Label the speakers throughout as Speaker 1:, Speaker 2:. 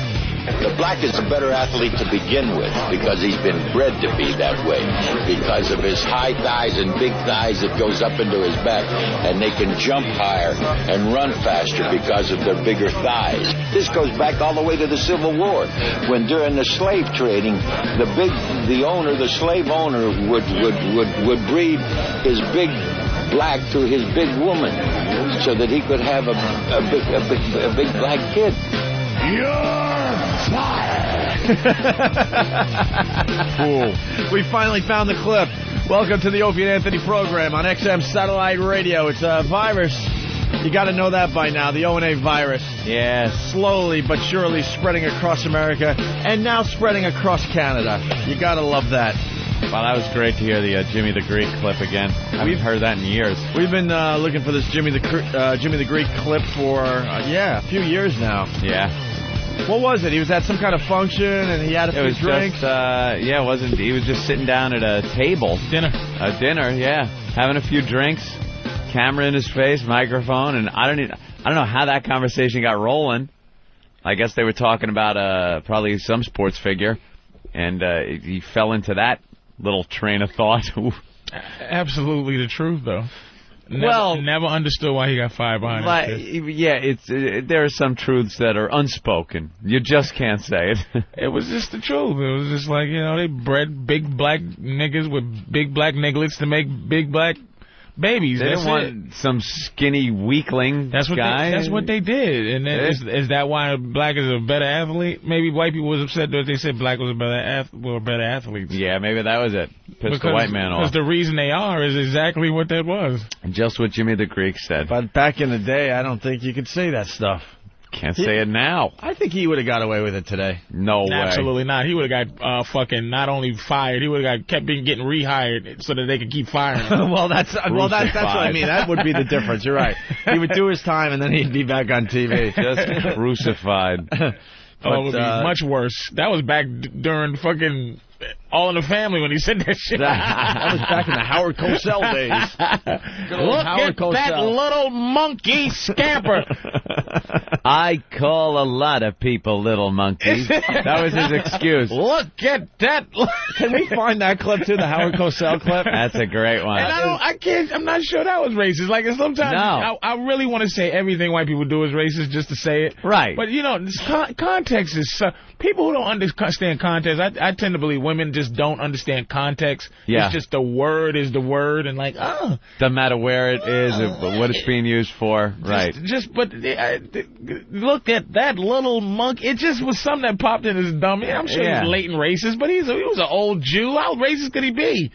Speaker 1: The black is a better athlete to begin with because he's been bred to be that way because of his high thighs and big thighs that goes up into his back and they can jump higher and run faster because of their bigger thighs. This goes back all the way to the Civil War when during the slave trading the big the owner the slave owner would would would, would breed his big black to his big woman so that he could have a, a, big, a, big, a big black kid.
Speaker 2: You're
Speaker 3: Fool. We finally found the clip. Welcome to the Opie and Anthony program on XM Satellite Radio. It's a virus. You got to know that by now, the O&A virus. Yeah, slowly but surely spreading across America and now spreading across Canada. You got to love that.
Speaker 4: Wow, that was great to hear the uh, Jimmy the Greek clip again. I haven't heard that in years.
Speaker 3: We've been uh, looking for this Jimmy the Cre- uh, Jimmy the Greek clip for uh, yeah a few years now.
Speaker 4: Yeah.
Speaker 3: What was it? He was at some kind of function and he had a
Speaker 4: It
Speaker 3: few
Speaker 4: was
Speaker 3: drinks.
Speaker 4: just, uh, yeah, it wasn't. He was just sitting down at a table, dinner, a dinner, yeah, having a few drinks, camera in his face, microphone, and I don't, even, I don't know how that conversation got rolling. I guess they were talking about uh, probably some sports figure, and uh, he fell into that little train of thought. Ooh.
Speaker 2: absolutely the truth, though. Never,
Speaker 4: Well-
Speaker 2: never understood why he got fired behind. his
Speaker 4: Like,
Speaker 2: fist.
Speaker 4: yeah, it's uh, there are some truths that are unspoken. You just can't say it.
Speaker 2: It was just the truth. It was just like, you know, they bred big black niggas with big black nigglets to make big black babies.
Speaker 4: They
Speaker 2: That's
Speaker 4: didn't
Speaker 2: it.
Speaker 4: want some skinny weakling
Speaker 2: That's what
Speaker 4: guy.
Speaker 2: they, that's what they did. And then
Speaker 4: Yeah.
Speaker 2: is, is that why black is a better athlete? Maybe white people was upset that they said black was a better ath- were better athletes.
Speaker 4: Yeah, maybe that was it. Pissed the white man
Speaker 2: because
Speaker 4: off.
Speaker 2: the reason they are is exactly what that was.
Speaker 4: Just what Jimmy the Greek said.
Speaker 3: but back in the day, I don't think you could say that stuff.
Speaker 4: Can't say it now.
Speaker 3: I think he would have got away with it today.
Speaker 4: No way.
Speaker 2: Absolutely not. He would have got uh, fucking not only fired, he would have got kept being getting rehired so that they could keep firing. him.
Speaker 3: well, that's uh, well, that, that's what I
Speaker 4: Crucified.
Speaker 3: mean. That would be the difference. You're right. He would do his time and then he'd be back on TV.
Speaker 4: Just crucified.
Speaker 2: oh, it would
Speaker 3: But, uh,
Speaker 2: be much worse. That was back d- during fucking All in the Family when he said that shit.
Speaker 3: that was back in the Howard Cosell days. Good old
Speaker 2: Look
Speaker 3: Howard
Speaker 2: at
Speaker 3: Cosell.
Speaker 2: that little monkey scamper.
Speaker 4: I call a lot of people little monkeys. that was his excuse.
Speaker 2: Look at that. li-
Speaker 3: Can we find that clip too? The Howard Cosell clip.
Speaker 4: That's a great one.
Speaker 2: And I don't, I can't, I'm not sure that was racist. Like, sometimes
Speaker 4: Uh, No.
Speaker 2: I, I really want to say everything white people do is racist just to say it.
Speaker 4: Right.
Speaker 2: But, you know, this con- context is, so, people who don't understand context, I, I tend to believe women just don't understand context.
Speaker 4: Yeah.
Speaker 2: It's just the word is the word and like, oh.
Speaker 4: Doesn't matter where it is, or what it's being used for. Right.
Speaker 2: Just, just but uh, look at that little monk. It just was something that popped in his dummy. I'm sure
Speaker 4: Yeah.
Speaker 2: he's latent racist, but he's a, he was an old Jew. How racist could he be?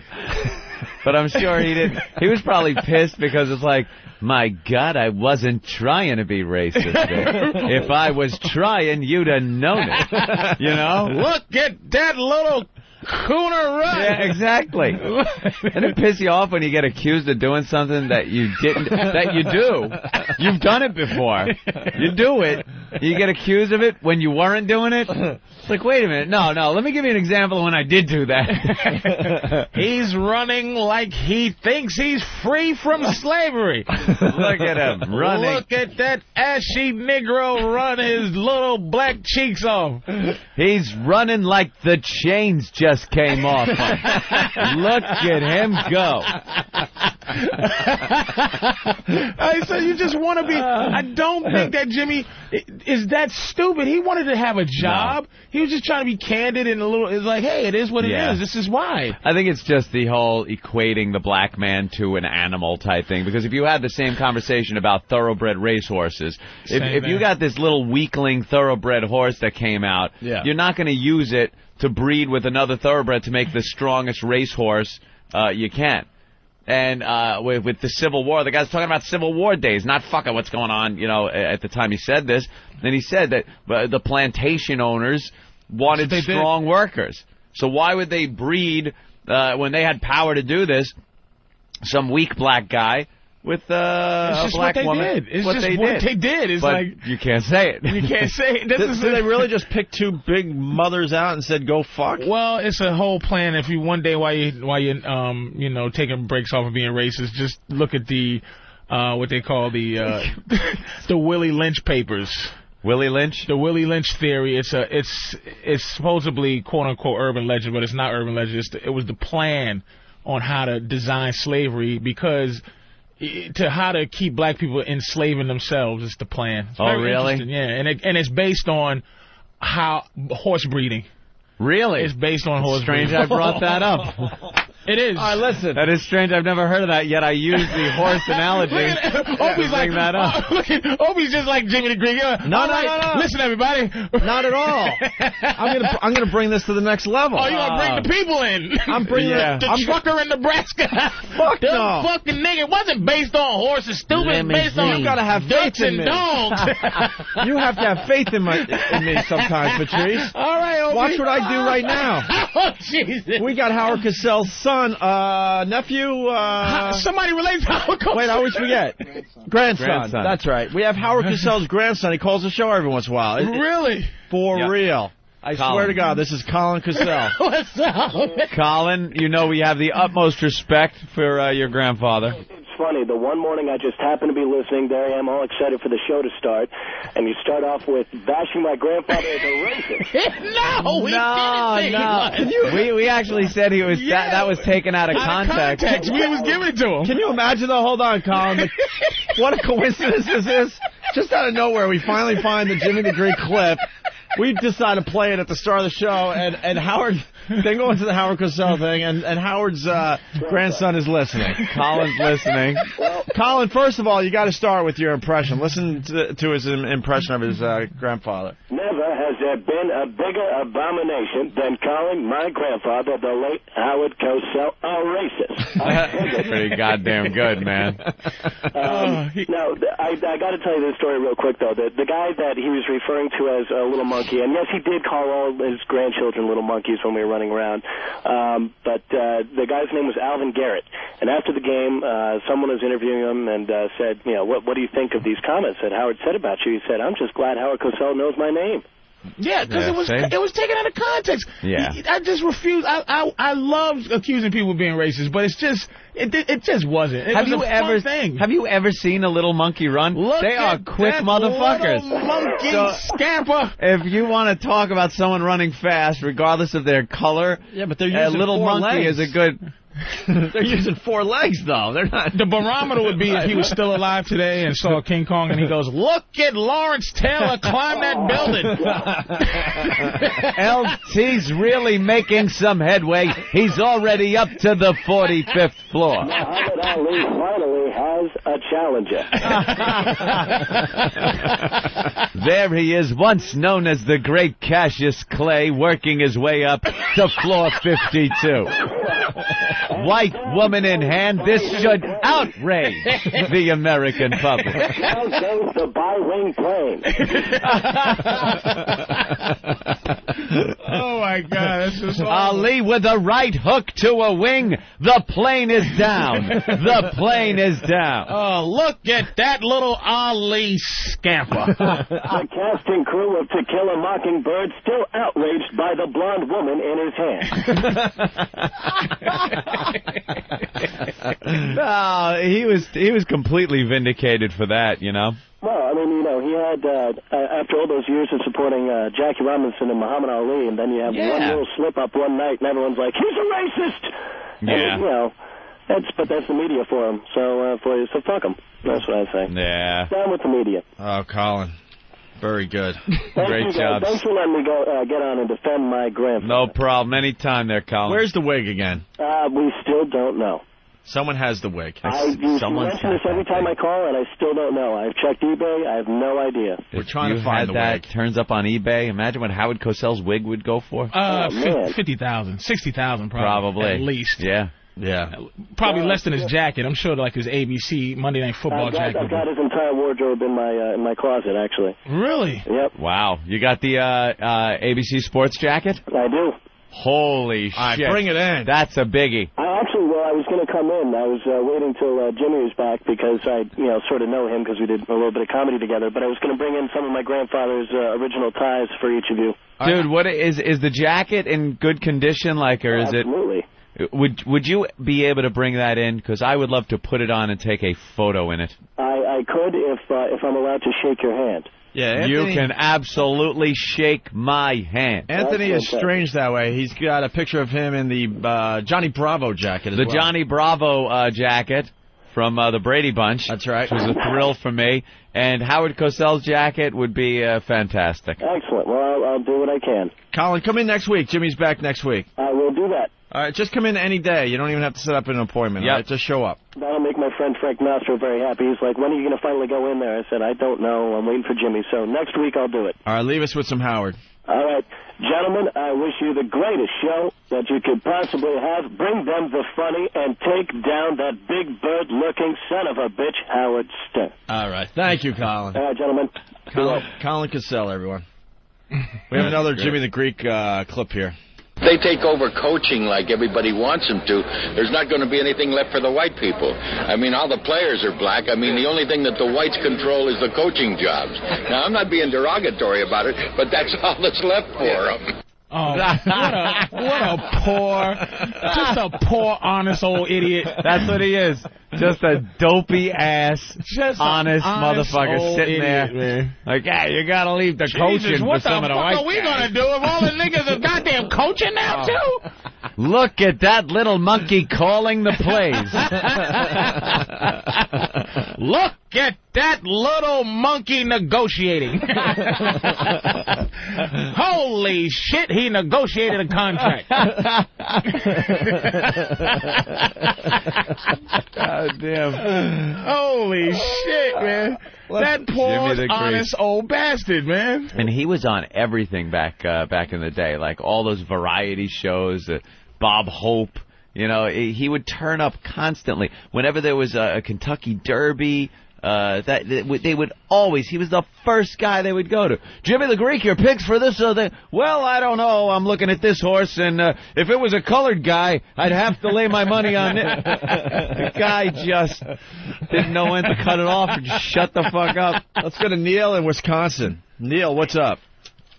Speaker 4: But I'm sure he didn't. He was probably pissed because it's like, my God, I wasn't trying to be racist. if I was trying, you'd have known it. You
Speaker 5: Oh,
Speaker 4: know?
Speaker 2: Look at that little cooner run.
Speaker 4: Yeah, exactly. And it piss you off when you get accused of doing something that you didn't, that you do. You've done it before. You do it. You get accused of it when you weren't doing it. It's like, wait a minute. No, no. Let me give you an example of when I did do that.
Speaker 2: He's running like he thinks he's free from slavery.
Speaker 4: Look at him running.
Speaker 2: Look at that ashy Negro run his little black cheeks off.
Speaker 4: He's running like the chains just came off. him. Look at him go.
Speaker 2: I said, you just want to be. I don't think that Jimmy i- is that stupid. He wanted to have a job. He was just trying to be candid and a little. It's like, hey, it is what
Speaker 4: Yeah.
Speaker 2: it is. This is why.
Speaker 4: I think it's just the whole equating the black man to an animal type thing. Because if you had the same conversation about thoroughbred racehorses, if,
Speaker 2: Same
Speaker 4: if you
Speaker 2: thing.
Speaker 4: got this little weakling thoroughbred horse that came out,
Speaker 3: Yeah.
Speaker 4: you're not going to use it to breed with another thoroughbred to make the strongest racehorse uh, you can. And uh, with, with the Civil War, the guy's talking about Civil War days, not fucking what's going on, you know, a- at the time he said this. And he said that uh, the plantation owners wanted
Speaker 2: That's what they did.
Speaker 4: strong workers. So why would they breed uh, when they had power to do this? Some weak black guy with uh,
Speaker 2: It's
Speaker 4: a
Speaker 2: just
Speaker 4: black
Speaker 2: what they
Speaker 4: woman.
Speaker 2: did. It's just what they did. It's
Speaker 4: but
Speaker 2: like
Speaker 4: you can't say it.
Speaker 2: you can't say it. this
Speaker 3: Did,
Speaker 2: is
Speaker 3: did they really just pick two big mothers out and said, "Go fuck"?
Speaker 2: Well, it's a whole plan. If you one day while you while you um you know taking breaks off of being racist, just look at the uh what they call the uh the Willie Lynch papers.
Speaker 4: Willie Lynch.
Speaker 2: The Willie Lynch theory. It's a it's it's supposedly quote unquote urban legend, but it's not urban legend. It's the, it was the plan on how to design slavery because i- to how to keep black people enslaving themselves is the plan. It's
Speaker 4: Oh,
Speaker 2: very
Speaker 4: really?
Speaker 2: interesting, Yeah, and it, and it's based on how horse breeding.
Speaker 4: Really?
Speaker 2: It's based on horse
Speaker 4: Strange
Speaker 2: breeding.
Speaker 4: I brought that up.
Speaker 2: it is.
Speaker 3: All right, listen.
Speaker 4: That is strange. I've never heard of that yet. I used the horse analogy.
Speaker 2: Look at that. Opie's
Speaker 4: Bring
Speaker 2: like,
Speaker 4: that up.
Speaker 2: Oh, look at, Opie's just like Jimmy the Greek. Yeah.
Speaker 3: No,
Speaker 2: All
Speaker 3: no,
Speaker 2: right,
Speaker 3: no, no.
Speaker 2: Listen, everybody.
Speaker 3: Not at all. I'm gonna I'm gonna bring this to the next level.
Speaker 2: Oh, you gonna bring the people in?
Speaker 3: I'm bringing
Speaker 4: Uh, Yeah.
Speaker 2: the
Speaker 3: I'm-
Speaker 2: trucker in Nebraska.
Speaker 3: Fuck
Speaker 2: Them
Speaker 3: no.
Speaker 2: fucking nigga wasn't based on horses. Stupid. It's based on
Speaker 3: You gotta have
Speaker 2: ducks
Speaker 3: faith in
Speaker 2: and
Speaker 3: me.
Speaker 2: dogs.
Speaker 3: You have to have faith in my in me sometimes, Patrice.
Speaker 2: all right, Opie.
Speaker 3: Watch what I do right now.
Speaker 2: Oh Jesus!
Speaker 3: We got Howard Cosell's son, uh, nephew. Uh,
Speaker 2: Somebody relates to Holocaust.
Speaker 3: wait, I always forget. Grandson.
Speaker 4: Grandson.
Speaker 3: That's right. We have Howard Cosell's grandson. He calls the show every once in a while. It- it-
Speaker 2: Really?
Speaker 3: for
Speaker 4: Yeah.
Speaker 3: real. I
Speaker 4: Colin.
Speaker 3: swear to God, this is Colin Cosell.
Speaker 2: What's up?
Speaker 4: Colin, you know we have the utmost respect for uh, your grandfather.
Speaker 6: It's funny. The one morning I just happened to be listening, there I am, all excited for the show to start, and you start off with bashing my grandfather as a racist.
Speaker 2: no, we didn't say he was.
Speaker 4: we we actually said he was
Speaker 2: Yeah.
Speaker 4: that that was taken out of
Speaker 2: Out of
Speaker 4: context.
Speaker 2: context. We was giving it to him.
Speaker 3: Can you imagine though? Hold on, Colin. The- what a coincidence this is. Just out of nowhere, we finally find the Jimmy the Greek clip. We decide to play it at the start of the show, and, and Howard, then go into the Howard Cosell thing, and, and Howard's uh, grandson is listening.
Speaker 4: Colin's listening.
Speaker 3: Colin, first of all, you got to start with your impression. Listen to, to his im- impression of his uh, grandfather.
Speaker 6: Never has there been a bigger abomination than calling my grandfather, the late Howard Cosell, a racist.
Speaker 4: Pretty goddamn good, man.
Speaker 2: Ah,
Speaker 6: Um, now, th- I, I got to tell you this story real quick, though. The, the guy that he was referring to as a little monkey, and yes, he did call all his grandchildren little monkeys when we were running around, um, but uh, the guy's name was Alvin Garrett. And after the game, uh, someone was interviewing him and uh, said, you know, what, what do you think of these comments that Howard said about you? He said, I'm just glad Howard Cosell knows my name.
Speaker 2: Yeah, because
Speaker 4: Yeah,
Speaker 2: it was
Speaker 4: see?
Speaker 2: it was taken out of context.
Speaker 4: Yeah.
Speaker 2: I just refuse. I I I love accusing people of being racist, but it's just it di- it just wasn't. It
Speaker 4: Have
Speaker 2: was
Speaker 4: you
Speaker 2: a
Speaker 4: ever
Speaker 2: fun thing?
Speaker 4: have you ever seen a little monkey run?
Speaker 2: Look
Speaker 4: they are
Speaker 2: at
Speaker 4: quick
Speaker 2: that
Speaker 4: motherfuckers.
Speaker 2: little monkey
Speaker 4: So-
Speaker 2: scamper.
Speaker 4: If you want to talk about someone running fast, regardless of their color,
Speaker 3: Yeah, but they're
Speaker 4: a
Speaker 3: using
Speaker 4: little
Speaker 3: four
Speaker 4: monkey
Speaker 3: legs.
Speaker 4: is a good.
Speaker 3: They're using four legs though. They're not.
Speaker 2: The barometer would be if he was still alive today and saw King Kong and he goes, "Look at Lawrence Taylor climb that building." Uh,
Speaker 4: LT's really making some headway. He's already up to the 45th floor.
Speaker 6: Muhammad Ali finally has a challenger.
Speaker 4: There he is, once known as the great Cassius Clay, working his way up to floor 52. White woman in hand, this should outrage the American public.
Speaker 6: Now goes the bi-wing plane.
Speaker 2: oh my God, that's just all.
Speaker 4: Ali with a right hook to a wing. The plane is down. The plane is down.
Speaker 2: Oh, look at that little Ali scamper.
Speaker 6: The casting crew of To Kill a Mockingbird still outraged by the blonde woman in his hand.
Speaker 4: No, Ah, he was he was completely vindicated for that, you know.
Speaker 6: Well, I mean, you know, he had, uh, uh, after all those years of supporting uh, Jackie Robinson and Muhammad Ali, and then you have one
Speaker 4: Yeah.
Speaker 6: little slip up one night, and everyone's like, he's a racist! And,
Speaker 4: Yeah.
Speaker 6: you know, that's, but that's the media for him. So, uh, for you, so fuck him. That's what I say.
Speaker 4: Yeah.
Speaker 6: Down with the media.
Speaker 3: Oh, Colin, very good.
Speaker 6: Thanks
Speaker 4: Great
Speaker 6: you guys.
Speaker 4: jobs.
Speaker 6: Thanks for letting me go, uh, get on and defend my grandfather.
Speaker 4: No problem. Anytime there, Colin.
Speaker 3: Where's the wig again?
Speaker 6: Uh, we still don't know.
Speaker 3: Someone has the wig.
Speaker 6: I you
Speaker 4: someone's
Speaker 6: mention this
Speaker 4: got
Speaker 6: every
Speaker 4: that
Speaker 6: time
Speaker 4: thing.
Speaker 6: I call, and I still don't know. I've checked eBay. I have no idea.
Speaker 3: We're
Speaker 4: If
Speaker 3: trying to
Speaker 4: you
Speaker 3: find
Speaker 4: had
Speaker 3: the
Speaker 4: that
Speaker 3: wig.
Speaker 4: turns up on eBay. Imagine what Howard Cosell's wig would go for.
Speaker 2: Uh,
Speaker 6: Oh, man.
Speaker 2: fif- 50,000, 60,000 probably.
Speaker 4: Probably
Speaker 2: At least.
Speaker 4: Yeah.
Speaker 3: Yeah.
Speaker 2: Probably less than his jacket. I'm sure like his ABC Monday Night Football
Speaker 6: I've got,
Speaker 2: jacket.
Speaker 6: I've got his entire wardrobe in my uh, in my closet, actually.
Speaker 2: Really?
Speaker 6: Yep,
Speaker 4: Wow. You got the uh, uh, ABC Sports jacket?
Speaker 6: I do.
Speaker 4: Holy
Speaker 3: All right,
Speaker 4: shit!
Speaker 3: bring it in.
Speaker 4: That's a biggie.
Speaker 6: I actually, well, I was going to come in. I was uh, waiting till uh, Jimmy was back because I, you know, sort of know him because we did a little bit of comedy together. But I was going to bring in some of my grandfather's uh, original ties for each of you.
Speaker 4: Dude, what is is the jacket in good condition? Like, or is it?
Speaker 6: Absolutely.
Speaker 4: Would would you be able to bring that in? Because I would love to put it on and take a photo in it.
Speaker 6: I, I could if uh, if I'm allowed to shake your hand.
Speaker 3: Yeah,
Speaker 4: you
Speaker 3: Anthony-
Speaker 4: can absolutely shake my hand.
Speaker 3: Anthony is strange that way. He's got a picture of him in the uh, Johnny Bravo jacket. As
Speaker 4: the
Speaker 3: well.
Speaker 4: Johnny Bravo uh, jacket from uh, the Brady Bunch. That's right. Which was a thrill for me. And Howard Cosell's jacket would be uh, fantastic.
Speaker 6: Excellent. Well, I'll, I'll do what I can.
Speaker 3: Colin, come in next week. Jimmy's back next week.
Speaker 6: I will do that.
Speaker 3: All right, just come in any day. You don't even have to set up an appointment. all right? Just show up.
Speaker 6: That'll make my friend Frank Nostro very happy. He's like, when are you going to finally go in there? I said, I don't know. I'm waiting for Jimmy. So next week I'll do it.
Speaker 3: All right, leave us with some Howard.
Speaker 6: All right. Gentlemen, I wish you the greatest show that you could possibly have. Bring them the funny and take down that big bird looking son of a bitch, Howard Stern.
Speaker 3: All right. Thank you, Colin.
Speaker 6: All right, gentlemen.
Speaker 3: Colin, Colin Cassell, everyone. We have another
Speaker 1: Good.
Speaker 3: Jimmy the Greek uh, clip here.
Speaker 1: They take over coaching like everybody wants them to. There's not going to be anything left for the white people. I mean, all the players are black. I mean, the only thing that the whites control is the coaching jobs. Now, I'm not being derogatory about it, but that's all that's left for them.
Speaker 2: Oh, what a, what a poor, just a poor, honest old idiot.
Speaker 4: That's what he is. Just a dopey ass,
Speaker 2: Just a
Speaker 4: honest,
Speaker 2: honest
Speaker 4: motherfucker
Speaker 2: old
Speaker 4: sitting
Speaker 2: idiot,
Speaker 4: there.
Speaker 2: man.
Speaker 4: Like, hey, you gotta leave the coaching
Speaker 2: Jesus,
Speaker 4: for
Speaker 2: what the
Speaker 4: some
Speaker 2: fuck
Speaker 4: of the white Oh.
Speaker 2: are we
Speaker 4: guys."
Speaker 2: gonna do if all the niggas is goddamn coaching now too?
Speaker 4: Look at that little monkey calling the plays.
Speaker 2: Look at that little monkey negotiating. Holy shit, he negotiated a contract.
Speaker 4: God damn.
Speaker 2: Holy shit, man. That poor,
Speaker 4: Jimmy the Greek.
Speaker 2: honest old bastard, man.
Speaker 4: And he was on everything back uh, back in the day, like all those variety shows, uh, Bob Hope. You know, he he would turn up constantly. Whenever there was a, a Kentucky Derby, uh, that they would- they would always. He was the first guy they would go to. Jimmy the Greek, your picks for this or that? Well, I don't know. I'm looking at this horse, and uh, if it was a colored guy, I'd have to lay my money on it. the guy just didn't know when to cut it off and shut the fuck up.
Speaker 3: Let's go to Neil in Wisconsin. Neil, what's up?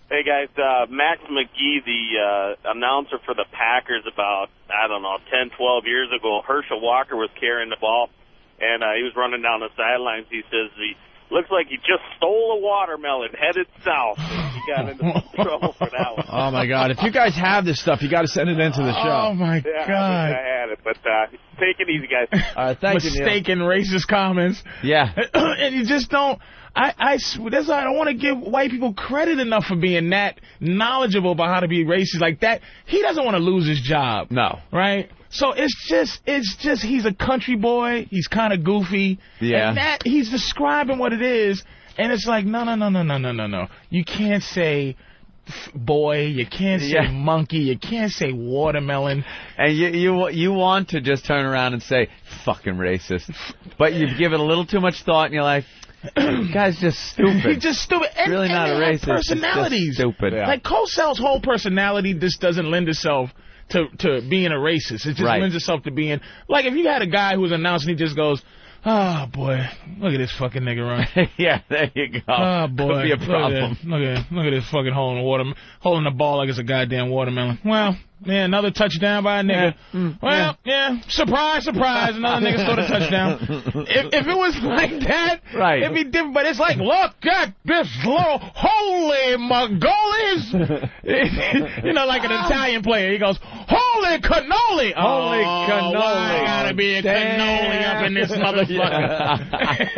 Speaker 7: Hey guys, uh, Max McGee, the uh, announcer for the Packers, about I don't know, ten, twelve years ago, Herschel Walker was carrying the ball, and uh, he was running down the sidelines. He says he looks like he just stole a watermelon headed south. He got into some trouble for that one.
Speaker 3: Oh my God! If you guys have this stuff, you got to send it into the
Speaker 2: Oh
Speaker 3: show.
Speaker 2: my
Speaker 7: Yeah, I, wish
Speaker 2: god.
Speaker 7: I had it, but uh, take it easy, guys.
Speaker 3: All right, thank you, Neil.
Speaker 2: Mistaken racist comments.
Speaker 4: Yeah.
Speaker 2: and you just don't. I, I, s- that's why I don't want to give white people credit enough for being that knowledgeable about how to be racist like that. He doesn't want to lose his job.
Speaker 4: No.
Speaker 2: Right? So it's just, it's just, he's a country boy. He's kind of goofy.
Speaker 4: Yeah.
Speaker 2: And that, he's describing what it is. And it's like, no, no, no, no, no, no, no, no. You can't say f- boy. You can't say
Speaker 4: Yeah.
Speaker 2: monkey. You can't say watermelon.
Speaker 4: And you you you want to just turn around and say fucking racist, but you've given a little too much thought, and you're like, "This guy's just
Speaker 2: He's
Speaker 4: stupid.
Speaker 2: just stupid. And,
Speaker 4: really
Speaker 2: and
Speaker 4: not
Speaker 2: they
Speaker 4: a
Speaker 2: have
Speaker 4: racist. He's just
Speaker 2: Personalities.
Speaker 4: stupid. Yeah.
Speaker 2: Like Cosell's whole personality just doesn't lend itself to to being a racist. It just
Speaker 4: Right.
Speaker 2: lends itself to being like if you had a guy who was announced and he just goes, "Oh boy, look at this fucking nigga run."
Speaker 4: yeah, there you go.
Speaker 2: Oh boy,
Speaker 4: Could be a
Speaker 2: Look at
Speaker 4: problem.
Speaker 2: that. Look at look at, this fucking hole in the water, holding the ball like it's a goddamn watermelon. Well, yeah, another touchdown by a nigga.
Speaker 4: Mm,
Speaker 2: well, yeah. surprise, surprise, another nigga scored a touchdown. If, if it was like that,
Speaker 4: Right.
Speaker 2: it'd be different. But it's like, look at this little holy Mongolis. you know, like an Italian player, he goes, holy cannoli.
Speaker 4: Holy
Speaker 2: oh,
Speaker 4: cannoli.
Speaker 2: Why gotta be a cannoli up in this motherfucker?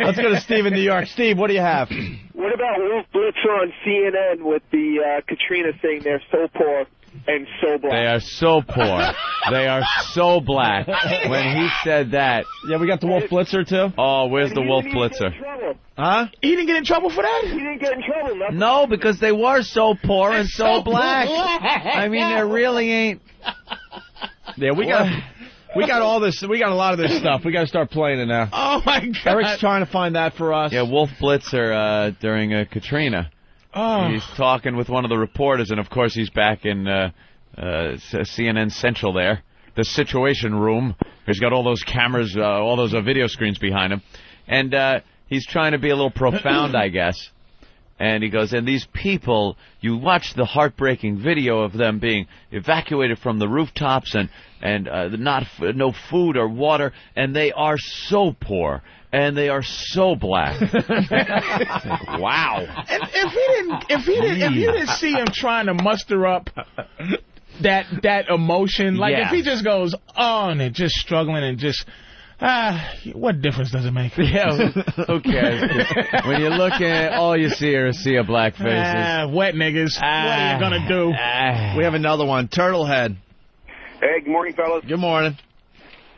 Speaker 3: Let's go to Steve in New York. Steve, what do you have?
Speaker 8: What about Wolf Blitzer on CNN with the uh, Katrina saying they're so poor and so black?
Speaker 4: They are so poor. they are so black. When he said that,
Speaker 3: Yeah, we got the Wolf Blitzer too.
Speaker 4: oh, where's the
Speaker 8: He
Speaker 4: Wolf
Speaker 8: didn't even get in
Speaker 4: Blitzer?
Speaker 8: trouble.
Speaker 3: Huh?
Speaker 2: he didn't get in trouble for that.
Speaker 8: He didn't get in trouble. Nothing.
Speaker 4: No, because they were so poor and so black. I mean, there really ain't.
Speaker 3: Yeah, we got we got all this. We got a lot of this stuff. We got to start playing it now.
Speaker 2: Oh my god.
Speaker 3: Eric's trying to find that for us.
Speaker 4: Yeah, Wolf Blitzer uh, during uh, Katrina.
Speaker 2: Oh.
Speaker 4: He's talking with one of the reporters, and of course he's back in uh, uh, S- CNN Central there, the Situation Room. He's got all those cameras, uh, all those uh, video screens behind him, and uh, he's trying to be a little profound, I guess. And he goes, and these people, you watch the heartbreaking video of them being evacuated from the rooftops and and uh, not f- no food or water, and they are so poor and they are so black. It's like, wow.
Speaker 2: And if he didn't, if he didn't, if you didn't see him trying to muster up that that emotion, like
Speaker 4: Yeah.
Speaker 2: if he just goes on and just struggling and just. Ah, what difference does it make?
Speaker 4: Yeah, okay. when you look at all you see are a sea of black faces.
Speaker 2: Ah, wet niggas. what
Speaker 4: Ah.
Speaker 2: are you gonna do?
Speaker 9: We have another one. Turtlehead.
Speaker 10: Hey, good morning, fellas.
Speaker 9: Good morning.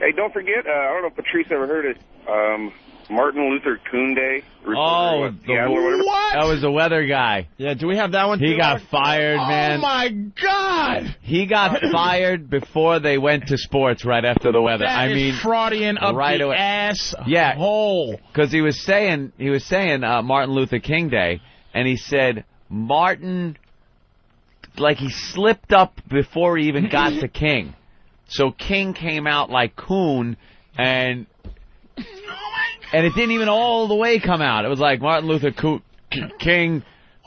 Speaker 10: Hey, don't forget, uh, I don't know if Patrice ever heard it, um, Martin Luther Coon Day.
Speaker 4: Oh, the,
Speaker 10: Seattle or whatever.
Speaker 4: that was the weather guy.
Speaker 9: Yeah, do we have that one?
Speaker 4: He
Speaker 9: too,
Speaker 4: got
Speaker 9: Mark?
Speaker 4: fired,
Speaker 2: Oh
Speaker 4: man.
Speaker 2: my God!
Speaker 4: He got fired before they went to sports right after the weather.
Speaker 2: That
Speaker 4: I
Speaker 2: is
Speaker 4: mean,
Speaker 2: Freudian up
Speaker 4: right
Speaker 2: the
Speaker 4: away.
Speaker 2: ass
Speaker 4: Yeah.
Speaker 2: hole.
Speaker 4: because he was saying he was saying uh, Martin Luther King Day, and he said Martin, like he slipped up before he even got to King, so King came out like Coon, and and it didn't even all the way come out. It was like Martin Luther Coo- King,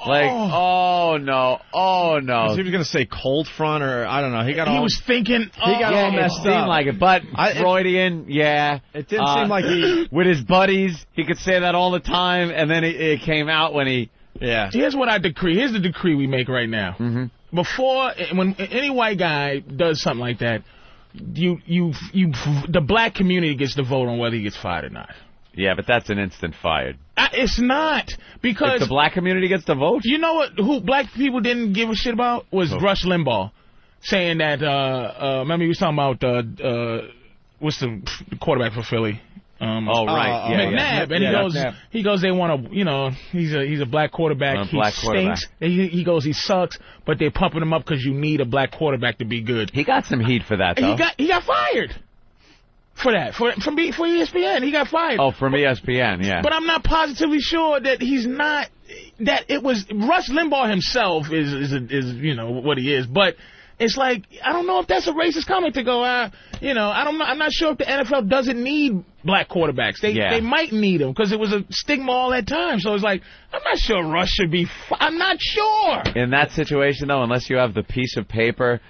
Speaker 4: like oh. no, oh no.
Speaker 9: He was gonna say cold front or I don't know. He got
Speaker 2: He
Speaker 9: all.
Speaker 2: was thinking. Oh,
Speaker 9: got
Speaker 4: yeah,
Speaker 9: all messed
Speaker 4: it seemed
Speaker 9: up.
Speaker 4: like it, but
Speaker 9: I- it-
Speaker 4: Freudian, yeah. Uh,
Speaker 9: It didn't seem like he-
Speaker 4: with his buddies, he could say that all the time, and then it, it came out when he
Speaker 9: yeah.
Speaker 2: Here's what I decree. Here's the decree we make right now. Mm-hmm. Before when any white guy does something like that, you you you the black community gets to vote on whether he gets fired or not.
Speaker 4: Yeah, but that's an instant fired.
Speaker 2: I, Uh, it's not
Speaker 4: If
Speaker 2: because
Speaker 4: the black community gets to vote,
Speaker 2: you know what? Who black people didn't give a shit about was Rush Limbaugh saying that. Uh, uh, remember, you was talking about uh, uh, what's the quarterback for Philly? Um,
Speaker 4: oh right,
Speaker 9: uh,
Speaker 4: yeah,
Speaker 2: McNabb,
Speaker 4: yeah.
Speaker 2: and he
Speaker 9: Yeah,
Speaker 2: goes,
Speaker 9: McNabb.
Speaker 2: he goes. They want to, you know, he's a he's a black quarterback.
Speaker 4: A
Speaker 2: he
Speaker 4: Uh, black quarterback.
Speaker 2: stinks. He, he goes, he sucks. But they're pumping him up because you need a black quarterback to be good.
Speaker 4: He got some heat for that
Speaker 2: And
Speaker 4: though.
Speaker 2: he got he got fired for that for from B, for E ESPN. He got fired.
Speaker 4: oh, from ESPN, yeah.
Speaker 2: But I'm not positively sure that he's not that it was Russ Limbaugh himself is is is you know what he is, but. It's like I don't know if that's a racist comment to go. Uh, you know, I don't. know- I'm not sure if the NFL doesn't need black quarterbacks. They
Speaker 4: Yeah.
Speaker 2: they might need them because it was a stigma all that time. So it's like I'm not sure Russ should be. F- I'm not sure.
Speaker 4: In that situation though, unless you have the piece of paper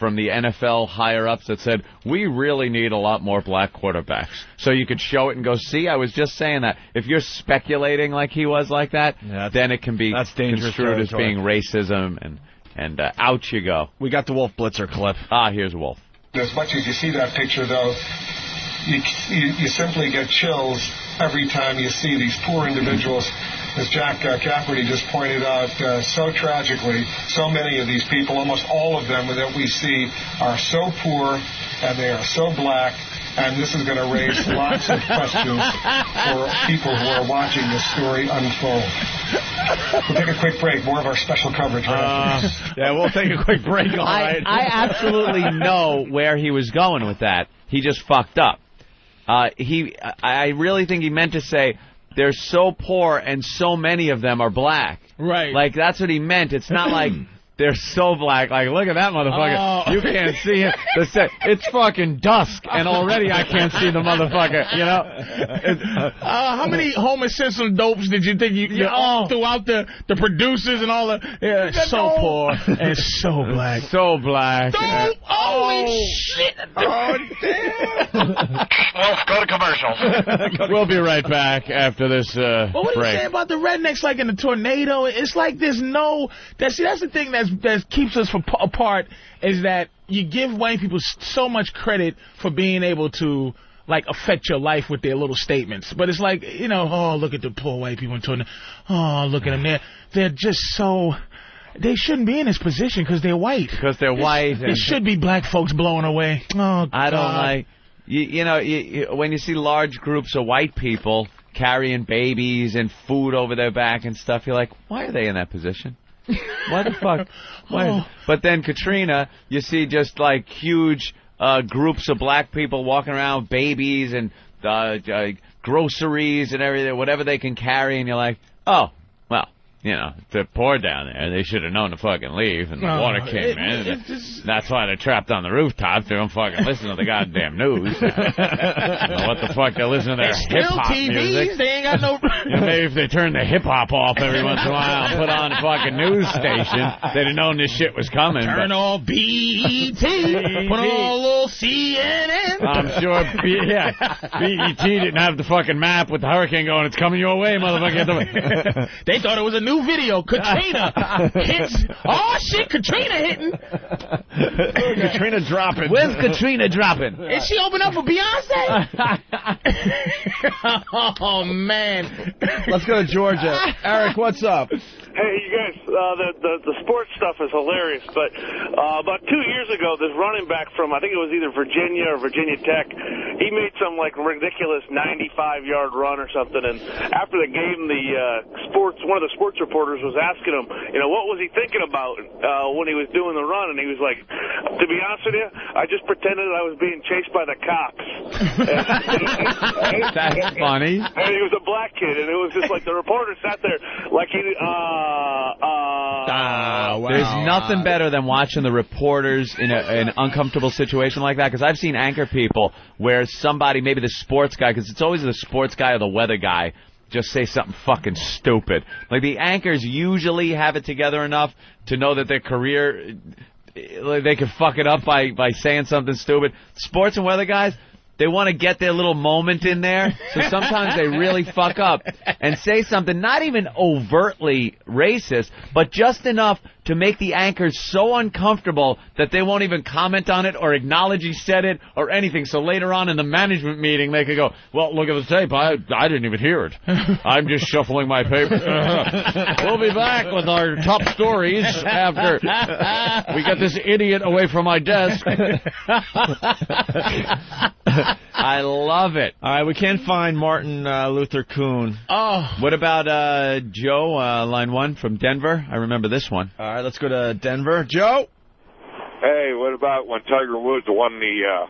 Speaker 4: from the NFL higher ups that said we really need a lot more black quarterbacks, so you could show it and go, see, I was just saying that. If you're speculating like he was like that,
Speaker 9: that's-
Speaker 4: then it can be
Speaker 9: that's dangerous
Speaker 4: construed as
Speaker 9: territory.
Speaker 4: being racism and and uh, out you go.
Speaker 9: We got the Wolf Blitzer clip.
Speaker 4: Ah, here's Wolf.
Speaker 11: As much as you see that picture, though, you, you, you simply get chills every time you see these poor individuals. As Jack uh, Cafferty just pointed out, uh, so tragically, so many of these people, almost all of them that we see, are so poor and they are so black. And this is going to raise lots of questions for people who are watching this story unfold. We'll take a quick break. More of our special coverage right after this.
Speaker 9: Uh, Yeah, we'll take a quick break. All
Speaker 4: I,
Speaker 9: right.
Speaker 4: I absolutely know where he was going with that. He just fucked up. Uh, he, I I really think he meant to say they're so poor and so many of them are black.
Speaker 2: Right.
Speaker 4: Like that's what he meant. It's not like they're so black. Like look at that motherfucker.
Speaker 2: Oh.
Speaker 4: You can't see him. The se- it's fucking dusk and already I can't see the motherfucker. You know. It's-
Speaker 2: Uh, how many Homer Simpson dopes did you think you, you
Speaker 4: Yeah.
Speaker 2: throughout the, the producers and all the yeah, it's so poor and it's so black. Oh.
Speaker 4: so black.
Speaker 2: Dope! Holy shit!
Speaker 4: We'll be right back after this uh,
Speaker 2: But what are you
Speaker 4: break.
Speaker 2: saying about the rednecks like in the tornado? It's like there's no that. See, that's the thing that's that keeps us from, apart is that you give white people s- so much credit for being able to like affect your life with their little statements. But it's like you know, oh look at the poor white people in tornado. Oh look at them. They're they're just so. They shouldn't be in this position because they're white.
Speaker 4: Because they're white.
Speaker 2: It
Speaker 4: and-
Speaker 2: should be black folks blowing away. Oh,
Speaker 4: I don't
Speaker 2: God.
Speaker 4: like you, you know you, you, when you see large groups of white people carrying babies and food over their back and stuff. You're like, why are they in that position? Why the fuck? Why?
Speaker 2: Oh.
Speaker 4: But then Katrina, you see just like huge uh, groups of black people walking around, babies and uh, uh, groceries and everything, whatever they can carry, and you're like, oh, well, you know, to pour down there. They should have known to fucking leave, and the
Speaker 5: No,
Speaker 4: water came
Speaker 5: it-
Speaker 4: in.
Speaker 5: it-
Speaker 4: and
Speaker 5: it's just-
Speaker 4: That's why they're trapped on the rooftops. They don't fucking listen to the goddamn news. I don't know what the fuck? They're listening to their
Speaker 5: It's
Speaker 4: hip
Speaker 5: still
Speaker 4: hop
Speaker 5: TVs.
Speaker 4: music.
Speaker 5: They ain't got no.
Speaker 4: You know, maybe if they turn the hip hop off every once in a while and put on a fucking news station, they'd have known this shit was coming. but-
Speaker 5: Turn on
Speaker 2: E
Speaker 5: BET. put on a little CNN.
Speaker 4: I'm sure,
Speaker 5: E
Speaker 4: B- yeah, BET didn't have the fucking map with the hurricane going. It's coming your way, motherfucker.
Speaker 2: they thought it was a new video. Katrina hits. Oh shit, Katrina hitting.
Speaker 3: Katrina dropping.
Speaker 4: When's Katrina dropping?
Speaker 2: Is she open up for Beyonce? oh man.
Speaker 3: Let's go to Georgia. Eric, what's up?
Speaker 12: Hey, you guys, uh, the, the the sports stuff is hilarious. But uh, about two years ago, this running back from I think it was either Virginia or Virginia Tech, he made some like ridiculous 95 yard run or something. And after the game, the uh, sports one of the sports reporters was asking him, you know, what was he thinking about uh, when he was doing the run? And he was like, to be honest with you, I just pretended I was being chased by the cops.
Speaker 4: That's funny.
Speaker 12: And he was a black kid, and it was just like the reporter sat there like he uh uh.
Speaker 4: Oh, There's nothing better than watching the reporters in a, an uncomfortable situation like that because I've seen anchor people where somebody, maybe the sports guy, because it's always the sports guy or the weather guy, just say something fucking stupid. Like the anchors usually have it together enough to know that their career, eh, like they could fuck it up by by saying something stupid. Sports and weather guys. They want to get their little moment in there, so sometimes they really fuck up and say something not even overtly racist, but just enough to make the anchors so uncomfortable that they won't even comment on it or acknowledge he said it or anything. So later on in the management meeting, they could go, "Well, look at the tape. I I didn't even hear it. I'm just shuffling my papers." we'll be back with our top stories after we get this idiot away from my desk. I love it.
Speaker 3: All right, we can't find Martin uh, Luther Kuhn.
Speaker 2: Oh.
Speaker 4: What about uh, Joe, uh, line one from Denver? I remember this one.
Speaker 3: All right, let's go to Denver. Joe?
Speaker 13: Hey, what about when Tiger Woods won the uh,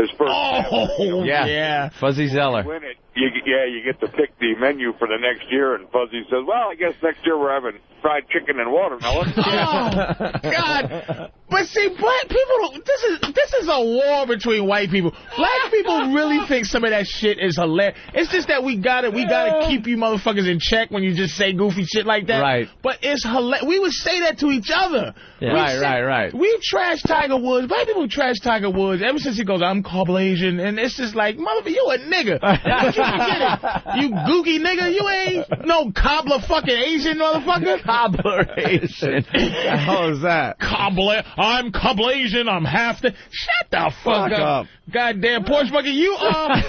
Speaker 13: his first?
Speaker 3: Oh,
Speaker 4: yeah. Fuzzy Zeller.
Speaker 13: Win it. You, yeah, you get to pick the menu for the next year, and Fuzzy says, "Well, I guess next year we're having fried chicken and watermelon."
Speaker 2: God. But see, black people. don't- This is this is a war between white people. Black people really think some of that shit is hilarious. It's just that we got to We got to keep you motherfuckers in check when you just say goofy shit like that.
Speaker 4: Right.
Speaker 2: But it's hilarious. We would say that to each other.
Speaker 4: Yeah.
Speaker 2: We
Speaker 4: Right,
Speaker 2: say-
Speaker 4: right, right.
Speaker 2: We trash Tiger Woods. Black people trash Tiger Woods ever since he goes, I'm Caucasian, and it's just like, motherfucker, you a nigga. But you forget it. You googie nigga. You ain't no cobbler fucking Asian motherfucker.
Speaker 4: Cobbler Asian.
Speaker 3: How is that?
Speaker 2: Cobbler. I'm Coblasian. I'm half the. Shut the fuck,
Speaker 3: Fuck up.
Speaker 2: Goddamn porch bucket. You are a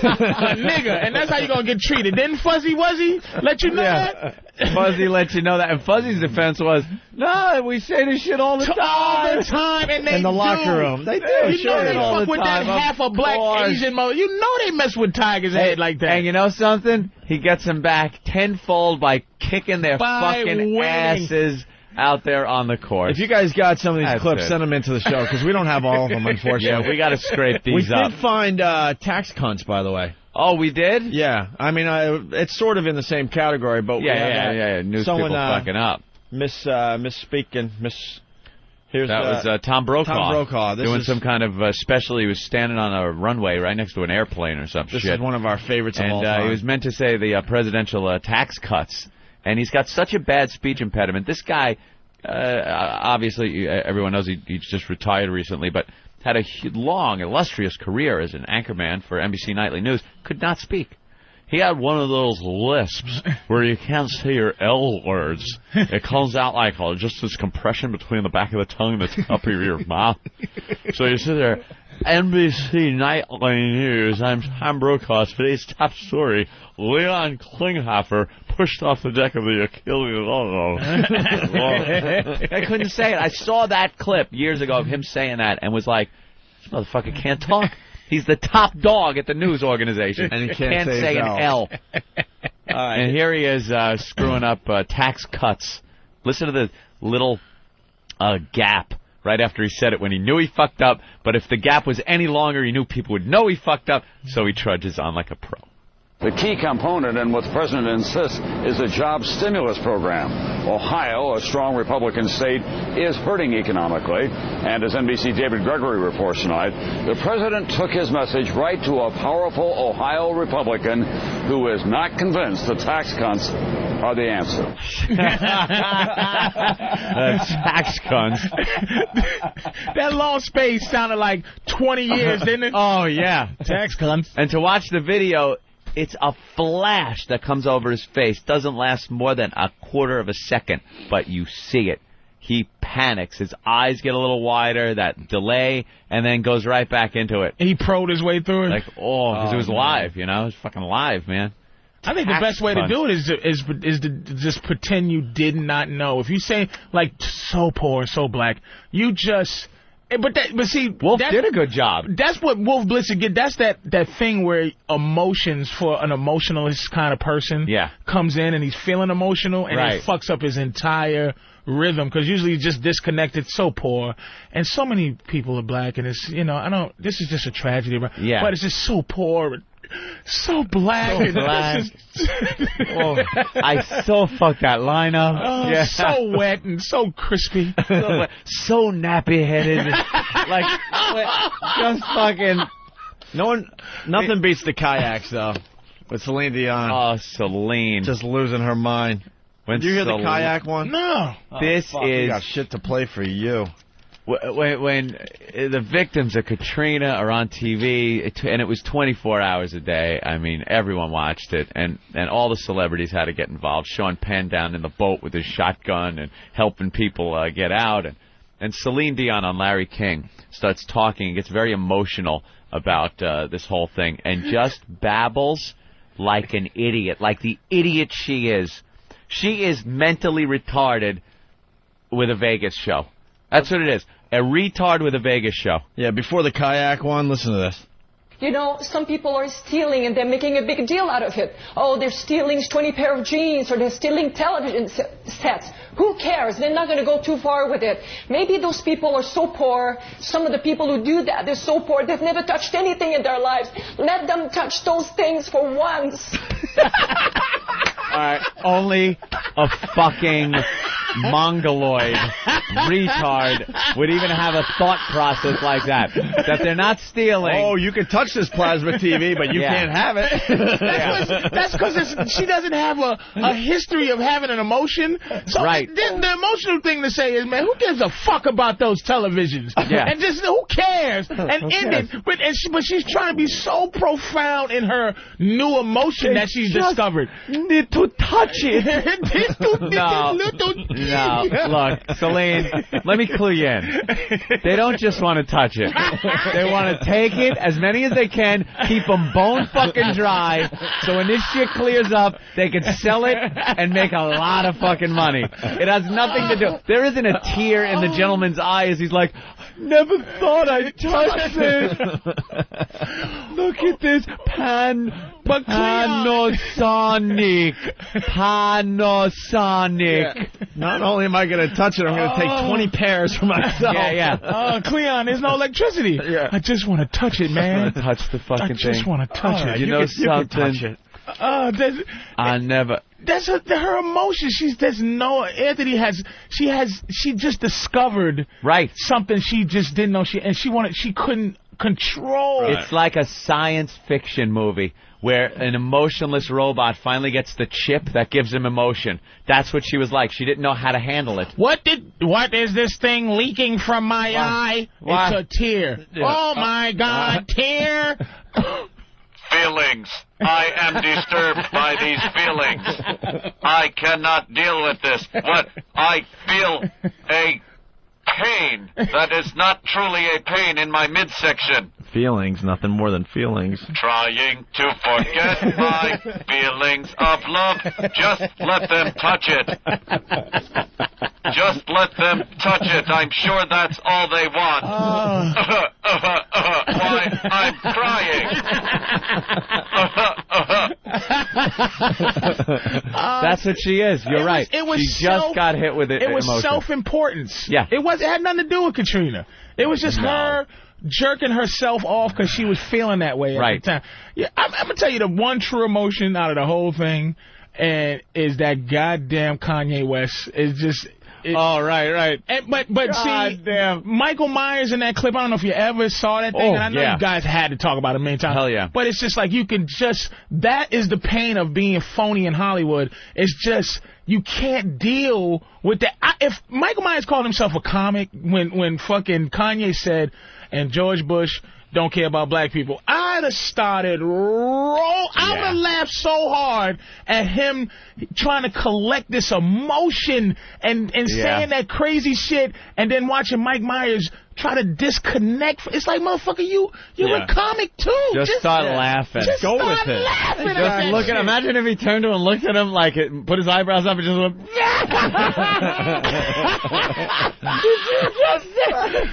Speaker 2: nigga, and that's how you gonna get treated. Didn't Fuzzy Wuzzy let you know that?
Speaker 4: Fuzzy let you know that. And Fuzzy's defense was, no, we say this shit all the time.
Speaker 2: All the time, and they
Speaker 4: In the
Speaker 2: do.
Speaker 4: locker room. They do,
Speaker 2: You
Speaker 4: sure,
Speaker 2: know they
Speaker 4: all
Speaker 2: fuck
Speaker 4: the
Speaker 2: with
Speaker 4: time,
Speaker 2: that
Speaker 4: of
Speaker 2: half a black
Speaker 4: course.
Speaker 2: Asian mother. You know they mess with Tiger's head like that.
Speaker 4: And you know something? He gets them back tenfold by kicking their
Speaker 2: By
Speaker 4: fucking
Speaker 2: winning.
Speaker 4: asses out there on the court.
Speaker 3: If you guys got some of these
Speaker 4: That's
Speaker 3: clips,
Speaker 4: it.
Speaker 3: send them into the show because we don't have all of them, unfortunately.
Speaker 4: Yeah, we gotta scrape these
Speaker 3: We
Speaker 4: up.
Speaker 3: did find uh, tax cunts, by the way.
Speaker 4: Oh, we did?
Speaker 3: Yeah, I mean, I, it's sort of in the same category, but we
Speaker 4: Yeah,
Speaker 3: had,
Speaker 4: yeah,
Speaker 3: uh,
Speaker 4: yeah, yeah. News
Speaker 3: someone,
Speaker 4: people
Speaker 3: uh,
Speaker 4: fucking up.
Speaker 3: Miss uh, misspeaking, miss. Here's
Speaker 4: That was uh, Tom Brokaw.
Speaker 3: Tom Brokaw. This
Speaker 4: doing
Speaker 3: is,
Speaker 4: some kind of uh, special. He was standing on a runway right next to an airplane or some
Speaker 3: This
Speaker 4: shit.
Speaker 3: is one of our favorites of
Speaker 4: and
Speaker 3: all
Speaker 4: uh,
Speaker 3: time.
Speaker 4: he was meant to say the uh, presidential uh, tax cuts, and he's got such a bad speech impediment. This guy, uh, obviously, uh, everyone knows he, he's just retired recently, but had a hu- long, illustrious career as an anchorman for NBC Nightly News. Could not speak. He had one of those lisps where you can't say your L words. It comes out like oh, just this compression between the back of the tongue and the top of your mouth. So you sit there, NBC Nightly News, I'm Tom Brokaw. Today's top story, Leon Klinghoffer pushed off the deck of the Achilles. Oh, I couldn't say it. I saw that clip years ago of him saying that and was like, this motherfucker can't talk. He's the top dog at the news organization,
Speaker 3: And he can't say his
Speaker 4: say an L.
Speaker 3: L.
Speaker 4: And here he is uh, screwing up uh, tax cuts. Listen to the little uh, gap right after he said it when he knew he fucked up. But if the gap was any longer, he knew people would know he fucked up. So he trudges on like a pro.
Speaker 14: The key component and what the president insists is the job stimulus program. Ohio, a strong Republican state, is hurting economically. And as NBC David Gregory reports tonight, the president took his message right to a powerful Ohio Republican who is not convinced the tax cuts are the answer.
Speaker 4: Uh, tax cunts.
Speaker 2: that long space sounded like 20 years, didn't it?
Speaker 4: Oh yeah, tax cunts. And to watch the video, it's a flash that comes over his face. Doesn't last more than a quarter of a second, but you see it. He panics. His eyes get a little wider. That delay, and then goes right back into it.
Speaker 2: He proed his way through it.
Speaker 4: Like oh, because it was
Speaker 2: man.
Speaker 4: live. You know, it was fucking live, man.
Speaker 2: I think the
Speaker 4: Tax
Speaker 2: best way to
Speaker 4: cunts.
Speaker 2: do it is to, is is to just pretend you did not know. If you say like so poor and so black, you just eh, but that but see Wolf
Speaker 4: did a good job.
Speaker 2: That's what Wolf Blitzer get. That's that that thing where emotions for an emotionalist kind of person
Speaker 4: Yeah.
Speaker 2: comes in and he's feeling emotional and
Speaker 4: Right.
Speaker 2: it fucks up his entire rhythm because usually he's just disconnected so poor and so many people are black and it's you know I don't this is just a tragedy bro.
Speaker 15: Yeah.
Speaker 2: but it's just so poor and so black
Speaker 15: So
Speaker 2: and this
Speaker 15: black.
Speaker 2: is
Speaker 4: Oh, I so fucked that line up.
Speaker 2: Oh, so wet and so crispy.
Speaker 4: So wet. so nappy headed. like just fucking. No one,
Speaker 3: nothing beats the kayaks though. With Celine Dion.
Speaker 4: Oh, Celine,
Speaker 3: just losing her mind.
Speaker 4: When
Speaker 3: Did you hear
Speaker 4: Celine-
Speaker 3: the kayak one?
Speaker 2: No.
Speaker 4: Oh, This
Speaker 3: we
Speaker 4: is-
Speaker 3: got shit to play for you.
Speaker 4: when, when uh, the victims of Katrina are on TV, it- and it was 24 hours a day. I mean, everyone watched it, and and all the celebrities had to get involved. Sean Penn down in the boat with his shotgun and helping people uh, get out, and and Celine Dion on Larry King starts talking and gets very emotional about uh, this whole thing, and just babbles like an idiot, like the idiot she is. She is mentally retarded with a Vegas show. That's what it is. A retard with a Vegas show.
Speaker 3: Yeah, before the kayak one, listen to this.
Speaker 16: You know, some people are stealing and they're making a big deal out of it. Oh, they're stealing 20 pair of jeans or they're stealing television se- sets. Who cares? They're not going to go too far with it. Maybe those people are so poor. Some of the people who do that, they're so poor. They've never touched anything in their lives. Let them touch those things for once.
Speaker 4: All right, only a fucking mongoloid retard would even have a thought process like that. That they're not stealing.
Speaker 3: Oh, you can touch this plasma TV, but you
Speaker 4: Yeah.
Speaker 3: can't have it.
Speaker 2: That's because she doesn't have a, a history of having an emotion. So
Speaker 4: Right.
Speaker 2: The, the emotional thing to say is, man, who gives a fuck about those televisions?
Speaker 15: Yeah.
Speaker 2: And just who cares? And
Speaker 15: Who
Speaker 2: end
Speaker 15: cares?
Speaker 2: it. But and she, but she's trying to be so profound in her new emotion that she's
Speaker 15: just
Speaker 2: discovered.
Speaker 4: Need to touch
Speaker 15: it.
Speaker 2: This to- this
Speaker 15: No.
Speaker 2: little-
Speaker 4: No, look, Celine, let me clue you in. They don't just want to touch it. They want to take it as many as they can, keep them bone fucking dry, so when this shit clears up, they can sell it and make a lot of fucking money. It has nothing to do. There isn't a tear in the gentleman's eye as he's like, Never thought I'd touch this. Look at this pan Panasonic. Panasonic.
Speaker 3: Not only am I going to touch it, I'm going to
Speaker 2: Oh.
Speaker 3: take 20 pairs for myself.
Speaker 4: Yeah, yeah.
Speaker 2: Oh, Cleon, there's no electricity. Yeah. I just want to touch it, man.
Speaker 4: I touch the fucking
Speaker 2: I just
Speaker 4: thing.
Speaker 2: want to touch
Speaker 4: All
Speaker 2: it.
Speaker 4: right, You you know can- you can touch something? it.
Speaker 2: Uh, that's
Speaker 4: I never.
Speaker 2: that's her, her emotion. She's there's no Anthony has she has she just discovered
Speaker 4: right
Speaker 2: something she just didn't know she and she wanted she couldn't control.
Speaker 4: It's like a science fiction movie where an emotionless robot finally gets the chip that gives him emotion. That's what she was like. She didn't know how to handle it.
Speaker 2: What did what is this thing leaking from my eye?
Speaker 4: Why? Uh,
Speaker 2: It's a tear.
Speaker 15: Yeah.
Speaker 2: Oh my god, tear.
Speaker 5: Feelings. I am disturbed by these feelings. I cannot deal with this. What? I feel a pain that is not truly a pain in my midsection.
Speaker 3: Feelings, nothing more than feelings.
Speaker 5: Trying to forget my feelings of love. Just let them touch it. Just let them touch it. I'm sure that's all they want.
Speaker 2: Ah.
Speaker 5: Why I'm crying.
Speaker 4: That's what she is. You're
Speaker 2: It was-
Speaker 4: right.
Speaker 2: it was
Speaker 4: she
Speaker 2: self-
Speaker 4: just got hit with it.
Speaker 2: It was
Speaker 4: emotion.
Speaker 2: self-importance.
Speaker 4: Yeah.
Speaker 2: It was. It had nothing to do with Katrina. It was just
Speaker 4: No.
Speaker 2: her jerking herself off because she was feeling that way at
Speaker 4: Right.
Speaker 2: the time. Yeah, I'm, I'm gonna tell you the one true emotion out of the whole thing, and is that goddamn Kanye West is just. It, oh
Speaker 3: right, right.
Speaker 2: And, but but see, Michael Myers in that clip. I don't know if you ever saw that thing,
Speaker 4: Oh,
Speaker 2: and I know
Speaker 4: yeah.
Speaker 2: you guys had to talk about it many times.
Speaker 4: Hell yeah.
Speaker 2: But it's just like you can just that is the pain of being phony in Hollywood. It's just you can't deal with that. I, if Michael Myers called himself a comic when when fucking Kanye said and George Bush don't care about black people, I'd have started roll. I would have laughed so hard at him trying to collect this emotion and and
Speaker 5: Yeah.
Speaker 2: saying that crazy shit, and then watching Mike Myers try to disconnect. It's like motherfucker, you you're
Speaker 4: Yeah.
Speaker 2: a comic too.
Speaker 4: Just, start laughing.
Speaker 2: Just
Speaker 4: Go
Speaker 2: start
Speaker 4: with it.
Speaker 2: laughing
Speaker 4: Just
Speaker 2: at that
Speaker 4: look
Speaker 2: shit.
Speaker 4: at. Imagine if he turned to him and looked at him like it, put his eyebrows up and just went.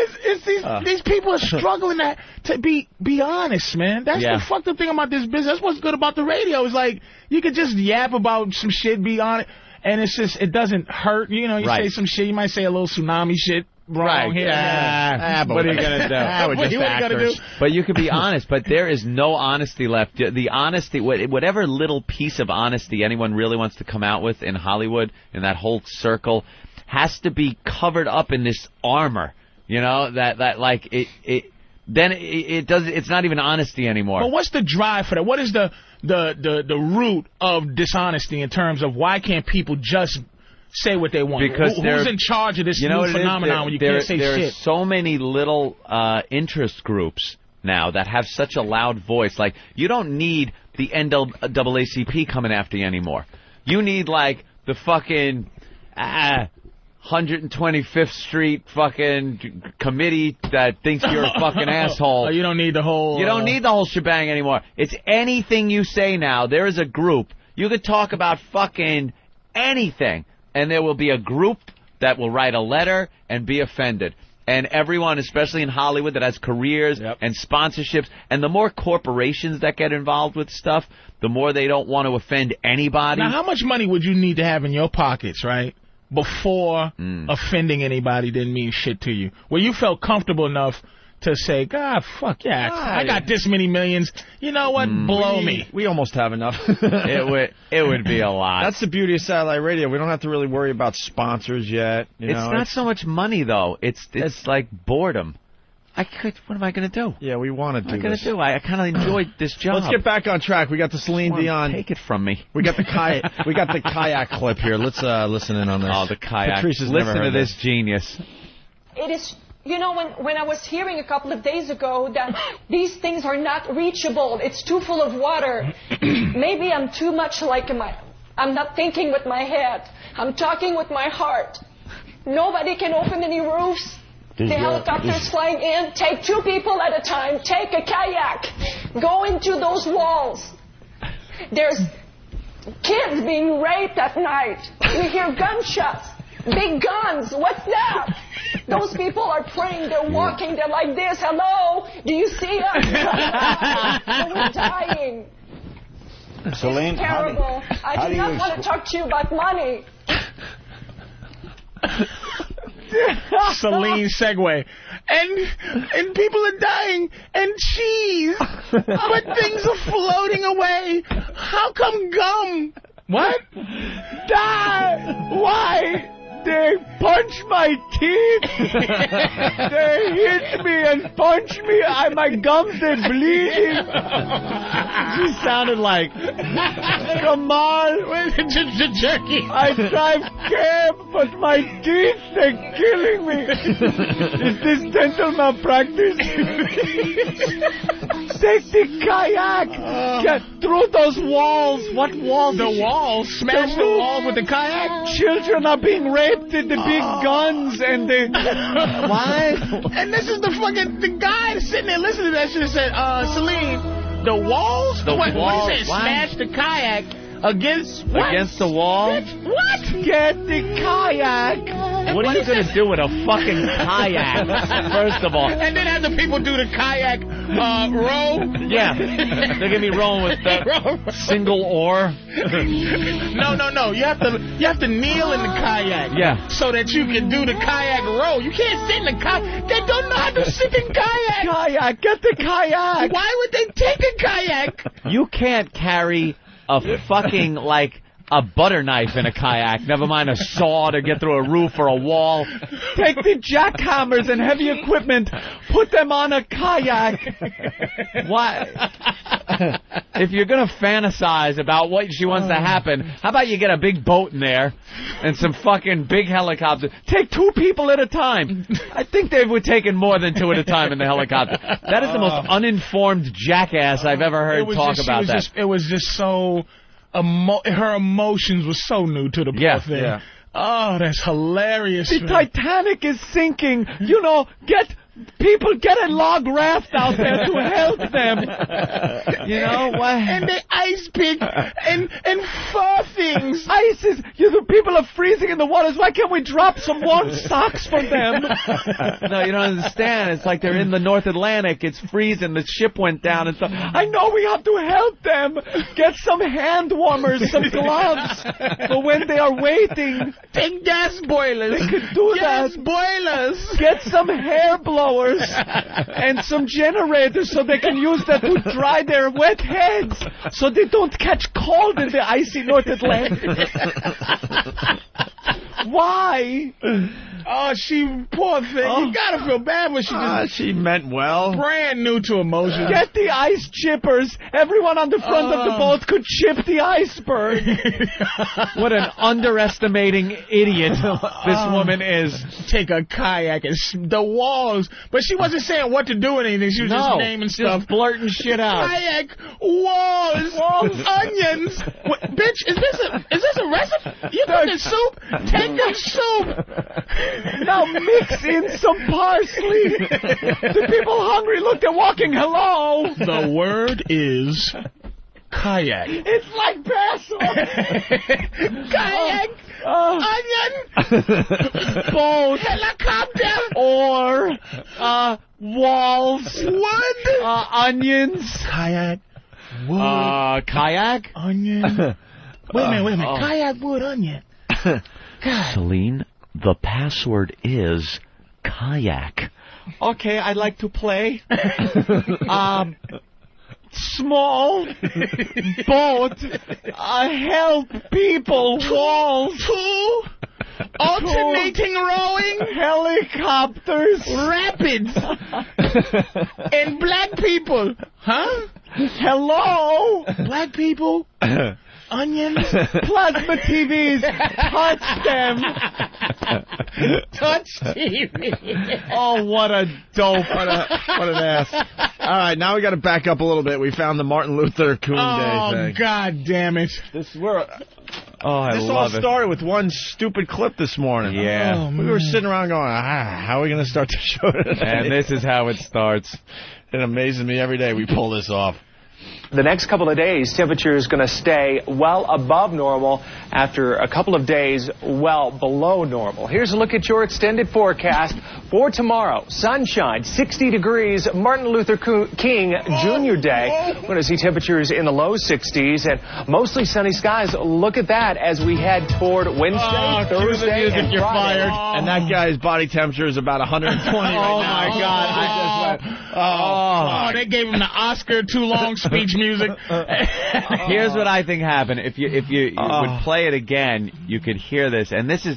Speaker 2: It's, it's these,
Speaker 4: Uh.
Speaker 2: these people are struggling to, to be be honest, man. That's
Speaker 4: Yeah.
Speaker 2: the fucked up thing about this business. That's what's good about the radio. Is like you could just yap about some shit, be honest, and it's just it doesn't hurt. You know, you
Speaker 4: Right.
Speaker 2: say some shit, you might say a little tsunami shit wrong
Speaker 4: Right.
Speaker 2: here.
Speaker 4: Yeah.
Speaker 2: Yeah.
Speaker 4: Ah, but what are you gonna do?
Speaker 2: What are you gonna do?
Speaker 4: But you could be honest. But there is no honesty left. The honesty, what- whatever little piece of honesty anyone really wants to come out with in Hollywood, in that whole circle, has to be covered up in this armor. You know that that like it it then it, it does. It's not even honesty anymore.
Speaker 2: But what's the drive for that? What is the the the the root of dishonesty in terms of why can't people just say what they want?
Speaker 4: Because
Speaker 2: Who-
Speaker 4: there-
Speaker 2: who's in charge of this
Speaker 4: you know
Speaker 2: new
Speaker 4: what it is?
Speaker 2: phenomenon
Speaker 4: There-
Speaker 2: when you
Speaker 4: there,
Speaker 2: can't say
Speaker 4: there are
Speaker 2: shit?
Speaker 4: so many little uh, interest groups now that have such a loud voice. Like you don't need the NAACP coming after you anymore. You need like the fucking ah, 125th Street fucking committee that thinks you're a fucking asshole.
Speaker 2: Oh, you don't need the whole.
Speaker 4: You don't
Speaker 2: uh,
Speaker 4: need the whole shebang anymore. It's anything you say now. There is a group. You could talk about fucking anything, and there will be a group that will write a letter and be offended. And everyone, especially in Hollywood, that has careers and sponsorships, and the more corporations that get involved with stuff, the more they don't want to offend anybody.
Speaker 2: Now, how much money would you need to have in your pockets, right? Before
Speaker 4: Mm.
Speaker 2: offending anybody didn't mean shit to you. Where you felt comfortable enough to say, God, fuck yeah, I got this many millions. You know what?
Speaker 4: Mm.
Speaker 2: Blow
Speaker 3: We-
Speaker 2: me.
Speaker 3: We almost have enough.
Speaker 4: it would it would be a lot.
Speaker 3: That's the beauty of satellite radio. We don't have to really worry about sponsors yet. you
Speaker 4: it's
Speaker 3: know,
Speaker 4: not so much money though. It's it's, like boredom. I could. What am I gonna do?
Speaker 3: Yeah, we want to do
Speaker 4: What am I gonna
Speaker 3: this.
Speaker 4: do? I, I kind of enjoyed this job.
Speaker 3: Let's get back on track. We got the Celine
Speaker 4: Come
Speaker 3: Dion.
Speaker 4: on, Take it from me.
Speaker 3: We got the kayak. we got the kayak clip here. Let's uh, listen in on this. Oh, the
Speaker 4: kayak.
Speaker 3: Patrice has
Speaker 4: Listen
Speaker 3: never heard
Speaker 4: to this genius.
Speaker 16: It is, you know, when, when I was hearing a couple of days ago that these things are not reachable, it's too full of water. Maybe I'm too much like my, I'm not thinking with my head, I'm talking with my heart. Nobody can open any roofs.
Speaker 5: Does
Speaker 16: the
Speaker 5: your-
Speaker 16: helicopter's
Speaker 5: does-
Speaker 16: flying in. Take two people at a time. Take a kayak. Go into those walls. There's kids being raped at night. We hear gunshots, big guns. What's that? Those people are praying. They're walking. They're like this. Hello, do you see us? We're dying.
Speaker 5: Celine, how do-
Speaker 16: Terrible.
Speaker 5: how
Speaker 16: I
Speaker 5: do
Speaker 16: do
Speaker 5: you
Speaker 16: not want to
Speaker 5: expl-
Speaker 16: talk to you about money.
Speaker 2: Celine segue. And and people are dying and cheese. But things are floating away. How come gum? What? Die! Why?
Speaker 5: They punch my teeth. they hit me and punch me. I, my gums are bleeding.
Speaker 4: She sounded like
Speaker 5: Come on, jerky. I drive cab, but my teeth they're killing me. Is this dental malpractice? Take the kayak. Get through those walls. What walls?
Speaker 2: Uh. The walls? Smash the walls with the kayak? Ah.
Speaker 5: Children are being raped with the big guns and the.
Speaker 2: What? And this is the fucking the guy sitting there listening to that shit and said, uh, Celine, the walls?
Speaker 5: The
Speaker 2: what, What
Speaker 5: walls,
Speaker 2: he said,
Speaker 5: why?
Speaker 2: smash the kayak.
Speaker 5: Against what?
Speaker 4: Against the wall.
Speaker 5: What? Get the kayak.
Speaker 4: What are you gonna do with a fucking kayak? First of all,
Speaker 2: And then have the people do the kayak uh, row.
Speaker 4: yeah, they're gonna be rolling with that single oar.
Speaker 2: No, no, no. You have to you have to kneel in the kayak.
Speaker 4: Yeah.
Speaker 2: So that you can do the kayak row. You can't sit in the kayak. They don't know how to sit in kayak.
Speaker 5: Kayak. Get the kayak.
Speaker 2: Why would they take a kayak?
Speaker 4: You can't carry a fucking like a butter knife in a kayak. Never mind a saw to get through a roof or a wall.
Speaker 5: Take the jackhammers and heavy equipment. Put them on a kayak.
Speaker 4: Why? if you're gonna fantasize about what she wants to
Speaker 2: Oh.
Speaker 4: happen, how about you get a big boat in there and some fucking big helicopter? Take two people at a time. I think they were taking more than two at a time in the helicopter. That is the most uninformed jackass I've ever heard
Speaker 2: Oh. It was
Speaker 4: talk
Speaker 2: just- she
Speaker 4: about
Speaker 2: was
Speaker 4: that.
Speaker 2: just- it was just so. Emo- her emotions were so new to the poor
Speaker 4: Yeah,
Speaker 2: thing.
Speaker 4: yeah.
Speaker 2: Oh, that's hilarious.
Speaker 5: The
Speaker 2: man.
Speaker 5: Titanic is sinking. You know, get people get a log raft out there to help them. You know what?
Speaker 2: And the ice pick and and fur things.
Speaker 5: Ice is. You the people are freezing in the waters. Why can't we drop some warm socks for them?
Speaker 4: no, you don't understand. It's like they're in the North Atlantic. It's freezing. The ship went down and stuff.
Speaker 5: I know we have to help them. Get some hand warmers, some gloves for when they are waiting.
Speaker 2: Take gas boilers.
Speaker 5: They could do that.
Speaker 2: boilers.
Speaker 5: Get some hair blowers and some generators so they can use that to dry their wet heads so they don't catch cold in the icy North Atlantic. Why? Oh.
Speaker 2: Oh, she poor thing. You gotta feel bad when she just.
Speaker 9: Ah, she meant well.
Speaker 2: Brand new to emotion.
Speaker 5: Get the ice chippers. Everyone on the front of the
Speaker 2: Oh.
Speaker 5: boat could chip the iceberg.
Speaker 4: What an underestimating idiot this woman is.
Speaker 2: Um. Take a kayak and s- the walls. But she wasn't saying what to do or anything. She was
Speaker 4: No,
Speaker 2: just naming stuff.
Speaker 4: blurting shit out.
Speaker 2: Kayak, walls,
Speaker 5: Walls.
Speaker 2: onions. What, bitch, is this a is this a recipe? You put the soup? Take the soup.
Speaker 5: Now mix in some parsley. the people hungry look, they're walking. Hello.
Speaker 2: The word is kayak.
Speaker 5: It's like basil.
Speaker 2: Kayak,
Speaker 5: Oh,
Speaker 2: onion,
Speaker 5: Boat.
Speaker 2: helicopter,
Speaker 5: oh. Or uh, walls.
Speaker 2: wood.
Speaker 5: Uh, onions.
Speaker 2: Kayak, wood,
Speaker 4: Uh, kayak?
Speaker 2: onion. Wait a minute, wait a minute.
Speaker 4: Oh.
Speaker 2: Kayak, wood, onion. God.
Speaker 1: Celine, the password is kayak.
Speaker 5: Okay, I'd like to play. um, small boat. Uh, help people. Walls.
Speaker 2: Two alternating rowing
Speaker 5: Helicopters.
Speaker 2: rapids and black people. Huh?
Speaker 5: Hello.
Speaker 2: Black people, onions,
Speaker 5: Plasma TVs. Touch them.
Speaker 2: touch TV.
Speaker 9: Oh, what a dope. What, a, what an ass. All right, now we got to back up a little bit. We found the Martin Luther Coon
Speaker 2: Oh,
Speaker 9: Day thing.
Speaker 2: God damn it.
Speaker 9: This, we're,
Speaker 4: Oh, I
Speaker 9: this all
Speaker 4: love it.
Speaker 9: started with one stupid clip this morning.
Speaker 4: Yeah. Oh,
Speaker 9: we were sitting around going, ah, how are we going to start the show today?
Speaker 4: and this is how it starts.
Speaker 9: it amazes me every day we pull this off.
Speaker 17: The next couple of days, temperature is going to stay well above normal after a couple of days well below normal. Here's a look at your extended forecast for tomorrow. Sunshine, 60 degrees, Martin Luther Co- King Jr. Day. We're going to see temperatures in the low 60s and mostly sunny skies. Look at that as we head toward Wednesday,
Speaker 2: Oh,
Speaker 9: Ah,
Speaker 17: Thursday, and Friday.
Speaker 9: And that guy's body temperature is about 120 right
Speaker 4: Oh,
Speaker 9: now.
Speaker 4: my God.
Speaker 2: Oh, they gave him the Oscar too long speech music.
Speaker 4: Uh, Here's what I think happened. If you if you, you
Speaker 2: Oh.
Speaker 4: would play it again, you could hear this. And this is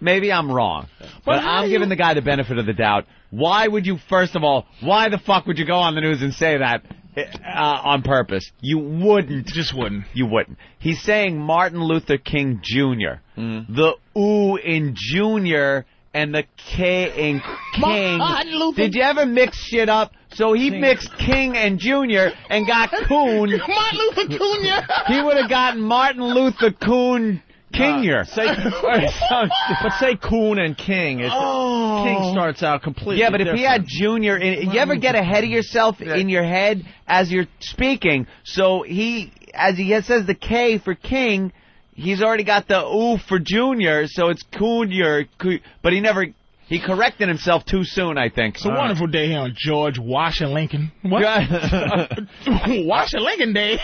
Speaker 4: maybe I'm wrong, but, I'm giving the guy the benefit of the doubt. Why would you first of all? Why the fuck would you go on the news and say that? Uh, on purpose. You wouldn't.
Speaker 2: Just wouldn't.
Speaker 4: You wouldn't. He's saying Martin Luther King Jr.
Speaker 2: Mm-hmm.
Speaker 4: The ooh in Junior and the K in King.
Speaker 2: Martin Luther-
Speaker 4: Did you ever mix shit up? So he mixed King and Junior and got Coon.
Speaker 2: oh. Martin Luther Jr.
Speaker 4: He would have gotten Martin Luther Coon Kingier.
Speaker 9: Uh, Say, but say Coon and King. It's,
Speaker 2: Oh.
Speaker 9: King starts out completely.
Speaker 4: yeah, but if he
Speaker 9: different.
Speaker 4: had Junior, in, you ever get ahead of yourself in your head as you're speaking? So he as he says the K for King, he's already got the O for Junior, so it's Cunyer. Cu- But he never he corrected himself too soon, I think.
Speaker 2: It's a wonderful day here on George Washington Lincoln. What? Washington Lincoln Day.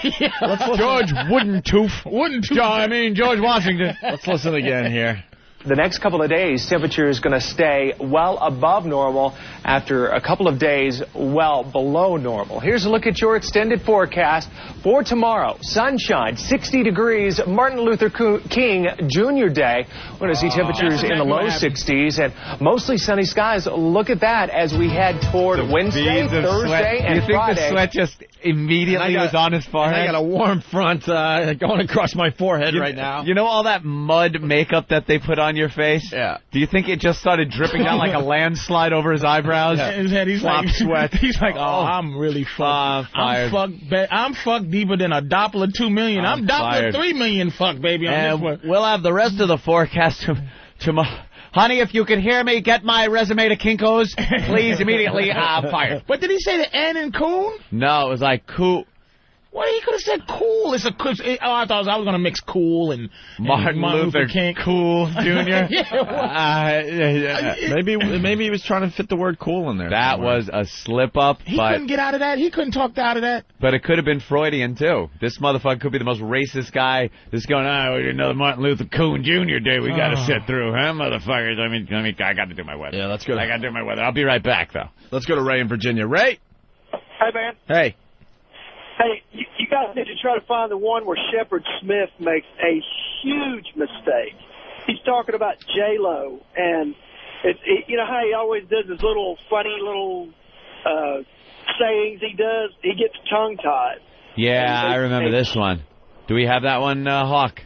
Speaker 9: George Wooden Tooth.
Speaker 2: Wooden Tooth.
Speaker 9: I mean, George Washington. Let's listen again here.
Speaker 17: The next couple of days, temperature is going to stay well above normal after a couple of days well below normal. Here's a look at your extended forecast for tomorrow. Sunshine, 60 degrees, Martin Luther Co- King Jr. Day. We're going to see
Speaker 4: Oh,
Speaker 17: temperatures
Speaker 5: That's
Speaker 17: in the
Speaker 5: exactly
Speaker 17: low
Speaker 5: what happened.
Speaker 17: 60s and mostly sunny skies. Look at that as we head toward Wednesday,
Speaker 4: beads of
Speaker 17: Thursday,
Speaker 4: sweat.
Speaker 17: and
Speaker 4: You think the
Speaker 17: Friday.
Speaker 4: sweat just immediately
Speaker 17: And I got-
Speaker 4: was on his forehead.
Speaker 17: and I got a
Speaker 9: warm front uh, going across my forehead
Speaker 4: you,
Speaker 9: right now.
Speaker 4: You know all that mud makeup that they put on your face? Yeah. Do you think it just started dripping down like a landslide over his eyebrows?
Speaker 2: And then he's
Speaker 4: Flop
Speaker 2: like,
Speaker 4: sweat.
Speaker 2: He's like, oh, I'm really fucked. I'm
Speaker 4: fired.
Speaker 2: fucked. Ba- I'm fucked deeper than a Doppler two million. I'm,
Speaker 4: I'm
Speaker 2: Doppler
Speaker 4: fired.
Speaker 2: three million. Fuck, baby. on this
Speaker 4: And
Speaker 2: one.
Speaker 4: we'll have the rest of the forecast tomorrow. Honey, if you can hear me, get my resume to Kinko's. Please immediately uh, fire.
Speaker 2: But did he say the N and coon?
Speaker 4: No, it was like cool.
Speaker 2: What he could have said cool. It's a cool. it- Oh, I thought I was, I was gonna mix cool and and
Speaker 4: Martin Luther
Speaker 2: King.
Speaker 4: Cool
Speaker 2: Junior.
Speaker 9: maybe maybe he was trying to fit the word cool in there.
Speaker 4: That was a slip up,
Speaker 2: He
Speaker 4: but
Speaker 2: couldn't get out of that. He couldn't talk out of that.
Speaker 4: but it could have been Freudian too. This motherfucker could be the most racist guy. That's going, oh, another Martin Luther Coon Jr. day we got to
Speaker 9: Oh.
Speaker 4: sit through, huh, motherfuckers? I mean, I mean, I got to do my weather. Yeah,
Speaker 9: that's good.
Speaker 4: I got to do my weather. I'll be right back though.
Speaker 9: Let's go to Ray in Virginia. Ray,
Speaker 18: Hey, man.
Speaker 9: hey.
Speaker 18: Hey, you, you guys need to try to find the one where Shepard Smith makes a huge mistake. He's talking about J Lo, and it's it, you know how he always does his little funny little uh, sayings. He does. He gets tongue tied.
Speaker 4: Yeah, I remember this one. Do we have that one, uh, Hawk?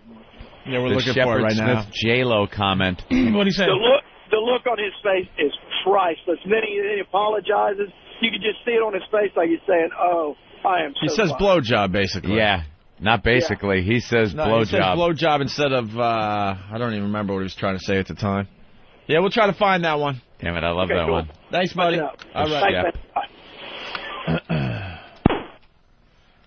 Speaker 9: Yeah,
Speaker 18: we're
Speaker 4: the
Speaker 18: looking for it
Speaker 4: Shepard
Speaker 18: right
Speaker 4: Smith
Speaker 18: now.
Speaker 4: J Lo comment.
Speaker 2: what he
Speaker 18: The look, the look on his face is priceless. Then he, then he apologizes. You can just see it on his face, like he's saying, "Oh, I am."
Speaker 9: He
Speaker 18: so
Speaker 9: says
Speaker 18: sorry."
Speaker 9: blowjob basically.
Speaker 4: Yeah, not basically. He says
Speaker 9: No, he says
Speaker 4: blowjob.
Speaker 9: blowjob instead of uh, I don't even remember what he was trying to say at the time. Yeah, we'll try to find that one.
Speaker 4: Damn it, I love
Speaker 9: Okay,
Speaker 4: that
Speaker 9: cool.
Speaker 4: one.
Speaker 9: Thanks, buddy.
Speaker 4: Yeah.
Speaker 9: All right.
Speaker 4: Thanks,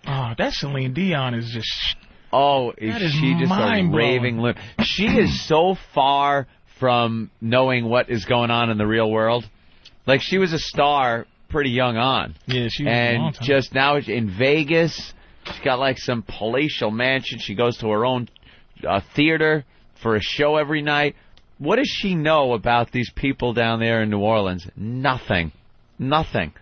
Speaker 2: Oh, that Celine Dion is just.
Speaker 4: Oh, is,
Speaker 2: That is
Speaker 4: she just a
Speaker 2: mind-blowing.
Speaker 4: raving loon? She is so far from knowing what is going on in the real world. Like she was a star pretty young on.
Speaker 2: Yeah, she was a
Speaker 4: and
Speaker 2: long time.
Speaker 4: just now in Vegas, she's got like some palatial mansion. She goes to her own uh, theater for a show every night. What does she know about these people down there in New Orleans? Nothing. Nothing.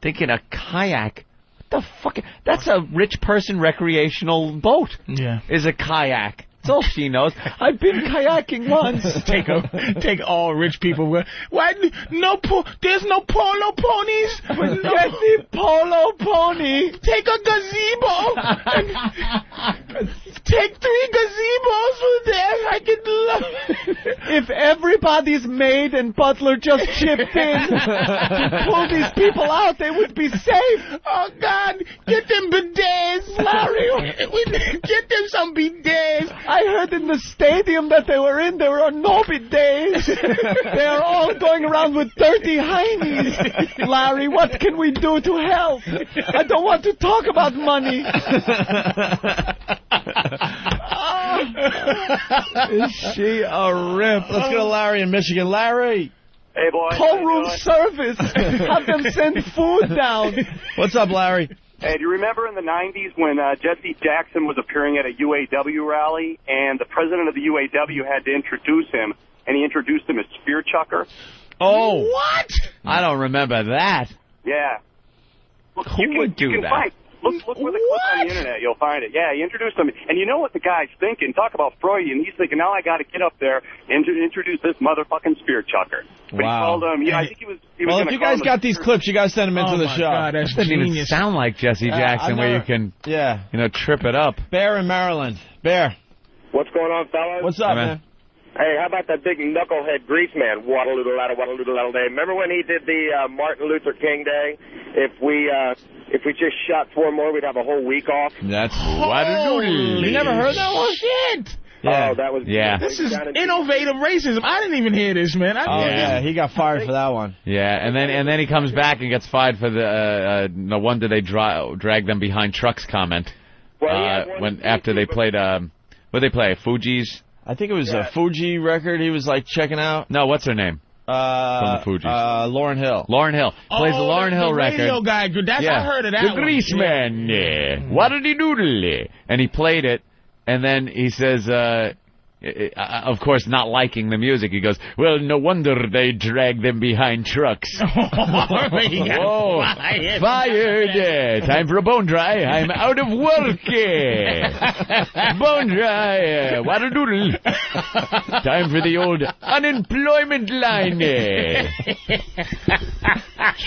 Speaker 4: Thinking a kayak. What the fuck? That's a rich person recreational boat
Speaker 2: Yeah.
Speaker 4: is a kayak. That's all she knows. I've been kayaking once.
Speaker 2: take a, take all rich people. with- Why n- no po- There's no polo ponies. With no
Speaker 16: Get
Speaker 2: the polo pony. Take a gazebo. oh, and- take three gazebos with them. I could love.
Speaker 5: If everybody's maid and butler just chipped in to pull these people out, they would be safe.
Speaker 2: Oh God, get them bidets, Larry. We get them some bidets.
Speaker 5: I heard in the stadium that they were in, there are no bidets. they are all going around with dirty heinies. Larry, what can we do to help? I don't want to talk about money.
Speaker 9: Is she a rip? Let's go to Larry in Michigan. Larry.
Speaker 5: Hey, boy. Call room service. Have them send food down.
Speaker 9: What's up, Larry?
Speaker 7: Hey, do you remember in the 90s when uh, Jesse Jackson was appearing at a UAW rally and the president of the UAW had to introduce him and he introduced him as Spear Chucker?
Speaker 4: Oh.
Speaker 2: What?
Speaker 4: I don't remember that.
Speaker 7: Yeah. Look,
Speaker 4: Who
Speaker 7: you can,
Speaker 4: would do
Speaker 7: you can
Speaker 4: that?
Speaker 7: Find, look, look with a clip on the internet, you'll find it. Yeah, he introduced him. And you know what the guy's thinking. Talk about Freudian. He's thinking, now I got to get up there and to introduce this motherfucking Spear Chucker. But he
Speaker 9: Wow.
Speaker 7: called him, yeah, I think he was, he was
Speaker 9: Well,
Speaker 7: gonna
Speaker 9: if you
Speaker 7: call
Speaker 9: guys
Speaker 7: him a
Speaker 9: got these clips, you guys send them into
Speaker 4: Oh
Speaker 9: the
Speaker 4: my
Speaker 9: show.
Speaker 4: God, that's Doesn't even genius. sound like Jesse
Speaker 9: Yeah, I
Speaker 4: Jackson where
Speaker 9: never-
Speaker 4: you can-
Speaker 9: Yeah.
Speaker 4: You know, trip it up.
Speaker 9: Bear in Maryland. Bear.
Speaker 19: What's going on, fellas?
Speaker 9: What's up,
Speaker 4: Hey, man.
Speaker 9: man?
Speaker 19: Hey, how about that big knucklehead grease man, Waddle-doodle-addle, waddle-doodle-addle day? Remember when he did the uh, Martin Luther King Day? If we uh, if we just shot four more, we'd have a whole week off.
Speaker 4: That's
Speaker 2: Holy
Speaker 19: You never heard that one?
Speaker 2: Shit.
Speaker 19: Oh, that was
Speaker 4: Yeah.
Speaker 2: This is innovative racism. I didn't even hear this, man. I
Speaker 4: Oh,
Speaker 2: didn't
Speaker 4: yeah,
Speaker 9: he got fired for that one.
Speaker 4: Yeah, and then and then he comes back and gets fired for the uh, uh, no wonder they dra- drag them behind trucks comment. uh, when after they played um, what they play Fuji's.
Speaker 3: I think it was a Fuji record. He was like checking out.
Speaker 4: No, what's her name?
Speaker 3: Uh,
Speaker 4: From the Fugees.
Speaker 3: Uh, Lauren Hill.
Speaker 4: Lauren Hill plays the Lauren Hill record.
Speaker 2: Oh, radio guy. Good. That's I heard of that.
Speaker 4: The
Speaker 2: one.
Speaker 4: grease man. Yeah. What did he doodle? And he played it, and then he says, uh, i- i- of course, not liking the music. He goes, well, no wonder they drag them behind trucks.
Speaker 1: He got
Speaker 4: Whoa.
Speaker 1: fired.
Speaker 4: Fired. Yeah. Time for a bone dry. I'm out of work. Yeah. Bone dry. Yeah. What a doodle. Time for the old unemployment line. Yeah.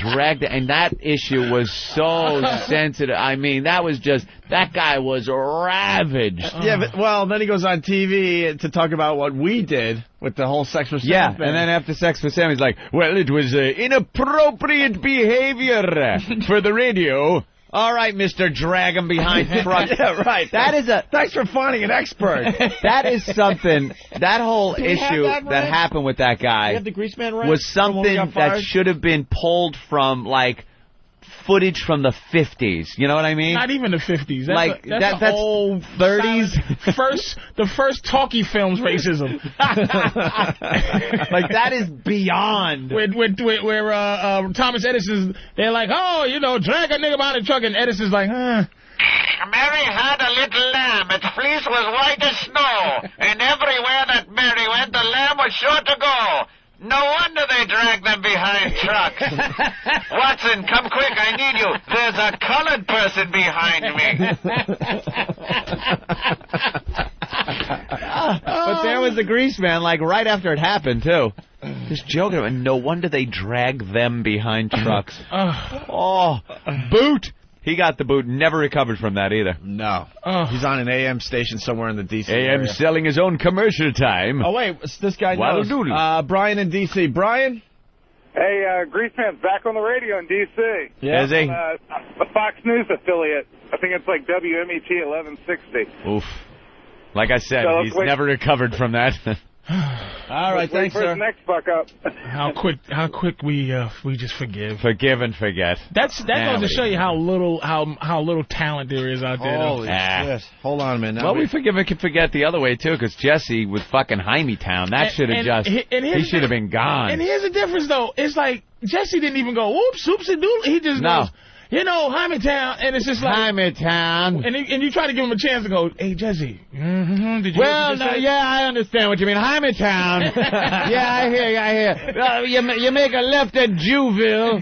Speaker 4: dragged and that issue was so sensitive. I mean, that was just that guy was ravaged.
Speaker 3: Yeah, but, well, then he goes on TV to talk about what we did with the whole sex with
Speaker 4: Yeah,
Speaker 3: Sam thing.
Speaker 4: and then after sex with Sam, he's like, "Well, it was uh, inappropriate behavior for the radio." All right, Mister Drag 'em behind truck.
Speaker 3: yeah, right.
Speaker 4: That is a
Speaker 3: thanks for finding an expert.
Speaker 4: that is something. That whole
Speaker 3: Do we have
Speaker 4: issue
Speaker 3: that
Speaker 4: that,
Speaker 3: right?
Speaker 4: happened with that
Speaker 3: You
Speaker 4: guy
Speaker 3: have the grease man right?
Speaker 4: was
Speaker 3: The one who
Speaker 4: something
Speaker 3: got
Speaker 4: that
Speaker 3: fired?
Speaker 4: should have been pulled from like footage from the 50s. You know what I mean?
Speaker 2: Not even the fifties.
Speaker 4: Like,
Speaker 2: Like
Speaker 4: that-
Speaker 2: that's, the
Speaker 4: that's
Speaker 2: old
Speaker 4: 30s.
Speaker 2: silent- First, the first talkie films racism.
Speaker 4: like that is beyond.
Speaker 2: Where, where, where, where uh, uh, Thomas Edison's, they're like, oh, you know, drag a nigga behind a truck, and Edison's like, huh.
Speaker 5: Mary had a little lamb. Its fleece was white as snow, and everywhere that Mary went, the lamb was sure to go. No wonder they drag them behind trucks. Watson, come quick, I need you. There's a colored person behind me.
Speaker 4: But
Speaker 3: Um,
Speaker 4: there was the grease man, like right after it happened too. Just joking, and no wonder they drag them behind trucks. oh, boot. He got the boot. Never recovered from that either.
Speaker 3: No, he's on an AM station somewhere in the DC.
Speaker 4: AM
Speaker 3: area.
Speaker 4: selling his own commercial time.
Speaker 3: Oh wait, it's this guy
Speaker 4: Waddle
Speaker 3: knows.
Speaker 4: doodle.
Speaker 3: Uh, Brian in DC. Brian.
Speaker 7: Hey, uh, Greaseman's back on the radio in D.C.
Speaker 3: Yeah. Is he?
Speaker 7: Uh, a Fox News affiliate. I think it's like E WMET 1160.
Speaker 4: Oof. Like I said,
Speaker 7: So,
Speaker 4: he's
Speaker 7: wait-
Speaker 4: never recovered from that.
Speaker 3: All
Speaker 7: right,
Speaker 2: thanks,
Speaker 7: for
Speaker 2: sir.
Speaker 7: his next buck up.
Speaker 2: How quick, how quick we uh, we just forgive.
Speaker 4: Forgive and forget.
Speaker 2: That's that
Speaker 4: Nah,
Speaker 2: goes to
Speaker 4: we-
Speaker 2: show you how little how how little talent there is out there. though.
Speaker 4: Holy Ah. shit.
Speaker 3: Hold on a minute.
Speaker 4: Well, we forgive and can forget the other way too, because Jesse with fucking Jaime Town, that
Speaker 2: And-
Speaker 4: should have
Speaker 2: and
Speaker 4: just
Speaker 2: he- and
Speaker 4: he
Speaker 2: here's-
Speaker 4: should have been gone.
Speaker 2: And here's the difference, though. It's like Jesse didn't even go, whoops, oops, and doodle. He just
Speaker 4: No.
Speaker 2: goes, you know, Town, and it's just like
Speaker 4: Town.
Speaker 2: And, he- and you try to give him a chance to go, hey Jesse, mm-hmm, did you?
Speaker 1: Well, no, yeah,
Speaker 4: I understand what you mean. Town. yeah, I hear you. I hear you. Uh, you. ma- You make a left at Juville,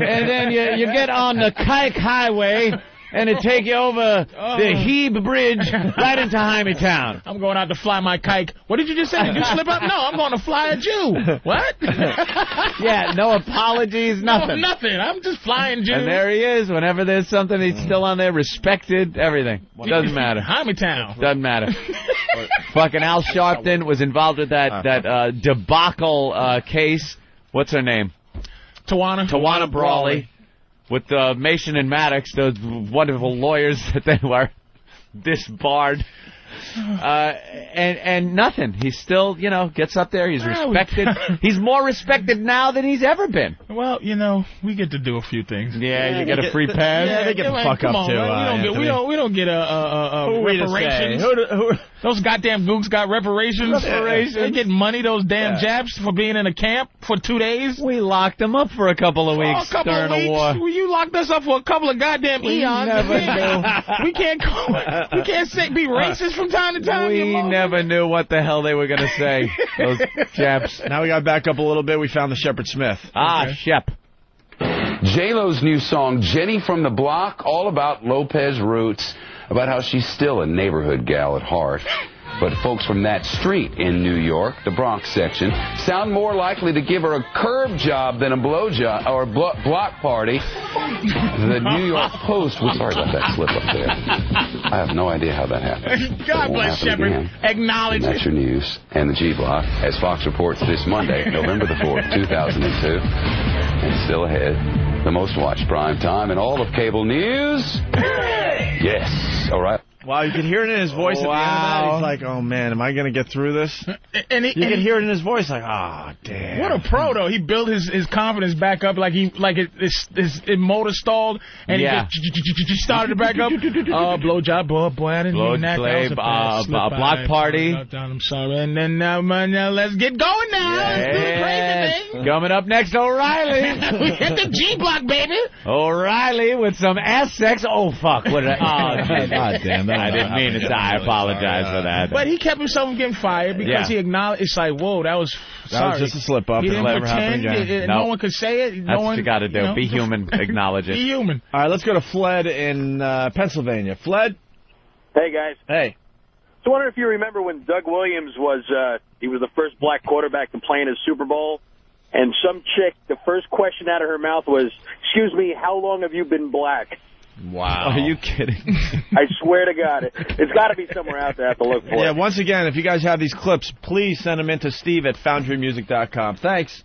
Speaker 4: and then you, you get on the Kike Highway, and it take you over the Hebe Bridge right into Jaime Town.
Speaker 2: Oh. I'm going out to fly my kike. What did you just say? Did you slip up? No, I'm going to fly a Jew. What?
Speaker 4: yeah, no apologies, nothing.
Speaker 2: No, nothing. I'm just flying Jews.
Speaker 4: And there he is. Whenever there's something, he's still on there, respected, everything. Doesn't matter.
Speaker 2: Town.
Speaker 4: Doesn't matter. Fucking Al Sharpton was involved with that that uh, debacle uh, case. What's her name?
Speaker 2: Tawana.
Speaker 4: Tawana Brawley. With uh, Mason and Maddox, those wonderful lawyers that they were disbarred. Uh, and and nothing. He still, you know, gets up there. He's
Speaker 2: Wow.
Speaker 4: respected. He's more respected now than he's ever been.
Speaker 2: Well, you know, we get to do a few things.
Speaker 4: Yeah, you get a free pass.
Speaker 2: Yeah, like, come on, man. we, don't get, we don't. We don't get a, a, a, a
Speaker 3: Who we to say?
Speaker 2: reparations.
Speaker 3: Who
Speaker 2: those goddamn gooks got reparations.
Speaker 3: Reparations.
Speaker 2: They get money. Those damn
Speaker 3: Yeah.
Speaker 2: Japs for being in a camp for two days.
Speaker 4: We locked them up for a couple of
Speaker 2: Oh,
Speaker 4: weeks
Speaker 2: a couple
Speaker 4: during
Speaker 2: of weeks.
Speaker 4: a war.
Speaker 2: Well, you locked us up for a couple of goddamn
Speaker 4: We
Speaker 2: eons.
Speaker 4: never Uh-uh.
Speaker 2: we can't, we can't go. We can't say, be racist from time to time. you
Speaker 4: We
Speaker 2: mo-
Speaker 4: never knew what the hell they were going to say. Those chaps.
Speaker 3: Now we got back up a little bit. We found the Shepherd Smith.
Speaker 4: Ah, Shep.
Speaker 20: J-Lo's new song, Jenny from the Block, all about Lopez roots, about how she's still a neighborhood gal at heart. But folks from that street in New York, the Bronx section, sound more likely to give her a curb job than a blow job or a blo- block party. The New York Post was sorry about that slip up there. I have no idea how that happened.
Speaker 2: God
Speaker 20: It won't
Speaker 2: bless
Speaker 20: happen
Speaker 2: Shepard.
Speaker 20: again.
Speaker 2: Acknowledge
Speaker 20: And that's your news and the G Block as Fox reports this Monday, November the 4th, 2002. And still ahead, the most watched prime time in all of cable news. Yes. All right.
Speaker 3: Wow, you can hear it in his voice at the end
Speaker 2: Wow.
Speaker 3: of that. He's like, oh man, am I going to get through this?
Speaker 2: And he,
Speaker 3: You
Speaker 2: and
Speaker 3: can
Speaker 2: he-
Speaker 3: hear it in his voice, like, ah, damn.
Speaker 2: What a pro though! He built his, his confidence back up like he like it his, his, his motor stalled and
Speaker 4: Yeah.
Speaker 2: he just started it back up. Oh, blowjob, boy, boy, I didn't
Speaker 4: Blow-
Speaker 2: mean that.
Speaker 4: play,
Speaker 2: that was
Speaker 4: uh,
Speaker 2: a bad slip.
Speaker 4: uh, block
Speaker 2: I
Speaker 4: party.
Speaker 2: apologize. I'm sorry. And then now, man, now let's get going now. Let's do the crazy thing.
Speaker 4: Coming up next, O'Reilly.
Speaker 2: we hit the G block, baby.
Speaker 4: O'Reilly with some ass sex. Oh fuck! What? Did I, oh, damn.
Speaker 2: God damn, that-
Speaker 4: I didn't mean it. I apologize for that.
Speaker 2: But he kept himself from getting fired because
Speaker 4: Yeah.
Speaker 2: he acknowledged. It's like, whoa, that was
Speaker 4: That
Speaker 2: sorry.
Speaker 4: was just a slip up.
Speaker 2: He
Speaker 4: It'll
Speaker 2: didn't
Speaker 4: never happen
Speaker 2: pretend.
Speaker 4: again.
Speaker 2: It- it-
Speaker 4: Nope.
Speaker 2: No one could say it.
Speaker 4: That's
Speaker 2: no
Speaker 4: what
Speaker 2: one,
Speaker 4: you got to do.
Speaker 2: know,
Speaker 4: Be
Speaker 2: just-
Speaker 4: human. Acknowledge it.
Speaker 2: Be human.
Speaker 3: All right, let's go to Fled in uh, Pennsylvania. Fled?
Speaker 7: Hey guys.
Speaker 3: Hey.
Speaker 7: So I wonder if you remember when Doug Williams was uh he was the first black quarterback to play in his Super Bowl and some chick the first question out of her mouth was, "Excuse me, how long have you been black?"
Speaker 4: Wow. Are you kidding?
Speaker 7: I swear to God, it, it's got to be somewhere out there. I have to look for
Speaker 3: Yeah,
Speaker 7: it.
Speaker 3: once again, if you guys have these clips, please send them in to Steve at foundrymusic.com. Thanks.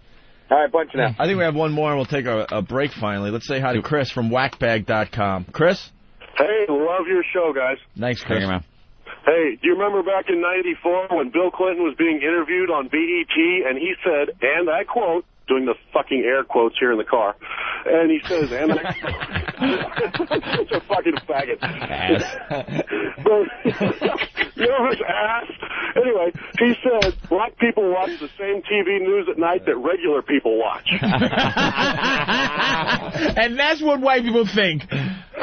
Speaker 7: All right, bunch now.
Speaker 3: I think we have one more, and we'll take a, a break finally. Let's say hi to Chris from whackbag.com. Chris?
Speaker 13: Hey, love your show, guys.
Speaker 3: Thanks, Chris.
Speaker 13: Hey, do you remember back in 94 when Bill Clinton was being interviewed on BET and he said, and I quote, doing the fucking air quotes here in the car, and he says, and I it's a fucking faggot. But- you know his ass? Anyway, he said, black people watch the same TV news at night that regular people watch.
Speaker 2: and that's what white people think.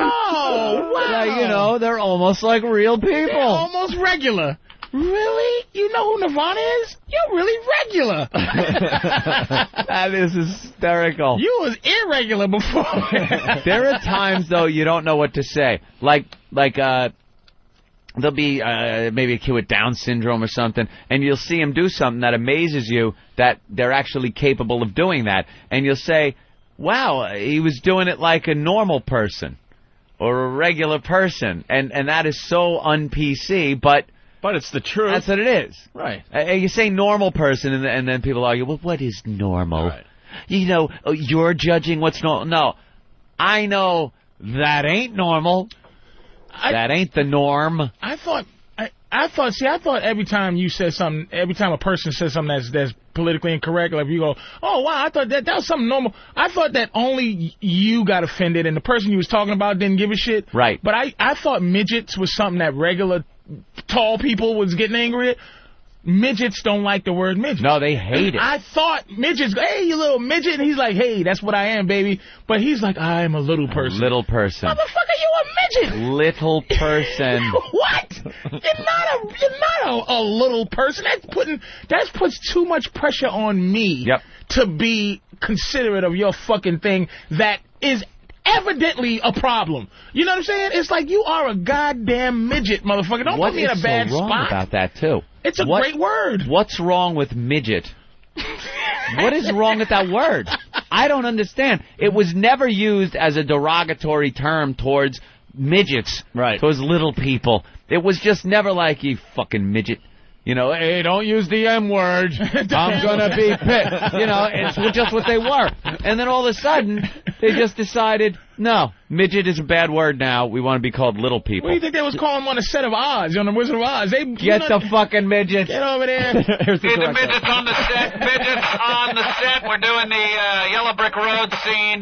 Speaker 2: Oh, wow.
Speaker 21: Like, you know, they're almost like real
Speaker 2: They're
Speaker 21: people.
Speaker 2: almost regular. Really? You know who Nirvana is? You're really regular.
Speaker 4: that is hysterical.
Speaker 2: you was irregular before.
Speaker 4: there are times though you don't know what to say. Like like uh there'll be uh maybe a kid with Down syndrome or something, and you'll see him do something that amazes you that they're actually capable of doing that, and you'll say, "Wow, he was doing it like a normal person." Or a regular person, and and that is so un PC, but
Speaker 3: but it's the truth.
Speaker 4: That's what it is,
Speaker 3: right?
Speaker 4: And you say normal person, and, and then people argue, well, what is normal? You know, oh, you're judging what's normal. No, I know that ain't normal. that ain't the norm.
Speaker 2: I thought. I, I thought, see, I thought every time you said something, every time a person says something that's that's politically incorrect, like you go, oh wow, I thought that that was something normal. I thought that only you got offended and the person you was talking about didn't give a shit.
Speaker 4: Right.
Speaker 2: But I I thought midgets was something that regular tall people was getting angry at. Midgets don't like the word midget.
Speaker 4: No, they hate it.
Speaker 2: I thought midgets, hey, you little midget, and he's like, hey, that's what I am, baby. But he's like, I am a little person.
Speaker 4: Little person.
Speaker 2: Motherfucker, you a midget.
Speaker 4: Little person.
Speaker 2: What? You're not a you're not a, a little person. That's putting that puts too much pressure on me to be considerate of your fucking thing that is evidently a problem. You know what I'm saying? It's like you are a goddamn midget, motherfucker. Don't
Speaker 4: What
Speaker 2: put me in a
Speaker 4: is
Speaker 2: bad
Speaker 4: so wrong
Speaker 2: spot.
Speaker 4: about that too?
Speaker 2: It's a great word.
Speaker 4: What's wrong with midget? what is wrong with that word? I don't understand. It was never used as a derogatory term towards midgets, right? Towards little people. It was just never like you fucking midget. You know, hey, don't use the M word. I'm gonna be pissed. You know, it's just what they were. And then all of a sudden, they just decided, no, midget is a bad word now. We want to be called little people.
Speaker 2: What do you think they was calling him on a set of Oz, on the Wizard of Oz? They
Speaker 4: Get the fucking midgets.
Speaker 2: Get over there.
Speaker 4: Here's the
Speaker 5: Hey, the
Speaker 4: correct
Speaker 5: midgets on the set. Midgets on the set. We're doing the uh, Yellow Brick Road scene.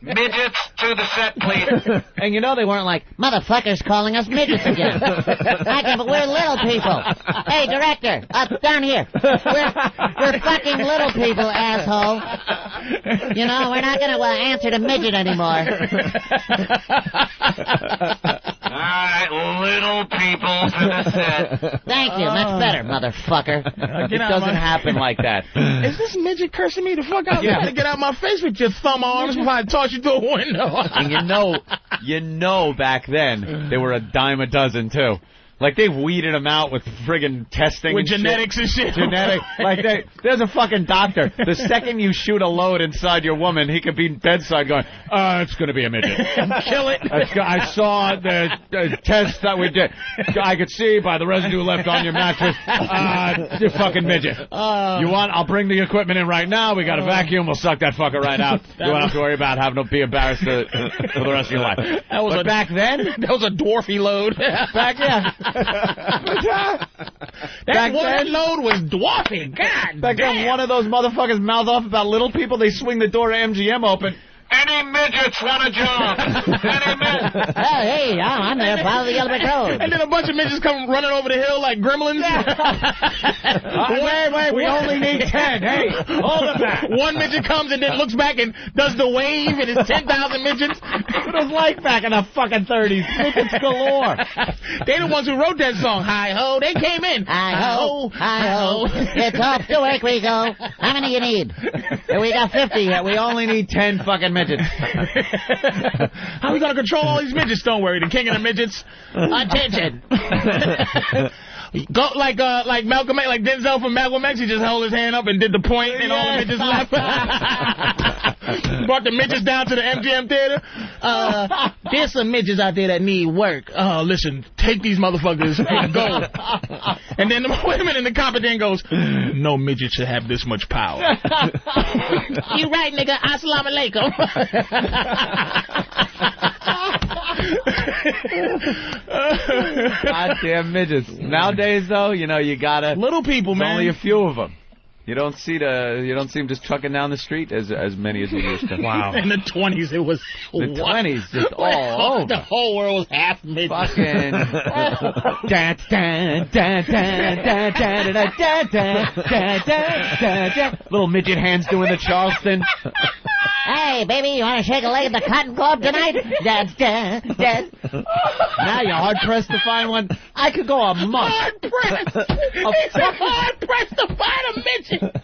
Speaker 5: Midgets to the set, please.
Speaker 22: And you know they weren't like, motherfuckers calling us midgets again. I can, but we're little people. Hey, director, up down here. We're, we're fucking little people, asshole. You know, we're not going to uh, answer to midget anymore.
Speaker 5: All right, little people to the set. Uh.
Speaker 22: Thank you. Much better, motherfucker.
Speaker 2: Uh, Get out of my-
Speaker 4: like that.
Speaker 2: Is this midget cursing me the fuck out? You
Speaker 4: Yeah.
Speaker 2: gotta get out my face with your thumb arms before I toss you through a window.
Speaker 4: and you know, you know, back then they were a dime a dozen too. Like they've weeded them out with friggin' testing
Speaker 2: With
Speaker 4: and shit.
Speaker 2: genetics and shit.
Speaker 4: Genetic. Like they, there's a fucking doctor. The second you shoot a load inside your woman, he could be bedside going, "Uh, it's gonna be a midget.
Speaker 2: Kill it.
Speaker 4: That's go- I saw the, the test that we did. I could see by the residue left on your mattress. Uh, you fucking midget.
Speaker 1: Uh,
Speaker 2: Oh.
Speaker 4: you want? I'll bring the equipment in right now. We got a
Speaker 2: Oh.
Speaker 4: vacuum. We'll suck that fucker right out. You won't have to worry about having to be embarrassed uh, for the rest of your life.
Speaker 2: That was
Speaker 4: But
Speaker 2: a,
Speaker 4: back then.
Speaker 2: That was a dwarfy load.
Speaker 4: Back yeah.
Speaker 2: That
Speaker 4: Back
Speaker 2: one
Speaker 4: then-
Speaker 2: load was dwarfy. God
Speaker 4: Back
Speaker 2: damn.
Speaker 4: then, one of those motherfuckers mouth off about little people. They swing the door to MGM open.
Speaker 23: Any midgets want a job? Any mid-
Speaker 5: Oh, hey, I'm, I'm there. Follow the yellow brick road.
Speaker 2: And then a bunch of midgets come running over the hill like gremlins.
Speaker 4: wait, wait, we only need 10. Hey, hold it back.
Speaker 2: One midget comes and then looks back and does the wave, and it's 10,000 midgets.
Speaker 4: It was like back in the fucking 30s. Tickets galore.
Speaker 2: they the ones who wrote that song, Hi Ho. They came in.
Speaker 5: Hi ho, hi ho. It's off to work we go. How many you need? We got 50 here.
Speaker 4: We only need 10 fucking midgets.
Speaker 2: How we gonna control all these midgets? Don't worry, the king of the midgets. Attention. Go like uh like Malcolm X, like Denzel from Malcolm X. He just held his hand up and did the point, and all the midgets left. Brought the midgets down to the MGM theater. Uh, there's some midgets out there that need work. Uh, listen, take these motherfuckers and go. And then the women in the comment then goes, no midget should have this much power.
Speaker 5: you right, nigga. Assalamu alaikum.
Speaker 4: Goddamn midgets. Nowadays, though, you know, you gotta
Speaker 2: little people,
Speaker 4: man. Only a
Speaker 2: few of them.
Speaker 4: You don't see the you don't see them just trucking down the street as as many as we used to.
Speaker 2: In the twenties, it was
Speaker 4: The
Speaker 2: what?
Speaker 4: 20s, just all
Speaker 2: The whole world was half midget.
Speaker 4: Fucking-
Speaker 2: dance, dance, dance,
Speaker 4: Little midget hands doing the Charleston.
Speaker 5: Hey, baby, you want to shake a leg at the Cotton Club tonight? Da, da, da.
Speaker 4: Now you're hard pressed to find one. I could go a month.
Speaker 2: Hard pressed. It's a hard pressed to find a midget.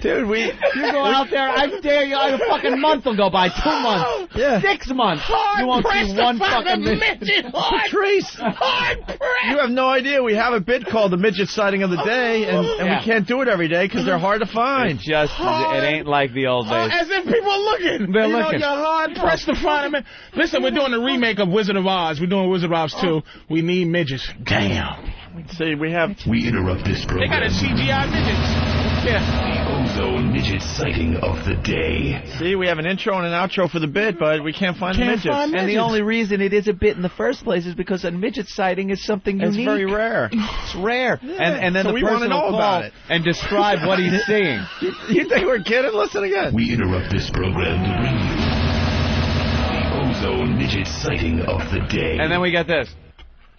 Speaker 4: Dude, we you go out there, I dare you. A fucking month will go by, two months, six months. you won't
Speaker 2: pressed
Speaker 4: see
Speaker 2: to
Speaker 4: one
Speaker 2: find
Speaker 4: fucking
Speaker 2: a
Speaker 4: midget.
Speaker 2: midget. Hard-
Speaker 3: Patrice!
Speaker 2: Hard pressed.
Speaker 3: You have no idea. We have a bit called the midget sighting of the day, and, and
Speaker 4: Yeah.
Speaker 3: we can't do it every day because they're hard to find.
Speaker 4: It just it ain't like the old days.
Speaker 2: As if people are looking.
Speaker 4: They're
Speaker 2: you
Speaker 4: looking.
Speaker 2: know, you're hard pressed to find a midget. Listen, we're doing a remake of Wizard of Oz. We're doing Wizard of Oz too. We need midgets. Damn.
Speaker 3: See, we have.
Speaker 1: We interrupt this
Speaker 2: They
Speaker 1: program.
Speaker 2: got a CGI midgets. Yeah.
Speaker 1: Ozone midget sighting of the day.
Speaker 3: See, we have an intro and an outro for the bit, but we can't find the midgets.
Speaker 4: And the only reason it is a bit in the first place is because a midget sighting is something
Speaker 3: It's
Speaker 4: unique.
Speaker 3: very rare.
Speaker 4: It's rare. And and then
Speaker 3: So
Speaker 4: the
Speaker 3: we
Speaker 4: person
Speaker 3: wanna know
Speaker 4: will
Speaker 3: about
Speaker 4: call
Speaker 3: it.
Speaker 4: and describe what he's seeing.
Speaker 3: you think we're kidding? Listen again.
Speaker 1: We interrupt this program to bring you the ozone midget sighting of the day.
Speaker 4: And then we get this.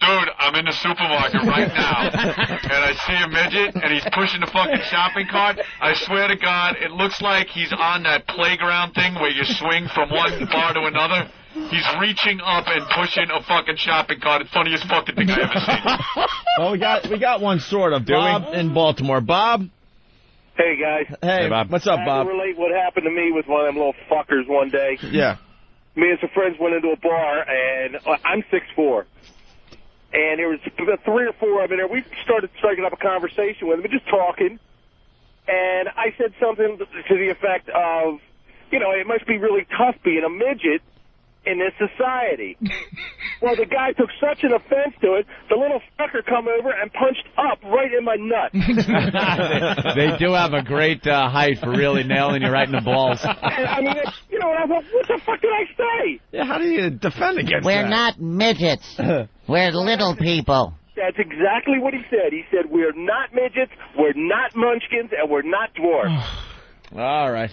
Speaker 23: Dude, I'm in the supermarket right now, and I see a midget, and he's pushing the fucking shopping cart. I swear to God, it looks like he's on that playground thing where you swing from one bar to another. He's reaching up and pushing a fucking shopping cart. It's funniest fucking thing I ever seen.
Speaker 3: Oh, we got we got one sort of.
Speaker 4: Do we?
Speaker 3: Bob in Baltimore. Bob.
Speaker 7: Hey guys.
Speaker 3: Hey, Bob. what's up,
Speaker 7: I
Speaker 3: Bob?
Speaker 7: can relate what happened to me with one of them little fuckers one day.
Speaker 3: Yeah.
Speaker 7: Me and some friends went into a bar, and uh, I'm six four, and there was about three or four of them there. We started striking up a conversation with them, and just talking, and I said something to the effect of, you know, it must be really tough being a midget in this society. well, the guy took such an offense to it, the little fucker come over and punched up right in my nut.
Speaker 4: they do have a great uh, height for really nailing you right in the balls.
Speaker 7: And, I mean, it's- you know, and I thought, what the fuck did I say?
Speaker 3: Yeah, how do you defend against
Speaker 5: We're
Speaker 3: that?
Speaker 5: not midgets. We're little people.
Speaker 7: That's exactly what he said. He said, we're not midgets, we're not munchkins, and we're not dwarfs.
Speaker 4: All right.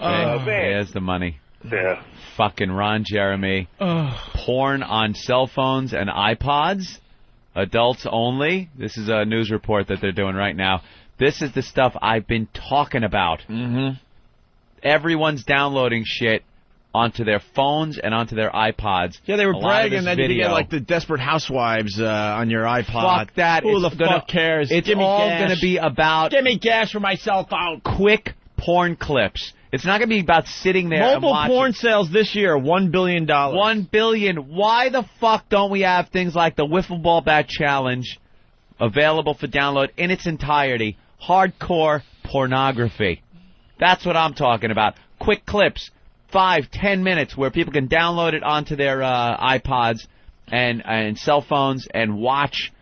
Speaker 7: Oh, man.
Speaker 4: Hey, There's the money.
Speaker 7: Yeah.
Speaker 4: Fucking Ron Jeremy.
Speaker 2: Oh.
Speaker 4: Porn on cell phones and iPods. Adults only. This is a news report that they're doing right now. This is the stuff I've been talking about. Mm-hmm. Everyone's downloading shit onto their phones and onto their iPods.
Speaker 3: Yeah, they were
Speaker 4: A lot of
Speaker 3: bragging
Speaker 4: this
Speaker 3: that you could
Speaker 4: video-
Speaker 3: get like the Desperate Housewives uh, on your iPod.
Speaker 4: Fuck that.
Speaker 3: Who
Speaker 4: It's
Speaker 3: the
Speaker 4: gonna-
Speaker 3: fuck cares?
Speaker 4: It's
Speaker 3: Give me
Speaker 4: all
Speaker 3: cash.
Speaker 4: going to be about
Speaker 3: Give me gas for my cell phone.
Speaker 4: quick porn clips. It's not going to be about sitting there. and
Speaker 3: Mobile
Speaker 4: watching.
Speaker 3: porn sales this year are one billion dollars.
Speaker 4: One billion. Why the fuck don't we have things like the wiffle ball bat challenge available for download in its entirety? Hardcore pornography. That's what I'm talking about. Quick clips, five, ten minutes, where people can download it onto their uh, iPods and and cell phones and watch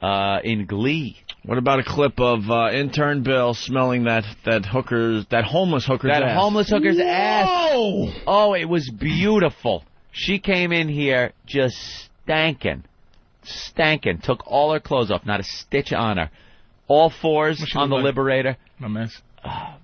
Speaker 4: uh, in glee.
Speaker 3: What about a clip of uh, intern Bill smelling that that hooker's that homeless hooker's
Speaker 4: that
Speaker 3: ass?
Speaker 4: homeless hooker's ass. Oh, it was beautiful. She came in here just stankin', stankin'. Took all her clothes off, not a stitch on her. All fours on the
Speaker 2: look like?
Speaker 4: Liberator.
Speaker 2: A mess.
Speaker 3: Ah,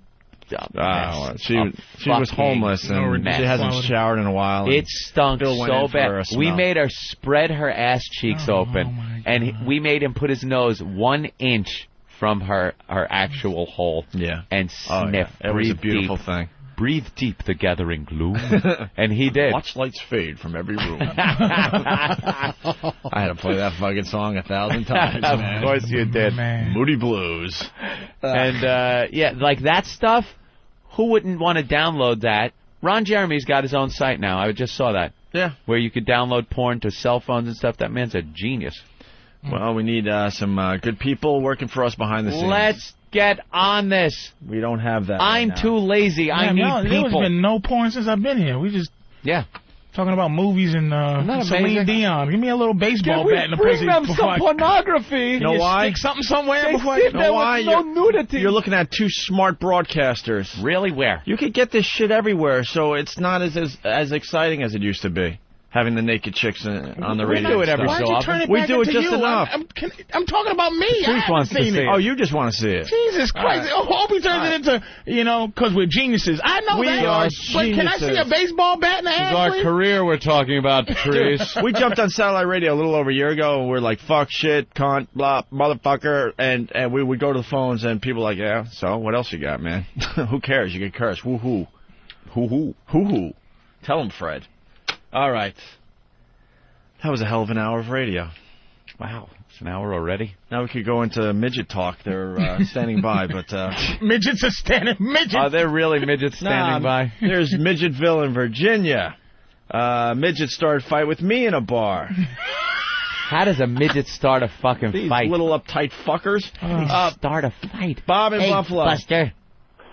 Speaker 4: mess.
Speaker 3: she
Speaker 4: A
Speaker 3: she was
Speaker 4: fucking
Speaker 3: homeless and
Speaker 4: mess.
Speaker 3: she hasn't showered in a while. and
Speaker 4: It stunk
Speaker 3: Bill went in
Speaker 4: so
Speaker 3: for a
Speaker 4: bad. We
Speaker 3: smell.
Speaker 4: made her spread her ass cheeks open, and he- we made him put his nose one inch from her her actual hole. Yeah, and
Speaker 3: Oh, yeah.
Speaker 4: sniff.
Speaker 3: It was a
Speaker 4: Breathe
Speaker 3: beautiful
Speaker 4: deep.
Speaker 3: thing.
Speaker 4: Breathe deep the gathering gloom, and he did.
Speaker 3: Watch lights fade from every room.
Speaker 4: I
Speaker 3: had to play that fucking song a thousand times.
Speaker 4: Of
Speaker 3: man.
Speaker 4: course you did.
Speaker 3: Moody Blues.
Speaker 4: and uh, yeah, like that stuff. Who wouldn't want to download that? Ron Jeremy's got his own site now. I just saw that.
Speaker 3: Yeah.
Speaker 4: Where you could download porn to cell phones and stuff. That man's a genius.
Speaker 3: Well, we need uh, some uh, good people working for us behind the scenes.
Speaker 4: Let's get on this.
Speaker 3: We don't have that.
Speaker 4: I'm
Speaker 3: right now.
Speaker 4: too lazy. I need
Speaker 2: no, There's
Speaker 4: people.
Speaker 2: been no porn since I've been here. We just
Speaker 4: yeah
Speaker 2: talking about movies and uh,
Speaker 4: that
Speaker 2: Celine
Speaker 4: amazing?
Speaker 2: Dion. Give me a little baseball
Speaker 5: Can we
Speaker 2: bat in the
Speaker 5: bring
Speaker 2: pussy
Speaker 5: them
Speaker 2: before
Speaker 5: some
Speaker 2: I-
Speaker 5: pornography?
Speaker 2: Can
Speaker 3: Know
Speaker 2: you
Speaker 3: why?
Speaker 2: Stick something somewhere
Speaker 5: They
Speaker 2: before I
Speaker 5: sit
Speaker 2: Know
Speaker 5: there with
Speaker 2: why?
Speaker 5: no
Speaker 2: You're-
Speaker 5: nudity.
Speaker 3: You're looking at two smart broadcasters.
Speaker 4: Really? Where?
Speaker 3: You could get this shit everywhere, so it's not as as, as exciting as it used to be. Having the naked chicks in, on the
Speaker 2: We
Speaker 3: radio.
Speaker 2: do
Speaker 3: and
Speaker 2: it every
Speaker 3: stuff.
Speaker 2: Why'd so you often. turn it
Speaker 3: we
Speaker 2: back
Speaker 3: do it
Speaker 2: into
Speaker 3: just
Speaker 2: you?
Speaker 3: enough.
Speaker 2: I'm- I'm- can- I'm talking about me. I haven't seen it.
Speaker 3: Oh, you just want to see it.
Speaker 2: Jesus Christ!
Speaker 3: All
Speaker 2: Oh,
Speaker 3: right.
Speaker 2: hope he turns it into you know because we're geniuses. I know
Speaker 3: We
Speaker 2: that.
Speaker 3: are
Speaker 2: but can I see a
Speaker 3: geniuses.
Speaker 2: baseball bat in the ass? please?
Speaker 4: career we're talking about,
Speaker 3: Dude, we jumped on satellite radio a little over a year ago, and we're like, "Fuck, shit, cunt, blah, motherfucker," and and we would go to the phones, and people were like, "Yeah, so what else you got, man? Who cares? You can curse, woo hoo, hoo hoo, hoo hoo." Tell him, Fred. All right, that was a hell of an hour of radio.
Speaker 4: Wow, it's an hour already.
Speaker 3: Now we could go into midget talk. They're uh, standing by, but uh,
Speaker 2: midgets are standing. Midgets.
Speaker 4: Are there Oh, really midgets standing by?
Speaker 3: There's Midgetville in Virginia. Uh, midget started a fight with me in a bar.
Speaker 4: How does a midget start a fucking
Speaker 3: These
Speaker 4: fight?
Speaker 3: little uptight fuckers. Uh,
Speaker 4: start a fight.
Speaker 3: Bob in
Speaker 4: Hey,
Speaker 3: Buffalo.
Speaker 4: Buster.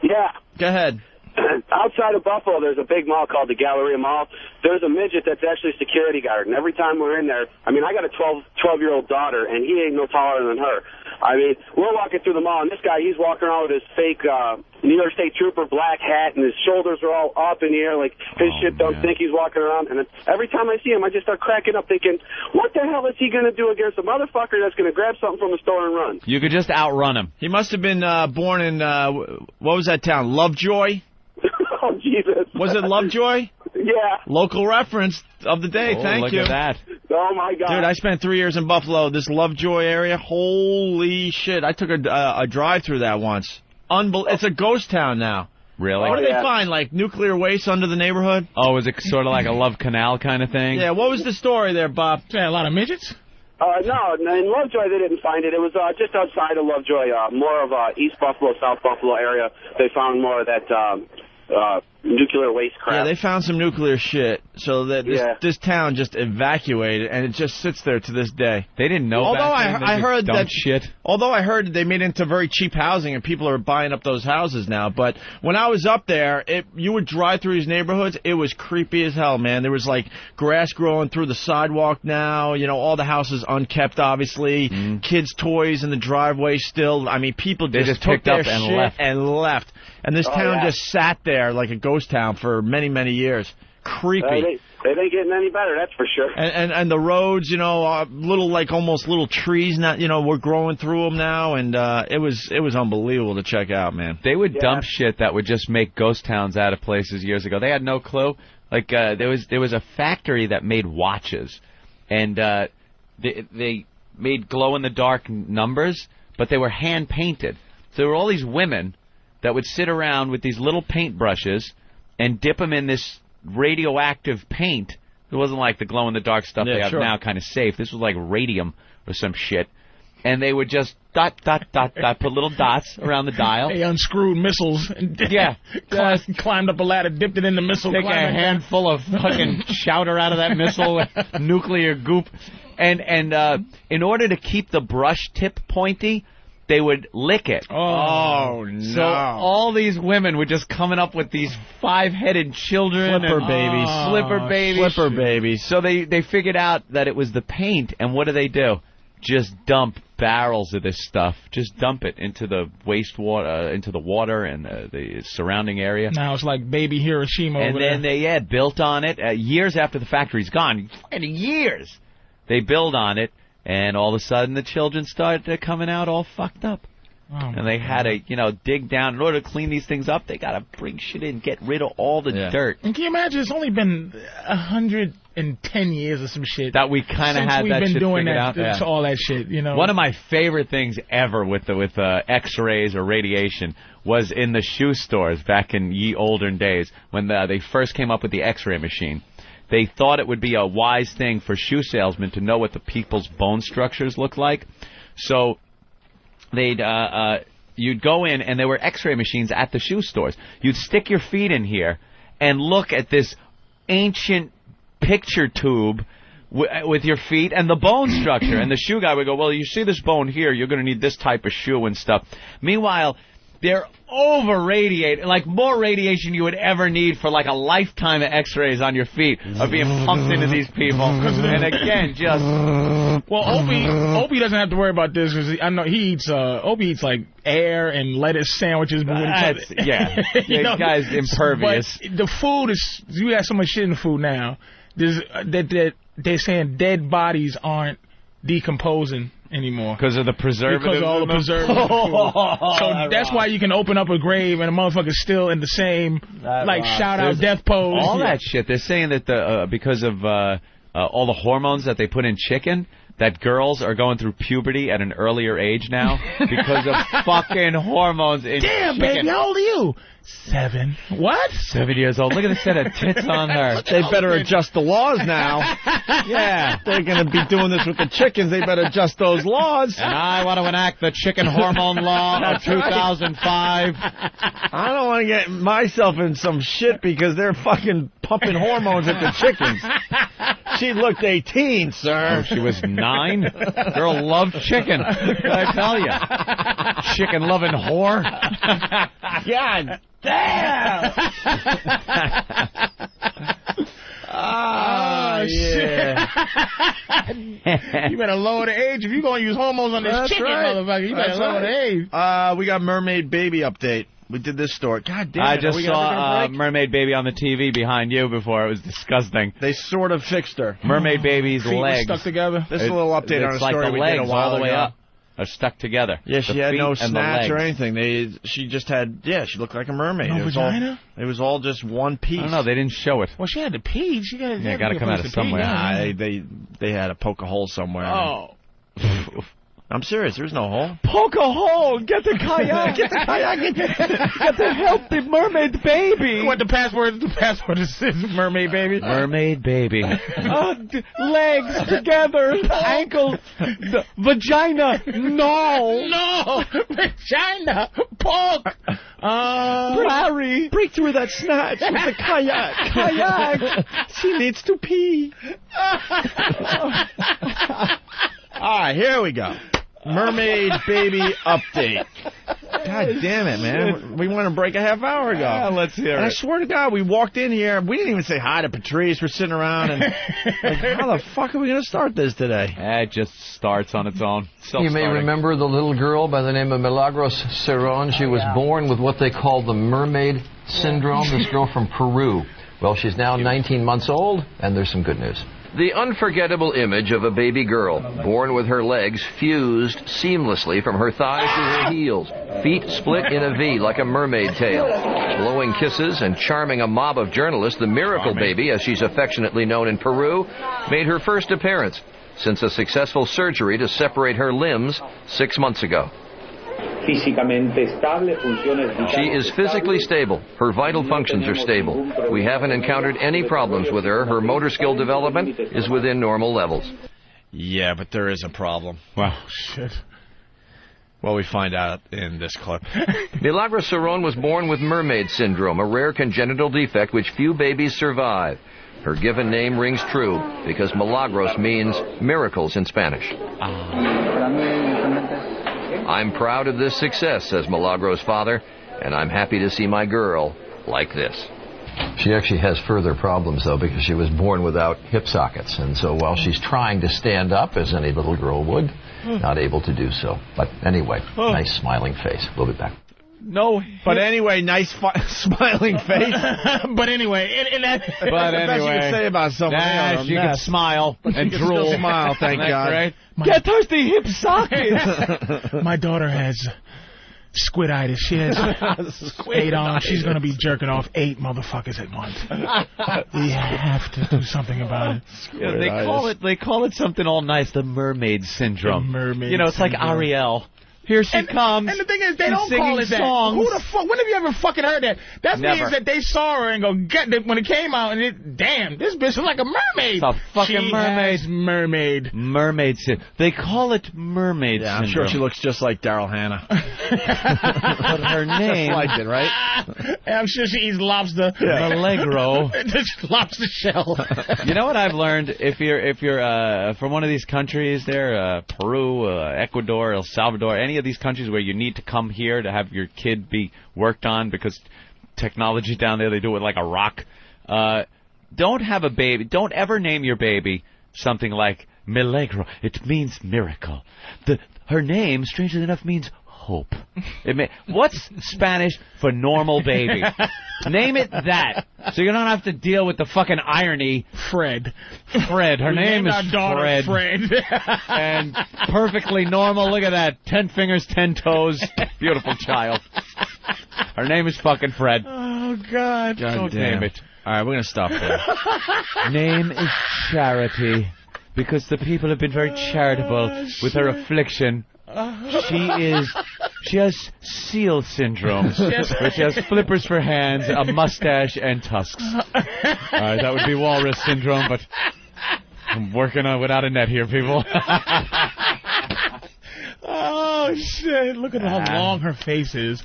Speaker 11: Yeah.
Speaker 3: Go ahead.
Speaker 11: Outside of Buffalo, there's a big mall called the Galleria Mall. There's a midget that's actually a security guard, and every time we're in there, I mean, I got a 12, 12 year old daughter, and he ain't no taller than her. I mean, we're walking through the mall, and this guy, he's walking around with his fake uh, New York State Trooper black hat, and his shoulders are all up in the air, like his
Speaker 3: Oh,
Speaker 11: shit don't think he's walking around. And every time I see him, I just start cracking up, thinking, what the hell is he going to do against a motherfucker that's going to grab something from the store and run?
Speaker 4: You could just outrun him.
Speaker 3: He must have been uh, born in uh, w- what was that town? Lovejoy.
Speaker 11: oh Jesus!
Speaker 3: Was it Lovejoy?
Speaker 11: yeah.
Speaker 3: Local reference of the day.
Speaker 11: Oh,
Speaker 3: Thank
Speaker 11: look
Speaker 3: you.
Speaker 11: at that. Oh my God!
Speaker 3: Dude, I spent three years in Buffalo. This Lovejoy area, holy shit! I took a, uh, a drive through that once. Unbel- it's a ghost town now.
Speaker 4: Really?
Speaker 3: What do they find? Like nuclear waste under the neighborhood?
Speaker 4: Oh, is it sort of like a love canal kind of thing?
Speaker 3: Yeah. What was the story there, Bob?
Speaker 2: Yeah, a lot of midgets.
Speaker 11: Uh, no, no, in Lovejoy they didn't find it. It was uh, just outside of Lovejoy, uh, more of uh, East Buffalo, South Buffalo area. They found more of that um, uh, nuclear waste
Speaker 3: Yeah,
Speaker 11: crap.
Speaker 3: they found some nuclear shit, so that this,
Speaker 11: Yeah.
Speaker 3: this town just evacuated, and it just sits there to this day.
Speaker 4: They didn't know.
Speaker 3: Although
Speaker 4: back
Speaker 3: I,
Speaker 4: then, they
Speaker 3: I
Speaker 4: just
Speaker 3: heard
Speaker 4: dumped
Speaker 3: that
Speaker 4: shit.
Speaker 3: Although I heard they made it into very cheap housing, and people are buying up those houses now. But when I was up there, it you would drive through these neighborhoods. It was creepy as hell, man. There was like grass growing through the sidewalk now. You know, all the houses unkept, obviously. Kids' toys in the driveway still. I mean, people
Speaker 4: Mm-hmm. They
Speaker 3: just,
Speaker 4: just
Speaker 3: took
Speaker 4: picked up
Speaker 3: their
Speaker 4: and
Speaker 3: shit
Speaker 4: left.
Speaker 3: and left. And this
Speaker 11: Oh,
Speaker 3: town
Speaker 11: yeah.
Speaker 3: just sat there like a ghost town for many, many years. Creepy.
Speaker 11: Uh, they, they ain't getting any better, that's for sure.
Speaker 3: and, and and the roads, you know, are little like almost little trees. Not you know, we're growing through them now, and uh, it was it was unbelievable to check out, man.
Speaker 4: They would dump shit that would just make ghost towns out of places years ago. They had no clue. Like uh, there was there was a factory that made watches, and uh, they they made glow in the dark numbers, but they were hand painted. So there were all these women that would sit around with these little paintbrushes and dip them in this radioactive paint. It wasn't like the glow in the dark stuff
Speaker 3: Yeah,
Speaker 4: they have
Speaker 3: sure.
Speaker 4: now, kind of safe. This was like radium or some shit. and they would just dot dot dot dot put little dots around the dial.
Speaker 2: They unscrewed missiles. And
Speaker 4: Yeah.
Speaker 2: climbed, climbed up a ladder, dipped it in the missile.
Speaker 4: Take a
Speaker 2: climbed it down.
Speaker 4: handful of fucking chowder out of that missile, nuclear goop, and and uh, in order to keep the brush tip pointy, they would lick it.
Speaker 3: Oh,
Speaker 4: So
Speaker 3: no.
Speaker 4: all these women were just coming up with these five-headed children,
Speaker 3: Flipper
Speaker 4: and-
Speaker 3: babies.
Speaker 4: slipper
Speaker 3: Oh,
Speaker 4: babies,
Speaker 3: slipper
Speaker 4: babies. So they they figured out that it was the paint, and what do they do? Just dump barrels of this stuff. Just dump it into the wastewater, uh, into the water and uh, the surrounding area.
Speaker 2: Now it's like baby Hiroshima.
Speaker 4: And
Speaker 2: over
Speaker 4: then
Speaker 2: there.
Speaker 4: they yeah built on it uh, years after the factory's gone. In years, they build on it, and all of a sudden the children start uh, coming out all fucked up. and they had to you know dig down in order to clean these things up. They got to bring shit in, get rid of all the dirt.
Speaker 2: And can you imagine? It's only been a hundred and ten years or some shit
Speaker 4: That we kinda
Speaker 2: since
Speaker 4: had
Speaker 2: we've
Speaker 4: that
Speaker 2: been
Speaker 4: shit
Speaker 2: doing
Speaker 4: figured
Speaker 2: that,
Speaker 4: out, yeah.
Speaker 2: to all that shit. You know,
Speaker 4: One of my favorite things ever with the, with uh, X-rays or radiation was in the shoe stores back in ye olden days when the, they first came up with the X-ray machine. They thought it would be a wise thing for shoe salesmen to know what the people's bone structures look like, so they'd uh, uh, you'd go in and there were X-ray machines at the shoe stores. You'd stick your feet in here and look at this ancient picture tube w- uh, with your feet and the bone structure. and the shoe guy would go, "Well, you see this bone here. You're going to need this type of shoe and stuff." Meanwhile, they're over radiated, like more radiation you would ever need for like a lifetime of X-rays on your feet are being pumped into these people. And again, just
Speaker 2: well, Obi Obi doesn't have to worry about this because I know he eats uh Obi eats like air and lettuce sandwiches. But when
Speaker 4: That's-
Speaker 2: he
Speaker 4: yeah.
Speaker 2: You
Speaker 4: This guy's
Speaker 2: but
Speaker 4: impervious.
Speaker 2: the food is you have so much shit in food now. There's uh, that that they're saying dead bodies aren't decomposing anymore
Speaker 4: because of the preservatives.
Speaker 2: because of all the
Speaker 4: in them.
Speaker 2: preservatives. in food. so that's why you can open up a grave and a motherfucker's still in the same like
Speaker 4: rocks.
Speaker 2: shout out
Speaker 4: There's
Speaker 2: death pose.
Speaker 4: All that shit. They're saying that the uh, because of uh, uh, all the hormones that they put in chicken, that girls are going through puberty at an earlier age now because of fucking hormones in
Speaker 2: Damn,
Speaker 4: chicken.
Speaker 2: baby, how old are you? Seven. What?
Speaker 4: Seven years old. Look at the set of tits on her.
Speaker 3: They better adjust the laws now. yeah, they're going to be doing this with the chickens. They better adjust those laws.
Speaker 4: And I want to enact the chicken hormone law of
Speaker 3: That's right.
Speaker 4: 2005.
Speaker 3: I don't want to get myself in some shit because they're fucking pumping hormones at the chickens. She looked 18, sir.
Speaker 4: Oh, she was nine. Girl loved chicken. What did I tell you, chicken loving whore.
Speaker 3: God damn.
Speaker 2: Oh, shit. you better lower the age if you're going to use hormones on this
Speaker 3: That's
Speaker 2: chicken,
Speaker 3: right.
Speaker 2: motherfucker. You better
Speaker 3: That's
Speaker 2: lower the age.
Speaker 3: right. Uh, we got Mermaid Baby update. We did this story. God damn it.
Speaker 4: I
Speaker 3: are
Speaker 4: just
Speaker 3: we gonna take a
Speaker 4: saw uh,
Speaker 3: break?
Speaker 4: Mermaid Baby on the TV behind you before. It was disgusting.
Speaker 3: They sort of fixed her.
Speaker 4: Mermaid Baby's
Speaker 3: Feet were
Speaker 4: legs
Speaker 3: stuck together. This is a
Speaker 4: It-
Speaker 3: little update on
Speaker 4: it's
Speaker 3: a story
Speaker 4: like
Speaker 3: we
Speaker 4: the
Speaker 3: did
Speaker 4: legs
Speaker 3: a while
Speaker 4: all the way
Speaker 3: ago.
Speaker 4: up are stuck together.
Speaker 3: Yeah, she
Speaker 4: The
Speaker 3: had no
Speaker 4: feet and the
Speaker 3: snatch or
Speaker 4: legs.
Speaker 3: anything. They, she just had, yeah, she looked like a mermaid.
Speaker 2: No
Speaker 3: it was
Speaker 2: vagina?
Speaker 3: All, it was all just one piece.
Speaker 4: I don't know. They didn't show it.
Speaker 2: Well, she had to pee. She got
Speaker 3: Yeah,
Speaker 2: got to
Speaker 3: come out of somewhere. Nah, they, they they had to poke a hole somewhere.
Speaker 2: Oh.
Speaker 3: I'm serious. There's no hole.
Speaker 5: Poke a hole. Get the kayak. Get the kayak. Get, get the help the mermaid baby.
Speaker 2: What the password? The password is, is mermaid baby.
Speaker 4: Mermaid Baby.
Speaker 5: Uh, d- legs together. Ankle. D- vagina. No.
Speaker 2: No, vagina, pork, uh,
Speaker 5: Larry, break through that snatch with the kayak. Kayak. She needs to pee.
Speaker 3: All right, here we go. Mermaid baby update. God damn it, man. We went to break a half hour ago.
Speaker 4: Ah, let's hear
Speaker 3: And I
Speaker 4: it.
Speaker 3: swear to God, we walked in here. We didn't even say hi to Patrice. We're sitting around and like, how the fuck are we going to start this today?
Speaker 4: Eh, It just starts on its own.
Speaker 24: You may
Speaker 4: Self-starting.
Speaker 24: remember the little girl by the name of Milagros Cerón. She was born with what they call the mermaid syndrome, this girl from Peru. Well, she's now 19 months old, and there's some good news. The unforgettable image of a baby girl, born with her legs fused seamlessly from her thighs to her heels, feet split in a V like a mermaid tail. Blowing kisses and charming a mob of journalists, the miracle baby, as she's affectionately known in Peru, made her first appearance since a successful surgery to separate her limbs six months ago.
Speaker 25: Físicamente estable, funciones vitales
Speaker 24: She is physically stable. Her vital functions are stable. We haven't encountered any problems with her. Her motor skill development is within normal levels.
Speaker 3: Yeah, but there is a problem.
Speaker 4: Wow,
Speaker 2: shit.
Speaker 3: Well, we find out in this clip.
Speaker 24: Milagro Cerrone was born with mermaid syndrome, a rare congenital defect which few babies survive. Her given name rings true because Milagros means miracles in Spanish. I'm proud of this success, says Milagro's father, and I'm happy to see my girl like this. She actually has further problems, though, because she was born without hip sockets. And so while she's trying to stand up, as any little girl would, not able to do so. But anyway, nice smiling face. We'll be back.
Speaker 2: No.
Speaker 3: But anyway, nice fi- smiling face.
Speaker 2: but anyway, and, and that,
Speaker 3: But That's the best you can anyway. say about someone, you know, a
Speaker 2: Nah,
Speaker 3: mess.
Speaker 2: smile
Speaker 3: But you can still smile, thank
Speaker 2: That's
Speaker 3: God.
Speaker 2: Right?
Speaker 5: Get her the hip sockets.
Speaker 2: My daughter has squiditis. She has eight arms. She's going to be jerking off eight motherfuckers at once. we have to do something about it.
Speaker 4: Yeah, they call it they call it something all nice, the mermaid syndrome.
Speaker 2: The mermaid
Speaker 4: You know, it's like
Speaker 2: syndrome.
Speaker 4: Ariel. Here she
Speaker 2: and,
Speaker 4: comes.
Speaker 2: And the thing is, they
Speaker 4: She's
Speaker 2: don't
Speaker 4: singing
Speaker 2: call it that.
Speaker 4: songs.
Speaker 2: Who the fuck? When have you ever fucking heard that? That
Speaker 4: Never.
Speaker 2: means that they saw her and go, get that when it came out, and it, damn, this bitch is like a
Speaker 4: It's
Speaker 2: mermaid.
Speaker 4: a fucking
Speaker 2: She
Speaker 4: mermaid.
Speaker 2: has mermaid.
Speaker 4: Mermaid syndrome. They call it mermaid
Speaker 3: Yeah, I'm
Speaker 4: syndrome.
Speaker 3: sure she looks just like Daryl Hannah.
Speaker 4: but her name.
Speaker 3: Just like it, right?
Speaker 2: And I'm sure she eats lobster.
Speaker 4: Yeah. Allegro.
Speaker 2: Just lobster shell.
Speaker 4: you know what I've learned? If you're if you're uh, from one of these countries, there, uh, Peru, uh, Ecuador, El Salvador, any of these countries where you need to come here to have your kid be worked on because technology down there they do it like a rock. Uh, don't have a baby. Don't ever name your baby something like Milagro. It means miracle. The her name, strangely enough, means hope. It may, what's Spanish for normal baby? Name it that, so you don't have to deal with the fucking irony.
Speaker 2: Fred.
Speaker 4: Fred. Her
Speaker 2: We
Speaker 4: name
Speaker 2: named
Speaker 4: is
Speaker 2: our daughter Fred.
Speaker 4: and perfectly normal. Look at that. Ten fingers, ten toes. Beautiful child. Her name is fucking Fred.
Speaker 2: Oh God.
Speaker 4: God damn it.
Speaker 3: All right, we're gonna stop there.
Speaker 4: name is Charity, because the people have been very charitable
Speaker 2: Oh,
Speaker 4: with her affliction. She is. She has seal syndrome,
Speaker 16: Yes.
Speaker 4: which has flippers for hands, a mustache, and tusks. All right, that would be walrus syndrome, but I'm working on without a net here, people.
Speaker 2: Oh shit! Look at how long her face is.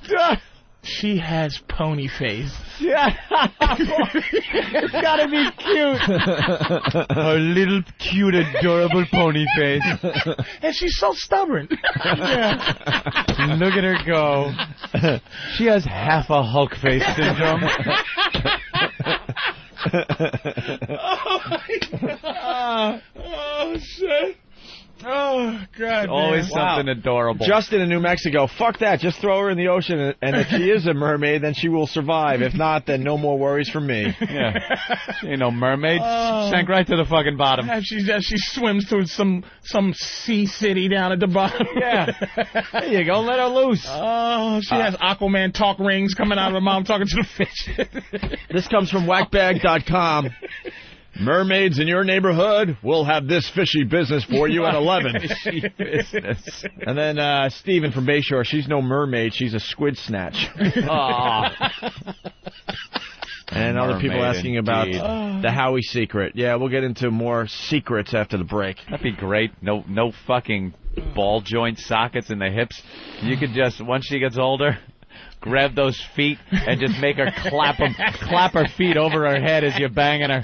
Speaker 2: She has pony face.
Speaker 5: Yeah. it's gotta be cute.
Speaker 4: her little, cute, adorable pony face.
Speaker 2: And she's so stubborn. yeah.
Speaker 4: Look at her go. She has half a Hulk face syndrome.
Speaker 2: Oh my god. Oh shit. Oh god.
Speaker 4: Always
Speaker 2: man.
Speaker 4: something adorable.
Speaker 3: Justin in New Mexico, fuck that. Just throw her in the ocean, and- and if she is a mermaid, then she will survive. If not, then no more worries for me.
Speaker 4: Yeah. She ain't no mermaid.
Speaker 2: Oh.
Speaker 4: Sank right to the fucking bottom.
Speaker 2: And she just, she swims through some some sea city down at the bottom.
Speaker 4: Yeah. There you go. Let her loose.
Speaker 2: Oh, she
Speaker 3: Uh,
Speaker 2: has Aquaman talk rings coming out of her mom talking to the fish.
Speaker 3: This comes from whackbag.com. Mermaids in your neighborhood will have this fishy business for you at 11.
Speaker 4: Fishy business.
Speaker 3: And then uh, Steven from Bayshore, she's no mermaid, she's a squid snatch.
Speaker 4: Aw.
Speaker 3: And other people
Speaker 4: Mermaid
Speaker 3: asking about
Speaker 4: indeed.
Speaker 3: the Howie secret. Yeah, we'll get into more secrets after the break.
Speaker 4: That'd be great. No, no fucking ball joint sockets in the hips. You could just once she gets older, grab those feet and just make her clap 'em- clap her feet over her head as you're banging her.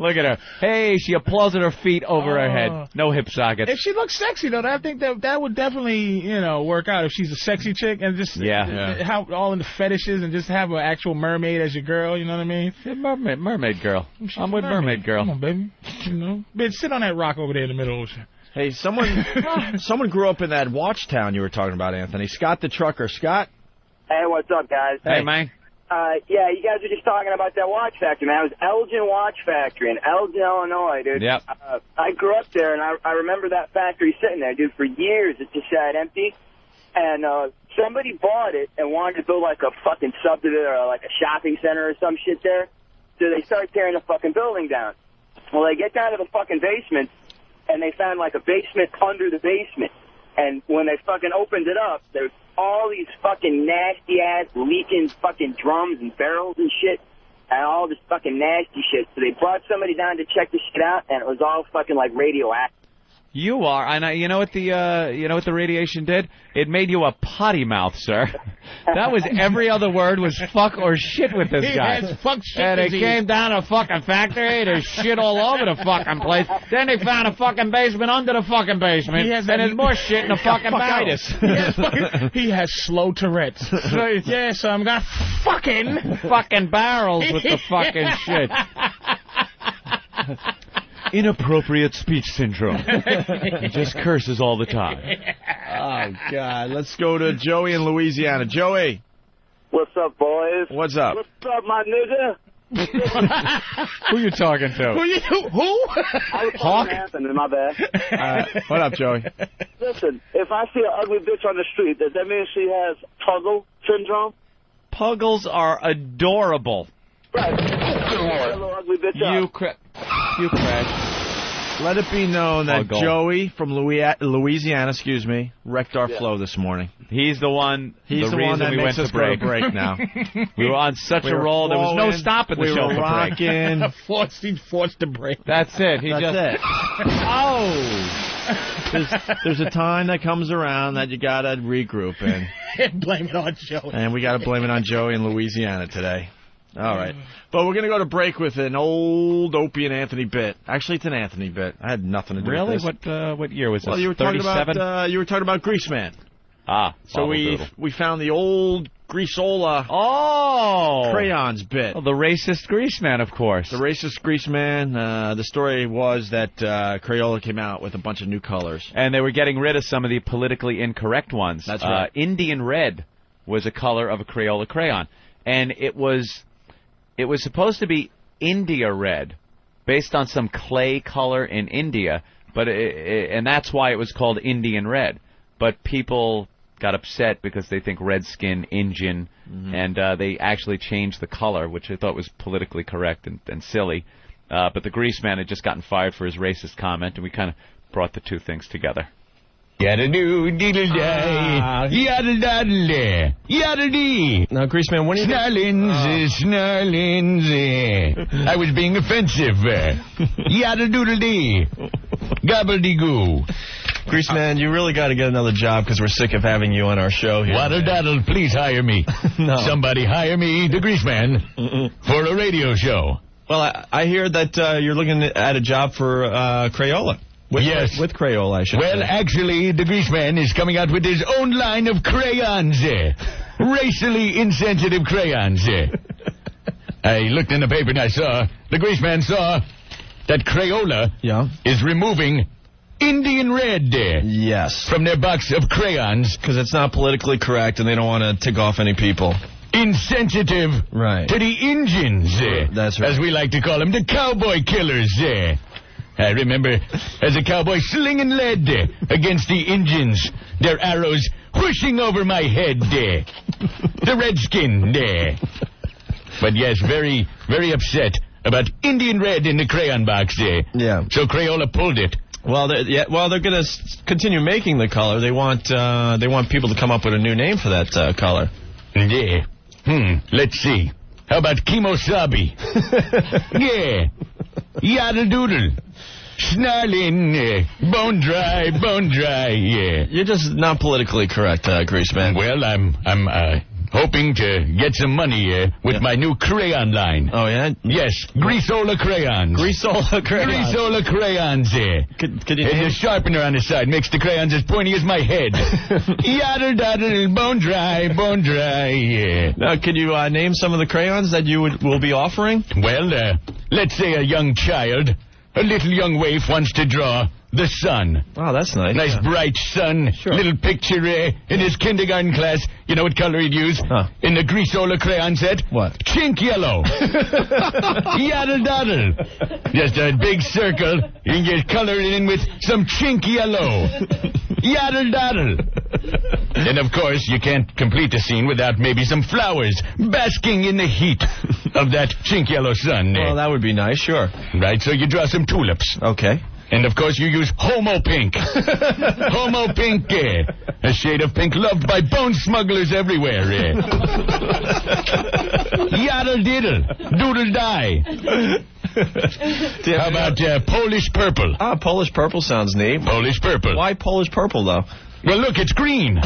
Speaker 4: Look at her. Hey, she applauses her feet over her
Speaker 2: Oh.
Speaker 4: head. No hip sockets.
Speaker 2: If she looks sexy though, I think that that would definitely you know work out if she's a sexy chick and just
Speaker 4: Yeah. Yeah.
Speaker 2: how all in the fetishes and just have an actual mermaid as your girl. You know what I mean?
Speaker 4: mermaid, mermaid girl.
Speaker 2: She's
Speaker 4: I'm
Speaker 2: a
Speaker 4: with mermaid girl.
Speaker 2: Come on, baby. You know, bitch, sit on that rock over there in the middle of the ocean.
Speaker 3: Hey, someone someone grew up in that watch town you were talking about, Anthony. Scott the trucker. Scott?
Speaker 26: Hey, what's up, guys?
Speaker 4: man.
Speaker 26: Uh, yeah, you guys were just talking about that watch factory, man. It was Elgin Watch Factory in Elgin, Illinois, dude.
Speaker 4: Yep.
Speaker 26: Uh, I grew up there, and I, I remember that factory sitting there, dude, for years. It just sat empty. And uh, somebody bought it and wanted to build, like, a fucking subdivision or, like, a shopping center or some shit there. So they start tearing the fucking building down. Well, they get down to the fucking basement, and they found, like, a basement under the basement. And when they fucking opened it up, there's all these fucking nasty ass leaking fucking drums and barrels and shit, and all this fucking nasty shit. So they brought somebody down to check the shit out, and it was all fucking like radioactive.
Speaker 4: You are, and I, you know what the uh, you know what the radiation did? It made you a potty mouth, sir. That was every other word was fuck or shit with this
Speaker 16: He
Speaker 4: guy.
Speaker 16: has fuck shit
Speaker 4: and it
Speaker 16: disease.
Speaker 4: came down a fucking factory. There's shit all over the fucking place. Then they found a fucking basement under the fucking basement,
Speaker 2: He has
Speaker 4: and
Speaker 2: that-
Speaker 4: there's more shit in the fucking barrels.
Speaker 2: Fuckitis. He has fucking- He has slow Tourette's.
Speaker 4: Slow-
Speaker 2: yes, I'm gonna fucking
Speaker 4: fucking barrels with the fucking shit. Inappropriate speech syndrome. He just curses all the time.
Speaker 3: Oh God! Let's go to Joey in Louisiana. Joey,
Speaker 27: What's up, boys?
Speaker 3: What's up?
Speaker 27: What's up, my nigga?
Speaker 3: Who you talking
Speaker 27: Who
Speaker 3: to?
Speaker 27: you-
Speaker 2: Who?
Speaker 27: I was
Speaker 3: Hawk?
Speaker 27: talking to Anthony, my bad.
Speaker 3: Uh, what up, Joey?
Speaker 27: Listen, if I see an ugly bitch on the street, does that mean she has Tuggle syndrome?
Speaker 4: Puggles are adorable.
Speaker 3: Oh,
Speaker 27: That little ugly bitch
Speaker 4: You
Speaker 27: up.
Speaker 4: cra- you Oh, crash.
Speaker 3: Let it be known that
Speaker 4: Puggle.
Speaker 3: Joey from Louis- Louisiana, excuse me, wrecked our
Speaker 4: Yeah.
Speaker 3: flow this morning.
Speaker 4: He's the one.
Speaker 3: He's the,
Speaker 4: reason
Speaker 3: one that
Speaker 4: we
Speaker 3: makes
Speaker 4: went
Speaker 3: us
Speaker 4: to break.
Speaker 3: go to break now.
Speaker 4: we were on such
Speaker 3: We
Speaker 4: a
Speaker 3: were
Speaker 4: roll. There was no
Speaker 3: flowing.
Speaker 4: stopping the
Speaker 3: We
Speaker 4: show.
Speaker 3: were
Speaker 4: for
Speaker 3: rocking.
Speaker 4: break.
Speaker 2: forced, he forced to break.
Speaker 4: That's it. He
Speaker 3: That's
Speaker 4: just.
Speaker 3: it.
Speaker 4: Oh.
Speaker 3: There's, there's a time that comes around that you gotta regroup in,
Speaker 2: Blame it on Joey.
Speaker 3: and we gotta blame it on Joey in Louisiana today. All right, but we're gonna go to break with an old Opie and Anthony bit. Actually, it's an Anthony bit. I had nothing to do
Speaker 4: Really?
Speaker 3: with this.
Speaker 4: What uh, what year was
Speaker 3: Well,
Speaker 4: this?
Speaker 3: you were talking about
Speaker 4: 37?
Speaker 3: uh, you were talking about Grease Man.
Speaker 4: ah.
Speaker 3: So we
Speaker 4: Bobble
Speaker 3: we found the old Greaseola
Speaker 4: oh
Speaker 3: crayons bit.
Speaker 4: the racist Grease Man, of course.
Speaker 3: The racist Grease Man. Uh, the story was that uh, Crayola came out with a bunch of new colors.
Speaker 4: and they were getting rid of some of the politically incorrect ones.
Speaker 3: That's right.
Speaker 4: Uh, Indian red was a color of a Crayola crayon, and it was it was supposed to be India red, based on some clay color in India, but i i and that's why it was called Indian red. But people got upset because they think red skin Indian, and uh, they actually changed the color, which I thought was politically correct and, and silly. Uh, but the grease man had just gotten fired for his racist comment, and we kind of brought the two things together.
Speaker 1: Yada do diddle day. Yada daddle day. Yada dee. Ah. Now, Greaseman, when are you. Ah. Snarlinsy, snarlinsy. I was being offensive. Yada doodle dee. Gobbledygoo.
Speaker 3: Uh,
Speaker 1: Greaseman, you really got to get another job because we're sick of having you on our show here. Waddle daddle, please hire me. Somebody hire me, the Greaseman, for a radio show. Well, I, I hear that uh, you're looking at a job for uh, Crayola. With, yes. With Crayola, I should Well, say. actually, the Greaseman is coming out with his own line of crayons. eh. Racially insensitive crayons. eh. I looked in the paper and I saw, the Greaseman saw that Crayola is removing Indian red. Yes. From their box of crayons. Because it's not politically correct and they don't want to tick off any people. Insensitive right. to the Indians. eh, That's right. As we like to call them, the cowboy killers. eh. I remember as a cowboy slinging lead eh, against the Indians, their arrows whooshing over my head. eh. the redskin there. But yes, very, very upset about Indian red in the crayon box there. Yeah. So Crayola pulled it. Well, they're, yeah, well, they're going to s- continue making the color. They want uh, they want people to come up with a new name for that uh, color. Yeah. Hmm. Let's see. How about Kimosabi? yeah. Yada doodle. Snarling. Uh, bone dry, bone dry. Yeah. You're just not politically correct, uh, Greaseman. Well, I'm I'm uh, hoping to get some money uh, with my new crayon line. Oh yeah. Yes. Greaseola crayons. Greaseola crayons. Greaseola crayons. Yeah. Could, could you name- the sharpener on the side makes the crayons as pointy as my head. Yada doodle. Bone dry, bone dry. Yeah. Now, can you uh, name some of the crayons that you would, will be offering? Well, uh, let's say a young child, a little young waif wants to draw the sun. Oh, that's nice. Nice Yeah. bright sun, little picture eh, in his kindergarten class. You know what color he'd use in the greaseola crayon set? What? Chink yellow. Yaddle daddle. Just a big circle. You can get colored in with some chink yellow. Yaddle daddle. And of course, you can't complete the scene without maybe some flowers basking in the heat eh? of that chink yellow sun. Well, that would be nice, sure. Right, so you draw some tulips. Okay. And of course, you use Homo Pink. Homo Pink, eh? A shade of pink loved by bone smugglers everywhere, eh? Yaddle diddle, doodle die. How about uh, Polish purple?
Speaker 3: Ah, Polish purple sounds neat.
Speaker 1: Polish purple.
Speaker 3: Why Polish purple though?
Speaker 1: Well, look, it's green. Yiddle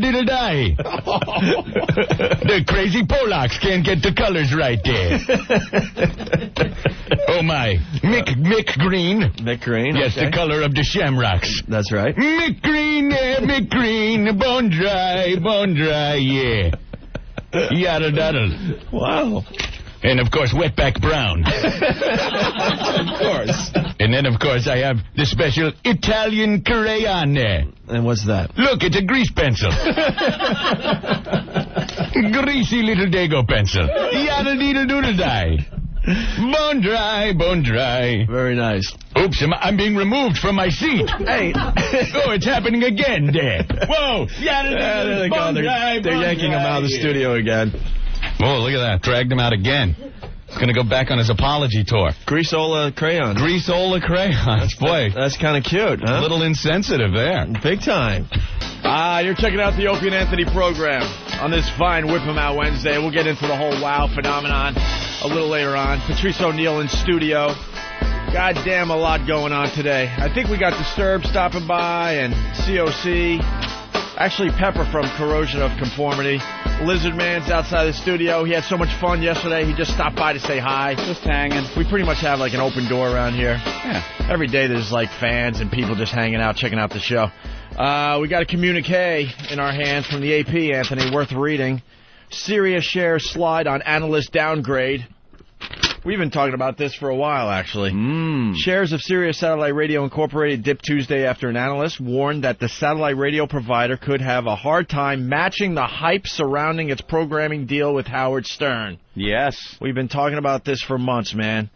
Speaker 1: diddle die. the crazy Polacks can't get the colors right there. oh my, Mick Mick Green.
Speaker 3: Mick Green.
Speaker 1: Yes,
Speaker 3: okay.
Speaker 1: the color of the shamrocks.
Speaker 3: That's right.
Speaker 1: Mick Green, yeah, Mick Green, bone dry, bone dry, yeah. Yaddle daddle.
Speaker 3: Wow.
Speaker 1: And of course, wetback brown.
Speaker 3: of course.
Speaker 1: And then, of course, I have the special Italian crayon.
Speaker 3: And what's that?
Speaker 1: Look, it's a grease pencil. Greasy little dago pencil. Yaddle deedle doodle die. Bone dry, bone dry.
Speaker 3: Very nice.
Speaker 1: Oops, I'm, I'm being removed from my seat.
Speaker 3: Hey.
Speaker 1: oh, it's happening again there. Whoa. Yaddle
Speaker 3: Yeah, Ah, there
Speaker 1: deedle,
Speaker 3: they go.
Speaker 1: bone
Speaker 3: They're,
Speaker 1: dry,
Speaker 3: they're
Speaker 1: bone
Speaker 3: yanking him
Speaker 1: dry.
Speaker 3: out of the studio again.
Speaker 1: Oh, look at that. Dragged him out again. He's going to go back on his apology tour.
Speaker 3: Greaseola crayon.
Speaker 1: Greaseola crayons. Boy.
Speaker 3: That's kind of cute, huh?
Speaker 1: A little insensitive there.
Speaker 3: Big time. Ah, you're checking out the Opie and Anthony program on this fine Whip 'em Out Wednesday. We'll get into the whole wow phenomenon a little later on. Patrice O'Neill in studio. Goddamn, a lot going on today. I think we got Disturbed stopping by and COC. Actually, Pepper from Corrosion of Conformity. Lizard Man's outside the studio. He had so much fun yesterday. He just stopped by to say hi. Just hanging. We pretty much have like an open door around here. Yeah. Every day there's like fans and people just hanging out, checking out the show. Uh, we got a communique in our hands from the AP, Anthony, worth reading. Serious shares slide on analyst downgrade. We've been talking about this for a while, actually. Shares of Sirius Satellite Radio Incorporated dipped Tuesday after an analyst warned that the satellite radio provider could have a hard time matching the hype surrounding its programming deal with Howard Stern.
Speaker 4: Yes.
Speaker 3: We've been talking about this for months, man.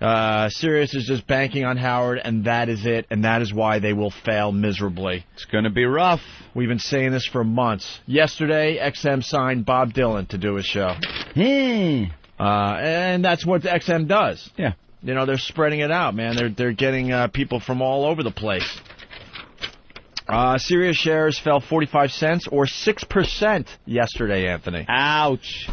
Speaker 3: Uh, Sirius is just banking on Howard, and that is it, and that is why they will fail miserably.
Speaker 4: It's going to be rough.
Speaker 3: We've been saying this for months. Yesterday, XM signed Bob Dylan to do his show. Uh, and that's what XM does.
Speaker 4: Hmm. Yeah.
Speaker 3: You know, they're spreading it out, man. They're they're getting uh, people from all over the place. Uh, Sirius shares fell 45 cents or 6% yesterday, Anthony. Ouch.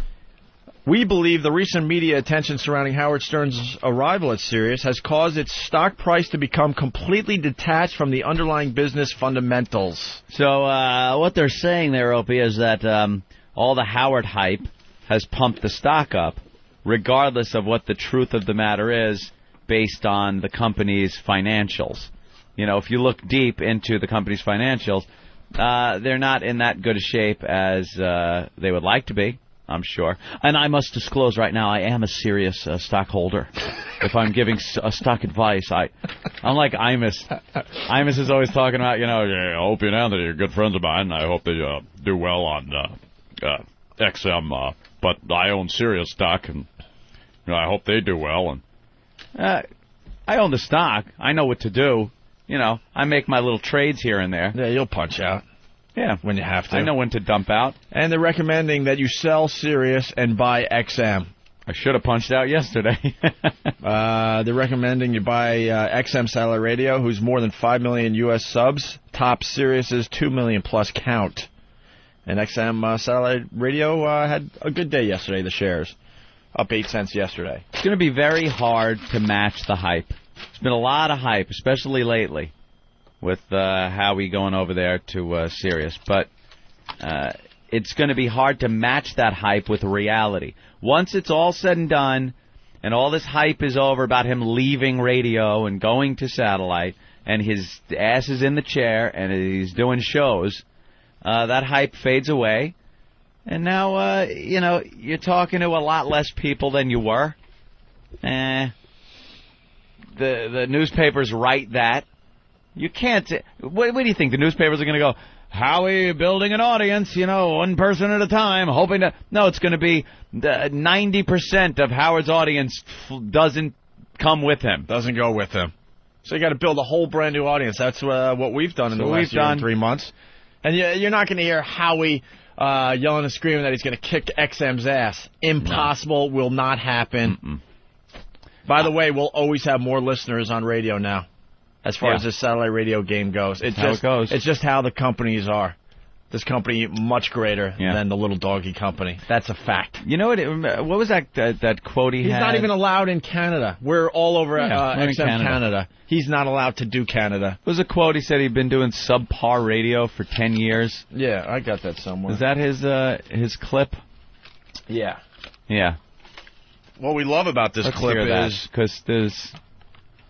Speaker 3: We believe the recent media attention surrounding Howard Stern's arrival at Sirius has caused its stock price to become completely detached from the underlying business fundamentals.
Speaker 4: So uh, what they're saying there, Opie, is that um, all the Howard hype has pumped the stock up, regardless of what the truth of the matter is, based on the company's financials. You know, if you look deep into the company's financials, uh, they're not in that good a shape as uh, they would like to be. I'm sure. And I must disclose right now, I am a serious uh, stockholder. if I'm giving s- uh, stock advice, I, I'm like Imus. Imus is always talking about, you know, yeah, I hope you know that you're good friends of mine. I hope they uh, do well on uh, uh, XM. Uh, but I own Sirius stock, and you know, I hope they do well. And uh, I own the stock. I know what to do. You know, I make my little trades here and there.
Speaker 3: Yeah, you'll punch out.
Speaker 4: Yeah,
Speaker 3: when you have to.
Speaker 4: I know when to dump out.
Speaker 3: And they're recommending that you sell Sirius and buy XM.
Speaker 4: I should have punched out yesterday.
Speaker 3: uh, they're recommending you buy uh, XM Satellite Radio, who's more than 5 million U.S. subs, top Sirius's 2 million plus count. And XM uh, Satellite Radio uh, had a good day yesterday, the shares. Up 8 cents yesterday.
Speaker 4: It's going to be very hard to match the hype. There's been a lot of hype, especially lately, with uh, Howie going over there to uh, Sirius. But uh, it's going to be hard to match that hype with reality. Once it's all said and done, and all this hype is over about him leaving radio and going to satellite, and his ass is in the chair and he's doing shows, uh, that hype fades away. And now, uh, you know, you're talking to a lot less people than you were. Eh. The the newspapers write that. You can't. What, what do you think? The newspapers are going to go, Howie building an audience, you know, one person at a time, hoping to. No, it's going to be the 90% of Howard's audience f- doesn't come with him.
Speaker 3: Doesn't go with him. So you got to build a whole brand new audience. That's uh, what we've done in
Speaker 4: So
Speaker 3: the last
Speaker 4: we've
Speaker 3: year and
Speaker 4: done-
Speaker 3: three months. And you- you're not going to hear Howie uh, yelling and screaming that he's going to kick XM's ass. Impossible. Will not happen. By the way, we'll always have more listeners on radio now, as far
Speaker 4: Yeah.
Speaker 3: as the satellite radio game goes. It's
Speaker 4: That's how it
Speaker 3: just,
Speaker 4: goes.
Speaker 3: It's just how the companies are. This company much greater than the little doggy company. That's a fact.
Speaker 4: You know what? it- What was that that, that quote he
Speaker 3: He's
Speaker 4: had?
Speaker 3: not even allowed in Canada. We're all over
Speaker 4: Yeah,
Speaker 3: uh,
Speaker 4: we're in
Speaker 3: XM Canada.
Speaker 4: Canada.
Speaker 3: He's not allowed to do Canada.
Speaker 4: It was a quote he said he'd been doing subpar radio for ten years.
Speaker 3: Yeah, I got that somewhere.
Speaker 4: Is that his uh, his clip?
Speaker 3: Yeah.
Speaker 4: Yeah.
Speaker 3: What we love about this
Speaker 4: Let's
Speaker 3: clip
Speaker 4: hear that,
Speaker 3: is
Speaker 4: 'cause there's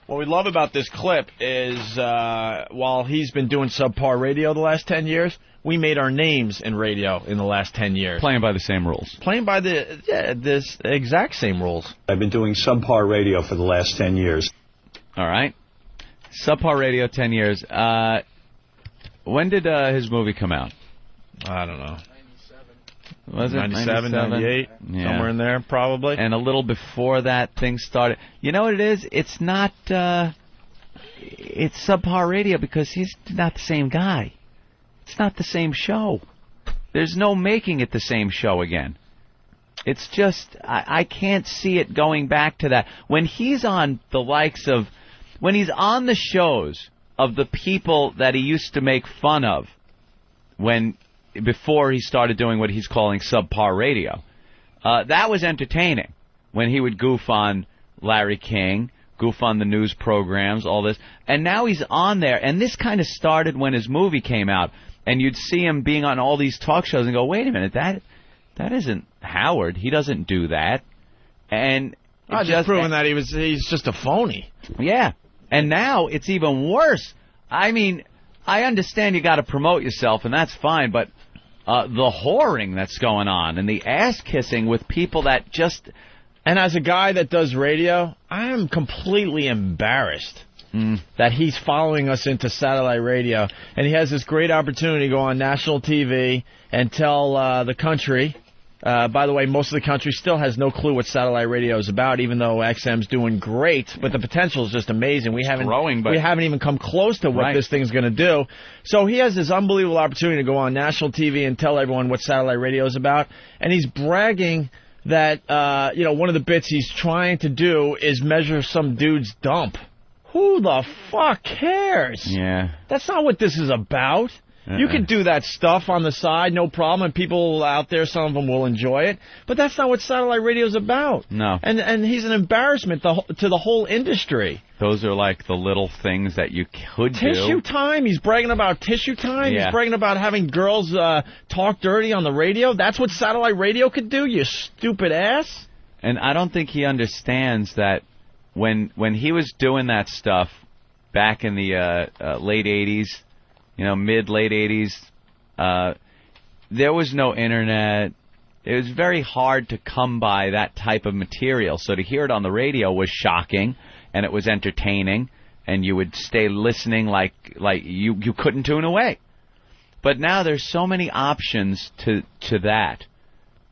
Speaker 3: What we love about this clip is uh, while he's been doing subpar radio the last 10 years, we made our names in radio in the last 10 years.
Speaker 4: Playing by the same rules.
Speaker 3: Playing by the yeah, this exact same rules.
Speaker 17: I've been doing subpar radio for the last 10 years.
Speaker 4: All right. Subpar Radio, 10 years. Uh, when did uh, his movie come out?
Speaker 3: I don't know.
Speaker 4: Was it
Speaker 3: 97, 98, somewhere in there, probably.
Speaker 4: And a little before that, things started. You know what it is? It's not. Uh, it's subpar radio because he's not the same guy. It's not the same show. There's no making it the same show again. It's just I, I can't see it going back to that. When he's on the likes of when he's on the shows of the people that he used to make fun of when before he started doing what he's calling subpar radio. Uh, that was entertaining when he would goof on Larry King, goof on the news programs, all this. And now he's on there, and this kind of started when his movie came out, and you'd see him being on all these talk shows and go, wait a minute, that that isn't Howard. He doesn't do that. And
Speaker 3: I just proving that he was he's just a phony.
Speaker 4: Yeah. And now it's even worse. I mean, I understand you got to promote yourself and that's fine, but uh, the whoring that's going on and the ass kissing with people that just
Speaker 3: And as a guy that does radio, I am completely embarrassed
Speaker 4: Hmm.
Speaker 3: that he's following us into satellite radio, and he has this great opportunity to go on national TV and tell uh, the country. Uh, by the way, most of the country still has no clue what satellite radio is about, even though XM's doing great. But the potential is just amazing. We haven't
Speaker 4: growing, but-
Speaker 3: we haven't even come close to what
Speaker 4: Right.
Speaker 3: this thing's going to do. So he has this unbelievable opportunity to go on national TV and tell everyone what satellite radio is about, and he's bragging that uh, you know one of the bits he's trying to do is measure some dude's dump. Who the fuck cares?
Speaker 4: Yeah.
Speaker 3: That's not what this is about. You
Speaker 4: Uh-uh.
Speaker 3: can do that stuff on the side, no problem, and people out there, some of them will enjoy it. But that's not what satellite radio's about.
Speaker 4: No.
Speaker 3: And and he's an embarrassment to, to the whole industry.
Speaker 4: Those are like the little things that you could
Speaker 3: Tissue
Speaker 4: do.
Speaker 3: time. He's bragging about tissue time.
Speaker 4: Yeah.
Speaker 3: He's bragging about having girls uh, talk dirty on the radio. That's what satellite radio could do. You stupid ass.
Speaker 4: And I don't think he understands that when when he was doing that stuff back in the uh, uh, late '80s, you know, mid late '80s, uh, there was no internet. It was very hard to come by that type of material. So to hear it on the radio was shocking, and it was entertaining, and you would stay listening like like you you couldn't tune away. But now there's so many options to to that.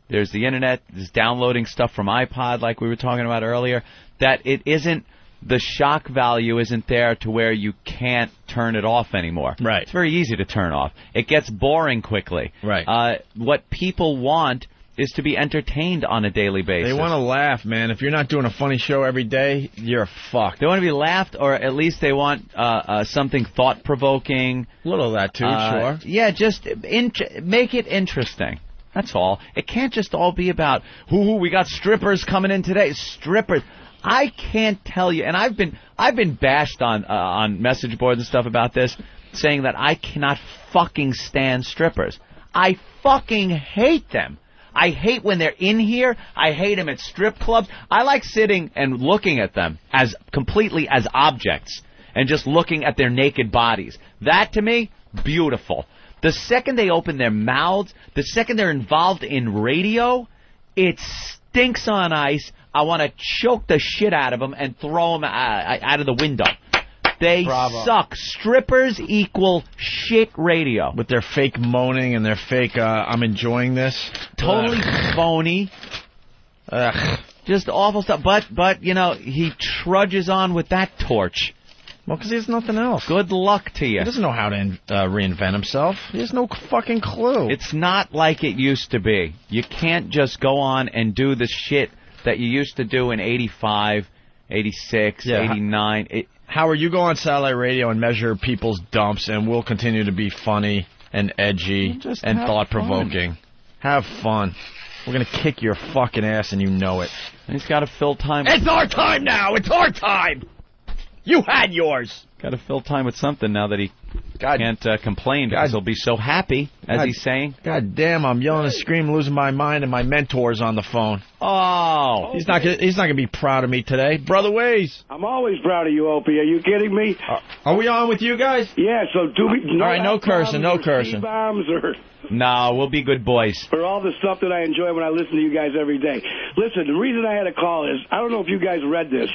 Speaker 4: There's the internet. There's downloading stuff from iPod, like we were talking about earlier. That it isn't the shock value isn't there to where you can't turn it off anymore. Right. It's very easy to turn off. It gets boring quickly. Right. Uh, what people want is to be entertained on a daily basis.
Speaker 3: They want to laugh, man. If you're not doing a funny show every day, you're fucked.
Speaker 4: They want to be laughed, or at least they want uh, uh, something Uh, thought provoking.
Speaker 3: A little of that too, sure.
Speaker 4: Yeah, just int- make it interesting. That's all. It can't just all be about whoo, we got strippers coming in today. Strippers. I can't tell you, and I've been I've been bashed on uh, on message boards and stuff about this, saying that I cannot fucking stand strippers. I fucking hate them. I hate when they're in here. I hate them at strip clubs. I like sitting and looking at them as completely as objects and just looking at their naked bodies. That to me, beautiful. The second they open their mouths, the second they're involved in radio, it stinks on ice. I want to choke the shit out of them and throw them out of the window. They
Speaker 3: Bravo.
Speaker 4: suck. Strippers equal shit radio.
Speaker 3: With their fake moaning and their fake, uh, I'm enjoying this.
Speaker 4: Totally phony.
Speaker 3: Ugh.
Speaker 4: Just awful stuff. But but you know he trudges on with that torch.
Speaker 3: Well, because he has nothing else.
Speaker 4: Good luck to you.
Speaker 3: He doesn't know how to in, uh, reinvent himself. He has no fucking clue.
Speaker 4: It's not like it used to be. You can't just go on and do the shit that you used to do in 85 86, 89. It,
Speaker 3: Howard, you go on satellite radio and measure people's dumps, and we'll continue to be funny and edgy
Speaker 4: Just
Speaker 3: and
Speaker 4: have
Speaker 3: thought provoking. Have fun. We're gonna kick your fucking ass, and you know it.
Speaker 4: He's got to fill time.
Speaker 16: It's our time now. It's our time. You had yours.
Speaker 4: Got to fill time with something now that he can't uh, complain because he'll be so happy, as
Speaker 3: God-
Speaker 4: he's saying.
Speaker 3: God damn, I'm yelling and screaming, losing my mind, and my mentor's on the phone.
Speaker 4: Oh,
Speaker 3: he's not gonna, he's not gonna be proud of me today, brother Ways.
Speaker 10: I'm always proud of you, Opie. Are you kidding me?
Speaker 3: Uh, Are we on with you guys?
Speaker 10: Yeah. So do we?
Speaker 3: All right, no
Speaker 10: hot
Speaker 3: cursing,
Speaker 10: bombs
Speaker 3: no
Speaker 10: or
Speaker 3: cursing.
Speaker 10: Bombs or
Speaker 4: No, we'll be good boys.
Speaker 10: for all the stuff that I enjoy when I listen to you guys every day. Listen, the reason I had a call is I don't know if you guys read this.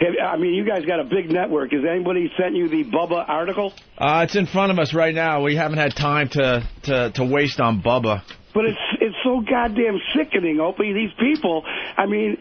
Speaker 10: Have- I mean, you guys got a big network. Has anybody sent you the Bubba article?
Speaker 3: Uh, it's in front of us right now. We haven't had time to to, to waste on Bubba.
Speaker 10: But it's it's so goddamn sickening, Opie. These people. I mean,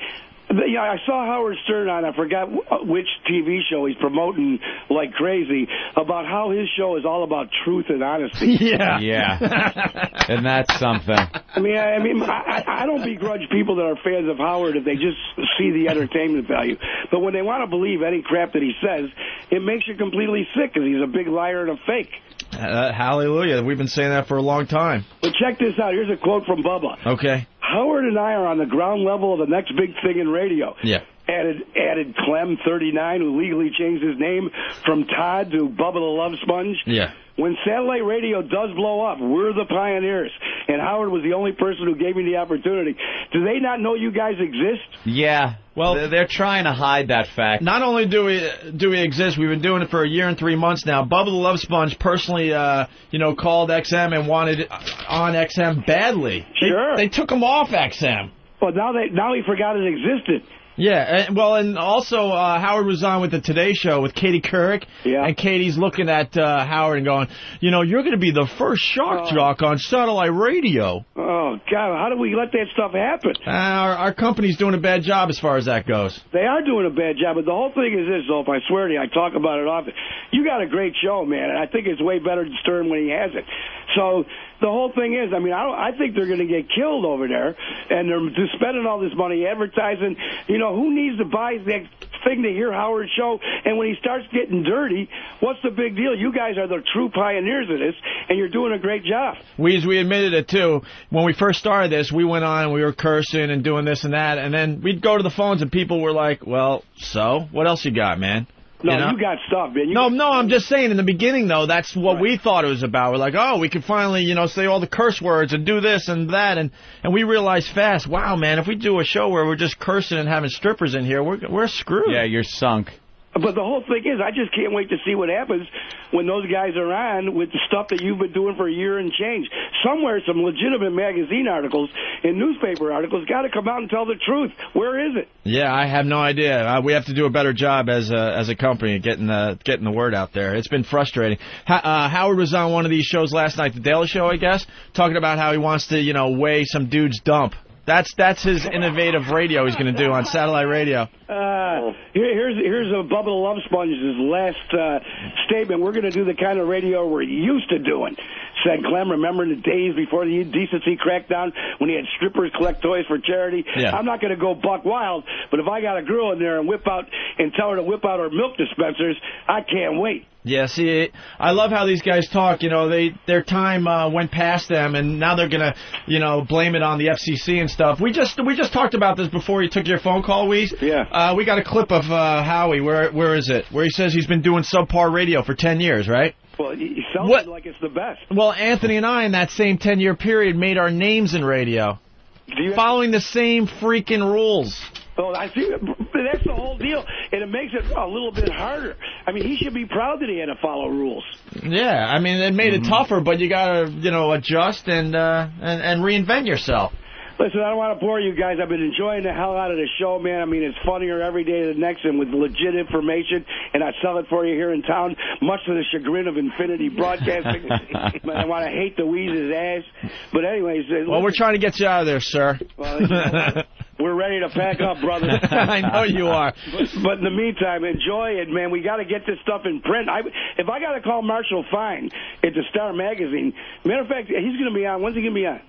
Speaker 10: the, you know, I saw Howard Stern on. I forgot wh- which TV show he's promoting like crazy about how his show is all about truth and honesty.
Speaker 4: Yeah. and that's something.
Speaker 10: I mean, I, I mean, I, I I don't begrudge people that are fans of Howard if they just see the entertainment value. But when they want to believe any crap that he says, it makes you completely sick because he's a big liar and a fake.
Speaker 3: Uh, hallelujah. We've been saying that for a long time.
Speaker 10: But check this out. Here's a quote from Bubba.
Speaker 3: Okay.
Speaker 10: Howard and I are on the ground level of the next big thing in radio.
Speaker 3: Yeah.
Speaker 10: Added added Clem thirty nine who legally changed his name from Todd to Bubba the Love Sponge.
Speaker 3: Yeah.
Speaker 10: When satellite radio does blow up, we're the pioneers. And Howard was the only person who gave me the opportunity. Do they not know you guys exist?
Speaker 4: Yeah. Well, they're, they're trying to hide that fact.
Speaker 3: Not only do we do we exist, we've been doing it for a year and three months now. Bubba the Love Sponge personally, uh, you know, called XM and wanted it on XM badly. Sure. They, took him off XM.
Speaker 10: Well, now they now he forgot it existed.
Speaker 3: Yeah, and, well, and also uh, Howard was on with the Today Show with Katie Couric, yeah. and Katie's looking at uh, Howard and going, you know, you're going to be the first shock jock on satellite radio.
Speaker 10: Oh God, how do we let that stuff happen?
Speaker 3: Uh, our, our company's doing a bad job as far as that goes.
Speaker 10: They are doing a bad job, but the whole thing is this, though. I swear to you, I talk about it often. You got a great show, man, and I think it's way better than Stern when he has it. So the whole thing is, I mean, I, don't, I think they're going to get killed over there, and they're just spending all this money advertising. You know, who needs to buy that thing to hear Howard's show? And when he starts getting dirty, what's the big deal? You guys are the true pioneers of this, and you're doing a great job.
Speaker 3: We, as we admitted it too, when we first started this, we went on and we were cursing and doing this and that, and then we'd go to the phones and people were like, "Well, so what else you got, man?"
Speaker 10: No,
Speaker 3: know?
Speaker 10: you got stuff, man. You
Speaker 3: no, no, I'm just saying. In the beginning, though, that's what we thought it was about. We're like, oh, we can finally, you know, say all the curse words and do this and that, and and we realized fast, wow, man, if we do a show where we're just cursing and having strippers in here, we're we're screwed. Yeah,
Speaker 4: you're sunk.
Speaker 10: But the whole thing is, I just can't wait to see what happens when those guys are on with the stuff that you've been doing for a year and change. Somewhere, some legitimate magazine articles and newspaper articles got to come out and tell the truth. Where is it?
Speaker 3: Yeah, I have no idea. Uh, we have to do a better job as a as a company at getting the getting the word out there. It's been frustrating. Ha- uh, Howard was on one of these shows last night, The Daily Show, I guess, talking about how he wants to, you know, weigh some dude's dump. That's that's his innovative radio he's going to do on satellite radio.
Speaker 10: Uh, here, here's here's a Bubba the Love Sponge's last uh, statement. We're going to do the kind of radio we're used to doing. Said Clem, remembering the days before the indecency crackdown when he had strippers collect toys for charity.
Speaker 16: Yeah.
Speaker 10: I'm not going to go buck wild, but if I got a girl in there and whip out and tell her to whip out her milk dispensers, I can't wait.
Speaker 3: Yeah, see, I love how these guys talk. You know, they their time uh, went past them, and now they're gonna, you know, blame it on the FCC and stuff. We just we just talked about this before you took your phone call, Weez. Yeah. Uh, we got a clip of uh, Howie. Where where is it? Where he says he's been doing subpar radio for ten years, right?
Speaker 10: Well, he he sounds like it's the best.
Speaker 3: Well, Anthony and I, in that same ten year period, made our names in radio, following the same freaking rules.
Speaker 10: So I see. but That's the whole deal, and it makes it a little bit harder. I mean, he should be proud that he had to follow rules.
Speaker 3: Yeah, I mean, it made it tougher, but you gotta, you know, adjust and uh, and, and reinvent yourself.
Speaker 10: Listen, I don't want to bore you guys. I've been enjoying the hell out of the show, man. I mean, it's funnier every day to the next, and with legit information, and I sell it for you here in town, much to the chagrin of Infinity Broadcasting. but I want to hate the Weeze's ass. But anyways, uh,
Speaker 3: Well, we're trying to get you out of there, sir.
Speaker 10: Well, you know, we're ready to pack up, brother.
Speaker 3: I know you are.
Speaker 10: But, but in the meantime, enjoy it, man. We got to get this stuff in print. I, if I got to call Marshall Fine at the Star Magazine, matter of fact, he's going to be on. When's he going to be on?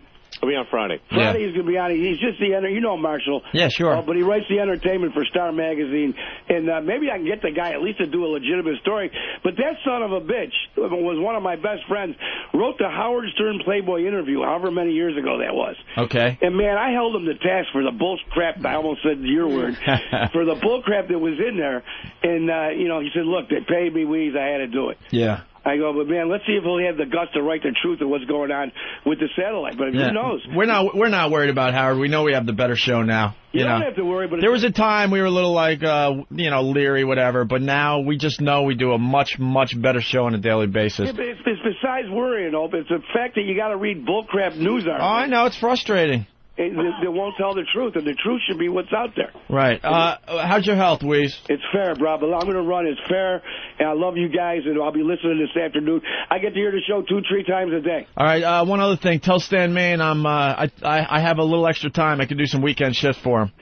Speaker 27: I'll be on Friday.
Speaker 10: Friday he's going to be on. He's just the enter. You know Marshall.
Speaker 27: Yeah, sure.
Speaker 10: Uh, but he writes the entertainment for Star Magazine, and uh, maybe I can get the guy at least to do a legitimate story. But that son of a bitch was one of my best friends. Wrote the Howard Stern Playboy interview, however many years ago that was.
Speaker 3: Okay.
Speaker 10: And man, I held him to task for the bull crap. I almost said your word for the bull crap that was in there. And uh, you know, he said, "Look, they paid me weeds. I had to do it."
Speaker 3: Yeah.
Speaker 10: I go, but man, let's see if he'll have the guts to write the truth of what's going on with the satellite. But
Speaker 3: Yeah.
Speaker 10: who knows?
Speaker 3: We're not we're not worried about Howard. We know we have the better show now.
Speaker 10: You,
Speaker 3: You,
Speaker 10: don't
Speaker 3: know.
Speaker 10: have to worry. But
Speaker 3: There was a time we were a little like, uh, you know, leery, whatever, but now we just know we do a much, much better show on a daily basis.
Speaker 10: It's, it's, it's besides worrying, Hope. It's the fact that you got to read bullcrap news
Speaker 3: Oh, I
Speaker 10: articles.
Speaker 3: know, it's frustrating.
Speaker 10: It, they, they won't tell the truth, and the truth should be what's out there.
Speaker 3: Right. Uh, how's your health, Weez?
Speaker 10: It's fair, bro. But I'm going to run. It's fair, and I love you guys, and I'll be listening this afternoon. I get to hear the show two, three times a day.
Speaker 3: All right, uh, one other thing. Tell Stan Main I'm, uh, I, I, I have a little extra time. I can do some weekend shift for him.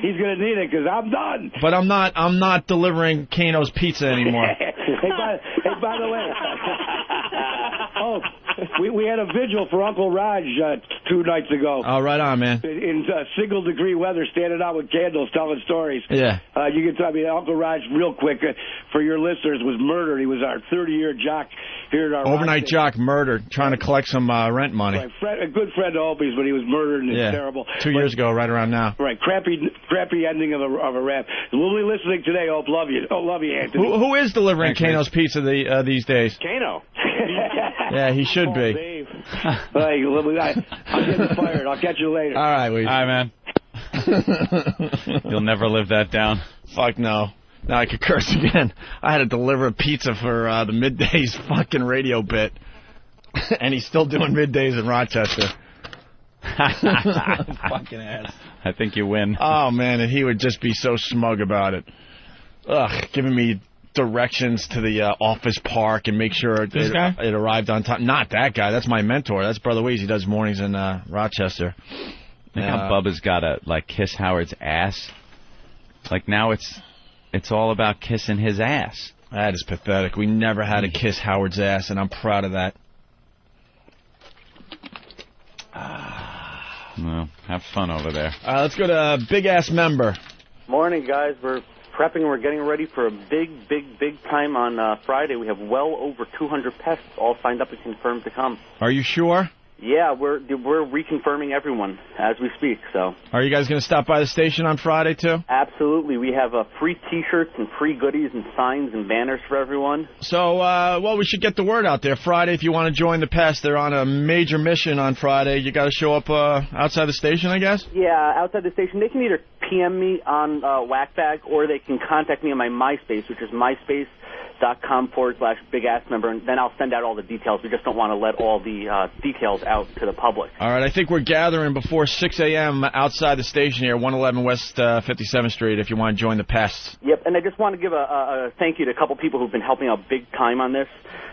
Speaker 10: He's going to need it because I'm done.
Speaker 3: But I'm not, I'm not delivering Kano's pizza anymore.
Speaker 10: hey, by, hey, by the way. Oh, we, we had a vigil for Uncle Raj uh, two nights ago.
Speaker 3: Oh, right on, man.
Speaker 10: In, in uh, single degree weather, standing out with candles, telling stories.
Speaker 3: Yeah.
Speaker 10: Uh, you can tell me Uncle Raj, real quick, uh, for your listeners, was murdered. He was our 30 year jock here at our
Speaker 3: Overnight jock murdered, trying to collect some uh, rent money.
Speaker 10: Right, friend, a good friend of Opie's, but he was murdered and
Speaker 3: Yeah.
Speaker 10: it's terrible.
Speaker 3: Two years ago, right around now.
Speaker 10: Right, crappy, crappy ending of a of a rap. We'll be listening today. Hope, love you. Oh, love you, Anthony.
Speaker 3: Who, who is delivering Kano's pizza the, uh, these days?
Speaker 10: Kano.
Speaker 3: Yeah, he should be.
Speaker 10: Dave. Hey, look, I, I'm getting fired. I'll catch you later.
Speaker 3: All right, we.
Speaker 4: All right, man. You'll never live that down.
Speaker 3: Fuck no. Now I could curse again. I had to deliver a pizza for uh, the middays fucking radio bit, and he's still doing middays in Rochester.
Speaker 4: fucking ass. I think you win.
Speaker 3: Oh man, and he would just be so smug about it. Ugh, giving me directions to the uh, office park and make sure it,
Speaker 2: This
Speaker 3: it,
Speaker 2: guy?
Speaker 3: it arrived on time. Not that guy. That's my mentor. That's Brother Weezy. He does mornings in uh, Rochester.
Speaker 4: Look
Speaker 3: Uh,
Speaker 4: how Bubba's got to like kiss Howard's ass. Like now it's it's all about kissing his ass. Mm.
Speaker 3: That is pathetic. We never had to kiss Howard's ass, and I'm proud of that.
Speaker 4: Well, have fun over there.
Speaker 3: Uh, let's go to Big Ass Member.
Speaker 18: Morning, guys. We're prepping. We're getting ready for a big, big, big time on uh, Friday. We have well over 200 pests all signed up and confirmed to come.
Speaker 3: Are you sure?
Speaker 18: Yeah, we're we're reconfirming everyone as we speak. So
Speaker 3: Are you guys going to stop by the station on Friday too?
Speaker 18: absolutely, we have uh, free T-shirts and free goodies and signs and banners for everyone.
Speaker 3: So, uh, well, we should get the word out there. Friday, if you want to join the pest, they're on a major mission on Friday. You got to show up uh, outside the station, I guess.
Speaker 18: Yeah, outside the station, they can either PM me on uh, Whackbag or they can contact me on my MySpace, which is myspace. dot com forward slash big ass member, and then I'll send out all the details. We just don't want to let all the uh, details out to the public.
Speaker 3: All right, I think we're gathering before 6 a.m. outside the station here, 111 West uh, 57th Street. If you want to join the pest,
Speaker 18: Yep, and I just want to give a, a, a thank you to a couple people who've been helping out big time on this.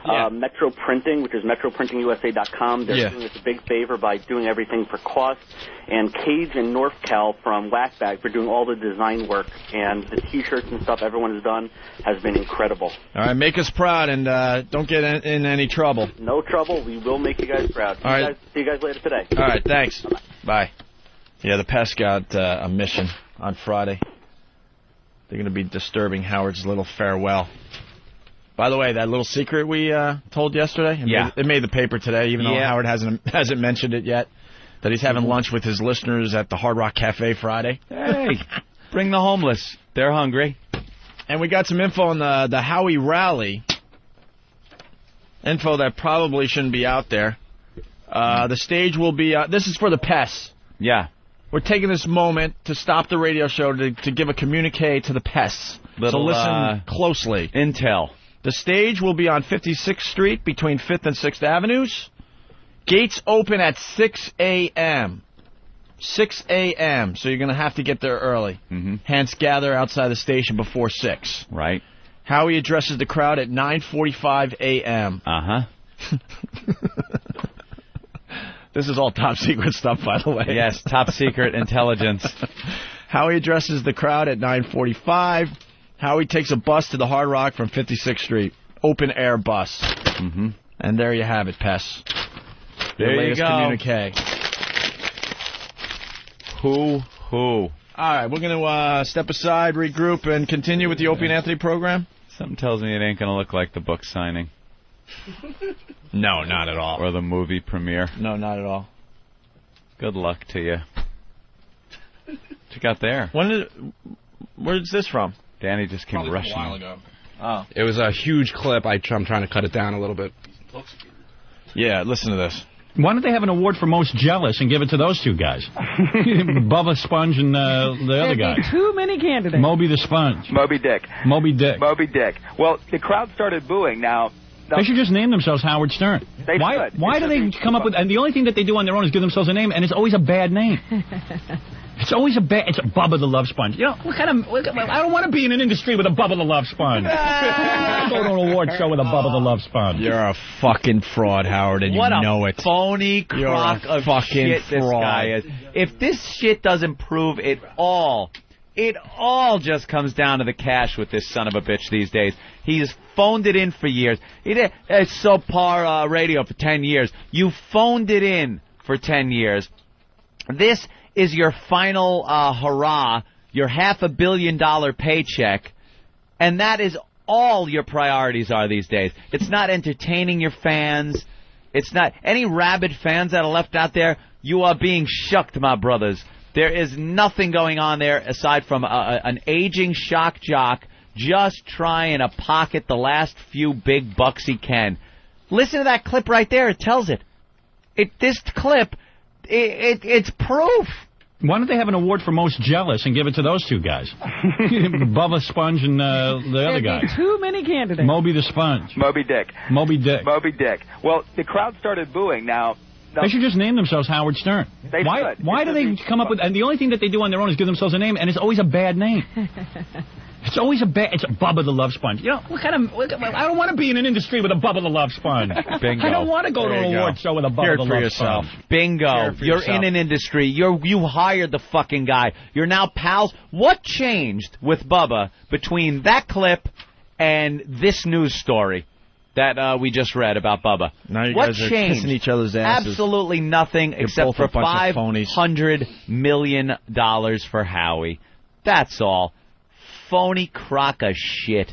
Speaker 18: Uh, Metro Printing, which is metroprintingusa.com, they're
Speaker 28: Yeah.
Speaker 18: doing us a big favor by doing everything for cost. And Cage and NorthCal from Whackbag for doing all the design work and the T-shirts and stuff everyone has done has been incredible.
Speaker 3: all right, make us proud and uh, don't get in, in any trouble.
Speaker 18: No trouble, we will make you guys proud. See
Speaker 3: All
Speaker 18: you
Speaker 3: right.
Speaker 18: guys, see you guys later today.
Speaker 3: All right, thanks. Bye. Yeah, the pest got uh, a mission on Friday. They're going to be disturbing Howard's little farewell. By the way, that little secret we uh, told yesterday, it,
Speaker 4: Yeah.
Speaker 3: made, it made the paper today, even though
Speaker 4: Yeah. Mm-hmm.
Speaker 3: Howard hasn't hasn't mentioned it yet, that he's having lunch with his listeners at the Hard Rock Cafe Friday.
Speaker 4: Hey, bring the homeless. They're hungry.
Speaker 3: And we got some info on the the Howie rally. Info that probably shouldn't be out there. Uh, the stage will be. Uh, this is for the pests.
Speaker 4: Yeah.
Speaker 3: We're taking this moment to stop the radio show to, to give a communique to the pests.
Speaker 4: Little,
Speaker 3: so listen
Speaker 4: uh,
Speaker 3: closely.
Speaker 4: Intel.
Speaker 3: The stage will be on 56th Street between 5th and 6th Avenues. Gates open at 6 a.m. 6 a.m. So you're going to have to get there early. Mm-hmm. Hence, gather outside the station before 6.
Speaker 4: Right.
Speaker 3: Howie addresses the crowd at 9:45 a.m.
Speaker 4: Uh
Speaker 3: huh. this is all top secret stuff, by the way.
Speaker 4: Yes, top secret intelligence.
Speaker 3: Howie addresses the crowd at 9:45. Howie takes a bus to the Hard Rock from 56th Street, open air bus. Mm-hmm. And there you have it, Pess. Your
Speaker 4: There you
Speaker 3: latest
Speaker 4: go.
Speaker 3: communique. Who? Who? All right, we're going to uh, step aside, regroup, and continue with the Opie and Anthony program.
Speaker 4: Something tells me it ain't going to look like the book signing.
Speaker 3: No, not at all.
Speaker 4: Or the movie premiere.
Speaker 3: No, not at all.
Speaker 4: Good luck to you. What you got there?
Speaker 3: When did? Where's this from?
Speaker 4: Danny just came rushing. in.
Speaker 3: Oh.
Speaker 29: It was a huge clip. I, I'm trying to cut it down a little bit.
Speaker 3: Yeah, listen to this.
Speaker 30: Why don't they have an award for most jealous and give it to those two guys? Bubba Sponge and uh, the other
Speaker 19: There'd
Speaker 30: guy.
Speaker 19: be too many candidates.
Speaker 30: Moby the Sponge.
Speaker 19: Moby Dick.
Speaker 30: Moby Dick.
Speaker 19: Moby Dick. Well, the crowd started booing. Now,
Speaker 30: They should just name themselves Howard Stern.
Speaker 19: They
Speaker 30: why
Speaker 19: should.
Speaker 30: why
Speaker 19: It
Speaker 30: do
Speaker 19: should
Speaker 30: they come up with and the only thing that they do on their own is give themselves a name and it's always a bad name. It's always a bad it's Bubba the Love Sponge. You know, what kind of what, I don't want to be in an industry with a Bubba the Love Sponge. Go to an award show with a Bubba the Love Sponge.
Speaker 3: You're a fucking fraud, Howard, and
Speaker 30: What
Speaker 3: you
Speaker 30: a
Speaker 3: know it.
Speaker 4: phony
Speaker 3: You're
Speaker 4: crock
Speaker 3: a
Speaker 4: of
Speaker 3: fucking
Speaker 4: shit this
Speaker 3: fraud.
Speaker 4: guy is. If this shit doesn't prove it all, it all just comes down to the cash with this son of a bitch these days. He has phoned it in for years. He did it's subpar uh, radio for ten years. You phoned it in for ten years. This is your final uh, hurrah, your half a billion dollar paycheck, and that is all your priorities are these days. It's not entertaining your fans. It's not any rabid fans that are left out there. You are being shucked, my brothers. There is nothing going on there aside from a, a, an aging shock jock just trying to pocket the last few big bucks he can. Listen to that clip right there. It tells it. It this clip, it, it it's proof.
Speaker 30: Why don't they have an award for most jealous and give it to those two guys? Bubba Sponge and uh, the other
Speaker 19: There'd be
Speaker 30: guy.
Speaker 19: too many candidates.
Speaker 30: Moby the Sponge.
Speaker 19: Moby Dick.
Speaker 30: Moby Dick.
Speaker 19: Moby Dick. Well, the crowd started booing. Now,
Speaker 30: They should just name themselves Howard Stern.
Speaker 19: They
Speaker 30: why
Speaker 19: should.
Speaker 30: why
Speaker 19: It
Speaker 30: do
Speaker 19: should
Speaker 30: they
Speaker 19: be-
Speaker 30: come up with and the only thing that they do on their own is give themselves a name and it's always a bad name. It's always a bad it's Bubba the Love Sponge. You know, what kind of what, I don't want to be in an industry with a Bubba the Love Sponge.
Speaker 4: Bingo.
Speaker 30: I don't want to go to an award show with a Bubba the Love Sponge. Hear
Speaker 4: Bingo.
Speaker 30: it for
Speaker 4: You're
Speaker 30: yourself.
Speaker 4: in an industry. You're you hired the fucking guy. You're now pals. What changed with Bubba between that clip and this news story that uh, we just read about Bubba?
Speaker 3: Now you
Speaker 4: what
Speaker 3: guys are
Speaker 4: changed?
Speaker 3: kissing each other's asses.
Speaker 4: Absolutely nothing
Speaker 3: You're
Speaker 4: except
Speaker 3: both
Speaker 4: for
Speaker 3: a bunch
Speaker 4: five
Speaker 3: of phonies.
Speaker 4: hundred million dollars for Howie. That's all. Phony crock of shit.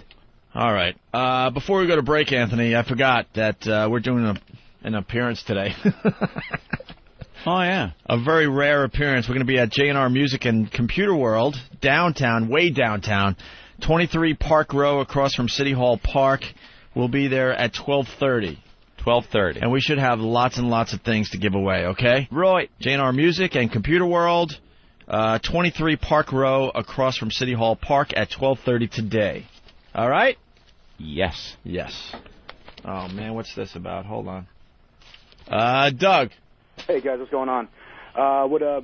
Speaker 3: All right. Uh, before we go to break, Anthony, I forgot that uh, we're doing a, an appearance today.
Speaker 4: oh yeah,
Speaker 3: a very rare appearance. We're going to be at J&R Music and Computer World downtown, way downtown, 23 Park Row, across from City Hall Park. We'll be there at 12:30.
Speaker 4: 12:30.
Speaker 3: And we should have lots and lots of things to give away. Okay.
Speaker 4: Right.
Speaker 3: J&R Music and Computer World, uh, 23 Park Row, across from City Hall Park, at 12:30 today. All right.
Speaker 4: Yes.
Speaker 3: Yes. Oh man, what's this about? Hold on. Uh, Doug.
Speaker 31: Hey guys, what's going on? Uh, what a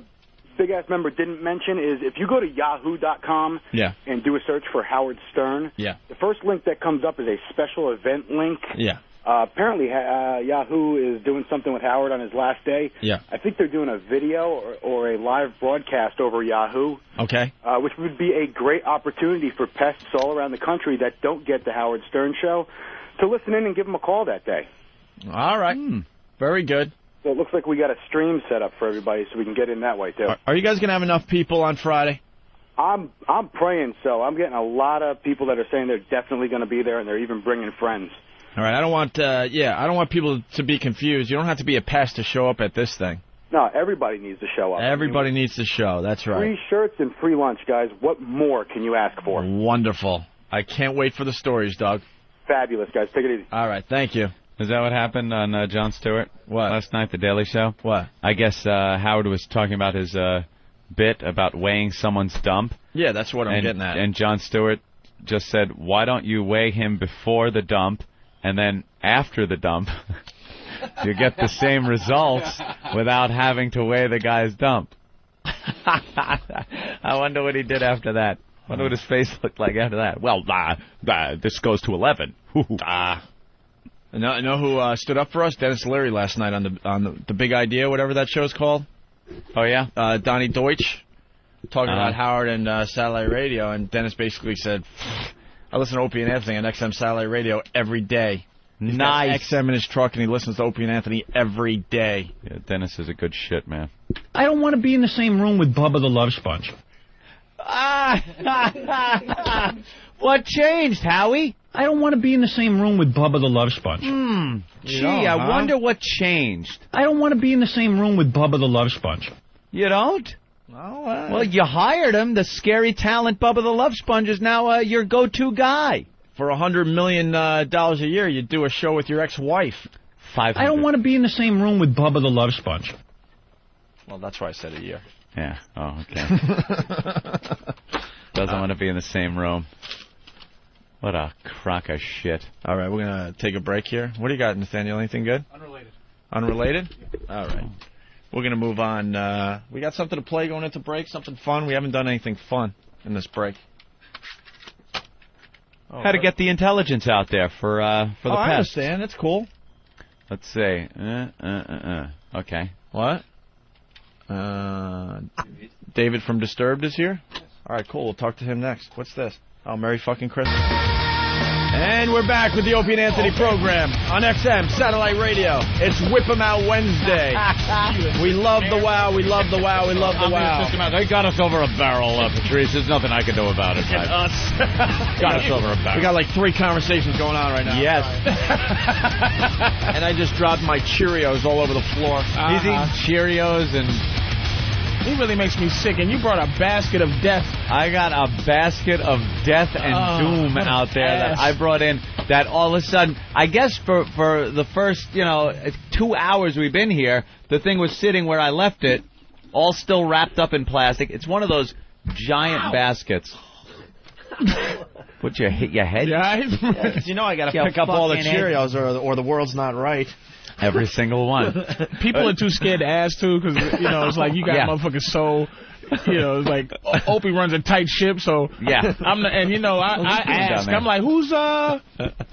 Speaker 31: big ass member didn't mention is if you go to yahoo.com
Speaker 3: Yeah.
Speaker 31: and do a search for Howard Stern,
Speaker 3: Yeah.
Speaker 31: the first link that comes up is a special event link.
Speaker 3: Yeah.
Speaker 31: Uh, apparently, uh, Yahoo is doing something with Howard on his last day.
Speaker 3: Yeah.
Speaker 31: I think they're doing a video or, or a live broadcast over Yahoo,
Speaker 3: Okay.
Speaker 31: uh, which would be a great opportunity for pests all around the country that don't get the Howard Stern show to listen in and give him a call that day.
Speaker 3: All right.
Speaker 31: Hmm.
Speaker 3: Very good.
Speaker 31: So it looks like we got a stream set up for everybody, so we can get in that way too.
Speaker 3: Are you guys gonna have enough people on Friday?
Speaker 31: I'm I'm praying so. I'm getting a lot of people that are saying they're definitely going to be there, and they're even bringing friends.
Speaker 3: All right. I don't want. Uh, yeah, I don't want people to be confused. You don't have to be a pest to show up at this thing.
Speaker 31: No, everybody needs to show up.
Speaker 3: Everybody needs to show. That's right.
Speaker 31: Free shirts and free lunch, guys. What more can you ask for?
Speaker 3: Wonderful. I can't wait for the stories, Doug.
Speaker 31: Fabulous, guys. Take it easy.
Speaker 3: All right. Thank you.
Speaker 4: Is that what happened on uh, John Stewart?
Speaker 3: What?
Speaker 4: Last night, The Daily Show?
Speaker 3: What?
Speaker 4: I guess uh, Howard was talking about his uh, bit about weighing someone's dump.
Speaker 3: Yeah, that's what I'm
Speaker 4: and,
Speaker 3: getting at.
Speaker 4: And John Stewart just said, why don't you weigh him before the dump and then after the dump? you get the same results without having to weigh the guy's dump. I wonder what he did after that. wonder what his face looked like after that. Well, uh, uh, this goes to 11. Ah.
Speaker 3: And know, know who uh, stood up for us? Dennis Leary last night on the on the, the Big Idea, whatever that show's called.
Speaker 4: Oh yeah.
Speaker 3: Uh, Donnie Deutsch talking
Speaker 4: Uh-huh.
Speaker 3: about Howard and uh, satellite radio, and Dennis basically said, "I listen to Opie and Anthony on XM satellite radio every day." He's got
Speaker 4: Nice.
Speaker 3: XM in his truck, and he listens to Opie and Anthony every day.
Speaker 4: Yeah, Dennis is a good shit man.
Speaker 30: I don't want to be in the same room with Bubba the Love Sponge.
Speaker 16: what changed, Howie?
Speaker 30: I don't want to be in the same room with Bubba the Love Sponge.
Speaker 16: Hmm.
Speaker 4: Gee, I wonder what changed.
Speaker 30: I don't want to be in the same room with Bubba the Love Sponge.
Speaker 4: You don't? well, uh, you hired him. The scary talent Bubba the Love Sponge is now uh, your go-to guy.
Speaker 3: For a hundred million uh, dollars a year, you do a show with your ex-wife.
Speaker 4: Five.
Speaker 30: I don't want to be in the same room with Bubba the Love Sponge.
Speaker 3: Well, that's why I said a year.
Speaker 4: Yeah. Oh, okay. Doesn't want to be in the same room. What a crock of shit.
Speaker 3: All right, we're gonna take a break here. What do you got, Nathaniel? Anything good? Unrelated. Unrelated? All right. We're gonna move on. Uh, we got something to play going into break. Something fun. We haven't done anything fun in this break.
Speaker 4: How to get the intelligence out there for uh, for the
Speaker 3: oh, I
Speaker 4: past.
Speaker 3: understand. That's cool.
Speaker 4: Let's see. Uh, uh, uh, uh. Okay.
Speaker 3: What? Uh, David from Disturbed is here. All right, cool. We'll talk to him next. What's this? Oh, Merry fucking Christmas. And we're back with the Opie and Anthony program on XM Satellite Radio. It's Whip 'em Out Wednesday. we love the wow. We love the wow. We love the wow.
Speaker 1: They got us over a barrel, uh, Patrice. There's nothing I can do about it. I- Got us over a barrel.
Speaker 3: We got like three conversations going on right now.
Speaker 1: Yes.
Speaker 3: and I just dropped my Cheerios all over the floor.
Speaker 2: He's eating
Speaker 4: Cheerios and.
Speaker 2: He really makes me sick, and you brought a basket of death.
Speaker 4: I got a basket of death and
Speaker 2: Oh,
Speaker 4: doom
Speaker 2: what an
Speaker 4: out there that
Speaker 2: ass.
Speaker 4: I brought in. That all of a sudden, I guess for for the first you know two hours we've been here, the thing was sitting where I left it, all still wrapped up in plastic. It's one of those giant baskets. What you hit your head?
Speaker 16: Yeah,
Speaker 3: you know I got
Speaker 16: Yeah,
Speaker 3: to pick up all the
Speaker 16: fucking Ed.
Speaker 3: Cheerios, or the, or the world's not right.
Speaker 4: Every single one.
Speaker 2: People are too scared to ask too, because you know it's like you got
Speaker 4: Yeah.
Speaker 2: motherfuckers so, you know, it's like O- Opie runs a tight ship, so
Speaker 4: Yeah.
Speaker 2: I'm not, and you know I,
Speaker 4: Don't
Speaker 2: I
Speaker 4: do that,
Speaker 2: ask,
Speaker 4: man.
Speaker 2: I'm like, who's uh,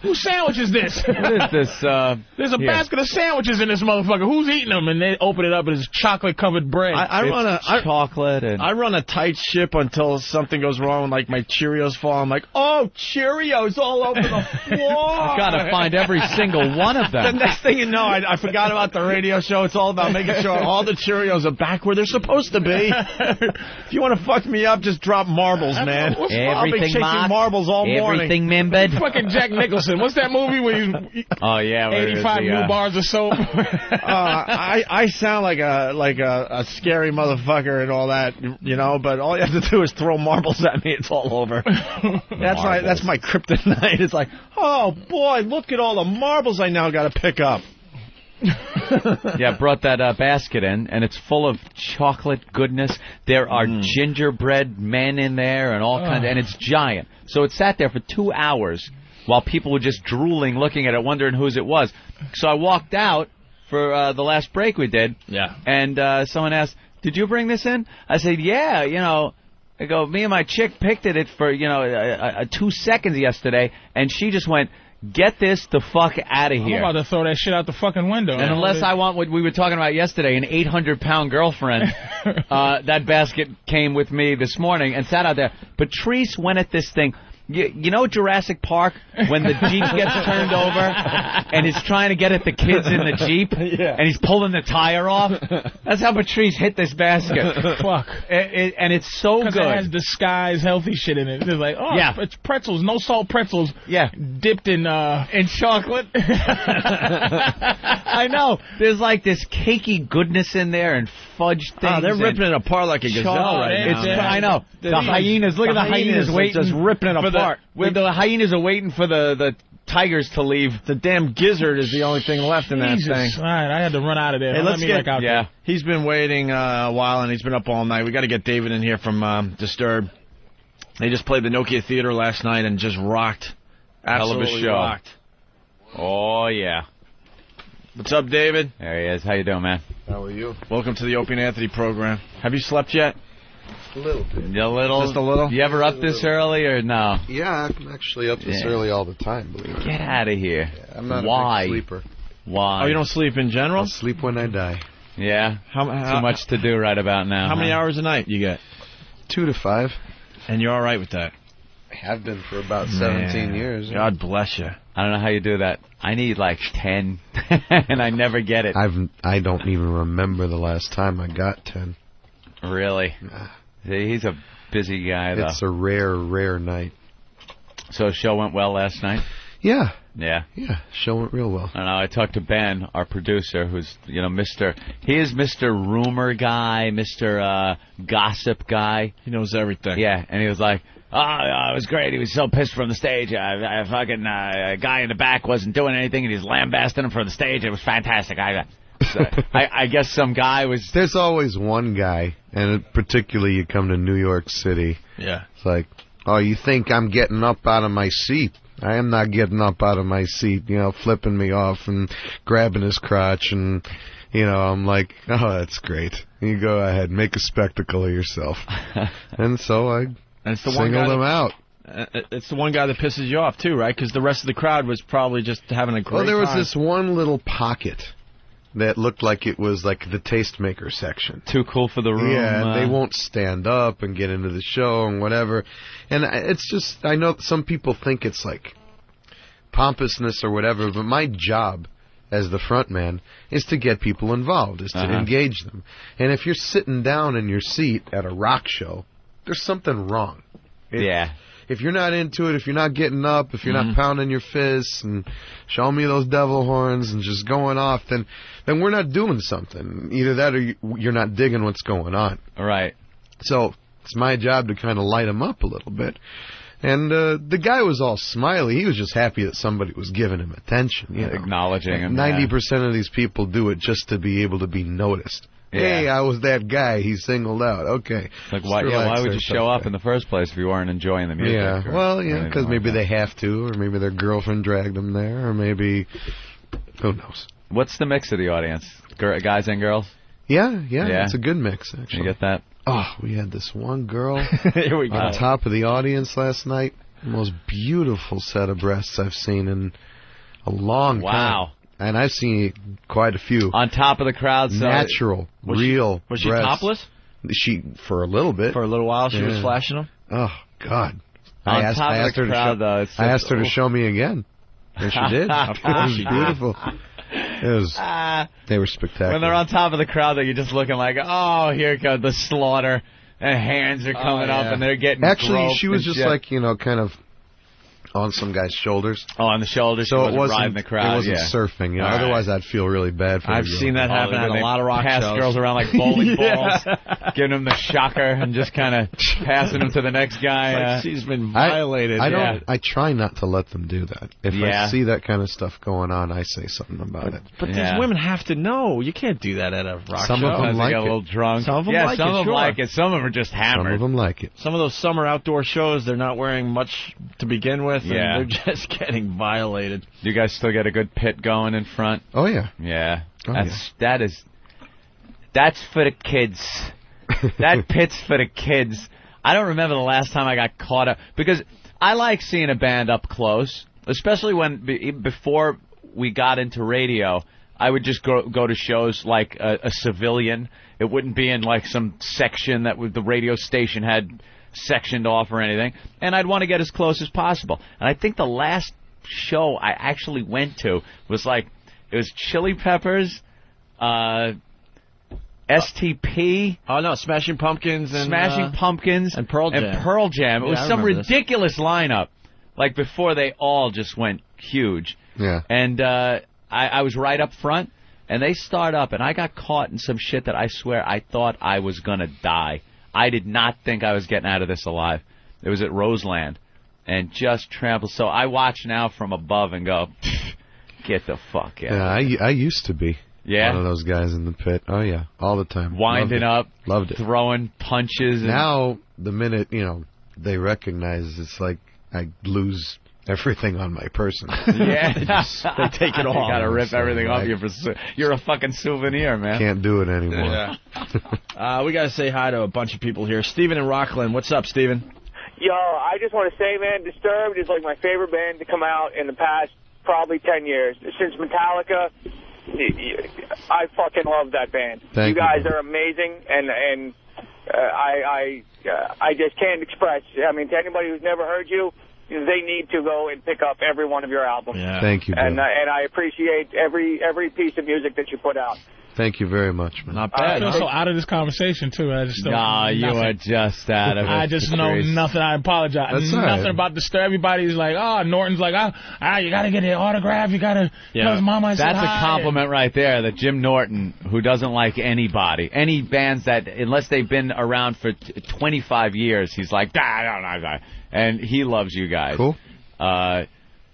Speaker 2: whose sandwich is this?
Speaker 4: What is this? Uh,
Speaker 2: There's a
Speaker 4: here?
Speaker 2: basket of sandwiches in this motherfucker. Who's eating them? And they open it up, and it's chocolate covered bread.
Speaker 3: I run a I,
Speaker 4: chocolate and
Speaker 3: I run a tight ship until something goes wrong, like my Cheerios fall. I'm like, oh, Cheerios all over the floor.
Speaker 4: I've gotta find every single one of them.
Speaker 3: The next thing you know, I, I forgot about the radio show. It's all about making sure all the Cheerios are back where they're supposed to be. if you want to fuck me up, just drop marbles, man.
Speaker 2: What's-
Speaker 3: I'll be chasing marbles all morning.
Speaker 2: Fucking Jack Nicholson. What's that movie where he's
Speaker 4: Oh yeah, where is
Speaker 2: 85
Speaker 4: the,
Speaker 2: new
Speaker 4: uh,
Speaker 2: bars of soap?
Speaker 3: uh, I I sound like a like a, a scary motherfucker and all that, you know. But all you have to do is throw marbles at me; it's all over. that's my that's my kryptonite. It's like, oh boy, look at all the marbles I now got to pick up.
Speaker 4: yeah, I brought that uh, basket in, and it's full of chocolate goodness. There are gingerbread men in there, and all kinds, and it's giant. So it sat there for two hours while people were just drooling, looking at it, wondering whose it was. So I walked out for uh, the last break we did. Yeah. And uh, someone asked, "Did you bring this in?" I said, "Yeah." You know. I go, me and my chick picked at it for, you know, uh, uh, two seconds yesterday, and she just went, get this the fuck out of
Speaker 2: I'm
Speaker 4: here.
Speaker 2: about to throw that shit out the fucking window.
Speaker 4: And unless I want what we were talking about yesterday, an 800 pound girlfriend, uh, that basket came with me this morning and sat out there. Patrice went at this thing. You, you know Jurassic Park when the jeep gets turned over and he's trying to get at the kids in the jeep and he's pulling the tire off. That's how Patrice hit this basket.
Speaker 2: Fuck.
Speaker 4: It, it, and it's so
Speaker 2: Because
Speaker 4: good.
Speaker 2: it has disguised healthy shit in it. It's like, oh,
Speaker 4: Yeah.
Speaker 2: it's pretzels, no salt pretzels.
Speaker 4: Yeah.
Speaker 2: Dipped in uh
Speaker 4: in chocolate. I know. There's like this cakey goodness in there and fudge things.
Speaker 3: Oh, they're
Speaker 4: and
Speaker 3: ripping it apart like a gazelle
Speaker 4: Chocolate.
Speaker 3: right now.
Speaker 4: It's- I know. The, hyenas. Look at the hyenas,
Speaker 3: are
Speaker 4: waiting.
Speaker 3: just ripping it
Speaker 4: for the-
Speaker 3: apart.
Speaker 4: with the hyenas are waiting for the the tigers to leave.
Speaker 3: The damn gizzard is the only thing left in
Speaker 2: Jesus.
Speaker 3: that thing.
Speaker 2: All right, I had to run out of there.
Speaker 3: Hey,
Speaker 2: Don't
Speaker 3: let's
Speaker 2: let me
Speaker 3: get.
Speaker 2: back out
Speaker 3: yeah,
Speaker 2: there.
Speaker 3: he's been waiting uh, a while and he's been up all night. We got to get David in here from um, Disturbed. They just played the Nokia Theater last night and just rocked.
Speaker 4: Hell of a
Speaker 3: Absolutely
Speaker 4: show.
Speaker 3: rocked.
Speaker 4: Oh yeah.
Speaker 3: What's up, David?
Speaker 4: There he is. How you doing, man?
Speaker 3: How are you? Welcome to the Opie and Anthony program. Have you slept yet?
Speaker 32: A little bit.
Speaker 4: You a little.
Speaker 32: Just a little?
Speaker 4: You ever up this early or no?
Speaker 32: Yeah, I'm actually up this
Speaker 4: Yeah.
Speaker 32: early all the time. Believe it. or
Speaker 4: Get
Speaker 32: not.
Speaker 4: out of here.
Speaker 32: I'm not
Speaker 4: Why?
Speaker 32: a big sleeper.
Speaker 4: Why?
Speaker 32: Oh, you don't
Speaker 3: sleep in general?
Speaker 32: I'll sleep when I die.
Speaker 4: Yeah.
Speaker 32: how-
Speaker 4: Too much to do right about now.
Speaker 32: how many
Speaker 4: huh?
Speaker 3: hours a night you get?
Speaker 32: Two to five.
Speaker 3: And you're all right with that?
Speaker 32: have been for about 17
Speaker 4: Man.
Speaker 32: years.
Speaker 4: God bless you. I don't know how you do that. I need like ten, and I never get it.
Speaker 32: I've I don't even remember the last time I got 10.
Speaker 4: Really? See, he's a busy guy though.
Speaker 32: It's a rare rare night.
Speaker 4: so show went well last night.
Speaker 32: Yeah.
Speaker 4: Yeah.
Speaker 32: Yeah, show went real well.
Speaker 4: I know. I talked to Ben, our producer, who's you know Mister. He is Mister Rumor guy, Mister uh, Gossip guy. He knows everything. Yeah, and he was like, "Ah, oh, it was great. He was so pissed from the stage. I, I fucking uh, a guy in the back wasn't doing anything, and he's lambasting him from the stage. It was fantastic. I, so, I, I guess some guy was.
Speaker 32: There's always one guy, and it- particularly you come to New York City.
Speaker 4: Yeah.
Speaker 32: It's like, oh, you think I'm getting up out of my seat? I am not getting up out of my seat. You know, flipping me off and grabbing his crotch, and you know, I'm like, oh, that's great. You go ahead, make a spectacle of yourself. and so I
Speaker 3: it's the one
Speaker 32: singled
Speaker 3: guy
Speaker 32: him
Speaker 3: that-
Speaker 32: out.
Speaker 3: Uh, it's the one guy that pisses you off too, right? Because the rest of the crowd was probably just having a great.
Speaker 32: Well, Oh, there was
Speaker 3: time.
Speaker 32: this one little pocket that looked like it was like the tastemaker section.
Speaker 4: Too cool for the room.
Speaker 32: Yeah, and they
Speaker 4: uh,
Speaker 32: won't stand up and get into the show and whatever. And I- it's just, I know some people think it's like pompousness or whatever, but my job as the front man is to get people involved, is to
Speaker 33: Uh-huh.
Speaker 32: engage them. And if you're sitting down in your seat at a rock show, there's something wrong. It-
Speaker 4: Yeah. Mm-hmm.
Speaker 32: If you're not into it, if you're not getting up, if you're not pounding your fists and showing me those devil horns and just going off, then then we're not doing something. Either that or you- you're not digging what's going on.
Speaker 4: Right.
Speaker 32: So it's my job to kind of light them up a little bit. And uh, the guy was all smiley. He was just happy that somebody was giving him attention. You know?
Speaker 4: Acknowledging him, yeah.
Speaker 32: Ninety percent of these people do it just to be able to be noticed.
Speaker 4: Yeah.
Speaker 32: Hey, I was that guy. He singled out. Okay.
Speaker 4: Like
Speaker 32: Just
Speaker 4: why? Yeah,
Speaker 32: relax
Speaker 4: why would
Speaker 32: there,
Speaker 4: you
Speaker 32: son.
Speaker 4: show up in the first place if you weren't enjoying the music?
Speaker 32: Yeah.
Speaker 4: or
Speaker 32: well, yeah,
Speaker 4: anything
Speaker 32: because
Speaker 4: like
Speaker 32: maybe
Speaker 4: that?
Speaker 32: they have to, or maybe their girlfriend dragged them there, or maybe who knows.
Speaker 4: What's the mix of the audience? Gir guys and girls.
Speaker 32: Yeah, yeah,
Speaker 4: Yeah.
Speaker 32: it's a good mix
Speaker 4: You
Speaker 32: actually.
Speaker 4: get that?
Speaker 32: Oh, we had this one girl
Speaker 4: Here we
Speaker 32: on
Speaker 4: go.
Speaker 32: top of the audience last night. Most beautiful set of breasts I've seen in a long
Speaker 4: Wow.
Speaker 32: time. And I've seen quite a few.
Speaker 4: On top of the crowd, so
Speaker 32: Natural,
Speaker 4: Was she-
Speaker 32: real.
Speaker 4: was she
Speaker 32: breasts.
Speaker 4: topless?
Speaker 32: She for a little bit. For a little while,
Speaker 4: she was flashing
Speaker 32: 'em? Oh God! I
Speaker 4: On
Speaker 32: asked,
Speaker 4: top
Speaker 32: I
Speaker 4: of the
Speaker 32: asked her
Speaker 4: crowd,
Speaker 32: to show,
Speaker 4: though, it's
Speaker 32: I
Speaker 4: just-
Speaker 32: asked her to show me again, and she did.
Speaker 4: Of
Speaker 32: it
Speaker 4: course
Speaker 32: was
Speaker 4: she did. Uh,
Speaker 32: beautiful. It was. they were spectacular.
Speaker 4: When they're on top of the crowd, though, you're just looking like, oh, here goes the slaughter. And hands are coming up, and they're getting
Speaker 32: Actually,
Speaker 4: groped
Speaker 32: she was
Speaker 4: and
Speaker 32: just
Speaker 4: shit.
Speaker 32: like you know, kind of on some guy's shoulders.
Speaker 4: Oh, on the shoulders.
Speaker 32: So
Speaker 4: she
Speaker 32: it
Speaker 4: wasn't,
Speaker 32: wasn't
Speaker 4: riding the crowd.
Speaker 32: It wasn't
Speaker 4: yeah.
Speaker 32: surfing. You know,
Speaker 4: All right.
Speaker 32: Otherwise, I'd feel really bad for. Oh,
Speaker 4: I've
Speaker 32: the girl.
Speaker 4: seen that happen at a lot of rock
Speaker 32: pass
Speaker 4: shows.
Speaker 32: girls around
Speaker 4: like bowling
Speaker 32: Yeah.
Speaker 4: balls, giving them the shocker, and just kind of passing them to the next guy. uh,
Speaker 32: I-
Speaker 4: violated.
Speaker 32: I,
Speaker 4: Yeah.
Speaker 32: don't. I try not to let them do that. If
Speaker 4: Yeah.
Speaker 32: I see that kind of stuff going on, I say something about it.
Speaker 3: But these women have to know. You can't do that at a rock
Speaker 32: Some
Speaker 3: show.
Speaker 32: of them
Speaker 3: Sometimes they
Speaker 32: like
Speaker 3: get a
Speaker 32: it.
Speaker 3: little drunk. Some of them
Speaker 4: yeah,
Speaker 3: like
Speaker 4: some
Speaker 3: it.
Speaker 4: of them
Speaker 3: sure.
Speaker 4: like it. Some of them are just hammered.
Speaker 32: Some of them like it.
Speaker 3: Some of those summer outdoor shows, they're not wearing much to begin with,
Speaker 4: Yeah.
Speaker 3: and they're just getting violated.
Speaker 4: You guys still get a good pit going in front.
Speaker 32: Oh yeah.
Speaker 4: Yeah.
Speaker 32: Oh,
Speaker 4: that's that is that's for the kids. that pit's for the kids. I don't remember the last time I got caught up because I like seeing a band up close, especially when be, before we got into radio. I would just go go to shows like a, a civilian. It wouldn't be in like some section that would, the radio station had sectioned off or anything. And I'd want to get as close as possible. And I think the last show I actually went to was like it was Chili Peppers, uh, STP.
Speaker 3: Oh no, Smashing Pumpkins and
Speaker 4: Smashing
Speaker 3: uh,
Speaker 4: Pumpkins and
Speaker 3: Pearl Jam.
Speaker 4: and Pearl Jam. It
Speaker 3: Yeah,
Speaker 4: was
Speaker 3: I
Speaker 4: some
Speaker 3: remember this.
Speaker 4: ridiculous lineup. Like before they all just went huge.
Speaker 32: Yeah.
Speaker 4: And uh, I, I was right up front, and they start up, and I got caught in some shit that I swear I thought I was gonna die. I did not think I was getting out of this alive. It was at Roseland, and just trampled. So I watch now from above and go, get the fuck out.
Speaker 32: Yeah, I, I used to be
Speaker 4: Yeah?
Speaker 32: one of those guys in the pit. Oh yeah, all the time.
Speaker 4: Winding up,
Speaker 32: Loved it. loved it.
Speaker 4: throwing punches. And
Speaker 32: Now the minute you know they recognize, it's like I lose everything on my person.
Speaker 4: Yeah,
Speaker 32: Just-
Speaker 4: they take it
Speaker 32: all.
Speaker 4: You gotta rip
Speaker 32: So,
Speaker 4: everything off
Speaker 32: like-
Speaker 4: you for. sou- You're a fucking souvenir, man.
Speaker 32: Can't do it anymore.
Speaker 3: Yeah. uh, we gotta say hi to a bunch of people here. Steven in Rockland, what's up, Steven?
Speaker 7: Yo, I just want to say, man, Disturbed is like my favorite band to come out in the past probably 10 years. Since Metallica, I fucking love that band.
Speaker 32: Thank
Speaker 7: you
Speaker 32: you,
Speaker 7: guys
Speaker 32: brother.
Speaker 7: are amazing, and and uh, I, I uh, I just can't express. I mean, to anybody who's never heard you, they need to go and pick up every one of your albums.
Speaker 32: Thank you, Bill.
Speaker 7: And uh, and I appreciate every every piece of music that you put out.
Speaker 32: Thank you very much, man. Not
Speaker 2: I feel so out of this conversation too. I just don't.
Speaker 4: Nah, you
Speaker 2: nothing.
Speaker 4: are just out of it.
Speaker 2: I just know
Speaker 4: Grace.
Speaker 2: nothing. I apologize.
Speaker 4: That's all right.
Speaker 2: nothing about the story. Everybody's like, oh, Norton's like, ah, ah, you gotta get an autograph. You gotta. tell his mama I said
Speaker 4: That's
Speaker 2: hi.
Speaker 4: a compliment right there that Jim Norton, who doesn't like anybody, any bands that, unless they've been around for t- 25 years, he's like, "Ah, I don't know, guy." And he loves you guys. Cool. Uh,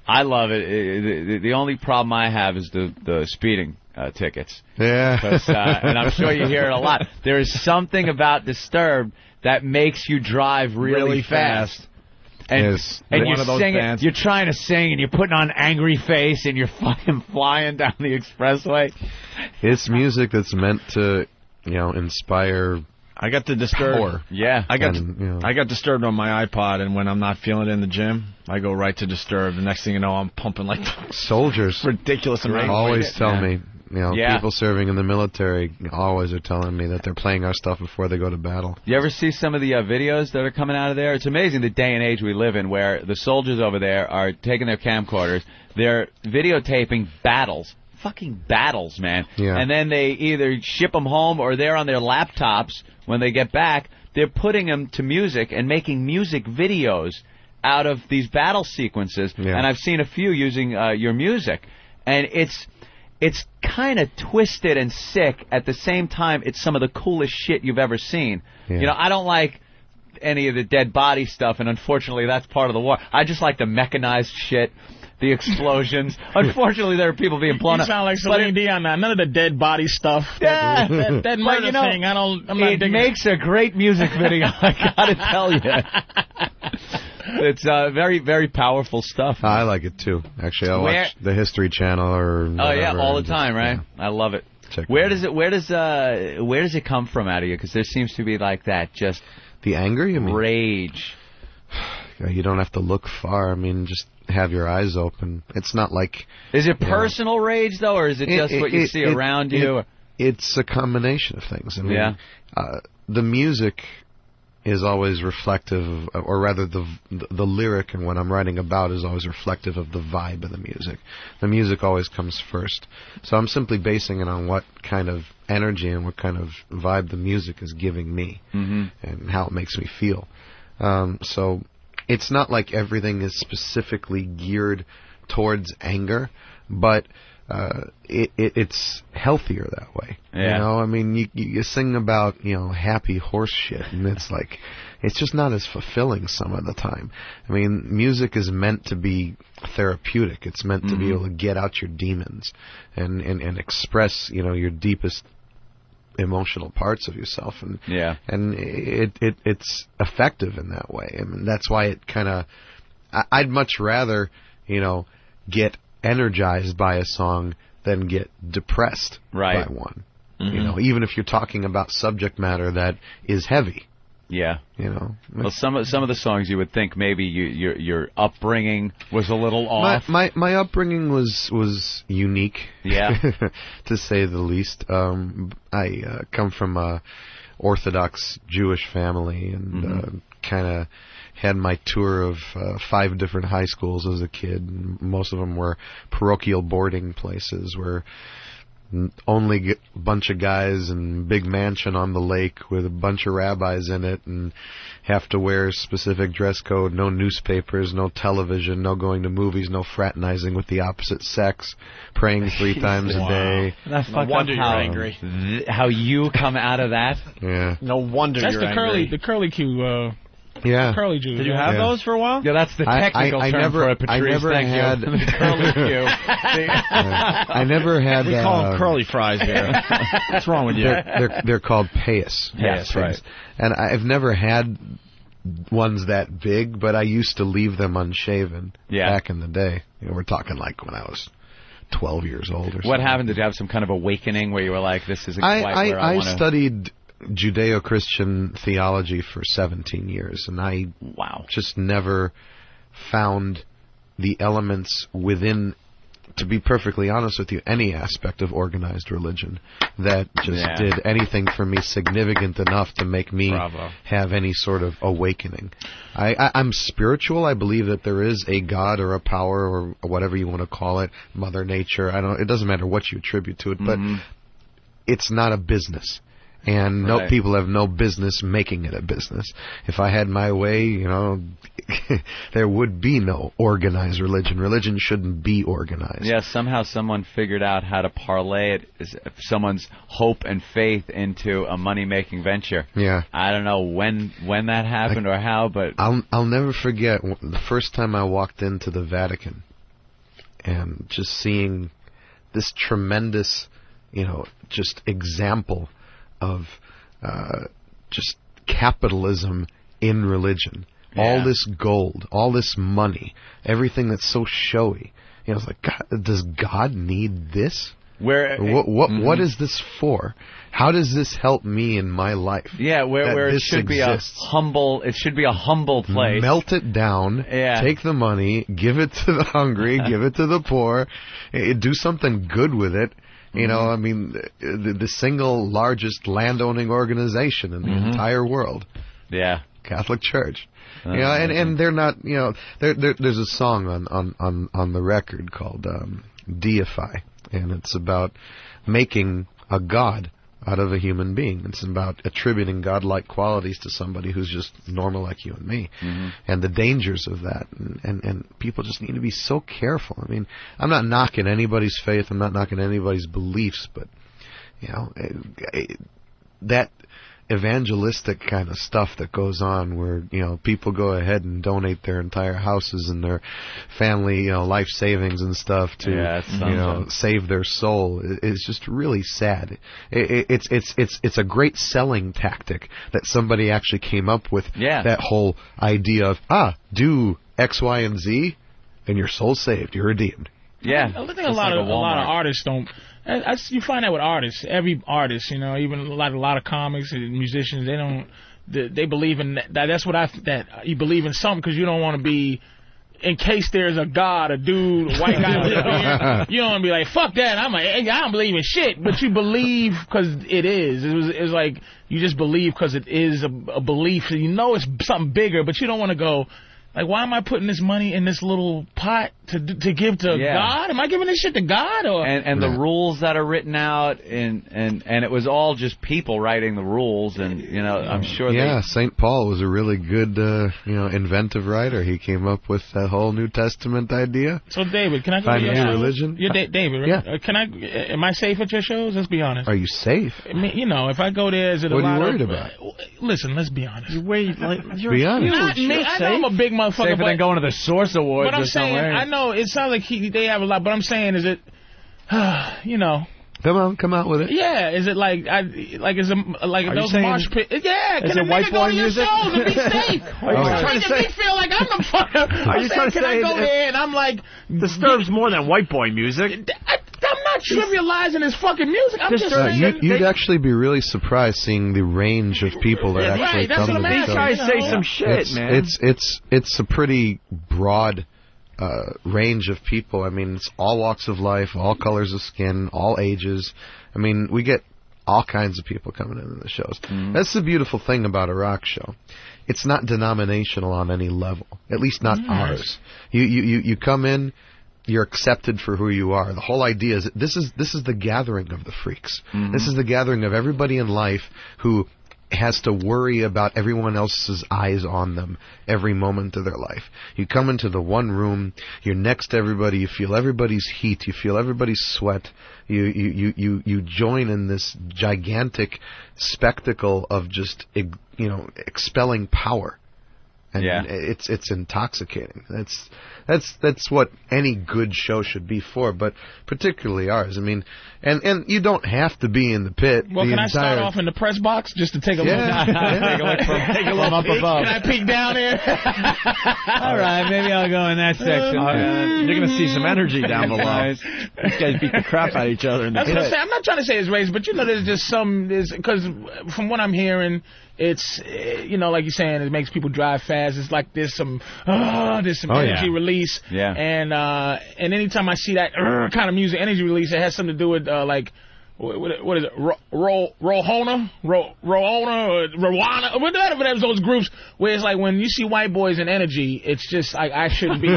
Speaker 4: I love it. I- I- The only problem I have is the, the speeding uh, tickets.
Speaker 32: Yeah.
Speaker 4: 'Cause, uh, and I'm sure you hear it a lot. There is something about Disturbed that makes you drive really,
Speaker 3: Really
Speaker 4: fast.
Speaker 3: fast.
Speaker 4: And,
Speaker 3: Yes.
Speaker 4: and
Speaker 3: One
Speaker 4: you
Speaker 3: of those
Speaker 4: sing it,
Speaker 3: bands.
Speaker 4: you're trying to sing and you're putting on angry face and you're fucking flying down the expressway.
Speaker 32: It's music that's meant to, you know, inspire.
Speaker 3: I got the disturbed.
Speaker 4: Yeah,
Speaker 3: I got
Speaker 32: And, you know.
Speaker 3: I got disturbed on my iPod, and when I'm not feeling it in the gym, I go right to disturbed. The next thing you know, I'm pumping like
Speaker 32: soldiers.
Speaker 3: Ridiculous amount. of
Speaker 32: always
Speaker 3: weight.
Speaker 32: tell
Speaker 3: Yeah.
Speaker 32: me, you know,
Speaker 3: Yeah.
Speaker 32: people serving in the military always are telling me that they're playing our stuff before they go to battle.
Speaker 4: You ever see some of the uh, videos that are coming out of there? It's amazing the day and age we live in where the soldiers over there are taking their camcorders, they're videotaping battles. Fucking battles, man.
Speaker 32: Yeah.
Speaker 4: And then they either ship them home or they're on their laptops when they get back. They're putting them to music and making music videos out of these battle sequences. And I've seen a few using uh, your music. And it's it's kind of twisted and sick. At the same time, it's some of the coolest shit you've ever seen. You know, I don't like any of the dead body stuff, and unfortunately, that's part of the war. I just like the mechanized shit, the explosions. unfortunately, there are people being blown
Speaker 2: You
Speaker 4: up.
Speaker 2: sound like
Speaker 4: But
Speaker 2: Celine Dion now. None of the dead body stuff.
Speaker 4: Yeah.
Speaker 2: that, that, that
Speaker 4: But,
Speaker 2: murder
Speaker 4: you know,
Speaker 2: thing. I don't. I'm not
Speaker 4: it
Speaker 2: digging
Speaker 4: makes a great music video. I gotta tell you, it's uh, very, very powerful stuff.
Speaker 32: I like it too. Actually, I
Speaker 4: Where-
Speaker 32: watch the History Channel or.
Speaker 4: Oh yeah, all the time, right? I love it. where does it? Where does uh? Where does it come from out of you? Because there seems to be like that, just
Speaker 32: the anger, you mean?
Speaker 4: rage.
Speaker 32: You don't have to look far. I mean, just have your eyes open. It's not like.
Speaker 4: Is it
Speaker 32: Yeah.
Speaker 4: personal rage though, or is it just what you
Speaker 32: it-
Speaker 4: see
Speaker 32: it-
Speaker 4: around
Speaker 32: it-
Speaker 4: you?
Speaker 32: it's a combination of things. I mean,
Speaker 4: Yeah.
Speaker 32: uh, the music is always reflective, of, or rather, the the lyric and what I'm writing about is always reflective of the vibe of the music. The music always comes first, so I'm simply basing it on what kind of energy and what kind of vibe the music is giving me
Speaker 4: Mm-hmm.
Speaker 32: and how it makes me feel. Um, so it's not like everything is specifically geared towards anger, but uh, it, it, it's healthier that way.
Speaker 4: Yeah.
Speaker 32: You know, I mean, you, you you sing about you know happy horse shit, and it's like it's just not as fulfilling some of the time. I mean, music is meant to be therapeutic. It's meant
Speaker 4: Mm-hmm.
Speaker 32: to be able to get out your demons and and and express you know your deepest emotional parts of yourself and
Speaker 4: Yeah.
Speaker 32: and it, it it's effective in that way. I mean, that's why it kind of. I'd much rather, you know, get energized by a song than get depressed
Speaker 4: Right. Mm-hmm.
Speaker 32: by one. You know, even if you're talking about subject matter that is heavy.
Speaker 4: Yeah.
Speaker 32: You know,
Speaker 4: Well, some of some of the songs you would think maybe you, your your upbringing was a little
Speaker 32: my,
Speaker 4: off.
Speaker 32: my my upbringing was was unique.
Speaker 4: Yeah.
Speaker 32: to say the least. Um, I uh, come from a Orthodox Jewish family and uh, kind of had my tour of uh, five different high schools as a kid. And most of them were parochial boarding places where n- only g- bunch of guys and big mansion on the lake with a bunch of rabbis in it and have to wear specific dress code, no newspapers, no television, no going to movies, no fraternizing with the opposite sex, praying three times a day.
Speaker 4: That's fucked up how, th- how you come out of that?
Speaker 32: Yeah.
Speaker 3: No wonder
Speaker 2: That's
Speaker 3: you're
Speaker 2: the curly,
Speaker 3: angry.
Speaker 2: the curly Q. Uh,
Speaker 32: Yeah.
Speaker 2: curly Jews.
Speaker 3: Did you have
Speaker 32: Yeah.
Speaker 3: those for a while?
Speaker 4: Yeah, that's the
Speaker 32: I-
Speaker 4: technical
Speaker 32: I, I
Speaker 4: term
Speaker 32: never,
Speaker 4: for it, Patrice.
Speaker 32: I never
Speaker 4: Thank
Speaker 32: had,
Speaker 4: you. The curly Q.
Speaker 32: I never had.
Speaker 3: We call 'em
Speaker 32: uh,
Speaker 3: curly fries here. What's wrong with you?
Speaker 32: They're, they're, they're called payas.
Speaker 3: Yeah, that's
Speaker 32: Things.
Speaker 3: right.
Speaker 32: And I've never had ones that big, but I used to leave them unshaven
Speaker 4: Yeah.
Speaker 32: back in the day. You know, we're talking like when I was 12 years old or something.
Speaker 4: What happened? Did you have some kind of awakening where you were like, "This isn't
Speaker 32: I,
Speaker 4: quite
Speaker 32: I,
Speaker 4: where I,
Speaker 32: I
Speaker 4: want to"?
Speaker 32: studied Judeo-Christian theology for 17 years, and I wow just never found the elements within to be perfectly honest with you, any aspect of organized religion that just
Speaker 4: Yeah.
Speaker 32: did anything for me significant enough to make me have any sort of awakening. I, I, I'm spiritual. I believe that there is a God or a power or whatever you want to call it, Mother Nature. I don't. It doesn't matter what you attribute to it, but it's not a business. And no
Speaker 4: Right.
Speaker 32: people have no business making it a business. If I had my way, you know, there would be no organized religion. Religion shouldn't be organized.
Speaker 4: Yeah, somehow someone figured out how to parlay it, is- someone's hope and faith into a money-making venture.
Speaker 32: Yeah.
Speaker 4: I don't know when when that happened or how, but
Speaker 32: I'll I'll never forget w- the first time I walked into the Vatican, and just seeing this tremendous, you know, just example of uh, just capitalism in religion. All this gold, all this money, everything that's so showy. You know, I was like, God, does God need this?
Speaker 4: Where
Speaker 32: what what, what
Speaker 4: Mhm.
Speaker 32: is this for? How does this help me in my life?
Speaker 4: yeah, where
Speaker 32: that
Speaker 4: where it
Speaker 32: this
Speaker 4: should
Speaker 32: exists.
Speaker 4: be a humble, it should be a humble place.
Speaker 32: Mm-hmm. Melt it down.
Speaker 4: Yeah.
Speaker 32: Take the money. Give it to the hungry. give it to the poor. eh, do something good with it.
Speaker 4: Mm-hmm.
Speaker 32: You know, I mean, eh, the, the single largest landowning organization in the entire world,
Speaker 4: Mm-hmm. Yeah.
Speaker 32: Catholic Church.
Speaker 4: Oh,
Speaker 32: you know, and, and they're not. You know, there there- there's a song on on on on the record called um, "Deify," and it's about making a god out of a human being. It's about attributing godlike qualities to somebody who's just normal like you and me Mm-hmm. and the dangers of that and, and and people just need to be so careful i mean i'm not knocking anybody's faith i'm not knocking anybody's beliefs but you know it, it, that evangelistic kind of stuff that goes on where you know people go ahead and donate their entire houses and their family you know life savings and stuff to
Speaker 4: Yeah, it's
Speaker 32: you know
Speaker 4: something.
Speaker 32: save their soul i- is just really sad it, it, it's it's it's it's a great selling tactic that somebody actually came up with
Speaker 4: Yeah.
Speaker 32: that whole idea of ah do x y and z and your soul's saved you're redeemed
Speaker 4: Yeah,
Speaker 2: I think
Speaker 4: just
Speaker 2: a lot
Speaker 4: like a
Speaker 2: of a, lot
Speaker 4: Walmart.
Speaker 2: of artists don't. I, I, you find that with artists, every artist, you know, even a lot a lot of comics and musicians, they don't. They, they believe in that. That's what I that you believe in something because you don't want to be. In case there's a god, a dude, a white guy, with a beard, you don't want to be like, "Fuck that!" I'm like, "Hey, I don't believe in shit," but you believe because it is. It was, it was like you just believe because it is a, a belief. You know it's something bigger, but you don't want to go. Like, why am I putting this money in this little pot to to give to
Speaker 4: Yeah.
Speaker 2: God? Am I giving this shit to God or?
Speaker 4: and and the rules that are written out and and and it was all just people writing the rules and you know I'm sure
Speaker 32: yeah st paul was a really good uh, you know inventive writer he came up with that whole new testament idea
Speaker 2: so David, can I go
Speaker 32: Find
Speaker 2: to your
Speaker 32: a new
Speaker 2: show?
Speaker 32: religion?
Speaker 2: You're da- David, right?
Speaker 32: Yeah.
Speaker 2: Uh, Can I? Am I safe at your shows? Let's be honest.
Speaker 32: are you safe
Speaker 2: I mean, you know, if I go there, is it a
Speaker 32: What
Speaker 2: lot
Speaker 32: are you worried
Speaker 2: of,
Speaker 32: about?
Speaker 2: Listen, let's be honest. Wait, like,
Speaker 32: you're Be honest.
Speaker 2: Not
Speaker 32: huge.
Speaker 2: me.
Speaker 32: You're
Speaker 2: I know I'm a big motherfucker.
Speaker 4: Safer
Speaker 2: but,
Speaker 4: than going to the Source Awards
Speaker 2: But I'm
Speaker 4: or
Speaker 2: saying,
Speaker 4: somewhere.
Speaker 2: I know it sounds like he, they have a lot, but I'm saying, is it? you know.
Speaker 32: come on come out with it
Speaker 2: Yeah, is it like I like is a like
Speaker 32: Are you
Speaker 2: those
Speaker 32: saying-
Speaker 2: marsh pit? Yeah,
Speaker 32: Is
Speaker 2: can a
Speaker 32: it white
Speaker 2: nigga
Speaker 32: boy
Speaker 2: go to your
Speaker 32: music?
Speaker 2: shows and be safe?
Speaker 32: Are you
Speaker 2: It's
Speaker 32: trying to
Speaker 2: making
Speaker 32: say-
Speaker 2: me feel like I'm the fucker?
Speaker 3: Are
Speaker 2: I'm
Speaker 3: you
Speaker 2: saying,
Speaker 3: trying to
Speaker 2: can
Speaker 3: say
Speaker 2: I go
Speaker 3: it-
Speaker 2: there and I'm like
Speaker 3: Disturbs more than white boy music.
Speaker 2: I'm not trivializing his fucking music. I'm just
Speaker 32: Uh,
Speaker 2: saying.
Speaker 32: you, you'd actually be really surprised seeing the range of people that
Speaker 2: Yeah,
Speaker 32: actually
Speaker 2: right, that's
Speaker 32: come
Speaker 2: what
Speaker 32: to the
Speaker 2: I'm
Speaker 32: show.
Speaker 2: asking, These guys say some shit,
Speaker 32: it's,
Speaker 2: man.
Speaker 32: It's it's it's a pretty broad uh, range of people. I mean, it's all walks of life, all colors of skin, all ages. I mean, we get all kinds of people coming into the shows.
Speaker 2: Mm-hmm.
Speaker 32: That's the beautiful thing about a rock show. It's not denominational on any level, at least not
Speaker 2: Mm-hmm.
Speaker 4: Nice.
Speaker 32: ours. You you you you come in. You're accepted for who you are. The whole idea is this is this is the gathering of the freaks. This is the gathering of everybody in life who has to worry about everyone else's eyes on them every moment of their life. You come into the one room, you're next to everybody, you feel everybody's heat, you feel everybody's sweat. You you you you, you join in this gigantic spectacle of just ex- you know expelling power. And
Speaker 4: Yeah.
Speaker 32: it's it's intoxicating. That's that's that's what any good show should be for, but particularly ours. I mean, and and you don't have to be in the pit.
Speaker 2: Well,
Speaker 32: the
Speaker 2: can
Speaker 32: entire
Speaker 2: I start off in the press box just to take a
Speaker 32: Yeah,
Speaker 2: look?
Speaker 32: yeah. Take a look from- take a look up above.
Speaker 2: Can I peek down there?
Speaker 4: All right, maybe I'll go in that
Speaker 2: section.
Speaker 3: you're gonna see some energy down below. These guys beat the crap out of each other in the
Speaker 2: I was gonna
Speaker 3: pit.
Speaker 2: say, I'm not trying to say it's race, but you know, there's just some, because from what I'm hearing, It's eh, you know like you're saying it makes people drive fast. It's like there's some uh, there's some
Speaker 4: Oh, yeah.
Speaker 2: energy release.
Speaker 4: Yeah.
Speaker 2: And uh, and anytime I see that uh, kind of music energy release, it has something to do with uh, like. wh- What, what is it? Ro, Ro, Rohona? Ro, Rohona? Or Rowana? Whatever that- those groups where it's like when you see white boys in energy, it's just like I shouldn't be.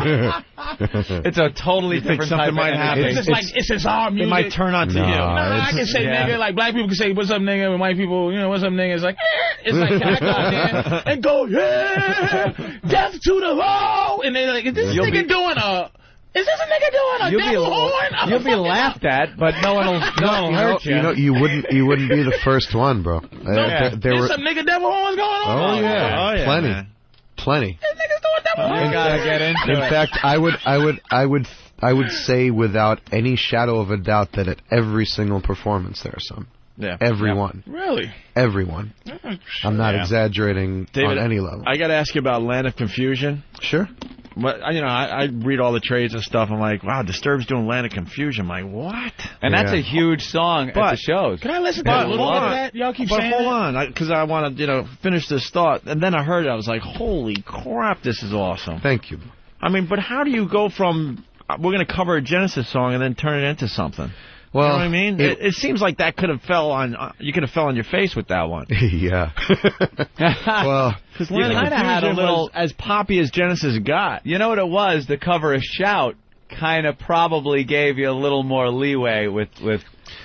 Speaker 4: it's a totally
Speaker 2: You think
Speaker 4: different
Speaker 2: something
Speaker 4: type
Speaker 2: might
Speaker 4: of
Speaker 2: happen.
Speaker 4: energy.
Speaker 2: It's just like- it's just our music.
Speaker 4: No,
Speaker 2: Nah, I
Speaker 4: it's-
Speaker 2: can say
Speaker 4: yeah.
Speaker 2: nigga. Like black people can say what's up nigga, and white people, you know, what's up nigga. It's like eh, it's like can I go out there and go yeah, death to the law, and they're like, is this
Speaker 4: You'll
Speaker 2: nigga
Speaker 4: be-
Speaker 2: doing a? Is this a nigga doing a
Speaker 4: You'll be
Speaker 2: devil
Speaker 4: la-
Speaker 2: horn? I'm
Speaker 4: you'll be
Speaker 2: fucking-
Speaker 4: laughed at, but no one will no one will hurt you.
Speaker 32: You know, you wouldn't you wouldn't be the first one, bro. Uh,
Speaker 2: No,
Speaker 32: there- there
Speaker 2: there's
Speaker 32: were-
Speaker 2: some nigga devil horns going on.
Speaker 32: oh, yeah. plenty, plenty.
Speaker 4: You gotta get into
Speaker 32: In
Speaker 4: it.
Speaker 32: fact, I would, I would, I would, I would say without any shadow of a doubt that at every single performance there are some.
Speaker 3: Yeah.
Speaker 32: Everyone.
Speaker 2: Really?
Speaker 32: Everyone. I'm not
Speaker 3: Yeah.
Speaker 32: exaggerating
Speaker 3: David,
Speaker 32: on any level.
Speaker 3: I got to ask you about Land of Confusion.
Speaker 32: Sure.
Speaker 3: But I- you know, I, I read all the trades and stuff. I'm like, wow, Disturbed's doing Land of Confusion. I'm like, what?
Speaker 4: And that's a huge song at
Speaker 3: But-
Speaker 4: the shows.
Speaker 3: Can
Speaker 2: I listen
Speaker 3: But
Speaker 4: People love it.
Speaker 3: but hold on, because I, want to, you know, finish this thought. And then I heard it, I was like, holy crap, this is awesome.
Speaker 32: Thank you.
Speaker 3: I mean, but how do you go from uh, we're going to cover a Genesis song and then turn it into something?
Speaker 32: Well,
Speaker 3: you know what I mean,
Speaker 32: it-
Speaker 3: it, it seems like that could have fell on uh, you could have fell on your face with that one.
Speaker 32: yeah. well,
Speaker 3: because
Speaker 4: You kinda had a little-
Speaker 3: as poppy as Genesis got.
Speaker 4: You know what it was? The cover of Shout kind of probably gave you a little more leeway with with.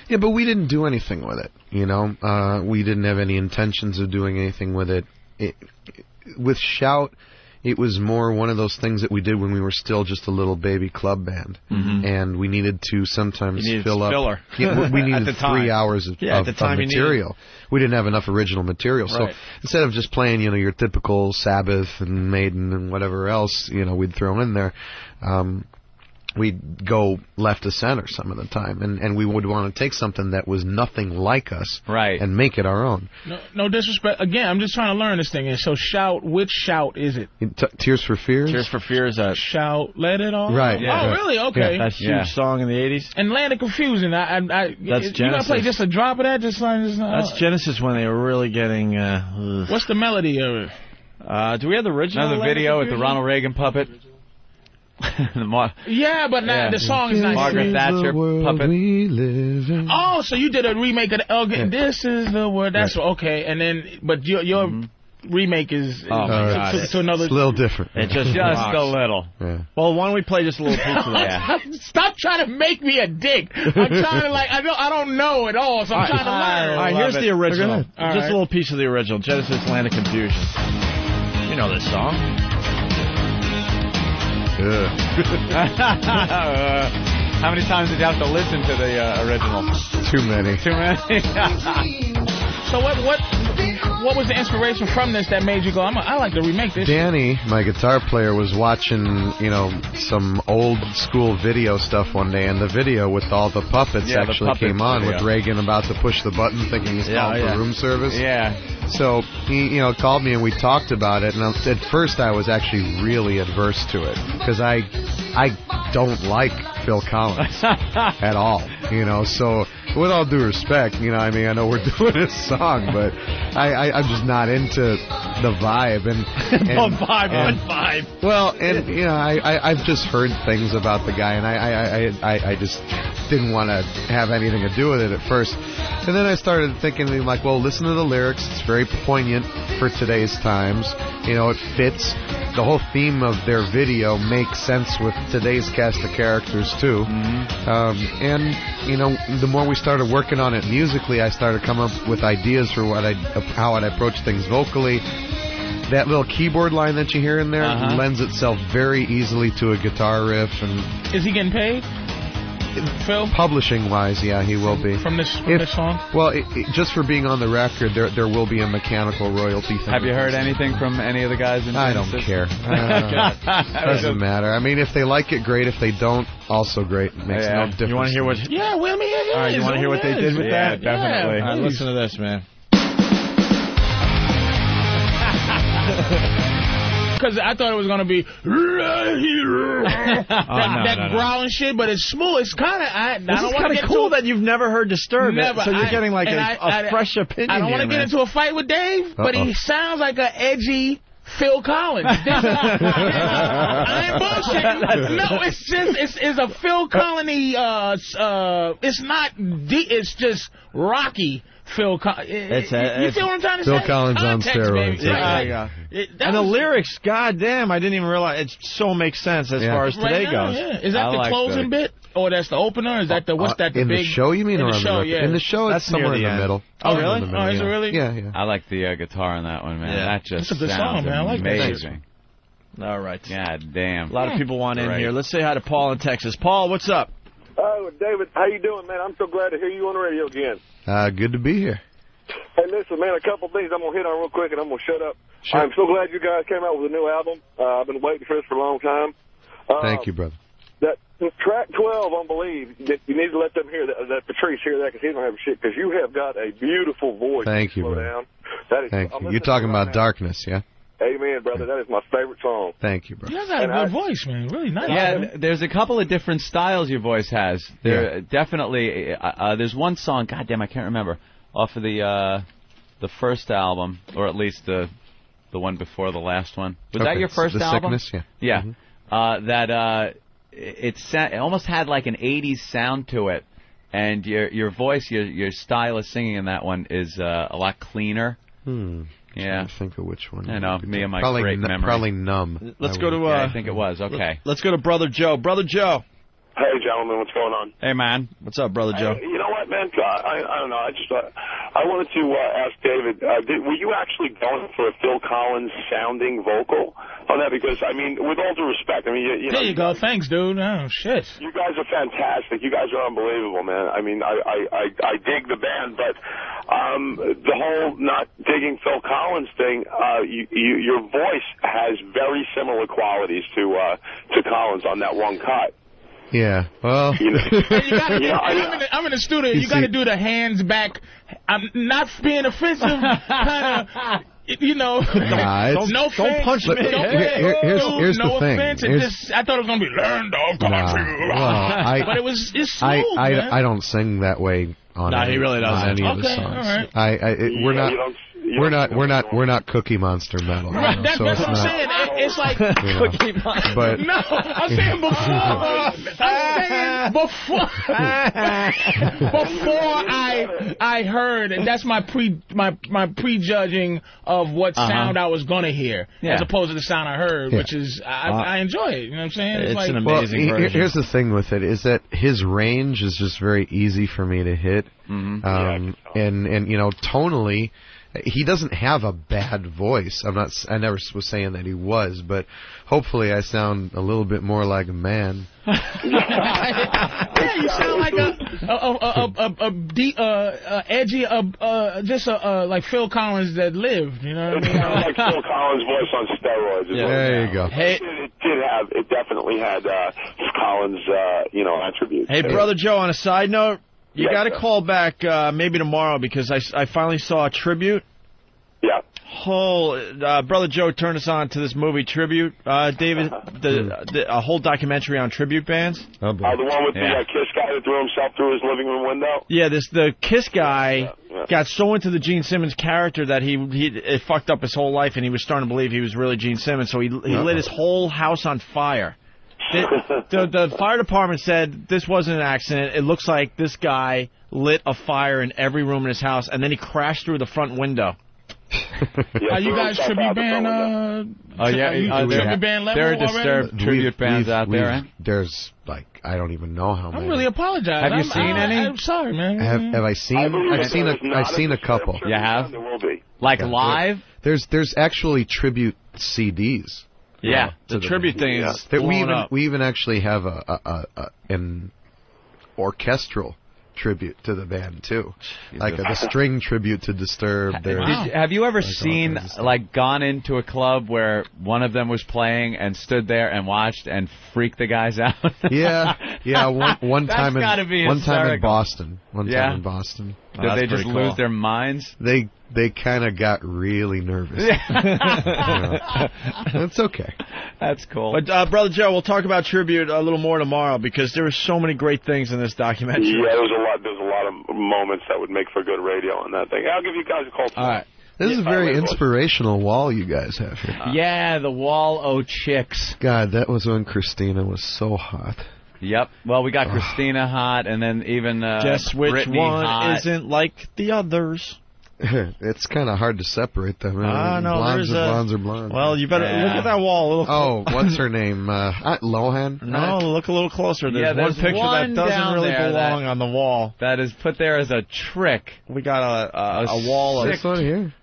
Speaker 32: Yeah, but we didn't do anything with it. You know, uh, we didn't have any intentions of doing anything with it. it. With shout, it was more one of those things that we did when we were still just a little baby club band,
Speaker 3: Mhm.
Speaker 32: and we needed to sometimes
Speaker 3: You needed
Speaker 32: fill up.
Speaker 3: filler.
Speaker 32: Yeah, we- we
Speaker 3: At
Speaker 32: needed
Speaker 3: the time.
Speaker 32: three hours of,
Speaker 3: Yeah, at
Speaker 32: of-
Speaker 3: the
Speaker 32: of
Speaker 3: time you needed-
Speaker 32: material. We didn't have enough original material, so
Speaker 3: Right.
Speaker 32: instead of just playing, you know, your typical Sabbath and Maiden and whatever else, you know, we'd thrown in there. Um, we'd go left to center some of the time, and and we would want to take something that was nothing like us,
Speaker 4: right,
Speaker 32: and make it our own.
Speaker 2: No, no disrespect. Again, I'm just trying to learn this thing. And so shout, which shout is it?
Speaker 32: In T- Tears for Fears. Tears
Speaker 3: for Fears. That
Speaker 2: Shout, let it all.
Speaker 32: Right,
Speaker 2: Oh,
Speaker 32: yeah.
Speaker 2: really? Okay.
Speaker 32: Yeah, that's huge Yeah.
Speaker 3: song in the '80s.
Speaker 2: And Land of Confusion. I, I, I
Speaker 3: That's
Speaker 2: You gotta play
Speaker 3: Genesis.
Speaker 2: just a drop of that. Just like just, uh,
Speaker 3: That's Genesis when they were really getting. Uh,
Speaker 2: What's the melody of it?
Speaker 3: Uh, do we have the original?
Speaker 4: Another
Speaker 3: Land of
Speaker 4: video with the
Speaker 3: Confusion?
Speaker 4: Ronald Reagan puppet. The Mar-
Speaker 2: Yeah, but now
Speaker 4: Yeah.
Speaker 2: the song is not.
Speaker 4: Margaret Thatcher puppet.
Speaker 2: Oh, so you did a remake of the, okay,
Speaker 4: Yeah.
Speaker 2: this is the word. That's okay. And then, but your your remake is
Speaker 3: Oh, my
Speaker 2: to-
Speaker 3: God.
Speaker 2: to, to another.
Speaker 32: It's a little different.
Speaker 3: It just rocks.
Speaker 32: Yeah.
Speaker 3: Well, why don't we play just a little piece of that?
Speaker 2: Stop trying to make me a dick. I'm trying to like I don't I don't know at all, so I'm trying to learn.
Speaker 3: All right, here's the original. Just a
Speaker 2: All
Speaker 3: little piece of the original. Genesis Land of Confusion. You know this song.
Speaker 4: How many times did you have to listen to the uh, original?
Speaker 32: Too many.
Speaker 4: Too many.
Speaker 2: So what what what was the inspiration from this that made you go? I'm a, I like to remake this.
Speaker 32: Danny, my guitar player, was watching, you know, some old school video stuff one day, and the video with all the puppets
Speaker 4: Yeah, the
Speaker 32: actually
Speaker 4: puppet
Speaker 32: came on
Speaker 4: video.
Speaker 32: with Reagan about to push the button, thinking he's
Speaker 4: Yeah,
Speaker 32: calling
Speaker 4: yeah.
Speaker 32: for room service.
Speaker 4: Yeah.
Speaker 32: So he, you know, called me and we talked about it. And I- at first, I was actually really adverse to it because I, I don't like Phil Collins at all. You know, so with all due respect, you know, I mean, I know we're doing this song, but I, I I'm just not into the vibe and, and
Speaker 16: One five,
Speaker 32: and-
Speaker 16: one five.
Speaker 32: well, and you know, I, I I've just heard things about the guy, and I I I, I, I just didn't want to have anything to do with it at first, and then I started thinking like, well, listen to the lyrics; it's very poignant for today's times. You know, it fits. The whole theme of their video makes sense with today's cast of characters too.
Speaker 16: Mm-hmm.
Speaker 32: Um, and you know, the more we started working on it musically, I started coming up with ideas for what I how I'd approach things vocally that little keyboard line that you hear in there
Speaker 2: Uh-huh.
Speaker 32: lends itself very easily to a guitar riff and
Speaker 2: Is he getting paid? Phil?
Speaker 32: publishing wise yeah he will be
Speaker 2: From this from
Speaker 32: If-
Speaker 2: this song?
Speaker 32: well it, it- just for being on the record there there will be a mechanical royalty thing
Speaker 4: Have you heard anything from any of the guys in
Speaker 32: I don't
Speaker 4: Genesis?
Speaker 32: care uh, doesn't matter I mean if they like it great if they don't also great it makes no
Speaker 4: Yeah.
Speaker 32: difference
Speaker 4: You wanna hear what-
Speaker 2: Yeah, well, let me hear
Speaker 32: All right, you
Speaker 2: his.
Speaker 32: wanna hear what they did with
Speaker 4: Yeah,
Speaker 32: that?
Speaker 4: definitely.
Speaker 32: Yeah,
Speaker 3: All right,
Speaker 32: please.
Speaker 3: listen to this, man.
Speaker 2: because I thought it was gonna be that,
Speaker 3: Oh, no,
Speaker 2: that
Speaker 3: no, no.
Speaker 2: growling shit, but it's smooth. It's kind of I, I
Speaker 3: This
Speaker 2: don't
Speaker 3: is
Speaker 2: want to
Speaker 3: kinda
Speaker 2: get
Speaker 3: cool
Speaker 2: too-
Speaker 3: that you've never heard Disturbed, so you're getting, like,
Speaker 2: and
Speaker 3: a-
Speaker 2: I-
Speaker 3: a
Speaker 2: I-
Speaker 3: fresh opinion
Speaker 2: I don't wanna
Speaker 3: here,
Speaker 2: get
Speaker 3: man.
Speaker 2: into a fight with Dave, but
Speaker 3: Uh-oh.
Speaker 2: he sounds like an edgy Phil Collins. I ain't bullshitting. No, it's just it's, it's a Phil Collins. Uh, s- uh, it's not. De- it's just Rocky. Phil Collins.
Speaker 3: It's
Speaker 2: you
Speaker 3: a- it's-
Speaker 2: feel what I'm trying to
Speaker 32: Phil
Speaker 2: say?
Speaker 32: Collins on
Speaker 2: Context,
Speaker 32: steroids.
Speaker 2: baby.
Speaker 32: Yeah.
Speaker 2: Right.
Speaker 32: Yeah.
Speaker 2: It- that
Speaker 3: And the
Speaker 2: was-
Speaker 3: lyrics, goddamn, I didn't even realize. It so makes sense as far as
Speaker 2: Right
Speaker 3: today
Speaker 2: now,
Speaker 3: goes.
Speaker 2: yeah. Is that
Speaker 3: I
Speaker 2: the
Speaker 3: like
Speaker 2: closing
Speaker 3: that.
Speaker 2: bit, or that's the opener? Is that the what's
Speaker 3: Uh,
Speaker 2: that?
Speaker 32: in the
Speaker 2: big-
Speaker 32: show, you mean,
Speaker 2: in
Speaker 32: or
Speaker 2: the
Speaker 32: on the
Speaker 2: show?
Speaker 3: Oh,
Speaker 32: record?
Speaker 2: yeah.
Speaker 32: In the show, it's That's near somewhere the in the end. middle.
Speaker 2: Oh
Speaker 32: Somewhere
Speaker 2: really?
Speaker 32: in the middle,
Speaker 2: oh, is it
Speaker 32: yeah.
Speaker 2: really?
Speaker 32: Yeah, yeah.
Speaker 4: I like the uh, guitar on that one, man.
Speaker 3: Yeah.
Speaker 4: That just
Speaker 3: That's a good song,
Speaker 4: sounds
Speaker 3: man. I like that shit.
Speaker 4: amazing.
Speaker 3: All right.
Speaker 4: God damn.
Speaker 3: A lot of people want in
Speaker 4: Right.
Speaker 3: here. Let's say hi to Paul in Texas. Paul, what's up?
Speaker 11: Oh, David, how you doing, man? I'm so glad to hear you on the radio again.
Speaker 32: Uh, good to be here.
Speaker 11: Hey, listen, man, a couple things I'm gonna hit on real quick, and I'm gonna shut up.
Speaker 32: Sure.
Speaker 11: I'm so glad you guys came out with a new album. Uh, I've been waiting for this for a long time. Uh,
Speaker 32: Thank you, brother.
Speaker 11: That track 12 on Believe, that you need to let them hear that, that Patrice hear that 'cause he don't have a shit, 'cause you have got a beautiful voice.
Speaker 32: Thank you,
Speaker 11: Slow
Speaker 32: brother.
Speaker 11: down. That is, I'm
Speaker 32: Thank you.
Speaker 11: listening
Speaker 32: You're talking
Speaker 11: to it right
Speaker 32: about darkness, yeah?
Speaker 11: now. Amen, brother. That is my favorite song.
Speaker 32: Thank you, bro.
Speaker 2: You guys got a
Speaker 11: And
Speaker 2: good voice, man. Really nice.
Speaker 4: Yeah,
Speaker 2: man.
Speaker 4: th- there's a couple of different styles your voice has. There definitely. Uh, uh, there's one song. God damn, I can't remember off of the uh, the first album, or at least the the one before the last one. Was that
Speaker 32: Okay,
Speaker 4: your
Speaker 32: so
Speaker 4: first
Speaker 32: The
Speaker 4: album?
Speaker 32: Sickness, yeah. Mm-hmm.
Speaker 4: Yeah. Uh, that uh, it, it, sa- it almost had like an '80s sound to it, and your your voice, your your style of singing in that one is uh, a lot cleaner.
Speaker 32: Hmm.
Speaker 4: Yeah.
Speaker 32: think of which one.
Speaker 4: I know, me and my
Speaker 32: probably
Speaker 4: great
Speaker 32: nu-
Speaker 4: memory.
Speaker 32: Probably numb.
Speaker 4: Let's
Speaker 32: I
Speaker 4: go
Speaker 32: would-
Speaker 4: to, uh, Yeah, I think it was, okay.
Speaker 3: Let's go to Brother Joe. Brother Joe.
Speaker 11: Hey, gentlemen, what's going on?
Speaker 4: Hey, man.
Speaker 3: What's up, Brother Joe?
Speaker 11: Hey, you know what, man? Uh, I, I don't know. I just uh, I wanted to uh, ask David. Uh, did, were you actually going for a Phil Collins sounding vocal on that? Because I mean, with all due respect, I mean, you, you know,
Speaker 2: There you go. Thanks, dude. Oh shit.
Speaker 11: you guys are fantastic. You guys are unbelievable, man. I mean, I I I, I dig the band, but um, the whole not digging Phil Collins thing. Uh, you, you, your voice has very similar qualities to uh, to Collins on that one cut.
Speaker 32: Yeah. Well.
Speaker 2: You gotta,
Speaker 11: You know, I-
Speaker 2: I'm, in the, I'm in the studio.
Speaker 32: You
Speaker 2: You, got to
Speaker 32: see-
Speaker 2: do the hands back. I'm not being offensive. kind of. You know,
Speaker 32: Nah, it's-
Speaker 2: no
Speaker 32: don't
Speaker 2: offense,
Speaker 32: punch me.
Speaker 2: no
Speaker 32: Here-
Speaker 2: offense,
Speaker 32: here- here's-
Speaker 2: dude,
Speaker 32: here's
Speaker 2: no
Speaker 32: the thing.
Speaker 2: offense. It
Speaker 32: Here's-
Speaker 2: just, I thought it was gonna be learned off
Speaker 32: Nah.
Speaker 2: country,
Speaker 32: Well, I,
Speaker 2: but it was it's smooth,
Speaker 32: I, I,
Speaker 2: man.
Speaker 32: I don't sing that way on
Speaker 2: Nah,
Speaker 32: any,
Speaker 2: he really
Speaker 32: on
Speaker 2: doesn't.
Speaker 32: any of the
Speaker 2: Okay, all
Speaker 32: songs.
Speaker 2: right.
Speaker 32: I, I it, we're
Speaker 11: Yeah,
Speaker 32: not
Speaker 11: you don't- you
Speaker 32: we're
Speaker 11: don't
Speaker 32: not
Speaker 11: sing
Speaker 32: we're not we're not Cookie Monster metal.
Speaker 2: Right,
Speaker 32: you know,
Speaker 2: that's,
Speaker 32: so
Speaker 2: that's
Speaker 32: it's
Speaker 2: what I'm
Speaker 32: not,
Speaker 2: saying. It, it's like
Speaker 32: You know, but-
Speaker 2: no, I'm saying before. I'm saying before. before I I heard, and that's my pre my my prejudging of what
Speaker 3: Uh-huh.
Speaker 2: sound I was gonna hear,
Speaker 3: Yeah.
Speaker 2: as opposed to the sound I heard,
Speaker 32: Yeah.
Speaker 2: which is I,
Speaker 32: Uh,
Speaker 2: I enjoy it. You know what I'm saying?
Speaker 32: Well, he- he- here's the thing with it is that his range is just very easy for me to hit, um, and and you know tonally, he doesn't have a bad voice. I'm not. s- I never s- was saying that he was, but hopefully I sound a little bit more like a man.
Speaker 2: Yeah, you sound like a a a a, a, a, de- uh, uh, edgy uh, uh, just a, uh, like Phil Collins that lived. You know what I mean?
Speaker 11: I like Phil Collins' voice on steroids. is
Speaker 32: Yeah,
Speaker 11: what it
Speaker 32: there
Speaker 11: sounds.
Speaker 32: you go.
Speaker 11: It, did- it did have, it definitely had uh, Collins, uh, you know, attributes.
Speaker 3: Hey, Brother Joe, on a side note, you
Speaker 11: Yes,
Speaker 3: got to
Speaker 11: sir.
Speaker 3: call back uh, maybe tomorrow because I, s- I finally saw a tribute.
Speaker 11: Yeah.
Speaker 3: Whole uh, brother Joe turned us on to this movie tribute. Uh,
Speaker 11: Uh-huh.
Speaker 3: David, the, the a whole documentary on tribute bands.
Speaker 32: Oh,
Speaker 11: Uh, the one with the uh, Kiss guy that threw himself through his living room window.
Speaker 3: Yeah, this the Kiss guy got so into the Gene Simmons character that he he it fucked up his whole life, and he was starting to believe he was really Gene Simmons. So he he lit his whole house on fire. The, the, the fire department said this wasn't an accident. It looks like this guy lit a fire in every room in his house, and then he crashed through the front window.
Speaker 2: Are you guys tribute band? Uh,
Speaker 4: Oh yeah,
Speaker 2: are you
Speaker 4: uh,
Speaker 2: tribute
Speaker 4: there,
Speaker 2: band level
Speaker 4: there are
Speaker 2: already?
Speaker 4: disturbed tribute bands out there. eh?
Speaker 32: There's like I don't even know how
Speaker 2: I'm
Speaker 32: many.
Speaker 2: really apologize.
Speaker 32: Have you
Speaker 2: I'm,
Speaker 32: seen
Speaker 2: I,
Speaker 32: any?
Speaker 2: I'm sorry, man.
Speaker 32: Have, have I seen?
Speaker 11: believe
Speaker 32: I've
Speaker 11: that
Speaker 32: seen a.
Speaker 11: there is not
Speaker 32: I've
Speaker 11: a
Speaker 32: seen a couple.
Speaker 11: You have? There will be.
Speaker 4: Like
Speaker 32: Yeah, there-
Speaker 4: live?
Speaker 32: There's there's actually tribute CDs.
Speaker 4: Yeah,
Speaker 32: uh,
Speaker 4: the
Speaker 32: to
Speaker 4: tribute
Speaker 32: band.
Speaker 4: thing is
Speaker 32: That we
Speaker 4: blown
Speaker 32: even
Speaker 4: up.
Speaker 32: we even actually have a, a, a, a an orchestral tribute to the band too, like a, the string tribute to Disturbed. There's,
Speaker 4: Did, have you ever seen like gone into a club where one of them was playing and stood there and watched and freaked the guys out?
Speaker 32: Yeah, yeah. One, one
Speaker 4: That's
Speaker 32: time in
Speaker 4: gotta be
Speaker 32: one time in
Speaker 4: hysterical.
Speaker 32: Boston. One
Speaker 4: Yeah.
Speaker 32: time in Boston.
Speaker 4: Did they just lose their minds?
Speaker 32: They they kind of got really nervous. Yeah. That's okay.
Speaker 4: That's cool.
Speaker 3: But uh, brother Joe, we'll talk about tribute a little more tomorrow because there were so many great things in this documentary.
Speaker 11: Yeah, there's a lot. There's a lot of moments that would make for good radio on that thing. I'll give you guys a call.
Speaker 3: All right.
Speaker 32: This is a very inspirational wall you guys have here.
Speaker 9: yeah, the wall o chicks.
Speaker 32: God, that was when Christina was so hot.
Speaker 4: Yep. Well, we got Christina hot, and then even uh,
Speaker 3: Guess which
Speaker 4: Britney
Speaker 3: one
Speaker 4: hot.
Speaker 3: isn't like the others?
Speaker 32: it's kind of hard to separate them.
Speaker 3: Ah, no,
Speaker 32: blondes
Speaker 3: there's
Speaker 32: are
Speaker 3: a-
Speaker 32: blondes are blondes.
Speaker 3: Well, you better look at that wall a little.
Speaker 32: Oh, what's her name? Uh, uh, Lohan?
Speaker 3: No, look a little closer. There's,
Speaker 4: Yeah,
Speaker 3: one
Speaker 4: there's
Speaker 3: picture
Speaker 4: one
Speaker 3: that doesn't
Speaker 4: down
Speaker 3: really
Speaker 4: there that-
Speaker 3: belong on the wall.
Speaker 4: That is put there as a trick.
Speaker 3: We got a a, a wall.
Speaker 4: sick- This
Speaker 3: of,
Speaker 4: one
Speaker 32: here.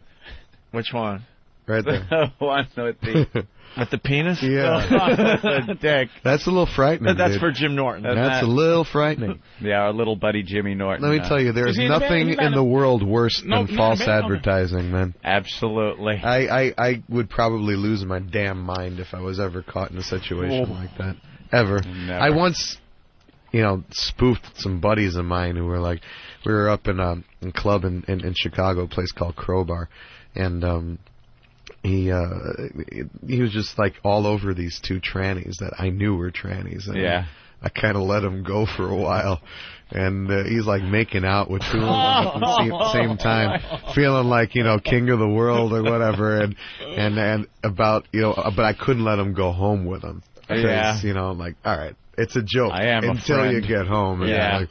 Speaker 3: Which one?
Speaker 32: Right
Speaker 4: The one with the
Speaker 3: with the penis.
Speaker 32: Yeah.
Speaker 4: the dick.
Speaker 32: That's a little frightening.
Speaker 4: That's
Speaker 32: dude.
Speaker 4: for Jim Norton.
Speaker 32: That's
Speaker 4: That-
Speaker 32: a little frightening.
Speaker 4: Yeah, our little buddy Jimmy Norton.
Speaker 32: Let me
Speaker 4: uh,
Speaker 32: tell you, there is
Speaker 4: Is he in the band?
Speaker 32: nothing
Speaker 4: He's not
Speaker 32: in
Speaker 4: a-
Speaker 32: the world worse
Speaker 4: No, not
Speaker 32: than
Speaker 4: a
Speaker 32: false
Speaker 4: band, okay.
Speaker 32: advertising, man.
Speaker 4: Absolutely.
Speaker 32: I, I, I would probably lose my damn mind if I was ever caught in a situation
Speaker 4: Whoa.
Speaker 32: like that. Ever. I once, you know, spoofed some buddies of mine who were like, we were up in um, a club in, in, in Chicago, a place called Crowbar, and um, he uh, he was just like all over these two trannies that I knew were trannies. And
Speaker 4: Yeah.
Speaker 32: I kind of let him go for a while, and uh, he's like making out with two of them at the same, same time, feeling like you know king of the world or whatever, and and and about you know, uh, but I couldn't let him go home with him because
Speaker 4: Yeah.
Speaker 32: you know, like all right, it's a joke
Speaker 4: I am a
Speaker 32: until you
Speaker 4: friend.
Speaker 32: get home, and
Speaker 4: Yeah.
Speaker 32: like,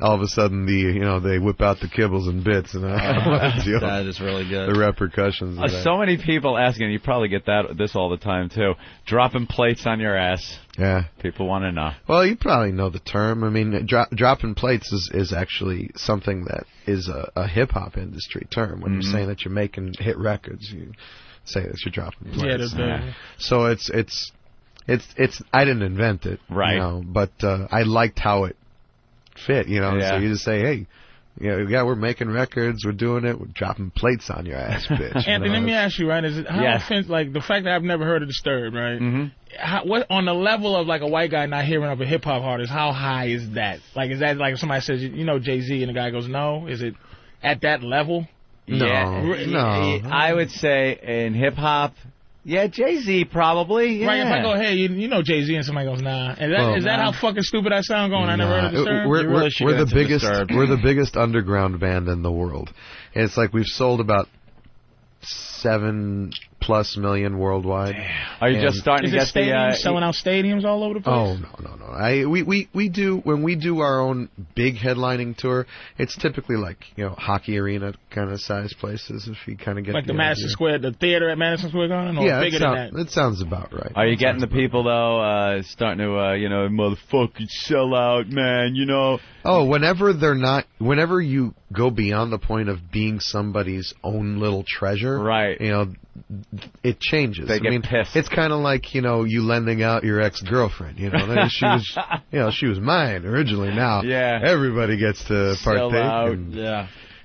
Speaker 32: all of a sudden the you know they whip out the kibbles and bits, and I don't wanna deal
Speaker 4: Uh, That
Speaker 32: with
Speaker 4: is really good.
Speaker 32: The repercussions. Of
Speaker 4: Uh,
Speaker 32: that.
Speaker 4: so many people asking. You probably get that this all the time too. Dropping plates on your ass.
Speaker 32: Yeah.
Speaker 4: People want to know.
Speaker 32: Well, you probably know the term. I mean, dro- dropping plates is, is actually something that is a, a hip hop industry term. When
Speaker 4: Mhm.
Speaker 32: you're saying that you're making hit records, you say that you're dropping
Speaker 4: Yeah,
Speaker 32: plates.
Speaker 4: that's right.
Speaker 32: So it's it's it's it's I didn't invent it,
Speaker 4: Right.
Speaker 32: You know, but uh, I liked how it fit. You know,
Speaker 4: Yeah.
Speaker 32: so you just say, hey. You know, yeah, we're making records. We're doing it. We're dropping plates on your ass, bitch. You
Speaker 2: Anthony,
Speaker 32: know,
Speaker 2: let me ask you, right? Is it how
Speaker 32: Yeah.
Speaker 2: offensive? Like the fact that I've never heard of Disturbed, right?
Speaker 4: Mm-hmm.
Speaker 2: How, what on the level of like a white guy not hearing of a hip hop artist? How high is that? Like, is that like if somebody says, you know, Jay Z, and the guy goes, no? Is it at that level?
Speaker 4: yeah. I would say in hip hop. Yeah, Jay Z probably. Yeah.
Speaker 2: Right, if I go, hey, you, you know Jay Z, and somebody goes, nah, is that,
Speaker 32: Well,
Speaker 2: is that
Speaker 32: nah.
Speaker 2: how fucking stupid I sound going? I never heard of
Speaker 32: Nah,
Speaker 2: Disturbed.
Speaker 32: We're,
Speaker 2: You
Speaker 32: we're-
Speaker 2: really should
Speaker 32: we're
Speaker 2: get
Speaker 32: the
Speaker 2: into
Speaker 32: biggest
Speaker 2: Disturbed.
Speaker 32: we're the biggest underground band in the world. And it's like we've sold about seven plus million worldwide.
Speaker 4: Are you
Speaker 32: And-
Speaker 4: just starting
Speaker 2: Is it
Speaker 4: uh,
Speaker 2: stadiums
Speaker 4: e-
Speaker 2: selling out stadiums all over the place?
Speaker 32: Oh no no no! I we, we we do when we do our own big headlining tour. It's typically like you know hockey arena kind of size places. If you kind of get
Speaker 2: like the
Speaker 32: the
Speaker 2: Madison
Speaker 32: idea.
Speaker 2: Square, the theater at Madison Square Garden, or
Speaker 32: Yeah,
Speaker 2: bigger
Speaker 32: it,
Speaker 2: than
Speaker 32: sound-
Speaker 2: that?
Speaker 32: it sounds about right.
Speaker 4: Are you getting the people though uh, starting to uh, you know motherfucking sell out, man? You know.
Speaker 32: Oh, whenever they're not, whenever you go beyond the point of being somebody's own little treasure, right? You know, it changes.
Speaker 4: They
Speaker 32: I
Speaker 4: get
Speaker 32: mean,
Speaker 4: pissed.
Speaker 32: It's kind of like you know you lending out your ex girlfriend. You know, that she was, you know, she was mine originally. Now,
Speaker 4: Yeah.
Speaker 32: everybody gets to partake.
Speaker 3: out,
Speaker 32: and,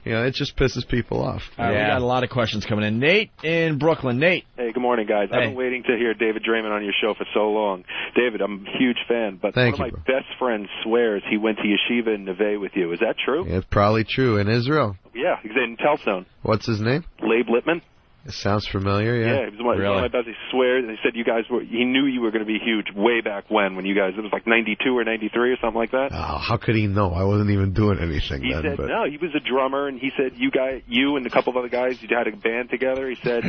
Speaker 32: you know, it just pisses people off.
Speaker 3: All right, We got a lot of questions coming in. Nate in Brooklyn. Nate.
Speaker 25: Hey, good morning, guys. I've
Speaker 3: Hey.
Speaker 25: been waiting to hear David Draymond on your show for so long. David, I'm a huge fan, but
Speaker 32: Thank
Speaker 25: one
Speaker 32: you,
Speaker 25: of my best friends swears he went to yeshiva in Neve with you. Is that true?
Speaker 32: It's probably true in Israel.
Speaker 25: Yeah, he's in Telzone.
Speaker 32: What's his name?
Speaker 25: Labe Lippman.
Speaker 32: It sounds familiar. Yeah,
Speaker 25: he was one, one of my best. He swears, and he said you guys were. He knew you were going to be huge way back when, when you guys. It was like '92 or '93 or something like that.
Speaker 32: Oh, how could he know? I wasn't even doing anything
Speaker 25: He
Speaker 32: then.
Speaker 25: said
Speaker 32: but
Speaker 25: no. He was a drummer, and he said you guy, you and a couple of other guys, you had a band together. He said,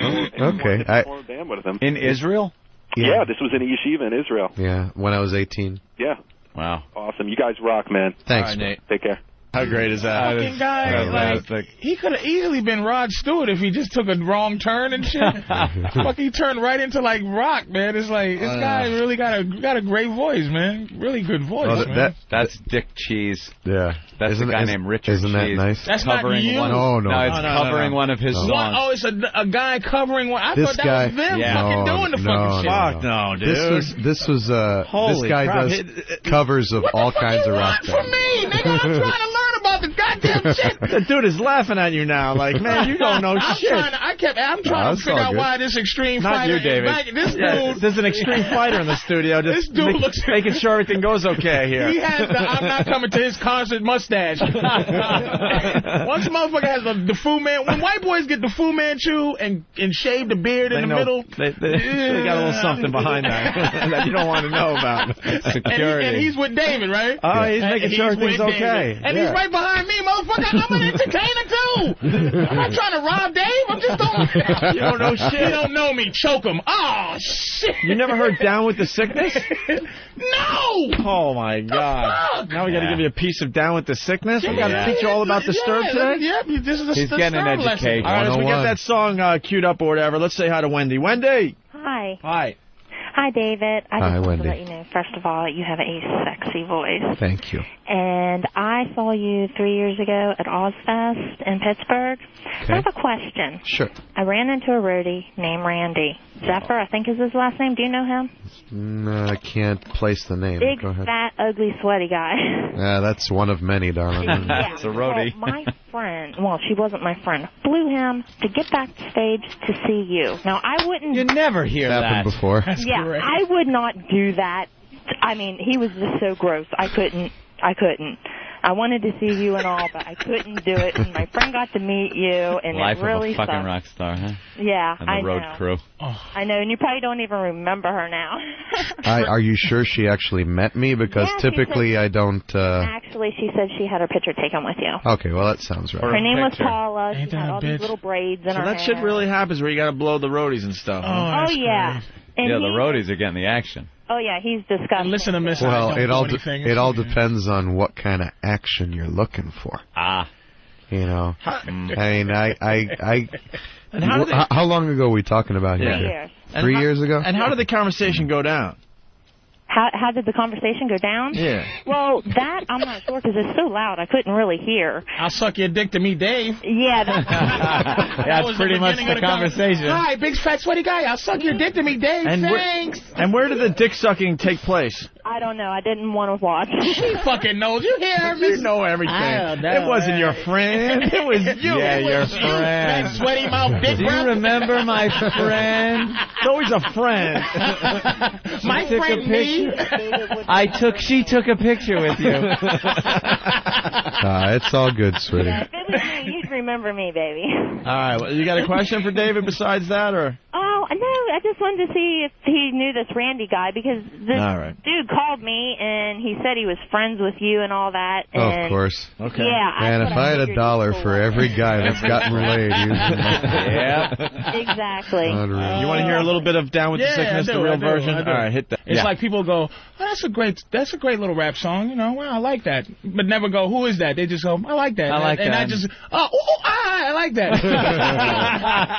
Speaker 32: okay, I,
Speaker 25: formed a band with him
Speaker 4: in Israel.
Speaker 32: Yeah.
Speaker 25: yeah, this was in a yeshiva in Israel.
Speaker 32: yeah, when I was 18.
Speaker 25: Yeah,
Speaker 4: Wow.
Speaker 25: awesome. You guys rock, man.
Speaker 32: Thanks, All right, bro.
Speaker 25: Nate. Take care.
Speaker 3: How great is
Speaker 25: that?
Speaker 2: Fucking guy, like, he could have easily been Rod Stewart if he just took a wrong turn and shit. Fuck, he turned right into like rock, man. It's like this
Speaker 4: Uh.
Speaker 2: guy really got a got a great voice, man. Really good voice, man.
Speaker 4: that's Dick Cheese.
Speaker 32: Yeah,
Speaker 4: that's
Speaker 32: Isn't-
Speaker 4: a guy
Speaker 32: is-
Speaker 4: named Richard
Speaker 32: isn't that
Speaker 4: Cheese.
Speaker 32: nice?
Speaker 2: That's not
Speaker 4: covering
Speaker 2: you.
Speaker 4: One,
Speaker 32: No, no,
Speaker 4: it's
Speaker 32: no, no, no,
Speaker 4: covering
Speaker 32: no.
Speaker 4: one of his
Speaker 32: No.
Speaker 4: songs.
Speaker 2: Oh, it's a, a guy covering one. I
Speaker 32: this
Speaker 2: thought that
Speaker 32: guy,
Speaker 2: was them
Speaker 32: no,
Speaker 2: fucking doing the
Speaker 32: no,
Speaker 2: fucking shit.
Speaker 32: no, no. This was this was uh
Speaker 2: Holy
Speaker 32: this guy
Speaker 2: crap.
Speaker 32: does
Speaker 2: It-
Speaker 32: covers of all kinds of rock
Speaker 2: Not for
Speaker 32: bands.
Speaker 2: me, nigga. I'm trying to learn about the goddamn shit.
Speaker 3: the dude is laughing at you now. Like, man, you don't know
Speaker 2: I'm
Speaker 3: shit.
Speaker 2: trying to- I kept. I'm trying
Speaker 3: Nah,
Speaker 2: to
Speaker 3: it's
Speaker 2: figure
Speaker 3: all
Speaker 2: out
Speaker 3: good.
Speaker 2: why this extreme
Speaker 3: Not
Speaker 2: fighter
Speaker 3: you,
Speaker 2: is
Speaker 3: David.
Speaker 2: back- This
Speaker 3: Yeah,
Speaker 2: dude.
Speaker 3: There's an extreme fighter in the studio. Just
Speaker 2: This dude
Speaker 3: make-
Speaker 2: looks-
Speaker 3: making sure everything goes okay here.
Speaker 2: He has the I'm not coming to his concert mustache. Once a motherfucker has the, the Fu Man, when white boys get the Fu Manchu and and shave the beard
Speaker 3: They
Speaker 2: in the
Speaker 3: know-
Speaker 2: middle,
Speaker 3: They, they- they got a little something behind that that you don't want to know about.
Speaker 2: And, he, and he's with David, right?
Speaker 3: Oh, he's
Speaker 2: And
Speaker 3: making sure
Speaker 2: with
Speaker 3: everything's
Speaker 2: David.
Speaker 3: okay.
Speaker 2: And
Speaker 3: Yeah.
Speaker 2: he's right behind me, motherfucker. I'm an entertainer too. I'm not trying to rob Dave. I'm just doing.
Speaker 3: You don't know shit.
Speaker 2: You don't know me. Choke him. Oh shit.
Speaker 3: You never heard "Down with the Sickness"?
Speaker 2: No.
Speaker 3: Oh my God! Now we got to
Speaker 2: Yeah.
Speaker 3: give you a piece of "Down with the Sickness." We got to
Speaker 2: Yeah.
Speaker 3: teach you all about Disturbed
Speaker 2: yeah,
Speaker 3: today.
Speaker 2: Yep. This is a Disturbed lesson.
Speaker 3: All right, as we get that song uh, queued up or whatever, let's say hi to Wendy. Wendy.
Speaker 9: Hi.
Speaker 3: Hi.
Speaker 9: Hi, David. I
Speaker 32: Hi,
Speaker 9: just want
Speaker 32: Wendy.
Speaker 9: to let you know, first of all, you have a sexy voice.
Speaker 32: Thank you.
Speaker 9: And I saw you three years ago at Ozfest in Pittsburgh. I have a question.
Speaker 32: Sure.
Speaker 9: I ran into a roadie named Randy. Zephyr, I think is his last name. Do you know him?
Speaker 32: No, I can't place the name.
Speaker 9: Big,
Speaker 32: Go ahead.
Speaker 9: fat, ugly, sweaty guy.
Speaker 32: Yeah, that's one of many, darling.
Speaker 9: Yeah.
Speaker 32: It's a roadie.
Speaker 9: Well, my friend, well, she wasn't my friend, flew him to get backstage to see you. Now, I wouldn't. You
Speaker 3: never hear
Speaker 32: Happened before.
Speaker 9: yeah, I would not do that. I mean, he was just so gross. I couldn't. I couldn't. I wanted to see you and all, but I couldn't do it. And my friend got to meet you, and
Speaker 5: Life
Speaker 9: it really
Speaker 5: of a fucking
Speaker 9: sucked.
Speaker 5: rock star, huh?
Speaker 9: Yeah,
Speaker 5: And the
Speaker 9: I
Speaker 5: road
Speaker 9: know.
Speaker 5: crew.
Speaker 2: Oh,
Speaker 9: I know, and you probably don't even remember her now.
Speaker 32: I, are you sure she actually met me? Because
Speaker 9: Yeah, she
Speaker 32: typically
Speaker 9: said-
Speaker 32: I don't. Uh...
Speaker 9: Actually, she said she had her picture taken with you.
Speaker 32: Okay, well that sounds right.
Speaker 9: Her name was
Speaker 3: picture.
Speaker 9: Paula.
Speaker 3: Ain't
Speaker 9: She had
Speaker 3: that a
Speaker 9: all these
Speaker 3: bitch?
Speaker 9: little braids in
Speaker 3: So
Speaker 9: her
Speaker 3: that
Speaker 9: hair.
Speaker 3: shit really happens where you got to blow the roadies and stuff.
Speaker 9: Oh, yeah. And
Speaker 5: yeah,
Speaker 9: he,
Speaker 5: the roadies are getting the action.
Speaker 9: Oh yeah, he's disgusting. Listen to Miss.
Speaker 32: Well, it all de- it all depends on what kind of action you're looking for.
Speaker 5: Ah.
Speaker 32: You know, I mean, I, I, I.
Speaker 3: And how do they-
Speaker 32: Wh- how long ago were we talking about here?
Speaker 3: Yeah.
Speaker 9: Three years.
Speaker 32: Jeff?
Speaker 3: And
Speaker 32: Three
Speaker 3: how-
Speaker 32: years ago.
Speaker 3: And how did the conversation go down?
Speaker 9: How how did the conversation go down?
Speaker 3: Yeah.
Speaker 9: Well, that I'm not sure because it's so loud I couldn't really hear.
Speaker 2: I'll suck your dick to me, Dave.
Speaker 9: Yeah. That's,
Speaker 2: That was
Speaker 3: pretty much
Speaker 2: beginning
Speaker 3: the
Speaker 2: of con-
Speaker 3: conversation.
Speaker 2: Hi, big fat sweaty guy. I'll suck your dick to me, Dave.
Speaker 3: And where-
Speaker 2: Thanks.
Speaker 3: And where did the dick sucking take place?
Speaker 9: I don't know. I didn't want to watch.
Speaker 2: She fucking knows. You hear her,
Speaker 3: You
Speaker 2: Miss-
Speaker 3: know everything.
Speaker 2: I don't know,
Speaker 3: it wasn't your friend. It was you.
Speaker 2: Yeah,
Speaker 3: It
Speaker 2: your
Speaker 3: was you,
Speaker 2: friend.
Speaker 3: that
Speaker 2: sweaty mouth, big
Speaker 3: Do you
Speaker 2: breath.
Speaker 3: remember my friend? It's always a friend.
Speaker 2: My
Speaker 3: Took a
Speaker 2: friend me.
Speaker 5: I took. She took a picture with you.
Speaker 32: Nah, Ah, it's all good, sweetie.
Speaker 9: if it was me, you'd remember me, baby.
Speaker 3: All right. Well, you got a question for David besides that, or?
Speaker 9: Oh no, I just wanted to see if he knew this Randy guy because this
Speaker 3: All right.
Speaker 9: dude called me and he said he was friends with you and all that.
Speaker 32: Oh,
Speaker 9: And
Speaker 32: of course.
Speaker 9: Okay. Yeah, I
Speaker 32: Man,
Speaker 9: thought
Speaker 32: if
Speaker 9: I
Speaker 32: I had a
Speaker 9: figured
Speaker 32: dollar
Speaker 9: you'd
Speaker 32: for every guy that's gotten laid, you.
Speaker 9: Exactly.
Speaker 32: Unreal.
Speaker 3: You want to hear a little bit of Down with the
Speaker 2: Yeah,
Speaker 3: Sickness,
Speaker 2: I do,
Speaker 3: the real
Speaker 2: I do,
Speaker 3: version?
Speaker 2: I do.
Speaker 3: All right, hit that.
Speaker 2: It's
Speaker 3: Yeah.
Speaker 2: like people go, oh, "That's a great, that's a great little rap song," you know. Well, I like that, but never go, "Who is that?" They just go, "I like that,"
Speaker 5: I like
Speaker 2: and, and I
Speaker 5: that.
Speaker 2: just, "Oh, ooh, ooh, ah, I like that."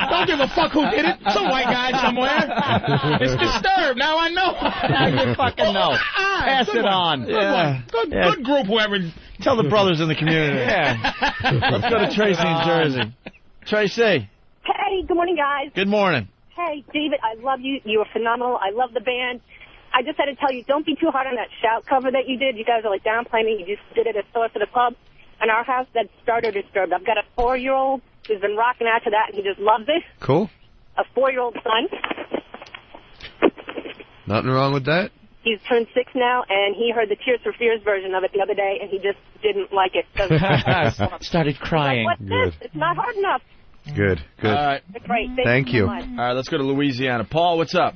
Speaker 2: Don't give a fuck who did it. Some white guy somewhere. It's disturbed. Now I know.
Speaker 5: Now you fucking know.
Speaker 2: Ah,
Speaker 5: Pass
Speaker 2: good
Speaker 5: it
Speaker 2: one.
Speaker 5: on.
Speaker 2: Good
Speaker 5: Yeah.
Speaker 2: one. Good,
Speaker 5: Yeah.
Speaker 2: good group. Whoever.
Speaker 3: Tell the brothers in the community.
Speaker 5: Yeah.
Speaker 3: Let's go to Tracy in Jersey. Tracy,
Speaker 33: Hey, good morning, guys.
Speaker 3: good morning.
Speaker 33: Hey, David, I love you. You are phenomenal. I love the band. I just had to tell you, don't be too hard on that shout cover that you did. You guys are like downplaying it. You just did it at Thor for the Pub. And our house that starter disturbed. I've got a four year old who's been rocking out to that and he just loves it.
Speaker 32: Cool.
Speaker 33: A four year old son.
Speaker 32: Nothing wrong with that.
Speaker 33: He's turned six now and he heard the Tears for Fears version of it the other day and he just didn't like it. So
Speaker 5: Started crying.
Speaker 33: what's this? It's not hard enough.
Speaker 32: Good. Good.
Speaker 3: All right.
Speaker 33: It's great.
Speaker 32: Thank you.
Speaker 33: so much.
Speaker 3: Uh, All right, let's go to Louisiana. Paul, what's up?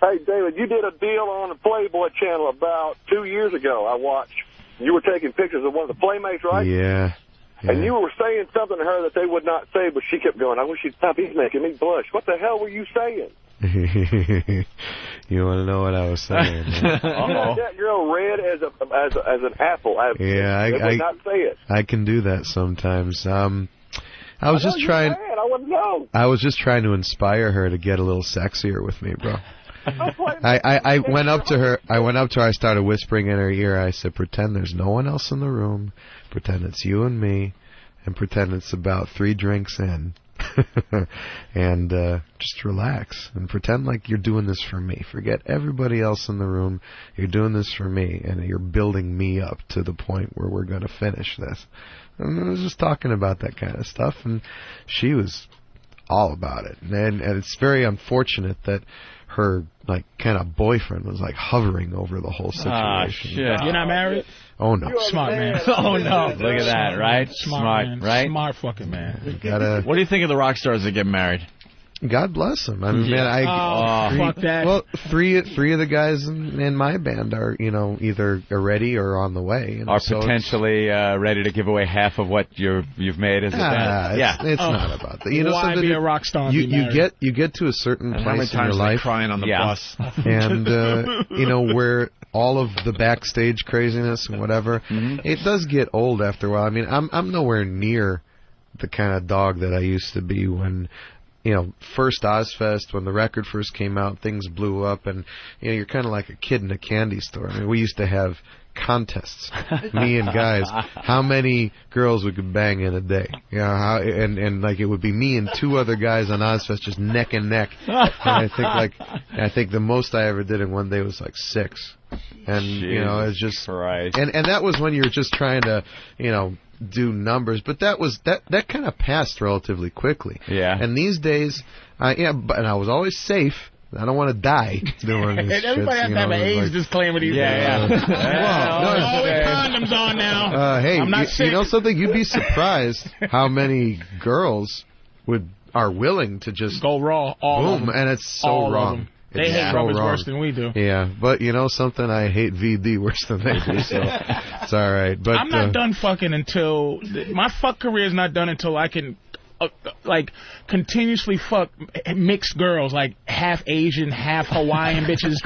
Speaker 13: Hey, David, you did a deal on the Playboy channel about two years ago. I watched. You were taking pictures of one of the playmates, right?
Speaker 32: Yeah.
Speaker 13: And you were saying something to her that they would not say, but she kept going, I wish you'd stop. He's making me blush. What the hell were you saying?
Speaker 32: you want to know what I was saying?
Speaker 13: You
Speaker 32: man?
Speaker 13: got that girl red as a as, a, as an apple. I,
Speaker 32: yeah,
Speaker 13: they would
Speaker 32: I,
Speaker 13: not say it.
Speaker 32: I, I can do that sometimes. Um, I was
Speaker 13: know
Speaker 32: just
Speaker 13: you're
Speaker 32: trying.
Speaker 13: mad. I wouldn't know.
Speaker 32: I was just trying to inspire her to get a little sexier with me, bro. I, I, I went up to her. I went up to her. I started whispering in her ear. I said, "Pretend there's no one else in the room. Pretend it's you and me, and pretend it's about three drinks in." and uh, just relax and pretend like you're doing this for me. Forget everybody else in the room. You're doing this for me, and you're building me up to the point where we're going to finish this. And I was just talking about that kind of stuff, and she was all about it. And, and it's very unfortunate that her like kind of boyfriend was like hovering over the whole situation.
Speaker 2: Ah, shit. You're not married?
Speaker 32: Oh no.
Speaker 2: Smart man.
Speaker 4: Oh, no. Look at that,
Speaker 2: Smart,
Speaker 4: right? Smart,
Speaker 2: man.
Speaker 4: right?
Speaker 2: Smart fucking man.
Speaker 32: what
Speaker 9: do you think of the rock stars that get married?
Speaker 32: God bless them. I mean, man, I
Speaker 2: Oh, fuck that.
Speaker 32: Well, three three of the guys in, in my band are you know either already or on the way. And
Speaker 4: Are
Speaker 32: so
Speaker 4: potentially uh, ready to give away half of what you're, you've made as a
Speaker 32: Ah,
Speaker 4: band.
Speaker 32: it's,
Speaker 4: yeah, Oh.
Speaker 32: it's not about that. You know,
Speaker 2: Oh. Why
Speaker 32: something
Speaker 2: be
Speaker 32: that-
Speaker 2: a rock star and
Speaker 32: You,
Speaker 2: be
Speaker 32: you
Speaker 2: married?
Speaker 32: get you get to a certain
Speaker 2: And
Speaker 32: place
Speaker 2: how many
Speaker 32: in
Speaker 2: times
Speaker 32: your
Speaker 2: they
Speaker 32: life,
Speaker 2: crying on the Yeah. bus?
Speaker 32: and uh, you know where all of the backstage craziness and whatever. It does get old after a while. I mean, I'm I'm nowhere near the kind of dog that I used to be when you know first Ozfest when the record first came out things blew up and you know you're kind of like a kid in a candy store. I mean we used to have contests me and guys how many girls we could bang in a day you know how and and like it would be me and two other guys on Ozfest just neck and neck and I think like I think the most I ever did in one day was like six and you know it's just
Speaker 4: right
Speaker 32: and and that was when you were just trying to you know do numbers but that was that that kind of passed relatively quickly yeah and these days I yeah but and I was always safe I don't want to die doing
Speaker 2: And
Speaker 32: this
Speaker 2: everybody
Speaker 32: shit,
Speaker 2: has
Speaker 32: you
Speaker 2: to have
Speaker 32: know,
Speaker 2: an
Speaker 32: it was
Speaker 2: AIDS
Speaker 32: like-
Speaker 2: disclaimer these
Speaker 32: Yeah,
Speaker 2: days.
Speaker 32: yeah. Well, no,
Speaker 2: Always
Speaker 32: it's-
Speaker 2: condoms on now.
Speaker 32: uh, hey,
Speaker 2: I'm not
Speaker 32: you,
Speaker 2: sick.
Speaker 32: you know something? You'd be surprised how many girls would are willing to just
Speaker 2: go raw. All of
Speaker 32: boom,
Speaker 2: them.
Speaker 32: and it's so
Speaker 2: All of
Speaker 32: wrong.
Speaker 2: them. They
Speaker 32: It's
Speaker 2: hate
Speaker 32: so
Speaker 2: rubbers
Speaker 32: wrong.
Speaker 2: worse than we do.
Speaker 32: Yeah, but you know something? I hate VD worse than they do, so it's all right. But
Speaker 2: I'm not
Speaker 32: uh,
Speaker 2: done fucking until my fuck career is not done until I can uh, like continuously fuck mixed girls like half Asian, half Hawaiian bitches.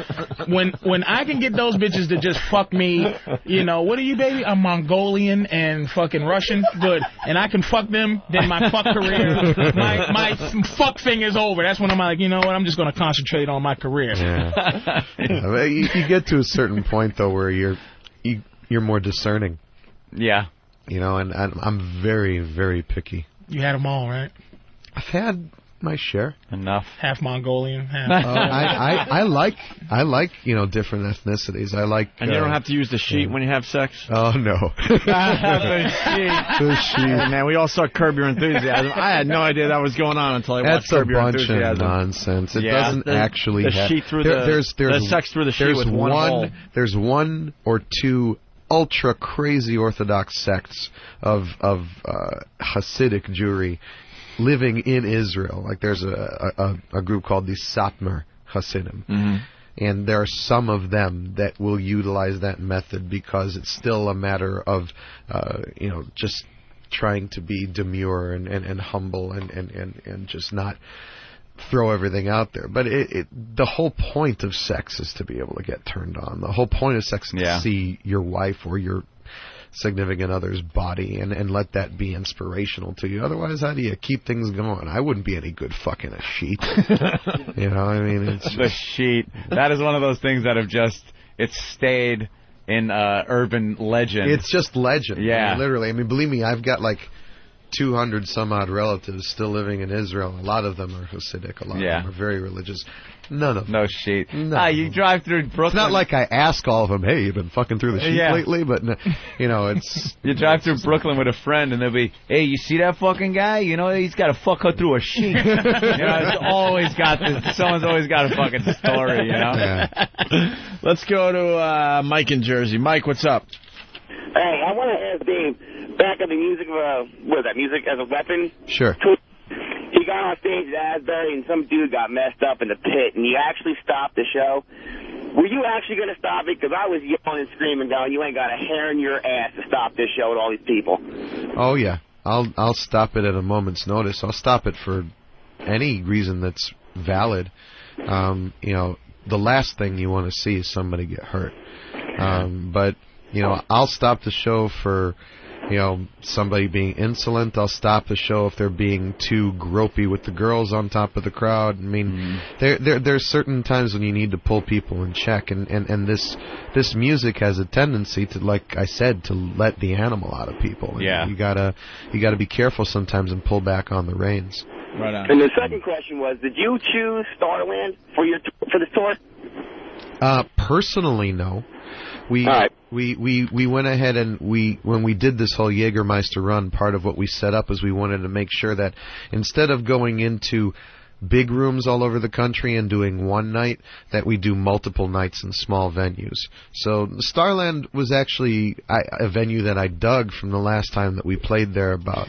Speaker 2: When when I can get those bitches to just fuck me, you know, what are you baby? I'm Mongolian and fucking Russian. Good. And I can fuck them, then my fuck career, my my fuck thing is over. That's when I'm like, you know what? I'm just going to concentrate on my career.
Speaker 32: Yeah. Yeah, but you, you get to a certain point though where you're you, you're more discerning.
Speaker 4: Yeah.
Speaker 32: You know, and I'm, I'm very very picky.
Speaker 2: You had them all, right?
Speaker 32: I've had my share.
Speaker 4: Enough.
Speaker 2: Half Mongolian, half. uh,
Speaker 32: Oh, I, I I like I like you know different ethnicities. I like
Speaker 3: And you
Speaker 32: uh,
Speaker 3: don't have to use the sheet when you have sex.
Speaker 32: Oh no. The sheet.
Speaker 3: Hey, man, we all saw Curb Your Enthusiasm. I had no idea that was going on until I
Speaker 32: That's
Speaker 3: watched
Speaker 32: a
Speaker 3: Curb Your
Speaker 32: bunch of
Speaker 3: Enthusiasm.
Speaker 32: nonsense. It
Speaker 3: Yeah.
Speaker 32: doesn't
Speaker 3: The-
Speaker 32: actually.
Speaker 3: the
Speaker 32: have-
Speaker 3: sheet through
Speaker 32: There-
Speaker 3: the-
Speaker 32: there's there's
Speaker 3: the sex through the sheet
Speaker 32: there's
Speaker 3: with one hole.
Speaker 32: There's one or two ultra crazy orthodox sects of of uh, Hasidic Jewry living in Israel. Like there's a a, a, a group called the Satmar Hasidim.
Speaker 3: Mm-hmm.
Speaker 32: And there are some of them that will utilize that method because it's still a matter of, uh, you know, just trying to be demure and, and, and humble and, and, and, and just not throw everything out there. But it, it, the whole point of sex is to be able to get turned on. The whole point of sex is
Speaker 4: Yeah.
Speaker 32: to see your wife or your significant other's body and, and let that be inspirational to you. Otherwise, how do you keep things going? I wouldn't be any good fucking a sheet. you know, I mean, it's
Speaker 4: the sheet. That is one of those things that have just it's stayed in uh, urban legend.
Speaker 32: It's just legend.
Speaker 4: Yeah.
Speaker 32: I mean, literally. I mean, believe me, I've got like 200 some odd relatives still living in Israel. A lot of them are Hasidic. A lot
Speaker 4: Yeah.
Speaker 32: of them are very religious. None of them.
Speaker 4: No sheet.
Speaker 32: No.
Speaker 4: Ah, you drive through Brooklyn.
Speaker 32: It's not like I ask all of them, hey, you've been fucking through the sheet
Speaker 4: Yeah.
Speaker 32: lately, but no, you know, it's
Speaker 4: you drive through Brooklyn with a friend, and they'll be, "Hey, you see that fucking guy? You know he's got to fuck her through a sheet. you know, it's always got this. Someone's always got a fucking story. You know.
Speaker 3: Let's go to uh, Mike in Jersey. Mike, what's up?
Speaker 26: Hey, I want to ask Dave, back at the music, of, uh, what is that, music as a weapon?
Speaker 32: sure.
Speaker 26: He got on stage at Asbury and some dude got messed up in the pit and you actually stopped the show. Were you actually going to stop it? Because I was yelling and screaming going, you ain't got a hair in your ass to stop this show with all these people.
Speaker 32: Oh yeah, I'll I'll stop it at a moment's notice. I'll stop it for any reason that's valid. Um, you know, the last thing you want to see is somebody get hurt. Um, but you know, I'll stop the show for you know somebody being insolent. I'll stop the show if they're being too gropey with the girls on top of the crowd. I mean, there there there's certain times when you need to pull people in check, and and and this this music has a tendency to, like I said, to let the animal out of people. And
Speaker 4: Yeah.
Speaker 32: you gotta you gotta be careful sometimes and pull back on the reins.
Speaker 3: Right on.
Speaker 26: And the second question was, did you choose Starland for your for the tour?
Speaker 32: Uh, personally, no. We, we we we went ahead and we when we did this whole Jägermeister run, part of what we set up is we wanted to make sure that instead of going into big rooms all over the country and doing one night, that we do multiple nights in small venues. So Starland was actually I, a venue that I dug from the last time that we played there about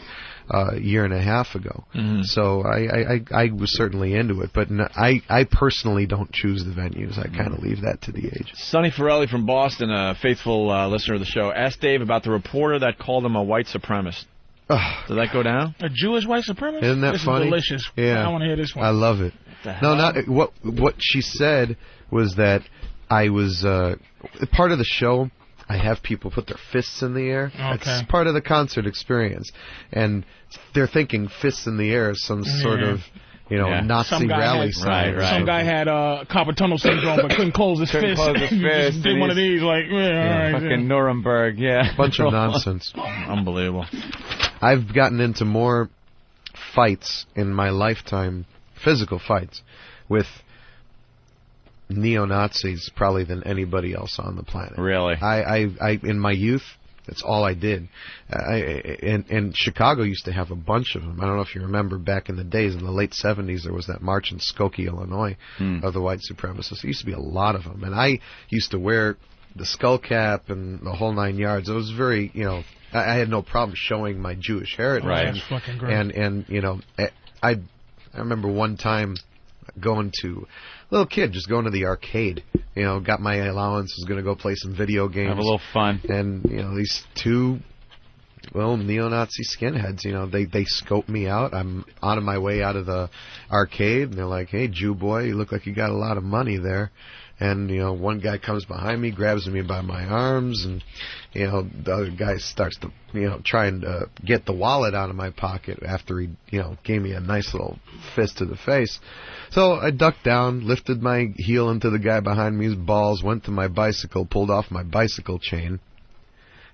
Speaker 32: uh, a year and a half ago. So I, I, I, I was certainly into it, but n- I, I personally don't choose the venues. I
Speaker 2: Mm.
Speaker 32: kind of leave that to the agents.
Speaker 3: Sonny Ferrelli from Boston, a faithful uh, listener of the show, asked Dave about the reporter that called him a white supremacist. Did that go down?
Speaker 2: A Jewish white supremacist?
Speaker 32: Isn't that
Speaker 2: this
Speaker 32: funny?
Speaker 2: Is delicious.
Speaker 32: Yeah,
Speaker 2: I want to hear this one.
Speaker 32: I love it.
Speaker 2: The hell?
Speaker 32: No, not what what she said was that I was uh, part of the show. I have people put their fists in the air.
Speaker 2: Okay.
Speaker 32: It's part of the concert experience, and they're thinking fists in the air is some sort
Speaker 2: Yeah.
Speaker 32: of you know Nazi
Speaker 2: Some guy
Speaker 32: rally
Speaker 2: had,
Speaker 32: sign. or
Speaker 2: Some
Speaker 32: something.
Speaker 2: guy had uh, copper tunnel syndrome but couldn't close his
Speaker 32: Couldn't
Speaker 2: fist.
Speaker 32: close his
Speaker 2: He just
Speaker 32: fist,
Speaker 2: did
Speaker 32: and
Speaker 2: one of these, like, yeah, all right.
Speaker 4: Fucking Nuremberg, yeah.
Speaker 32: Bunch of nonsense.
Speaker 3: Unbelievable.
Speaker 32: I've gotten into more fights in my lifetime, physical fights, with neo Nazis probably than anybody else on the planet.
Speaker 4: Really?
Speaker 32: I, I, I in my youth, that's all I did. I, I- and and Chicago used to have a bunch of them. I don't know if you remember back in the days in the late '70s, there was that march in Skokie, Illinois,
Speaker 4: Hmm.
Speaker 32: of the white supremacists. There used to be a lot of them, and I used to wear the skull cap and the whole nine yards. It was very, you know, I, I had no problem showing my Jewish heritage.
Speaker 16: Right.
Speaker 32: And-
Speaker 16: That's fucking great.
Speaker 32: And and you know, I I I remember one time going to little kid just going to the arcade. You know, got my allowance, was gonna go play some video games,
Speaker 4: Have a little fun.
Speaker 32: And you know, these two well, neo-Nazi skinheads, you know, they they scope me out. I'm on my way out of the arcade, and they're like, "Hey, Jew boy, you look like you got a lot of money there." And you know, one guy comes behind me, grabs me by my arms, and you know, the other guy starts to you know try and uh, get the wallet out of my pocket after he you know gave me a nice little fist to the face. So I ducked down, lifted my heel into the guy behind me's balls, went to my bicycle, pulled off my bicycle chain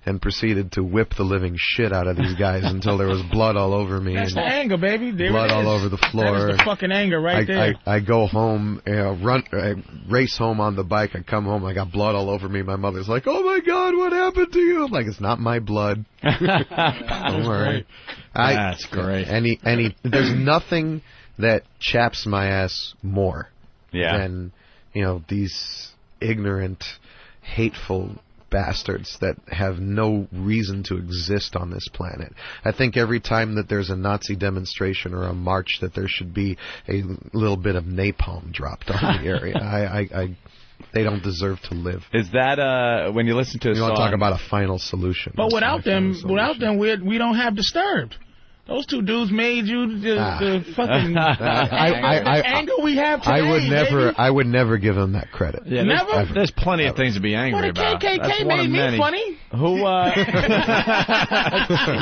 Speaker 32: and proceeded to whip the living shit out of these guys until there was blood all over me
Speaker 2: That's the
Speaker 32: and
Speaker 2: anger, baby. There
Speaker 32: blood
Speaker 2: it is.
Speaker 32: all over the
Speaker 2: That
Speaker 32: floor.
Speaker 2: is the fucking anger right
Speaker 32: I,
Speaker 2: there.
Speaker 32: I, I go home, you know, run, I race home on the bike. I come home, I got blood all over me. My mother's like, "Oh my god, what happened to you?" I'm like, "It's not my blood." Don't worry.
Speaker 16: great.
Speaker 32: I,
Speaker 16: That's
Speaker 32: great. Any, any, there's nothing that chaps my ass more
Speaker 4: Yeah.
Speaker 32: than you know these ignorant, hateful bastards that have no reason to exist on this planet. I think every time that there's a Nazi demonstration or a march, that there should be a little bit of napalm dropped on the area. I, I, I, they don't deserve to live.
Speaker 4: Is that uh when you listen to a
Speaker 32: You
Speaker 4: song?
Speaker 32: want to talk about a final solution?
Speaker 2: But without them, without them, we we don't have disturbed. Those two dudes made you the, the fucking
Speaker 32: Ah. I- I-
Speaker 2: anger,
Speaker 32: I- I-
Speaker 2: the anger we have today.
Speaker 32: I would never,
Speaker 2: baby.
Speaker 32: I would never give them that credit.
Speaker 2: Yeah, there's- Never?
Speaker 32: Ever.
Speaker 3: There's plenty of things to be angry
Speaker 2: Well, the
Speaker 3: about.
Speaker 2: KKK
Speaker 3: That's one
Speaker 2: made
Speaker 3: of
Speaker 2: me
Speaker 3: many.
Speaker 2: funny.
Speaker 4: Who uh,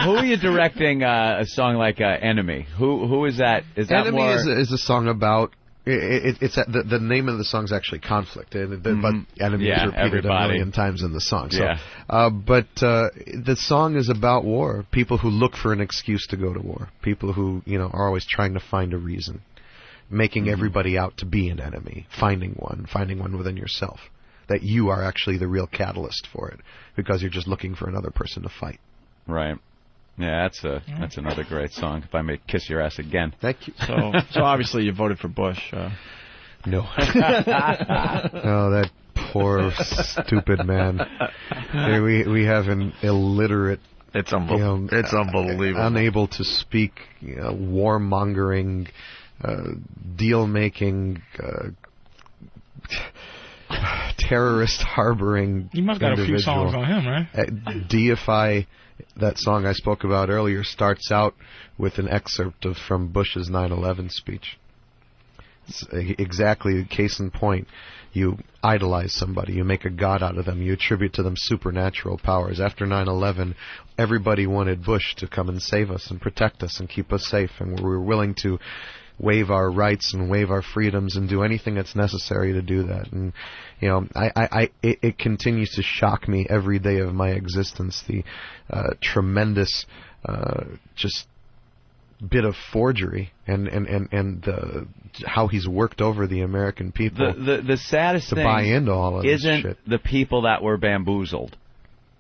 Speaker 4: who are you directing uh, a song like uh, Enemy? Who who is that? Is that
Speaker 32: Enemy
Speaker 4: more
Speaker 32: is, is a song about. i- i it, it's a, the, the name of the song's actually conflict, and the, but enemy
Speaker 4: Mm-hmm. Yeah,
Speaker 32: is repeated
Speaker 4: everybody.
Speaker 32: a million times in the song. So,
Speaker 4: Yeah.
Speaker 32: uh, but uh, the song is about war. People who look for an excuse to go to war. People who you know are always trying to find a reason, making
Speaker 4: Mm-hmm.
Speaker 32: everybody out to be an enemy, finding one, finding one within yourself. That you are actually the real catalyst for it, because you're just looking for another person to fight.
Speaker 4: right? Yeah, that's a that's another great song. If I may kiss your ass again.
Speaker 32: Thank you.
Speaker 3: So, so obviously you voted for Bush. Uh.
Speaker 32: No. oh, that poor stupid man. Here we we have an illiterate. uh,
Speaker 3: It's unbelievable. it's unbelievable.
Speaker 32: Unable to speak, you know, warmongering, uh, deal making, uh, terrorist harboring.
Speaker 2: You must got a few
Speaker 32: individual.
Speaker 2: songs on him, right?
Speaker 32: Uh, Deify, that song I spoke about earlier, starts out with an excerpt of from Bush's 9/11 speech. It's uh, exactly the case in point. You idolize somebody, you make a god out of them, you attribute to them supernatural powers. After 9/11, everybody wanted Bush to come and save us and protect us and keep us safe, and we were willing to waive our rights and waive our freedoms and do anything that's necessary to do that. And you know, I, I, I it, it continues to shock me every day of my existence the uh, tremendous, uh, just bit of forgery and and and and the how he's worked over the American people.
Speaker 4: The, the, the saddest
Speaker 32: To
Speaker 4: thing
Speaker 32: buy into all of this
Speaker 4: isn't
Speaker 32: shit.
Speaker 4: the people that were bamboozled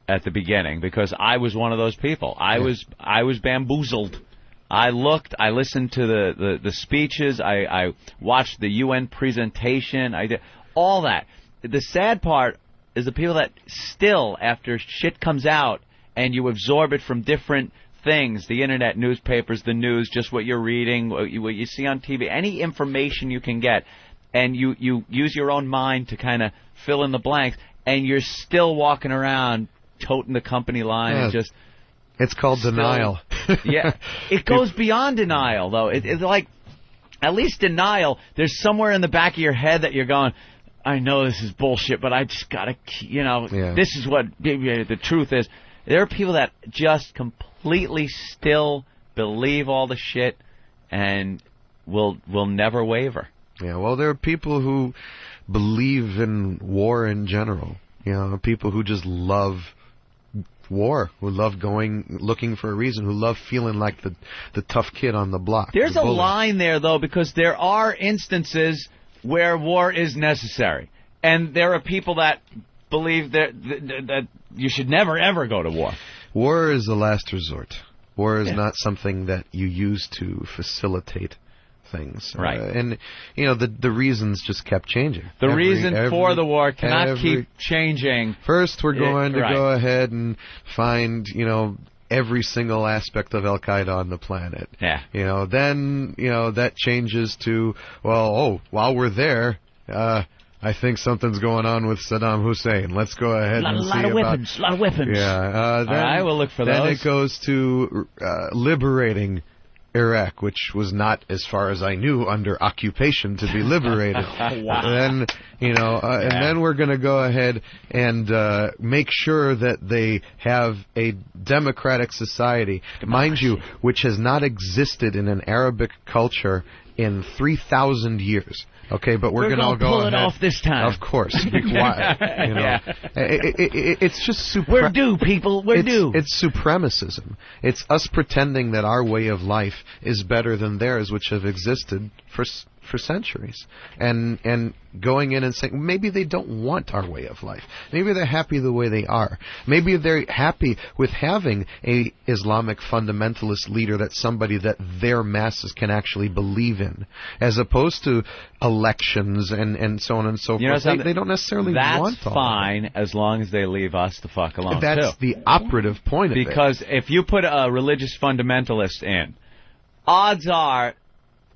Speaker 4: at the beginning because I was one of those people. I was I was bamboozled. I looked, I listened to the, the, the speeches, I, I watched the UN presentation, I did all that. The sad part is the people that still after shit comes out and you absorb it from different things the internet newspapers the news just what you're reading what you, what you see on tv any information you can get and you you use your own mind to kind of fill in the blanks and you're still walking around toting the company line and
Speaker 32: Yeah.
Speaker 4: just
Speaker 32: It's called denial.
Speaker 4: yeah it goes beyond denial though it, it's like at least denial there's somewhere in the back of your head that you're going i know this is bullshit but i just gotta k- you know
Speaker 32: Yeah.
Speaker 4: this is what the truth is there are people that just completely still believe all the shit and will will never waver
Speaker 32: Yeah, well, there are people who believe in war in general. You know, people who just love war, who love going looking for a reason, who love feeling like the the tough kid on the block.
Speaker 4: There's
Speaker 32: the
Speaker 4: a
Speaker 32: bully.
Speaker 4: line there though because there are instances where war is necessary, and there are people that believe that that, that you should never ever go to war.
Speaker 32: War is the last resort. War is not something that you use to facilitate things. Right. and you know the the reasons just kept changing.
Speaker 4: The
Speaker 32: Every-
Speaker 4: reason
Speaker 32: every-
Speaker 4: for the war cannot
Speaker 32: every-
Speaker 4: keep changing.
Speaker 32: First, we're
Speaker 4: Yeah,
Speaker 32: going to
Speaker 4: right.
Speaker 32: go ahead and find, you know, every single aspect of Al Qaeda on the planet.
Speaker 4: Yeah.
Speaker 32: You know, then you know that changes to well, oh, while we're there, uh, I think something's going on with Saddam Hussein. Let's go ahead
Speaker 4: Lot-
Speaker 32: and
Speaker 4: lot
Speaker 32: see
Speaker 4: of
Speaker 32: about-
Speaker 4: weapons, lot of weapons.
Speaker 32: Yeah. Uh, then,
Speaker 4: All right, we'll look for
Speaker 32: then
Speaker 4: those.
Speaker 32: it goes to uh, liberating. Iraq, which was not, as far as I knew, under occupation to be liberated.
Speaker 4: Wow.
Speaker 32: And then, you know, uh, and then we're going to go ahead and uh, make sure that they have a democratic society, mind you, which has not existed in an Arabic culture in 3,000 years. Okay, but we're,
Speaker 4: We're
Speaker 32: going to
Speaker 4: gonna
Speaker 32: all go
Speaker 4: pull it
Speaker 32: ahead.
Speaker 4: off this time.
Speaker 32: Of course. Why? You know,
Speaker 4: Yeah.
Speaker 32: I- I- I- it's just super.
Speaker 4: We're due, people. We're
Speaker 32: it's,
Speaker 4: due.
Speaker 32: It's supremacism. It's us pretending that our way of life is better than theirs, which have existed for s- for centuries, and and going in and saying maybe they don't want our way of life. Maybe they're happy the way they are. Maybe they're happy with having a Islamic fundamentalist leader that's somebody that their masses can actually believe in, as opposed to elections and and so on and so
Speaker 4: You know
Speaker 32: forth. They,
Speaker 4: something?
Speaker 32: they don't necessarily
Speaker 4: That's
Speaker 32: want all that.
Speaker 4: fine as long as they leave us the fuck alone.
Speaker 32: That's
Speaker 4: too.
Speaker 32: the operative point of it.
Speaker 4: because if you put a religious fundamentalist in, odds are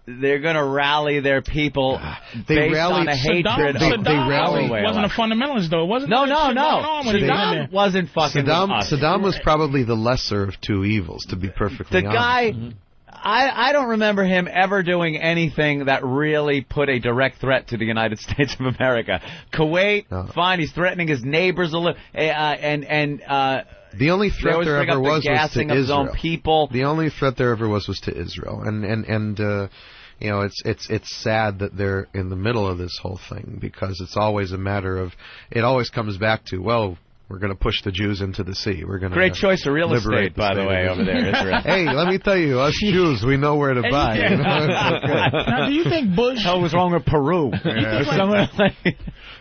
Speaker 4: they're going to rally their people
Speaker 32: They
Speaker 4: based
Speaker 32: rally-
Speaker 4: on a hatred.
Speaker 2: Saddam,
Speaker 4: of
Speaker 2: Saddam
Speaker 4: the
Speaker 2: wasn't-
Speaker 4: way of
Speaker 2: wasn't a
Speaker 4: life.
Speaker 2: fundamentalist though. It wasn't
Speaker 4: No,
Speaker 2: that
Speaker 4: no,
Speaker 2: shit going on
Speaker 4: no.
Speaker 2: when he got
Speaker 4: Saddam
Speaker 2: there.
Speaker 4: wasn't fucking
Speaker 32: Saddam,
Speaker 4: with us.
Speaker 32: Saddam was probably the lesser of two evils, to be perfectly
Speaker 4: the
Speaker 32: honest.
Speaker 4: guy I, I don't remember him ever doing anything that really put a direct threat to the United States of America. Kuwait,
Speaker 32: Oh.
Speaker 4: fine, he's threatening his neighbors a little, uh, and and uh,
Speaker 32: the only
Speaker 4: they
Speaker 32: threat
Speaker 4: always
Speaker 32: there
Speaker 4: bring
Speaker 32: ever
Speaker 4: up the
Speaker 32: was was to
Speaker 4: gassing of his own
Speaker 32: Israel.
Speaker 4: people.
Speaker 32: The only threat there ever was was to Israel, and and and uh, you know it's it's it's sad that they're in the middle of this whole thing because it's always a matter of it always comes back to well. We're going to push the Jews into the sea. We're going to
Speaker 4: Great choice of real estate, by the way, over there, Israel.
Speaker 32: hey, let me tell you, us Jews, we know where to buy. you know? It's okay.
Speaker 2: Now, do you think Bush?
Speaker 4: Hell was wrong with Peru?
Speaker 2: Yeah.
Speaker 4: Or somewhere like-
Speaker 2: You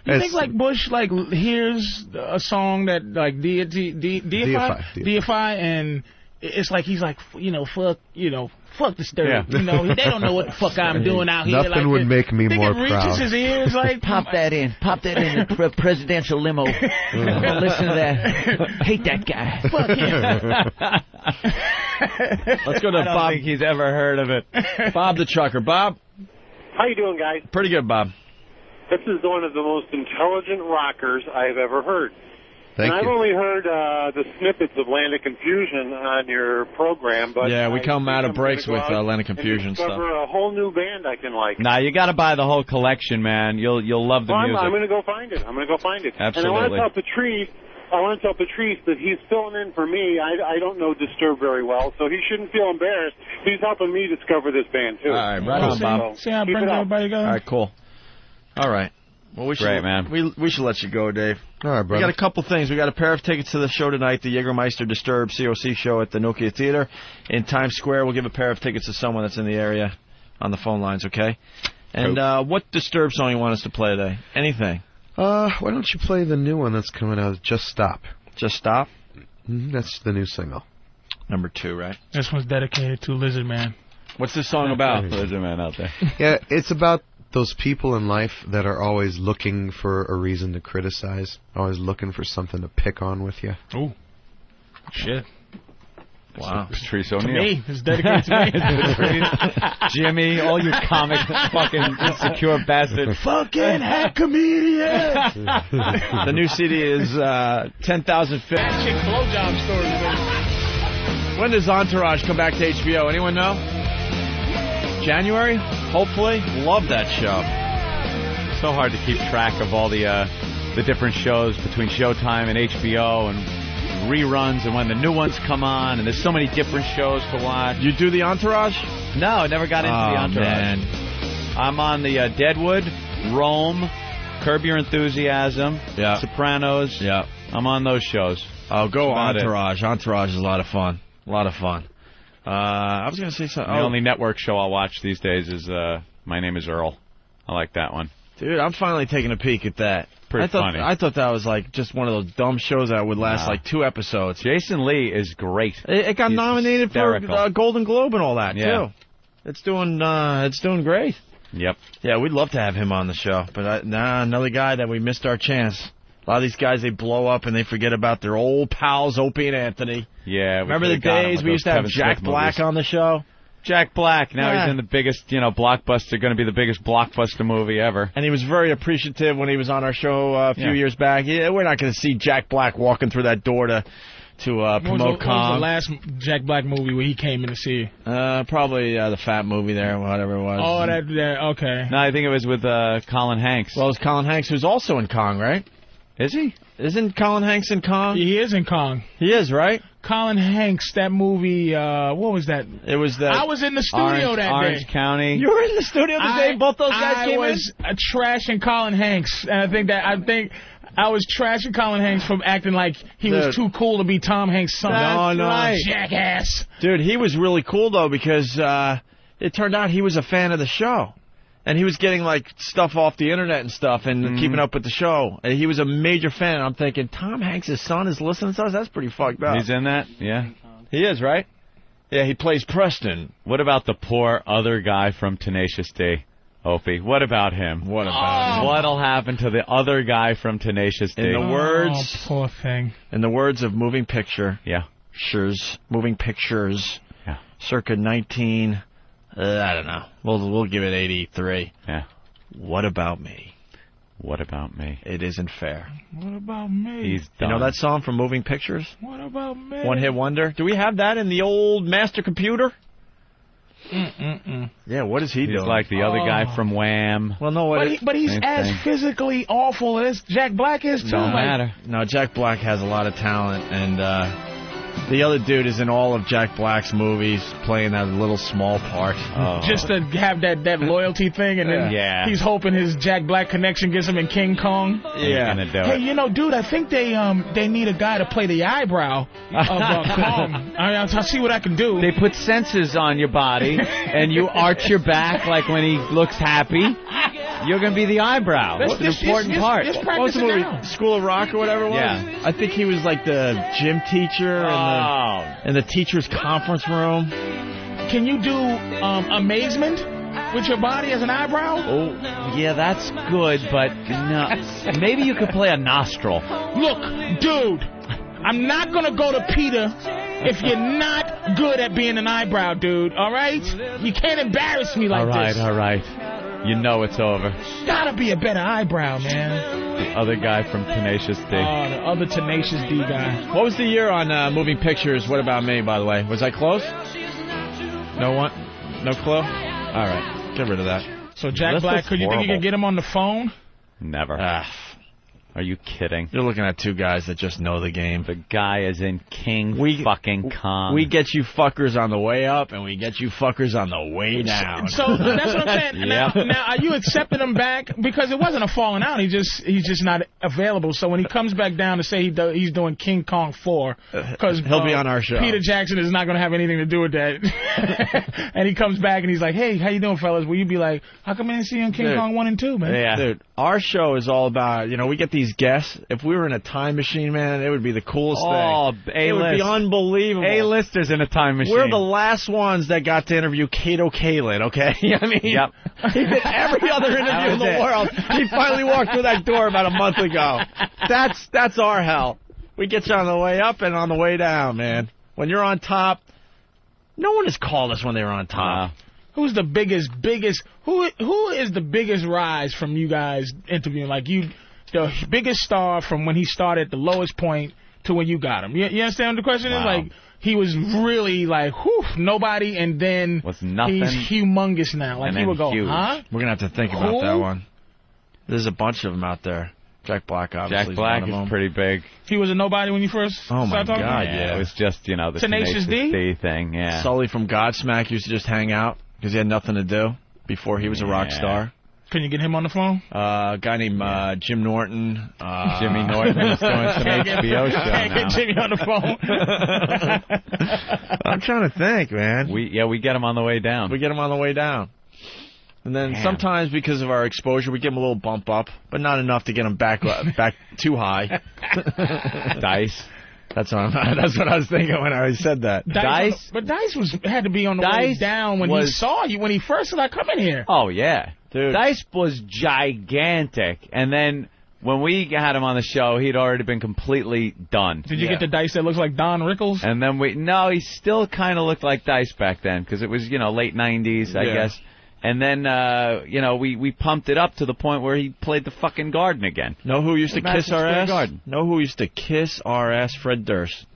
Speaker 4: It's-
Speaker 2: think like Bush like l- hears a song that like deity de, deify,
Speaker 4: Deify, deify.
Speaker 2: deify and it's like he's like f- you know fuck you know fuck this dirt
Speaker 32: Yeah.
Speaker 2: you know they don't know what the fuck I'm doing out here
Speaker 32: Nothing
Speaker 2: like
Speaker 32: would
Speaker 2: this.
Speaker 32: make me
Speaker 2: think
Speaker 32: more
Speaker 2: it reaches
Speaker 32: proud.
Speaker 2: his ears like
Speaker 16: Pop
Speaker 2: that
Speaker 4: in pop that in the presidential limo
Speaker 16: Don't listen to
Speaker 4: that hate that guy
Speaker 16: fuck him
Speaker 4: Let's go to
Speaker 13: I don't
Speaker 4: Bob. think he's ever heard of it. Bob the trucker. Bob.
Speaker 13: How you doing, guys?
Speaker 4: Pretty good, Bob.
Speaker 13: This is one of the most intelligent rockers I've ever heard.
Speaker 9: Thank
Speaker 13: and I've
Speaker 9: you.
Speaker 13: only heard uh, the snippets of Land of Confusion on your program, but
Speaker 3: Yeah, we
Speaker 13: I
Speaker 3: come
Speaker 13: think
Speaker 3: out of
Speaker 13: I'm
Speaker 3: breaks
Speaker 13: gonna go
Speaker 3: with, uh,
Speaker 13: out
Speaker 3: Land of Confusion
Speaker 13: and
Speaker 3: stuff.
Speaker 13: discover a whole new band I can like.
Speaker 4: Nah, you got to buy the whole collection, man. You'll you'll love the
Speaker 13: Well, I'm,
Speaker 4: music.
Speaker 13: I'm going to go find it. I'm going to go find it. And I want to
Speaker 4: Absolutely.
Speaker 13: tell Patrice. I want to tell Patrice that he's filling in for me. I, I don't know Disturb very well, so he shouldn't feel embarrassed. He's helping me discover this band too.
Speaker 3: All right, right on, Bob.
Speaker 13: So, keep it up.
Speaker 3: All right, cool. All right. Well, we should,
Speaker 4: Great, man.
Speaker 3: We, we should let you go, Dave.
Speaker 32: All right,
Speaker 3: We
Speaker 32: brother.
Speaker 3: got a couple things. We got a pair of tickets to the show tonight, the Jägermeister Disturbed COC show at the Nokia Theater in Times Square. We'll give a pair of tickets to someone that's in the area on the phone lines, okay? And uh, what Disturbed song you want us to play today? Anything.
Speaker 32: Uh, why don't you play the new one that's coming out? Just Stop. Mm-hmm,
Speaker 3: Just Stop?
Speaker 32: That's the new single.
Speaker 3: Number two, right?
Speaker 2: This one's dedicated to Lizard Man.
Speaker 3: What's this song
Speaker 2: about?
Speaker 4: Lizard Man out there.
Speaker 32: yeah, it's about those people in life that are always looking for a reason to criticize, always looking for something to pick on with you.
Speaker 2: Ooh. Shit.
Speaker 4: Wow. It's Teresa
Speaker 2: To
Speaker 4: O'Neill.
Speaker 2: me. It's dedicated to me.
Speaker 4: Teresa- Jimmy, all you comic fucking insecure bastard.
Speaker 3: Fucking hack comedian! the new CD is uh, 10,000 feet.
Speaker 2: blowjob
Speaker 3: When does Entourage come back to HBO? Anyone know? January? Hopefully. Love that show.
Speaker 4: So hard to keep track of all the uh, the different shows between Showtime and HBO and reruns and when the new ones come on and there's so many different shows to watch.
Speaker 3: You do the Entourage?
Speaker 4: No, I never got into the
Speaker 3: Aw,
Speaker 4: Entourage. I'm on the uh, Deadwood, Rome, Curb Your Enthusiasm,
Speaker 3: Yeah.
Speaker 4: Sopranos.
Speaker 3: Yeah.
Speaker 4: I'm on those shows.
Speaker 3: Oh, go
Speaker 4: That's about it.
Speaker 3: Entourage. Entourage is a lot of fun. A lot of fun. Uh, I was going to say something.
Speaker 4: The
Speaker 3: oh,
Speaker 4: only network show I'll watch these days is uh, My Name Is Earl. I like that one.
Speaker 3: oh, Dude, I'm finally taking a peek at that.
Speaker 4: Pretty
Speaker 3: I thought,
Speaker 4: funny.
Speaker 3: I thought that was like just one of those dumb shows that would last
Speaker 4: Nah.
Speaker 3: like two episodes.
Speaker 4: Jason Lee is great.
Speaker 3: It, it got
Speaker 4: He's
Speaker 3: nominated
Speaker 4: hysterical.
Speaker 3: for uh, Golden Globe and all that
Speaker 4: Yeah.
Speaker 3: too. It's doing uh, it's doing great.
Speaker 4: Yep.
Speaker 3: Yeah, we'd love to have him on the show, but I, nah, another guy that we missed our chance. A lot of these guys they blow up and they forget about their old pals Opie and Anthony.
Speaker 4: Yeah. we
Speaker 3: Remember the
Speaker 4: could've got him
Speaker 3: days
Speaker 4: with
Speaker 3: we
Speaker 4: those
Speaker 3: used to have
Speaker 4: Kevin
Speaker 3: Jack
Speaker 4: Smith
Speaker 3: Black
Speaker 4: movies.
Speaker 3: on the show?
Speaker 4: Jack Black. Now
Speaker 3: Yeah.
Speaker 4: he's in the biggest, you know, blockbuster, going to be the biggest blockbuster movie ever.
Speaker 3: And he was very appreciative when he was on our show uh, a few
Speaker 4: Yeah.
Speaker 3: years back. Yeah, we're not going to see Jack Black walking through that door to to uh,
Speaker 2: When was,
Speaker 3: promote
Speaker 2: the, when was the
Speaker 3: Kong.
Speaker 2: last Jack Black movie where he came in to see you?
Speaker 3: Uh, probably uh, the fat movie there, whatever it was.
Speaker 2: Oh, that, that okay.
Speaker 4: No, I think it was with uh, Colin Hanks.
Speaker 3: Well, it's Colin Hanks who's also in Kong, right?
Speaker 4: Is he?
Speaker 3: Isn't Colin Hanks in Kong?
Speaker 2: He is in Kong.
Speaker 3: He is, right?
Speaker 2: Colin Hanks, that movie, uh, what was that?
Speaker 3: It was that.
Speaker 2: I was in the studio
Speaker 4: Orange,
Speaker 2: that
Speaker 4: Orange
Speaker 2: day.
Speaker 4: County.
Speaker 3: You were in the studio the
Speaker 2: I-
Speaker 3: day both those guys
Speaker 2: I
Speaker 3: came
Speaker 2: was uh, trashing Colin Hanks, and I think that I think I was trashing Colin Hanks from acting like he was too
Speaker 3: Dude.
Speaker 2: cool to be Tom Hanks' son.
Speaker 3: No, no.
Speaker 2: jackass.
Speaker 3: in? Dude, he was really cool though because uh, it turned out he was a fan of the show. And he was getting like stuff off the internet and stuff, and
Speaker 4: Mm-hmm.
Speaker 3: keeping up with the show. And he was a major fan. I'm thinking Tom Hanks' son is listening to us. That's pretty fucked up.
Speaker 4: He's in that? Yeah.
Speaker 3: He is right. Yeah, he plays Preston.
Speaker 4: What about the poor other guy from Tenacious D? Opie, what about him?
Speaker 3: What
Speaker 2: about him?
Speaker 4: What'll happen to the other guy from Tenacious D?
Speaker 3: In the words,
Speaker 2: Oh, poor thing.
Speaker 3: in the words of Moving Picture,
Speaker 4: yeah,
Speaker 3: Shures, Moving Pictures,
Speaker 4: Yeah.
Speaker 3: circa 19. Uh, I don't know. We'll we'll give it 83.
Speaker 4: Yeah.
Speaker 3: What about me?
Speaker 4: What about me?
Speaker 3: It isn't fair.
Speaker 2: What about me?
Speaker 4: He's
Speaker 3: Mm. You
Speaker 4: done.
Speaker 3: know that song from Moving Pictures?
Speaker 2: What about me?
Speaker 3: One Hit Wonder. Do we have that in the old master computer?
Speaker 2: Mm-mm-mm.
Speaker 3: Yeah. What is he
Speaker 4: He's
Speaker 3: doing?
Speaker 4: like the other guy from Wham.
Speaker 3: Oh. Well, no. What
Speaker 2: But,
Speaker 3: it-
Speaker 2: he, but he's
Speaker 4: Same
Speaker 2: as
Speaker 4: thing.
Speaker 2: physically awful as Jack Black is too.
Speaker 3: no,
Speaker 2: like-
Speaker 3: No, Jack Black has a lot of talent, and uh, the other dude is in all of Jack Black's movies, playing that little small part.
Speaker 4: Oh.
Speaker 2: Just to have that, that loyalty thing, and then
Speaker 3: Yeah.
Speaker 2: he's hoping his Jack Black connection gets him in King Kong.
Speaker 3: yeah.
Speaker 4: Gonna do
Speaker 2: Hey,
Speaker 4: it.
Speaker 2: you know, dude, I think they um they need a guy to play the eyebrow of uh, Kong. I mean, I'll, I'll see what I can do.
Speaker 4: They put sensors on your body, and you arch your back like when he looks happy. You're gonna be the eyebrow.
Speaker 2: That's-
Speaker 4: What's an
Speaker 2: this-
Speaker 4: important
Speaker 2: this-
Speaker 4: part?
Speaker 2: this- this
Speaker 3: What was the
Speaker 2: practice
Speaker 3: movie?
Speaker 2: it now.
Speaker 3: School of Rock or whatever it was?
Speaker 4: Yeah.
Speaker 3: I think he was like the gym teacher
Speaker 4: Oh.
Speaker 3: in, the, in the teacher's conference room.
Speaker 2: Can you do um, amazement with your body as an eyebrow?
Speaker 4: Oh, yeah, that's good, but no. Maybe you could play a nostril.
Speaker 2: Look, dude, I'm not gonna go to Peter if you're not good at being an eyebrow, dude. All right? You can't embarrass me like
Speaker 4: all right,
Speaker 2: this.
Speaker 4: all right. You know it's over.
Speaker 2: Gotta be a better eyebrow, man.
Speaker 4: The other guy from Tenacious D.
Speaker 2: Oh, the other tenacious D guy.
Speaker 3: What was the year on uh, Moving Pictures? What about me? By the way, was I close? No one, no clue. All right, get rid of that.
Speaker 2: So Jack
Speaker 3: This
Speaker 2: Black,
Speaker 3: is
Speaker 2: could you think you
Speaker 3: horrible. Uh,
Speaker 2: could get him on the phone?
Speaker 4: Never.
Speaker 3: Ah,
Speaker 4: Are you kidding?
Speaker 3: You're looking at two guys that just know the game.
Speaker 4: The guy is in King fucking Kong.
Speaker 3: We get you fuckers on the way up, and we get you fuckers on the way down.
Speaker 2: So that's what I'm saying. Now,
Speaker 3: Yep.
Speaker 2: now, are you accepting him back? Because it wasn't a falling out. He just he's just not available. So when he comes back down to say he do, he's doing King Kong four, because
Speaker 3: He'll be on our show.
Speaker 2: uh, Peter Jackson is not going to have anything to do with that. and he comes back and he's like, "Hey, how you doing, fellas?" Will you be like, "How come I didn't see you on King
Speaker 3: Dude.
Speaker 2: Kong one and two, man?"
Speaker 3: Dude, our show is all about, you know, we get these guests. If we were in a time machine, man, it would be the coolest
Speaker 4: Oh,
Speaker 3: thing.
Speaker 4: A-list.
Speaker 3: It would be unbelievable.
Speaker 4: A-listers in a time machine.
Speaker 3: We're the last ones that got to interview Kato Kalin, okay? I mean,
Speaker 4: Yep.
Speaker 3: he did every other
Speaker 16: That
Speaker 3: interview in
Speaker 16: was
Speaker 3: the
Speaker 16: it.
Speaker 3: world. He finally walked through that door about a month ago. That's that's our hell. We get you on the way up and on the way down, man. When you're on top, no one has called us when they were on top.
Speaker 2: Who's the biggest, biggest? Who who is the biggest rise from you guys interviewing? Like you, the biggest star from when he started at the lowest point to when you got him. You, you understand what the question is? Like he was really like, whew, nobody, and then was
Speaker 3: nothing.
Speaker 2: He's humongous now. Like
Speaker 3: And
Speaker 2: he
Speaker 3: then
Speaker 2: would go,
Speaker 3: huge.
Speaker 2: huh?
Speaker 3: We're gonna have to think about
Speaker 2: Who?
Speaker 3: that one. There's a bunch of them out there. Jack Black, obviously.
Speaker 4: Jack
Speaker 3: one
Speaker 4: Black
Speaker 3: of
Speaker 4: is
Speaker 3: them.
Speaker 4: pretty big.
Speaker 2: He was a nobody when you first.
Speaker 3: Oh my
Speaker 2: started talking?
Speaker 3: god, yeah.
Speaker 4: It was just, you know, the
Speaker 2: Tenacious D?
Speaker 4: thing, yeah.
Speaker 3: Sully from Godsmack used to just hang out because he had nothing to do before he was a rock
Speaker 4: Yeah.
Speaker 3: star.
Speaker 2: Can you get him on the phone?
Speaker 3: Uh, a guy named uh, Jim Norton. Uh,
Speaker 4: Jimmy Norton is doing some
Speaker 3: Can't get-
Speaker 4: HBO show
Speaker 3: can't get
Speaker 4: now.
Speaker 2: Jimmy on the phone.
Speaker 3: I'm trying to think, man.
Speaker 4: We yeah, we get him on the way down.
Speaker 3: We get him on the way down. And then
Speaker 4: Damn.
Speaker 3: sometimes because of our exposure, we give him a little bump up, but not enough to get him back uh, back too high.
Speaker 4: Dice.
Speaker 3: That's what, I'm, that's what I was thinking when I said that.
Speaker 2: Dice, but Dice was had to be on the way
Speaker 4: Dice
Speaker 2: down when he
Speaker 4: was-
Speaker 2: saw you when he first said, "I come in here."
Speaker 4: Oh yeah, dude. Dice was gigantic, and then when we had him on the show, he'd already been completely done.
Speaker 2: Did you get the dice that looks like Don Rickles?
Speaker 4: And then we no, he still kind of looked like Dice back then because it was you know late '90s, I
Speaker 2: Yeah.
Speaker 4: guess. And then uh, you know we we pumped it up to the point where he played the fucking Garden again.
Speaker 3: Know who used to
Speaker 4: Madison
Speaker 3: kiss our
Speaker 4: Square
Speaker 3: ass?
Speaker 4: Garden.
Speaker 3: Know who used to kiss our ass? Fred Durst.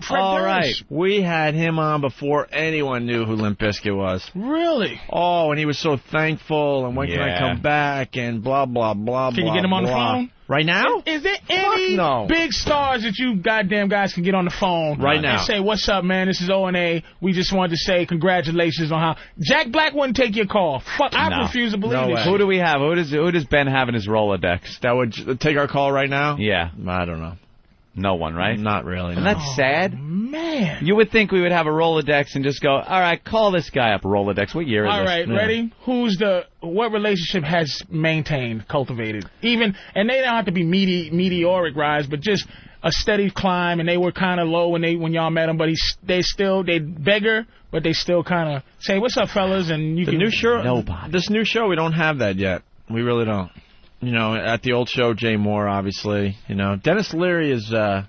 Speaker 2: Fred
Speaker 3: All
Speaker 2: Durst.
Speaker 3: right, we had him on before anyone knew who Limp Bizkit was.
Speaker 2: Really?
Speaker 3: Oh, and he was so thankful, and when can I
Speaker 2: Yeah.
Speaker 3: come back, and blah blah blah.
Speaker 2: Can you
Speaker 3: blah,
Speaker 2: get him on the
Speaker 3: blah.
Speaker 2: phone?
Speaker 3: right now?
Speaker 2: Is there any
Speaker 3: no.
Speaker 2: big stars that you goddamn guys can get on the phone
Speaker 3: Right now.
Speaker 2: and say, "What's up, man? This is O and A. We just wanted to say congratulations on how Jack Black wouldn't take your call. Fuck, I
Speaker 4: No.
Speaker 2: refuse to believe this.
Speaker 4: Who
Speaker 2: shit.
Speaker 4: do we have? Who does who does Ben have in his Rolodex?
Speaker 3: That would take our call right now.
Speaker 4: Yeah,
Speaker 3: I don't know.
Speaker 4: No one, right?
Speaker 3: Not really.
Speaker 4: And that's sad.
Speaker 2: Oh, Man,
Speaker 4: you would think we would have a Rolodex and just go, all right, call this guy up. Rolodex. What year is
Speaker 2: All
Speaker 4: this?
Speaker 2: right,
Speaker 4: Yeah.
Speaker 2: ready? Who's the what relationship has maintained, cultivated? Even and they don't have to be meaty, meteoric rise, but just a steady climb. And they were kind of low when they when y'all met him, but he's they still they beggar, but they still kind of say, "What's up, fellas?" And you
Speaker 3: The
Speaker 2: can
Speaker 3: new show, this new show, we don't have that yet. We really don't. You know, at the old show, Jay Moore, obviously. You know, Dennis Leary is, uh,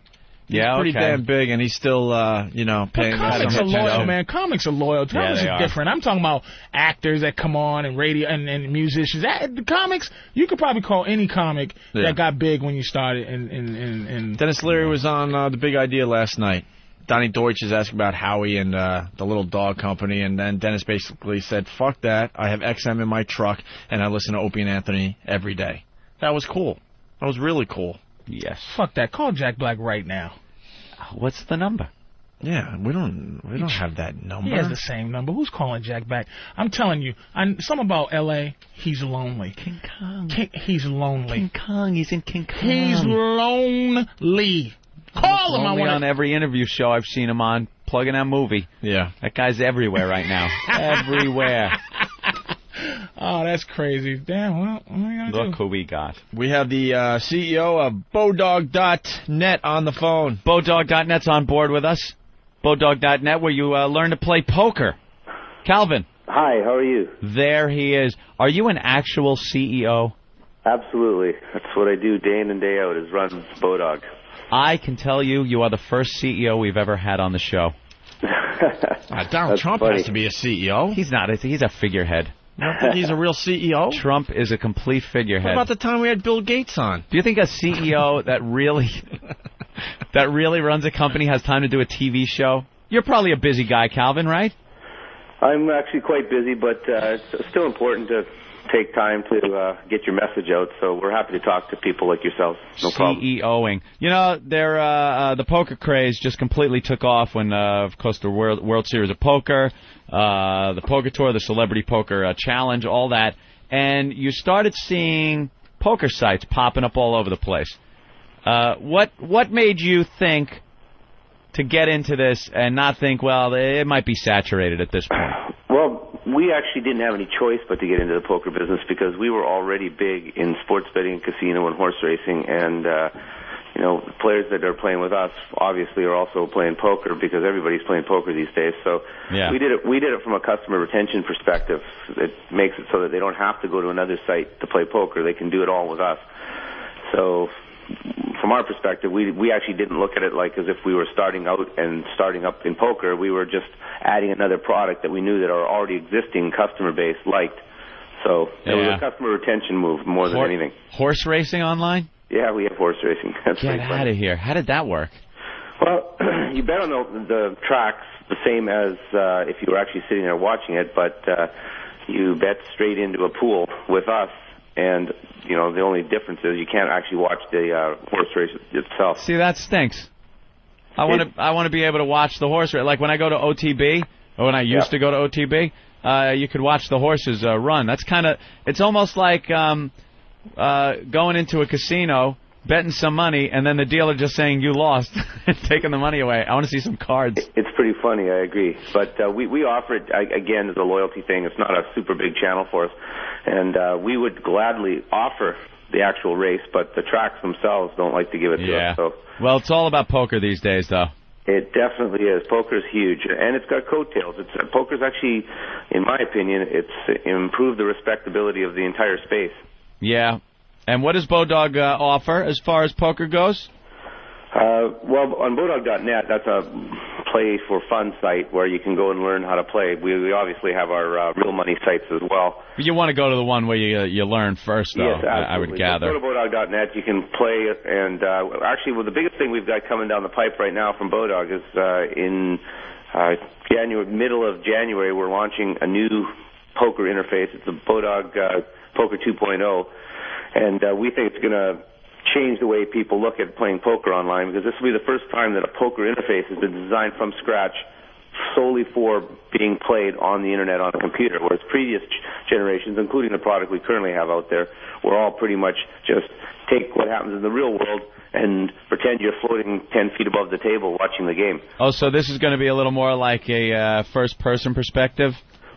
Speaker 3: he's
Speaker 4: Yeah,
Speaker 3: pretty
Speaker 4: okay.
Speaker 3: damn big, and he's still, uh, you know,
Speaker 2: But
Speaker 3: paying us
Speaker 2: comics
Speaker 3: so
Speaker 2: are
Speaker 3: much
Speaker 2: loyal,
Speaker 3: attention.
Speaker 2: man. Comics are loyal.
Speaker 3: Yeah,
Speaker 2: Comics
Speaker 3: they
Speaker 2: are
Speaker 3: are.
Speaker 2: different. I'm talking about actors that come on and radio and, and musicians. That, the comics, you could probably call any comic
Speaker 3: Yeah.
Speaker 2: that got big when you started. And, and, and, and
Speaker 3: Dennis Leary was on uh, the Big Idea last night. Donnie Deutsch is asking about Howie and uh, the little dog company, and then Dennis basically said, "Fuck that! I have XM in my truck, and I listen to Opie and Anthony every day." That was cool. That was really cool.
Speaker 4: Yes.
Speaker 2: fuck that. Call Jack Black right now.
Speaker 4: What's the number?
Speaker 3: Yeah, we don't we don't have that number.
Speaker 2: He has the same number. Who's calling Jack back? I'm telling you, I, some about L.A. He's lonely. King Kong. he's lonely. King
Speaker 4: Kong. He's in King Kong.
Speaker 2: He's lonely. Call him. I
Speaker 4: Only
Speaker 2: want
Speaker 4: on every interview show I've seen him on, plugging that movie.
Speaker 3: Yeah.
Speaker 4: That guy's everywhere right now. everywhere.
Speaker 2: Oh, that's crazy. Damn. Well, what am I gonna do?
Speaker 4: Look who we got.
Speaker 3: We have the uh, CEO of Bodog.net on the phone.
Speaker 4: Bodog.net's on board with us. Bodog.net, where you uh, learn to play poker. Calvin.
Speaker 27: Hi, how are you?
Speaker 4: There he is. Are you an actual E CEO?
Speaker 27: Absolutely. That's what I do day in and day out is run Bodog.
Speaker 4: I can tell you, you are the first CEO we've ever had on the show.
Speaker 3: Donald Trump
Speaker 4: funny.
Speaker 3: has to be a CEO.
Speaker 4: He's not. He's- He's a figurehead.
Speaker 3: You don't think he's a real CEO?
Speaker 4: Trump is a complete
Speaker 3: What
Speaker 4: figurehead.
Speaker 3: about the time we had Bill Gates on?
Speaker 4: do you think a CEO that really that really runs a company has time to do a TV show? You're probably a busy guy, Calvin, right?
Speaker 27: I'm actually quite busy, but uh, it's still important to take time to uh, get your message out. So we're happy to talk to people like yourselves. No problem.
Speaker 4: CEOing. E You know, their uh, uh, the poker craze just completely took off when, uh, of course, the World, World Series of Poker, uh, the Poker Tour, the Celebrity Poker uh, Challenge, all that, and you started seeing poker sites popping up all over the place. Uh, what what made you think to get into this and not think, well, it might be saturated at this point?
Speaker 27: Well, we actually didn't have any choice but to get into the poker business because we were already big in sports betting, casino, and horse racing. And, uh, you know, the players that are playing with us obviously are also playing poker because everybody's playing poker these days. So
Speaker 4: Yeah.
Speaker 27: we did it. We did it from a customer retention perspective. It makes it so that they don't have to go to another site to play poker. They can do it all with us. So, from our perspective, we we actually didn't look at it like as if we were starting out and starting up in poker. We were just adding another product that we knew that our already existing customer base liked. So it was
Speaker 4: Yeah.
Speaker 27: a customer retention move more than
Speaker 4: Hor-
Speaker 27: anything.
Speaker 4: Horse racing online?
Speaker 27: Yeah, we have horse racing. That's
Speaker 4: Get
Speaker 27: pretty fun.
Speaker 4: out of here. How did that work?
Speaker 27: Well, you bet on the, the tracks the same as uh, if you were actually sitting there watching it, but uh, you bet straight into a pool with us. And you know the only difference is you can't actually watch the uh, horse race itself.
Speaker 4: See, that stinks. I want to I want to be able to watch the horse race. Like when I go to OTB, or when I used to go to OTB, uh, you could watch the horses uh, run. That's kind of it's almost like um, uh, going into a casino, betting some money, and then the dealer just saying you lost, and taking the money away. I want to see some cards.
Speaker 27: It's pretty funny, I agree. But uh, we we offer it I, again as a loyalty thing. It's not a super big channel for us, and uh, we would gladly offer the actual race, but the tracks themselves don't like to give it to us. So
Speaker 4: Well, it's all about poker these days, though.
Speaker 27: It definitely is. Poker's huge, and it's got coattails. It's uh, poker's actually, in my opinion, it's improved the respectability of the entire space.
Speaker 4: Yeah. And what does Bodog uh, offer as far as poker goes?
Speaker 27: Uh, well, on Bodog.net, that's a play for fun site where you can go and learn how to play. We, we obviously have our uh, real money sites as well.
Speaker 4: You want to go to the one where you you learn first, though.
Speaker 27: yes, absolutely.
Speaker 4: I, I would gather.
Speaker 27: So go to Bodog.net. You can play, and uh, actually, well, the biggest thing we've got coming down the pipe right now from Bodog is uh, in uh, January, middle of January, we're launching a new poker interface. It's the Bodog uh, Poker 2.0, and uh, we think it's going to change the way people look at playing poker online because this will be the first time that a poker interface has been designed from scratch solely for being played on the internet on a computer, whereas previous g- generations, including the product we currently have out there, were all pretty much just take what happens in the real world and pretend you're floating 10 feet above the table watching the game.
Speaker 4: Oh, so this is going to be a little more like a uh, first-person perspective.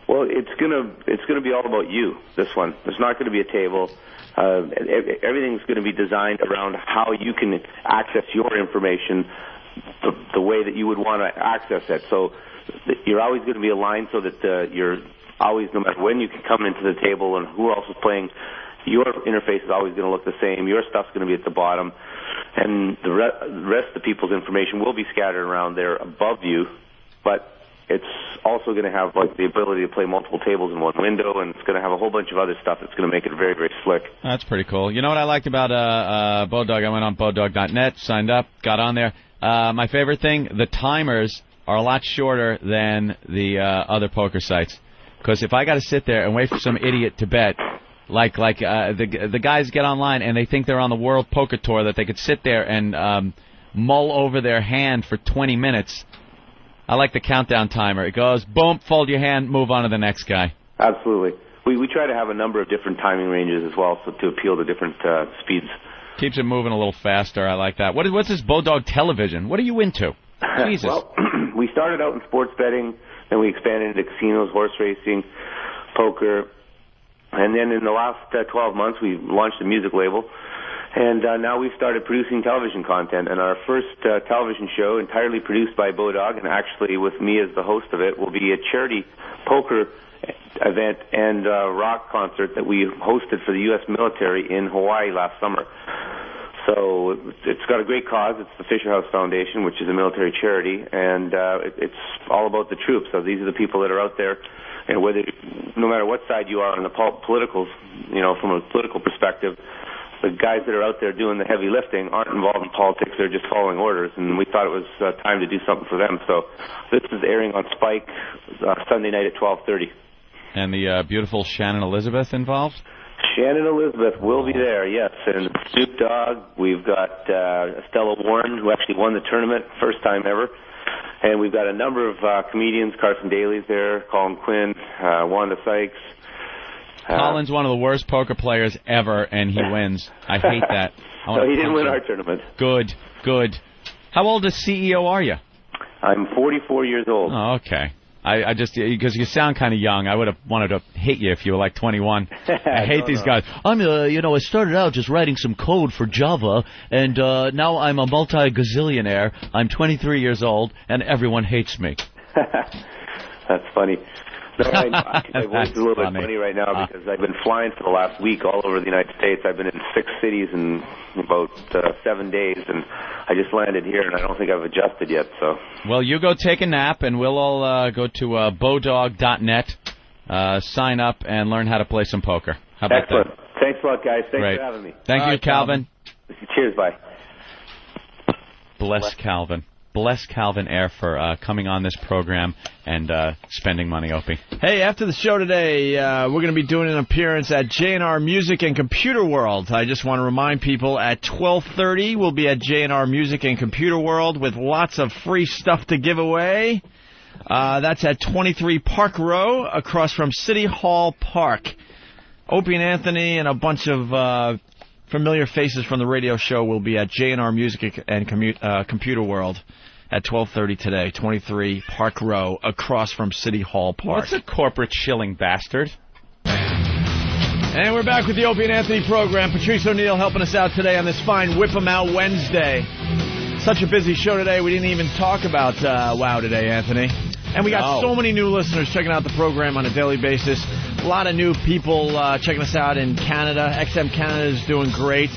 Speaker 27: Well, it's gonna it's gonna be all about you. This one. There's not gonna be a table. Uh, e- e- everything's gonna be designed around how you can access your information the, the way that you would want to access it. So th- you're always going to be aligned so that uh, you're always, no matter when you can come into the table and who else is playing, your interface is always going to look the same. Your stuff's going to be at the bottom, and the re- the rest of the people's information will be scattered around there above you, but it's also going to have like the ability to play multiple tables in one window, and it's going to have a whole bunch of other stuff that's going to make it very, very slick.
Speaker 4: That's pretty cool. You know what I liked about uh, uh, Bodog? I went on Bodog.net, signed up, got on there. Uh, my favorite thing: the timers are a lot shorter than the uh, other poker sites. Because if I got to sit there and wait for some idiot to bet, like like uh, the the guys get online and they think they're on the World Poker Tour, that they could sit there and um, mull over their hand for 20 minutes. I like the countdown timer. It goes boom, fold your hand, move on to the next guy.
Speaker 27: Absolutely. We we try to have a number of different timing ranges as well, so to appeal to different uh, speeds.
Speaker 4: Keeps it moving a little faster. I like that. What is, what's this Bodog television? What are you into? Jesus.
Speaker 27: Well, we started out in sports betting, then we expanded into casinos, horse racing, poker, and then in the last uh, 12 months we launched a music label. And uh, now we've started producing television content, and our first uh, television show, entirely produced by Bodog, and actually with me as the host of it, will be a charity poker event and uh, rock concert that we hosted for the U.S. military in Hawaii last summer. So it's got a great cause. It's the Fisher House Foundation, which is a military charity, and uh, it, it's all about the troops. So these are the people that are out there, and whether no matter what side you are on the pol- political, you know, from a political perspective, the guys that are out there doing the heavy lifting aren't involved in politics. They're just following orders, and we thought it was uh, time to do something for them. So this is airing on Spike uh, Sunday night at 12:30.
Speaker 4: and the uh, beautiful Shannon Elizabeth involved?
Speaker 27: Shannon Elizabeth will be there, yes. And Snoop Dogg, we've got uh, Stella Warren, who actually won the tournament, first time ever. And we've got a number of uh, comedians. Carson Daly's there, Colin Quinn, uh, Wanda Sykes. Uh,
Speaker 4: Colin's one of the worst poker players ever, and he wins. I hate that. I wanna
Speaker 27: so he didn't
Speaker 4: punch
Speaker 27: win
Speaker 4: him.
Speaker 27: our tournament.
Speaker 4: Good, good. How old a CEO are you?
Speaker 27: I'm 44 years old.
Speaker 4: Oh, okay. I, I just because you sound kind of young. I would have wanted to hit you if you were like 21. I hate
Speaker 34: No,
Speaker 4: these
Speaker 34: no.
Speaker 4: guys.
Speaker 34: I'm, uh, you know, I started out just writing some code for Java, and uh, now I'm a multi-gazillionaire. I'm 23 years old, and everyone hates me.
Speaker 27: That's funny. No, I, I, my voice is a little bit funny right now because I've been flying for the last week all over the United States. I've been in six cities in about uh, seven days, and I just landed here, and I don't think I've adjusted yet. So
Speaker 4: Well, you go take a nap, and we'll all uh, go to uh, bodog.net, uh, sign up, and learn how to play some poker. How about
Speaker 27: excellent.
Speaker 4: that?
Speaker 27: Thanks a lot, guys. Thanks
Speaker 4: Great.
Speaker 27: for having me.
Speaker 4: Thank you, Calvin.
Speaker 27: Cheers. Bye.
Speaker 4: Bless Calvin. Bless Calvin Air for uh, coming on this program and uh, spending money, Opie.
Speaker 3: Hey, after the show today, uh, we're going to be doing an appearance at J&R Music and Computer World. I just want to remind people at 12:30 we'll be at J&R Music and Computer World with lots of free stuff to give away. Uh, that's at 23 Park Row, across from City Hall Park. Opie and Anthony and a bunch of uh, familiar faces from the radio show will be at J&R Music and Commu- uh, Computer World at 12:30 today, 23 Park Row, across from City Hall Park.
Speaker 4: What's a corporate shilling bastard?
Speaker 3: And we're back with the Opie and Anthony program. Patrice O'Neill helping us out today on this fine Whip 'em Out Wednesday. Such a busy show today, we didn't even talk about uh, WoW today, Anthony. And we got
Speaker 35: No.
Speaker 3: so many new listeners checking out the program on a daily basis. A lot of new people uh, checking us out in Canada. XM Canada is doing great.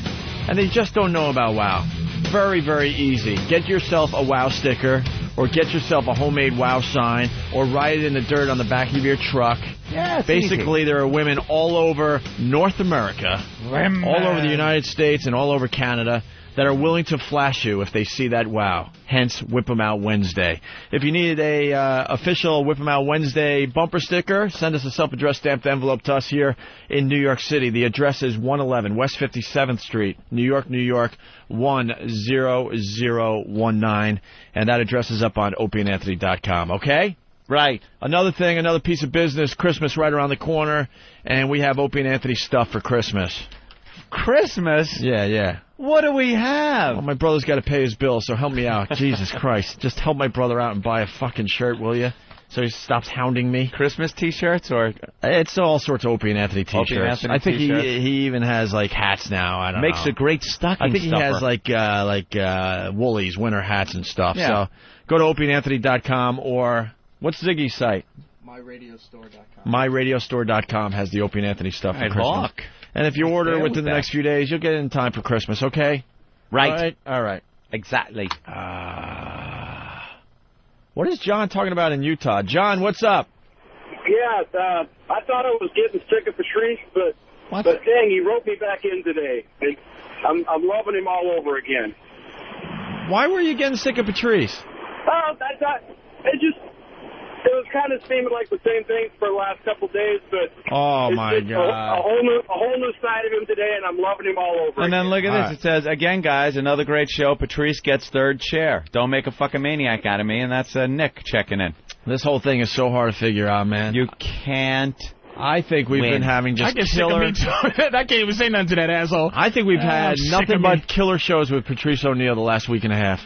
Speaker 3: And they just don't know about WoW. Very, very easy. Get yourself a WoW sticker, or get yourself a homemade WoW sign, or write it in the dirt on the back of your truck.
Speaker 5: Yeah, it's
Speaker 3: Basically, there are women all over North America,
Speaker 5: Women.
Speaker 3: all over the United States, and all over Canada that are willing to flash you if they see that wow. Hence, Whip 'em Out Wednesday. If you needed a uh, official Whip 'em Out Wednesday bumper sticker, send us a self-addressed stamped envelope to us here in New York City. The address is 111 West 57th Street, New York, New York 10019, and that address is up on opieandanthony.com. Okay. Right. Another thing, another piece of business. Christmas right around the corner, and we have Opie and Anthony stuff for Christmas.
Speaker 4: Christmas?
Speaker 3: Yeah, yeah.
Speaker 4: What do we have?
Speaker 3: Well, my brother's got to pay his bill, so help me out. Jesus Christ. Just help my brother out and buy a fucking shirt, will you? So he stops hounding me.
Speaker 4: Christmas t-shirts or
Speaker 3: it's all sorts of Opie and Anthony t-shirts.
Speaker 4: Opie and Anthony
Speaker 3: I think
Speaker 4: t-shirts.
Speaker 3: he he even has like hats now. I don't
Speaker 4: Makes
Speaker 3: know.
Speaker 4: a great stocking
Speaker 3: I think he has
Speaker 4: stuffer.
Speaker 3: like uh like uh Woolies winter hats and stuff.
Speaker 4: Yeah.
Speaker 3: So go to opieandanthony.com or what's Ziggy's site? MyRadiostore.com has the Opie and Anthony stuff
Speaker 4: Right,
Speaker 3: for Christmas.
Speaker 4: Hawk.
Speaker 3: And if you
Speaker 4: Right
Speaker 3: order
Speaker 4: there
Speaker 3: within
Speaker 4: with
Speaker 3: the
Speaker 4: that.
Speaker 3: next few days, you'll get it in time for Christmas, okay?
Speaker 4: Right.
Speaker 3: All right. All right. Uh,
Speaker 4: Exactly.
Speaker 3: What is John talking about in Utah? John, what's up?
Speaker 7: Yeah, uh, I thought I was getting sick of Patrice, but but dang, he wrote me back in today. And I'm I'm loving him all over again.
Speaker 3: Why were you getting sick of Patrice?
Speaker 7: Oh, I thought it just it was kind of seeming like the same thing for the last couple days, but
Speaker 3: Oh
Speaker 7: it's
Speaker 4: my
Speaker 7: just a- A,
Speaker 4: God.
Speaker 7: whole new a whole new side of him today, and I'm loving him all over.
Speaker 4: And then look at
Speaker 7: again.
Speaker 4: this. It says again, guys, another great show. Patrice gets third chair. Don't make a fucking maniac out of me. And that's uh, Nick checking in.
Speaker 3: This whole thing is so hard to figure out, man.
Speaker 4: You can't.
Speaker 3: I think we've
Speaker 4: win.
Speaker 3: been having just
Speaker 2: I get
Speaker 3: killer.
Speaker 2: sick of me too. I can't even say nothing to that asshole.
Speaker 3: I think
Speaker 4: Oh,
Speaker 3: we've
Speaker 2: Ah, I'm
Speaker 3: had
Speaker 2: sick
Speaker 3: nothing
Speaker 2: of me.
Speaker 3: but killer shows with Patrice O'Neill the last week and a half.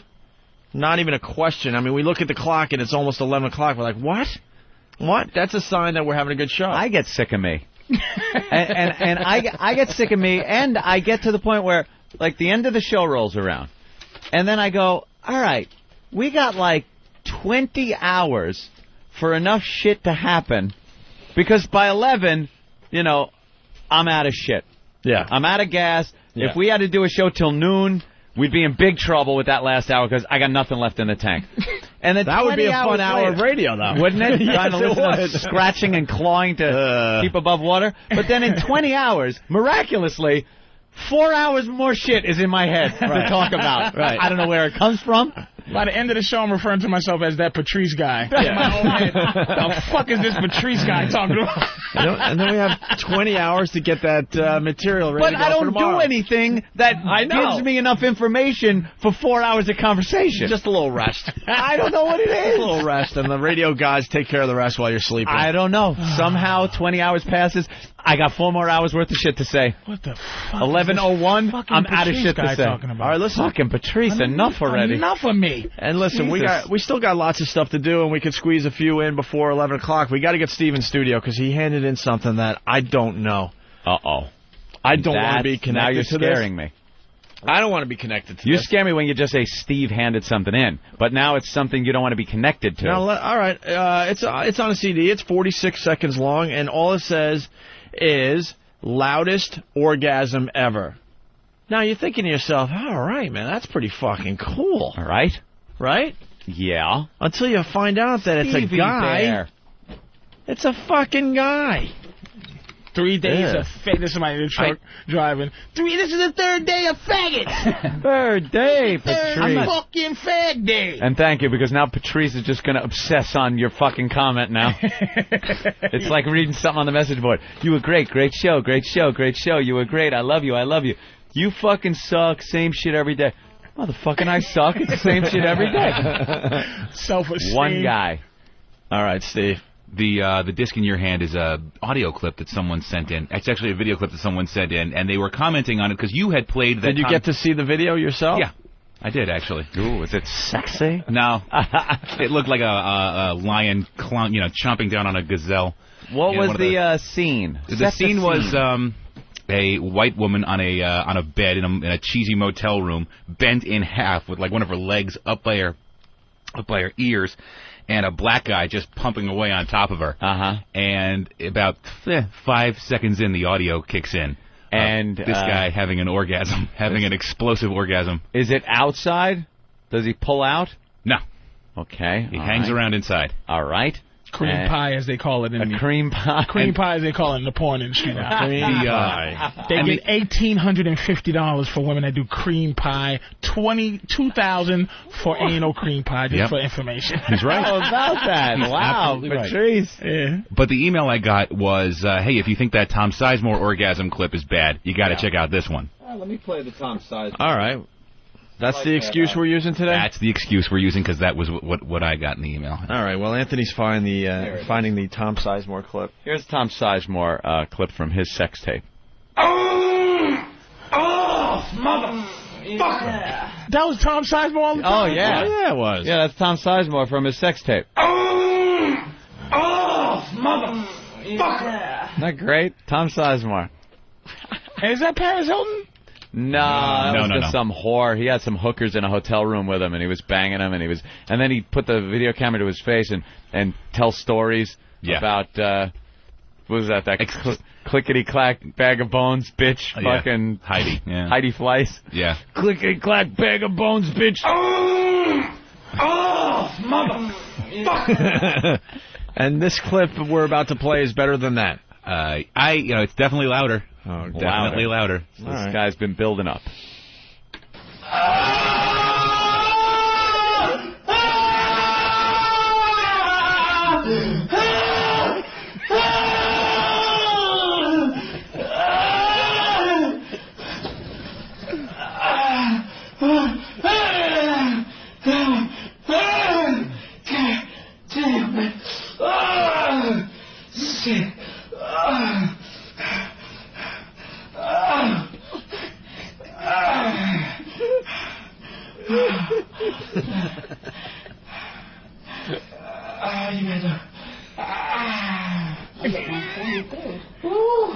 Speaker 3: Not even a question. I mean, we look at the clock and it's almost 11 o'clock. We're like, what? What? That's a sign that we're having a good show. I
Speaker 4: get sick of me. and and, and I, get- I get sick of me, and I get to the point where, like, the end of the show rolls around. And then I go, all right, we got like 20 hours for enough shit to happen because by 11, you know, I'm out of shit.
Speaker 3: Yeah.
Speaker 4: I'm out of gas.
Speaker 3: Yeah.
Speaker 4: If we had to do a show till noon, we'd be in big trouble with that last hour because I got nothing left in the tank. And then
Speaker 3: That would be
Speaker 4: 20
Speaker 3: a fun
Speaker 4: hours
Speaker 3: hour of
Speaker 4: later-
Speaker 3: radio, though.
Speaker 4: wouldn't it?
Speaker 3: Yes,
Speaker 4: Trying to
Speaker 3: it
Speaker 4: listen to
Speaker 3: would. Uh.
Speaker 4: scratching and clawing to keep above water. But then in 20 hours, miraculously, four hours more shit is in my head
Speaker 3: Right.
Speaker 4: to talk about.
Speaker 3: Right.
Speaker 4: I don't know where it comes from.
Speaker 2: By the end of the show, I'm referring to myself as that Patrice guy.
Speaker 3: Yeah.
Speaker 2: In my own head, the fuck is this Patrice guy talking about?
Speaker 3: And then- and then we have 20 hours to get that uh, material ready
Speaker 4: But
Speaker 3: to go
Speaker 4: I
Speaker 3: for
Speaker 4: don't
Speaker 3: tomorrow.
Speaker 4: do anything that
Speaker 3: know.
Speaker 4: gives me enough information for four hours of conversation.
Speaker 3: Just a little rest.
Speaker 4: I don't know what it
Speaker 3: Just
Speaker 4: is.
Speaker 3: a little rest, and the radio guys take care of the rest while you're sleeping.
Speaker 4: I don't know. Somehow, 20 hours passes. I got four more hours worth of shit to say.
Speaker 2: What the fuck?
Speaker 4: Eleven oh one.
Speaker 2: Fucking
Speaker 4: I'm out of
Speaker 2: Patrice
Speaker 4: shit
Speaker 2: guy
Speaker 4: to say.
Speaker 2: talking about.
Speaker 4: All right, listen. Fucking Patrice, enough already.
Speaker 2: Enough of me.
Speaker 3: And listen, we
Speaker 2: Jesus.
Speaker 3: got we still got lots of stuff to do, and we could squeeze a few in before 11 o'clock. We got to get Steve in studio because he handed in something that I don't know.
Speaker 4: Uh oh.
Speaker 3: I don't want to
Speaker 4: That's-
Speaker 3: be connected
Speaker 4: Now you're
Speaker 3: to this.
Speaker 4: scaring me.
Speaker 3: I don't want to be connected to
Speaker 4: You
Speaker 3: this.
Speaker 4: scare me when you just say Steve handed something in, but now it's something you don't want to be connected to.
Speaker 3: Now, let- all right, uh, it's uh, it's on a CD. It's 46 seconds long, and all it says is loudest orgasm ever. Now you're thinking to yourself, all right, man, that's pretty fucking cool. All
Speaker 4: right,
Speaker 3: right?
Speaker 4: Yeah.
Speaker 3: Until you find out that it's
Speaker 4: Stevie
Speaker 3: a guy.
Speaker 4: there.
Speaker 3: It's a fucking guy.
Speaker 2: Three days
Speaker 3: Yeah.
Speaker 2: of faggot. This is my in the truck driving. Three. This is the third day of faggots.
Speaker 4: Third day, Patrice.
Speaker 2: Third fucking fag day.
Speaker 4: And thank you, because now Patrice is just going to obsess on your fucking comment now. it's like reading something on the message board. You were great, great show, great show, great show. You were great. I love you, I love you. You fucking suck. Same shit every day. Motherfucking, I suck. It's the same shit every day.
Speaker 2: Self-esteem.
Speaker 4: One guy.
Speaker 3: All right, Steve.
Speaker 29: The uh, the disc in your hand is a audio clip that someone sent in. It's actually a video clip that someone sent in, and they were commenting on it because you had played that.
Speaker 3: Did you
Speaker 29: con-
Speaker 3: get to see the video yourself?
Speaker 29: Yeah, I did actually.
Speaker 4: Ooh, is it sexy?
Speaker 29: No, it looked like a, a, a lion, clown, you know, chomping down on a gazelle.
Speaker 4: What
Speaker 29: You know,
Speaker 4: was
Speaker 29: one
Speaker 4: the,
Speaker 29: of
Speaker 4: uh, scene?
Speaker 29: The
Speaker 4: Set the
Speaker 29: scene was
Speaker 4: scene.
Speaker 29: um, a white woman on a uh, on a bed in a, in a cheesy motel room, bent in half with like one of her legs up by her up by her ears, and a black guy just pumping away on top of her.
Speaker 4: Uh huh.
Speaker 29: And about eh, five seconds in, the audio kicks in.
Speaker 4: And
Speaker 29: this
Speaker 4: uh,
Speaker 29: guy having an orgasm, having an explosive orgasm.
Speaker 4: Is it outside? Does he pull out?
Speaker 29: No.
Speaker 4: Okay. He
Speaker 29: hangs around inside.
Speaker 4: All right.
Speaker 2: Cream
Speaker 29: Uh,
Speaker 4: And-
Speaker 2: pie, as they call it in
Speaker 4: A
Speaker 2: the
Speaker 4: cream pie.
Speaker 2: Cream pie, as they call it in the porn industry now.
Speaker 29: Cream The, uh, pie.
Speaker 2: They
Speaker 29: and
Speaker 2: get eighteen hundred and fifty dollars for women that do cream pie. Twenty two thousand for anal cream pie. Just
Speaker 29: Yep.
Speaker 2: for information.
Speaker 29: He's right. How
Speaker 4: about that?
Speaker 29: He's Wow, absolutely right.
Speaker 4: Patrice.
Speaker 2: Yeah.
Speaker 29: But the email I got was, uh, hey, if you think that Tom Sizemore orgasm clip is bad, you got to
Speaker 4: Yeah.
Speaker 29: check out this one.
Speaker 4: Uh, let me play the Tom size.
Speaker 3: All right. That's
Speaker 4: Like
Speaker 3: the
Speaker 4: that,
Speaker 3: excuse
Speaker 4: uh,
Speaker 3: we're using today.
Speaker 29: That's the excuse we're using because that was what, what what I got in the email.
Speaker 3: All right. Well, Anthony's find the uh, finding the Tom Sizemore clip.
Speaker 4: Here's Tom Sizemore uh, clip from his sex tape.
Speaker 16: Oh, oh, motherfucker.
Speaker 2: That was Tom Sizemore. all the time?
Speaker 4: Oh,
Speaker 2: Oh,
Speaker 4: yeah,
Speaker 3: it was.
Speaker 4: Yeah, that's Tom Sizemore from his sex tape.
Speaker 16: Oh, oh, motherfucker.
Speaker 4: Not great. Tom Sizemore.
Speaker 2: And is that Paris Hilton?
Speaker 4: No, that
Speaker 29: no,
Speaker 4: was
Speaker 29: no,
Speaker 4: just
Speaker 29: no.
Speaker 4: some whore. He had some hookers in a hotel room with him, and he was banging them, and he was, and then he put the video camera to his face and and tell stories
Speaker 29: Yeah.
Speaker 4: about uh, what was that that cl- clickety clack bag of bones, bitch,
Speaker 29: Uh, yeah.
Speaker 4: fucking
Speaker 29: Heidi, yeah.
Speaker 4: Heidi Fleiss.
Speaker 29: Yeah.
Speaker 4: Clickety clack bag of bones, bitch.
Speaker 29: Ah!
Speaker 16: Oh, motherfucker.
Speaker 3: and this clip we're about to play is better than that.
Speaker 29: Uh, I, you know, it's definitely louder.
Speaker 3: Oh,
Speaker 29: Definitely louder.
Speaker 4: This guy's been building up.
Speaker 16: Damn it. Oh, shit. Oh. Oh. Ah, you guys are. Ah. Ooh.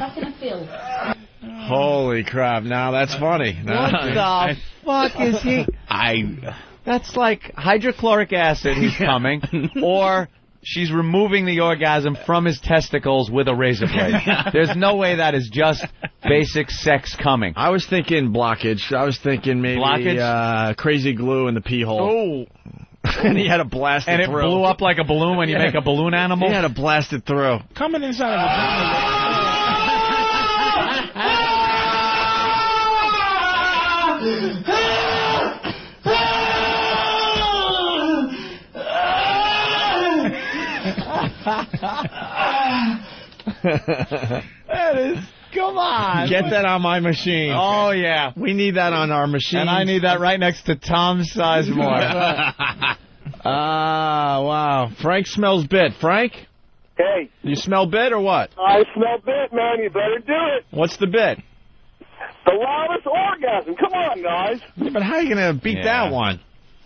Speaker 16: Ah.
Speaker 3: Holy crap! Now that's funny.
Speaker 4: What the fuck is he?
Speaker 29: I.
Speaker 4: That's like hydrochloric acid. He's coming, or she's removing the orgasm from his testicles with a razor blade. There's no way that is just basic sex coming.
Speaker 3: I was thinking blockage. I was thinking maybe
Speaker 4: Blockage?
Speaker 3: Uh, crazy glue in the pee hole.
Speaker 4: Oh.
Speaker 3: and he had a blast.
Speaker 4: And it
Speaker 3: through.
Speaker 4: blew up like a balloon when you
Speaker 3: Yeah.
Speaker 4: make a balloon animal.
Speaker 3: He had a blasted through.
Speaker 2: Coming inside of a
Speaker 16: Ah.
Speaker 3: that is.
Speaker 5: Come on.
Speaker 3: Get that on my machine. Oh
Speaker 4: yeah,
Speaker 3: we need that on our machine.
Speaker 4: And I need that right next to Tom's
Speaker 3: Sizemore. Ah, wow. Frank smells bit. Frank.
Speaker 7: Hey.
Speaker 3: You smell bit or what?
Speaker 7: I smell bit, man. You better do it.
Speaker 3: What's the bit?
Speaker 7: The loudest orgasm. Come on, guys.
Speaker 3: Yeah, but how are you gonna beat
Speaker 7: Yeah.
Speaker 3: that one?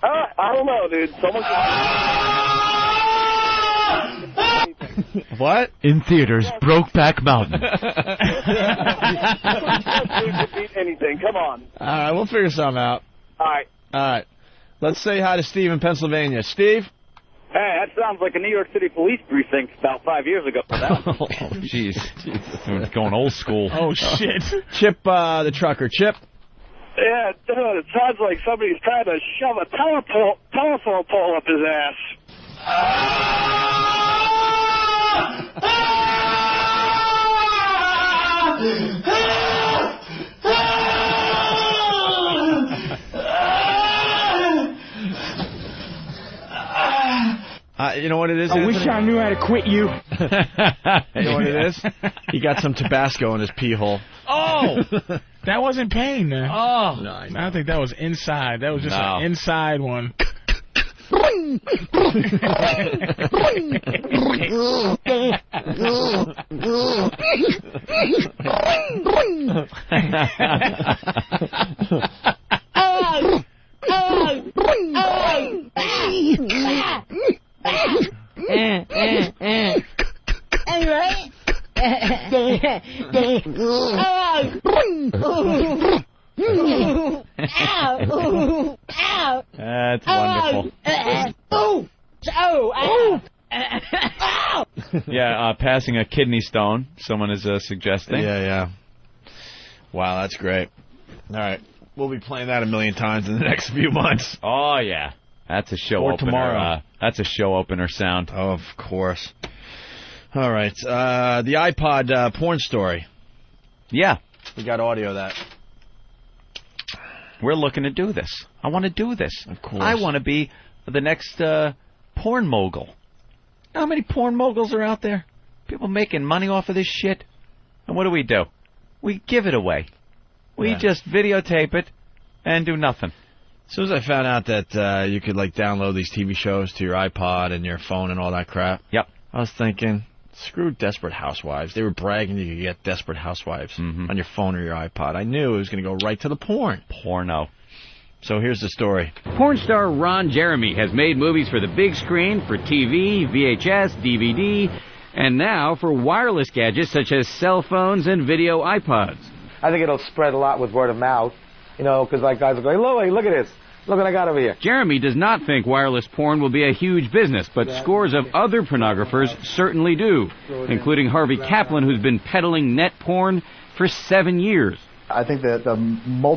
Speaker 13: Ah,
Speaker 7: Uh, I don't know, dude. Someone.
Speaker 32: Ah!
Speaker 3: What?
Speaker 13: In theaters, Brokeback Mountain.
Speaker 7: beat anything. Come on.
Speaker 3: All right, we'll figure something out.
Speaker 7: All right.
Speaker 3: All right. Let's say hi to Steve in Pennsylvania. Steve.
Speaker 7: Hey, that sounds like a New York City police precinct about five years ago.
Speaker 4: Oh, jeez. It's going old school.
Speaker 3: Oh, Chip, uh, the trucker. Chip.
Speaker 7: Yeah, dude, it sounds like somebody's trying to shove a telepo- telephone pole up his ass.
Speaker 3: Uh, you know what it is?
Speaker 5: I wish I
Speaker 3: knew how to quit you.
Speaker 5: you
Speaker 3: You know what it is? He got some Tabasco in his pee hole.
Speaker 2: Oh, that wasn't pain. Now. Oh,
Speaker 3: No,
Speaker 2: I, don't think that was inside. That was just
Speaker 3: No.
Speaker 2: an inside one.
Speaker 4: That's wonderful.
Speaker 5: Oh, oh, ow.
Speaker 4: yeah, uh, passing a kidney stone. Someone is uh, suggesting.
Speaker 3: Yeah, yeah. Wow, that's great. All right, we'll be playing that a million times in the next few months.
Speaker 4: Oh yeah, that's a show
Speaker 3: Or
Speaker 4: opener.
Speaker 3: tomorrow. Oh,
Speaker 4: Uh, that's a show opener sound.
Speaker 3: Of course. All right, uh, the iPod uh, porn story.
Speaker 4: Yeah,
Speaker 3: we got audio of that.
Speaker 4: We're looking to do this. I want to do this. Of
Speaker 3: course.
Speaker 4: I want to be the next uh, porn mogul. How many porn moguls are out there? People making money off of this shit. And what do we do? We give it away. We
Speaker 3: Yeah.
Speaker 4: just videotape it and do nothing.
Speaker 3: As soon as I found out that uh, you could like download these TV shows to your iPod and your phone and all that crap,
Speaker 4: yep,
Speaker 3: I was thinking, screw Desperate Housewives. They were bragging you could get Desperate Housewives
Speaker 4: Mm-hmm.
Speaker 3: on your phone or your iPod. I knew it was going to go right to the porn.
Speaker 4: Porno.
Speaker 3: So here's the story.
Speaker 36: Porn star Ron Jeremy has made movies for the big screen, for TV, VHS, DVD, and now for wireless gadgets such as cell phones and video iPods.
Speaker 37: I think it'll spread a lot with word of mouth, you know, because like guys will go, hey, Louie, look at this. Look what I got over here.
Speaker 36: Jeremy does not think wireless porn will be a huge business, but scores of other pornographers certainly do, including Harvey Kaplan, who's been peddling net porn for seven years.
Speaker 32: I think that the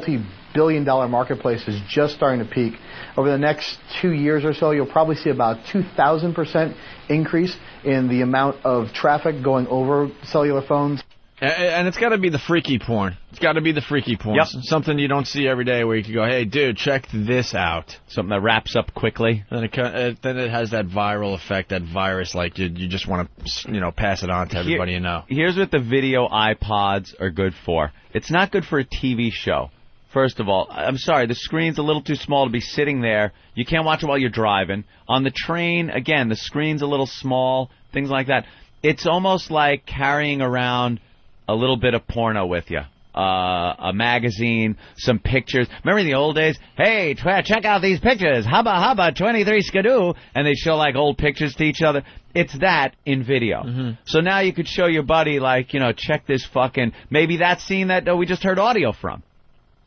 Speaker 32: multi-billion dollar marketplace is just starting to peak. Over the next two years or so, you'll probably see about 2,000% increase in the amount of traffic going over cellular phones.
Speaker 3: A- a- And it's got to be the freaky porn. It's got to be the freaky porn.
Speaker 4: Yep.
Speaker 3: Something you don't see every day where you can go, hey, dude, check this out.
Speaker 4: Something that wraps up quickly.
Speaker 3: Then it, co- uh, then it has that viral effect, that virus, like you, you just want to, you know, pass it on to everybody you know.
Speaker 4: Here's what the video iPods are good for. It's not good for a TV show. First of all, I- I'm sorry, the screen's a little too small to be sitting there. You can't watch it while you're driving. On the train, again, the screen's a little small, things like that. It's almost like carrying around a little bit of porno with you. Uh, a magazine, some pictures. Remember in the old days? Hey, tw- check out these pictures. Hubba hubba, 23 skidoo. And they show like old pictures to each other. It's that in video. So now you could show your buddy like, you know, check this fucking, maybe that scene that uh, we just heard audio from.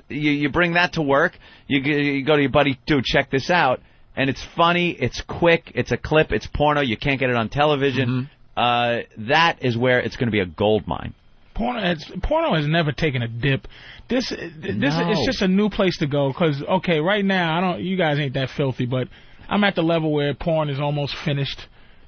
Speaker 4: You, you bring that to work. You, g- you go to your buddy, dude, check this out. And it's funny. It's quick. It's a clip. It's porno. You can't get it on television. Uh, that is where it's going to be a gold mine.
Speaker 2: Porno, it's, porno has never taken a dip. This, th- this,
Speaker 4: No.
Speaker 2: it's just a new place to go. Cause okay, right now I don't. You guys ain't that filthy, but I'm at the level where porn is almost finished.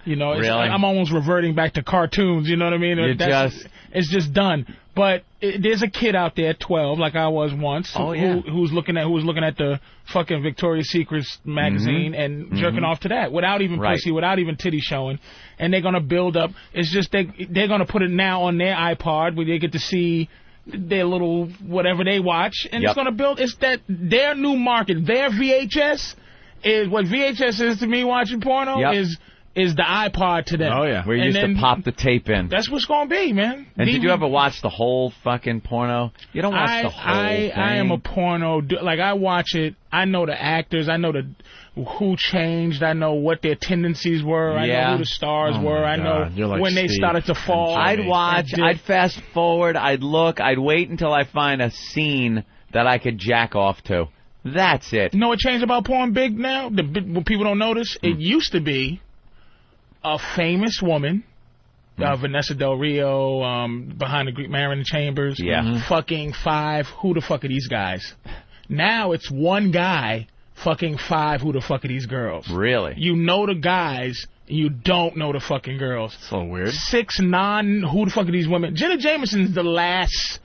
Speaker 2: You know, it's,
Speaker 4: Really?
Speaker 2: I'm almost reverting back to cartoons. You know what I mean?
Speaker 4: You
Speaker 2: That's-
Speaker 4: just-
Speaker 2: it's just done. But it, there's a kid out there, 12, like I was once,
Speaker 16: Oh, yeah.
Speaker 2: who, who's looking at who was looking at the fucking Victoria's Secrets magazine
Speaker 16: Mhm.
Speaker 2: and jerking
Speaker 16: Mhm.
Speaker 2: off to that without even
Speaker 16: Right.
Speaker 2: pussy, without even titty showing, and they're gonna build up. It's just they they're gonna put it now on their iPod where they get to see their little whatever they watch, and
Speaker 16: Yep.
Speaker 2: it's gonna build. It's that their new market, their VHS is what VHS is to me watching porno
Speaker 4: Yep.
Speaker 2: is is the iPod to them. Oh yeah,
Speaker 4: Where you used to pop the tape in.
Speaker 2: That's what's gonna be, man.
Speaker 4: And did you
Speaker 2: DVD
Speaker 4: ever watch the whole fucking porno? You don't watch
Speaker 2: I,
Speaker 4: the whole
Speaker 2: I,
Speaker 4: thing.
Speaker 2: I am a porno. du- Like I watch it. I know the actors. I know the who changed. I know what their tendencies were. I know
Speaker 4: Yeah.
Speaker 2: who the stars
Speaker 4: Oh, my
Speaker 2: were. I
Speaker 4: God.
Speaker 2: know
Speaker 4: You're like
Speaker 2: when they
Speaker 4: Steve
Speaker 2: started to fall.
Speaker 4: I'd
Speaker 2: and
Speaker 4: watch.
Speaker 2: dip.
Speaker 4: I'd fast forward. I'd look. I'd wait until I find a scene that I could jack off to. That's it.
Speaker 2: You know what changed about porn big now? The big- what people don't notice. It used to be a famous woman. Uh, Vanessa Del Rio, um, behind the Greek Marin Chambers,
Speaker 16: Yeah. Mhm.
Speaker 2: fucking five. Who the fuck are these guys? Now it's one guy fucking five. Who the fuck are these girls?
Speaker 4: Really?
Speaker 2: You know the guys, you don't know the fucking girls.
Speaker 3: So weird.
Speaker 2: Six non who the fuck are these women? Jenna Jameson's the last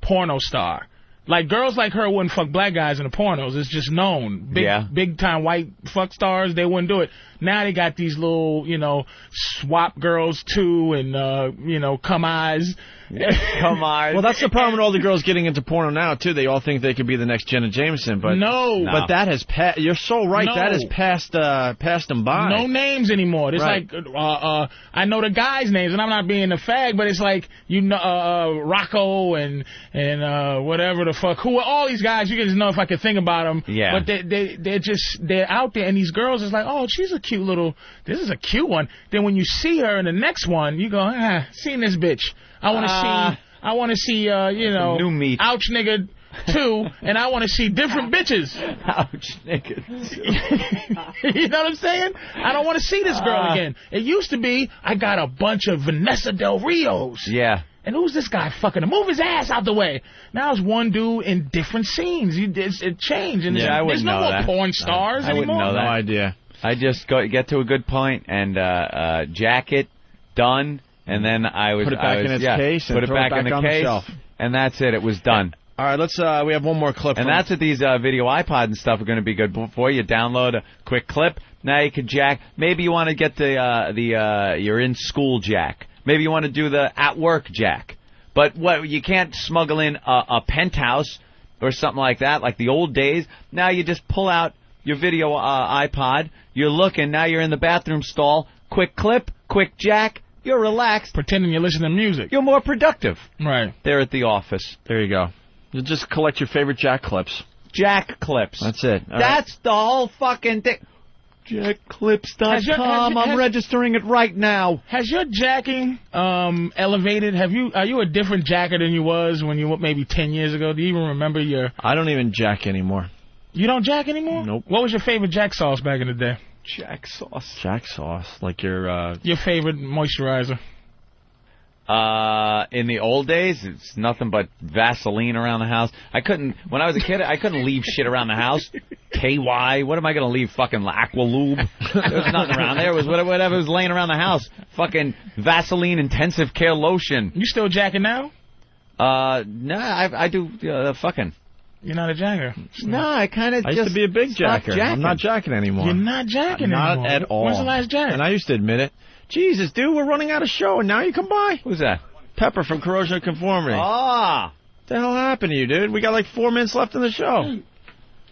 Speaker 2: porno star. Like girls like her wouldn't fuck black guys in the pornos. It's just known. Big
Speaker 16: Yeah.
Speaker 2: big time white fuck stars, they wouldn't do it. Now they got these little, you know, swap girls too and uh, you know, come eyes.
Speaker 4: come eyes.
Speaker 3: Well, that's the problem with all the girls getting into porno now too. They all think they could be the next Jenna Jameson, but
Speaker 2: No.
Speaker 3: but that has passed. You're so right.
Speaker 2: No.
Speaker 3: That has passed uh, passed them by.
Speaker 2: No names anymore. It's
Speaker 3: Right.
Speaker 2: like uh, uh, I know the guys' names, and I'm not being a fag, but it's like you know uh, uh, Rocco and and uh, whatever the fuck. Who are all these guys? You can just know if I could think about them.
Speaker 16: Yeah.
Speaker 2: But they they they're just they're out there, and these girls is like, oh, she's a cute little. This is a cute one. Then when you see her in the next one, you go, ah, seen this bitch. I want to
Speaker 16: Ah.
Speaker 2: see. I want to see. Uh, you know,
Speaker 16: new
Speaker 2: meat. Ouch, nigga. Two, and I want to see different bitches.
Speaker 4: Ouch, nigga.
Speaker 2: you know what I'm saying? I don't want to see this girl
Speaker 4: Uh.
Speaker 16: Ah.
Speaker 2: again. It used to be I got a bunch of Vanessa Del Rios.
Speaker 4: Yeah.
Speaker 2: And who's this guy fucking to move his ass out the way? Now it's one dude in different scenes. You, it's, it changed. And
Speaker 4: Yeah, I
Speaker 2: there's, there's
Speaker 4: wouldn't
Speaker 2: no
Speaker 4: know
Speaker 2: more
Speaker 4: that.
Speaker 2: porn stars
Speaker 4: I wouldn't
Speaker 2: anymore.
Speaker 4: know that.
Speaker 3: idea.
Speaker 4: I just go get to a good point and uh, uh, jack it, done, and then I was
Speaker 3: Put it
Speaker 4: I
Speaker 3: back in
Speaker 4: was-
Speaker 3: its
Speaker 4: yeah,
Speaker 3: case and
Speaker 4: put it
Speaker 3: throw it
Speaker 4: back,
Speaker 3: back
Speaker 4: in the
Speaker 3: on the
Speaker 4: case,
Speaker 3: shelf.
Speaker 4: and that's it. It was done.
Speaker 3: All right, let's. Uh, we have one more clip.
Speaker 4: And
Speaker 3: from-
Speaker 4: that's what these uh, video iPod and stuff are going to be good for. You download a quick clip. Now you can jack. Maybe you want to get the uh, the uh, you're in school jack. Maybe you want to do the at work jack. But what you can't smuggle in a, a penthouse or something like that, like the old days. Now you just pull out your video uh, iPod. You're looking. Now you're in the bathroom stall. Quick clip. Quick jack. You're relaxed.
Speaker 2: Pretending you're listening to music.
Speaker 4: You're more productive.
Speaker 2: Right.
Speaker 4: There at the office.
Speaker 3: There you go. You just collect your favorite Jack clips.
Speaker 4: Jack clips.
Speaker 3: That's it. All right.
Speaker 4: That's the whole fucking thing.
Speaker 2: Has your- has
Speaker 4: JackClips.com.
Speaker 2: your-
Speaker 4: I'm
Speaker 2: has-
Speaker 4: registering it right now.
Speaker 2: Has your jacking um, elevated? Have you are you a different jacker than you was when you were maybe ten years ago? Do you even remember your?
Speaker 3: I don't even jack anymore.
Speaker 2: You don't jack anymore. Nope. What was your favorite jack sauce back in the day?
Speaker 4: Jack sauce.
Speaker 3: Jack sauce, like your uh,
Speaker 2: Your favorite moisturizer.
Speaker 4: Uh, in the old days, it's nothing but Vaseline around the house. I couldn't when I was a kid. I couldn't leave shit around the house. KY. What am I gonna leave? Fucking Aqualube. There was nothing around there. It was whatever, whatever was laying around the house. Fucking Vaseline intensive care lotion.
Speaker 2: You still jacking now?
Speaker 4: Uh, nah. I, I do uh, fucking.
Speaker 2: You're not a jacker.
Speaker 4: No, I kind of
Speaker 3: I used to be a big jacker. I'm not jacking anymore.
Speaker 2: You're not jacking
Speaker 3: not
Speaker 2: anymore.
Speaker 3: at all.
Speaker 2: When's the last jack?
Speaker 3: And I used to admit it. Jesus, dude, we're running out of show, and now you come by.
Speaker 4: Who's that?
Speaker 3: Pepper from Corrosion of Conformity.
Speaker 4: Ah.
Speaker 3: The hell happened to you, dude? We got like four minutes left in the show.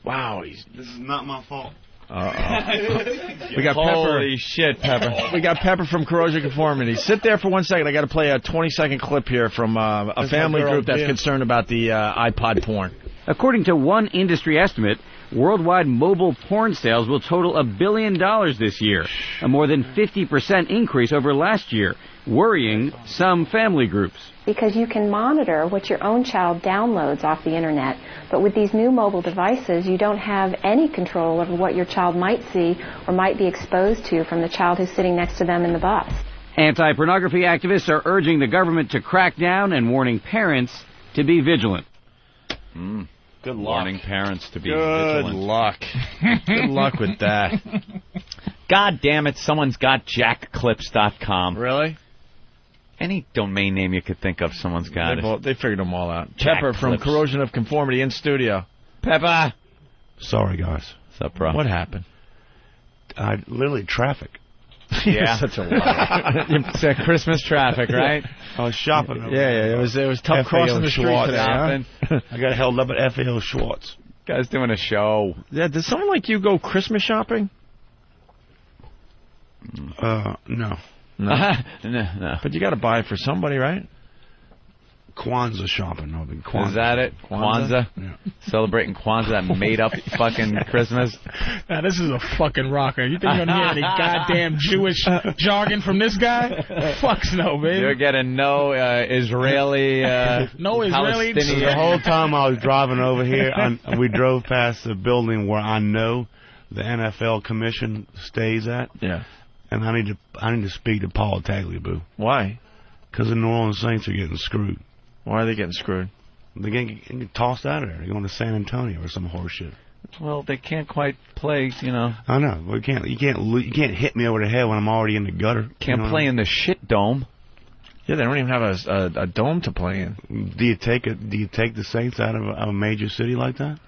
Speaker 3: Wow, he's.
Speaker 30: This is not my fault.
Speaker 3: We got Pepper.
Speaker 4: Holy shit, Pepper.
Speaker 3: we got Pepper from Corrosion of Conformity. Sit there for one second. I got to play a 20 second clip here from uh, a
Speaker 30: That's my
Speaker 3: family
Speaker 30: girl,
Speaker 3: group that's
Speaker 30: yeah.
Speaker 3: concerned about the uh, iPod porn.
Speaker 17: According to one industry estimate, worldwide mobile porn sales will total a billion dollars this year, a more than 50% increase over last year, worrying some family groups.
Speaker 1: because you can monitor what your own child downloads off the internet. But with these new mobile devices, you don't have any control over what your child might see or might be exposed to from the child who's sitting next to them in the bus.
Speaker 17: Anti pornography activists are urging the government to crack down and warning parents to be vigilant.
Speaker 4: Good luck. Warning parents to be
Speaker 3: Good
Speaker 4: vigilant.
Speaker 3: luck. Good luck with that.
Speaker 4: God damn it, someone's got jackclips.com.
Speaker 3: Really?
Speaker 4: any domain name you could think of, someone's got
Speaker 3: They've
Speaker 4: it.
Speaker 3: all- they figured them all out.
Speaker 4: Jack
Speaker 3: Pepper from
Speaker 4: Clips.
Speaker 3: Corrosion of Conformity in studio.
Speaker 4: Pepper.
Speaker 30: Sorry, guys.
Speaker 4: What's up, bro?
Speaker 3: What happened?
Speaker 30: I literally traffic.
Speaker 3: Yeah.
Speaker 30: such a
Speaker 3: liar.
Speaker 4: it's uh, Christmas traffic, right?
Speaker 30: I was shopping.
Speaker 3: Yeah, yeah, it was it was tough
Speaker 30: FAO
Speaker 3: crossing the street
Speaker 30: Schwartz.
Speaker 3: today. huh?
Speaker 30: I got held up at FAO Schwartz.
Speaker 4: Guys doing a show.
Speaker 3: Yeah, did someone like you go Christmas shopping?
Speaker 30: Uh, no.
Speaker 3: No.
Speaker 4: no, no.
Speaker 3: But you got to buy it for somebody, right?
Speaker 30: Kwanzaa shopping, Robin. Kwanzaa.
Speaker 4: Is that it? Kwanzaa? Celebrating Kwanzaa, that made up fucking Christmas.
Speaker 2: Now Ah, this is a fucking rocker. You think you're gonna hear any goddamn Jewish jargon from this guy? Fucks no,
Speaker 4: You're
Speaker 2: baby.
Speaker 4: getting no uh, Israeli. Uh,
Speaker 2: No Israeli-
Speaker 30: So
Speaker 4: Palestinian-
Speaker 30: the whole time I was driving over here, I, we drove past the building where I know the NFL commission stays at.
Speaker 3: Yeah.
Speaker 30: And I need to I need to speak to Paul Tagliabue.
Speaker 3: Why?
Speaker 30: Because the New Orleans Saints are getting screwed.
Speaker 3: Why are they getting screwed?
Speaker 30: They're getting, getting tossed out of there. They're going to San Antonio or some horseshit.
Speaker 4: Well, they can't quite play, you know.
Speaker 30: I know. Well, you can't you can't lo- you can't hit me over the head when I'm already in the gutter.
Speaker 4: Can't play in the shit dome.
Speaker 3: Yeah, they don't even have a, a, a dome to play in.
Speaker 30: Do you take a Do you take the Saints out of a, of a major city like that?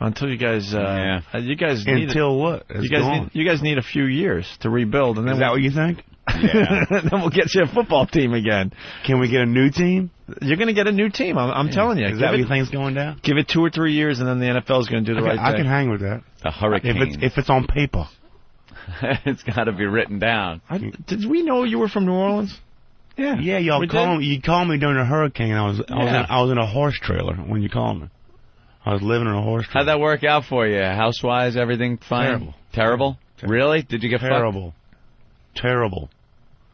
Speaker 3: Until you guys, uh, uh, you guys need
Speaker 30: Until what? It's
Speaker 3: You guys,
Speaker 30: gone.
Speaker 3: need, you guys need a few years to rebuild, and then
Speaker 30: Is that what you think?
Speaker 3: Yeah. then we'll get you a football team again.
Speaker 30: Can we get a new team?
Speaker 3: You're going to get a new team. I'm, I'm telling you.
Speaker 30: Is
Speaker 3: Give
Speaker 30: that what
Speaker 3: it-
Speaker 30: you think's going down?
Speaker 3: Give it two or three years, and then the NFL is going to do the
Speaker 30: I
Speaker 3: right
Speaker 30: can- I
Speaker 3: thing.
Speaker 30: can hang with that.
Speaker 4: A hurricane.
Speaker 30: If it's if it's on paper.
Speaker 4: it's got to be written down.
Speaker 3: did we know you were from New Orleans? Yeah.
Speaker 30: Yeah, y'all
Speaker 3: We
Speaker 30: call
Speaker 3: did.
Speaker 30: me. You called me during a hurricane. I was I was in,
Speaker 4: Yeah.
Speaker 30: I was in a horse trailer when you called me. I was living in a horse trailer.
Speaker 4: How'd that work out for you? Housewise, everything fine?
Speaker 30: Terrible.
Speaker 4: Terrible? Really? Did you get fucked?
Speaker 30: Terrible. Terrible.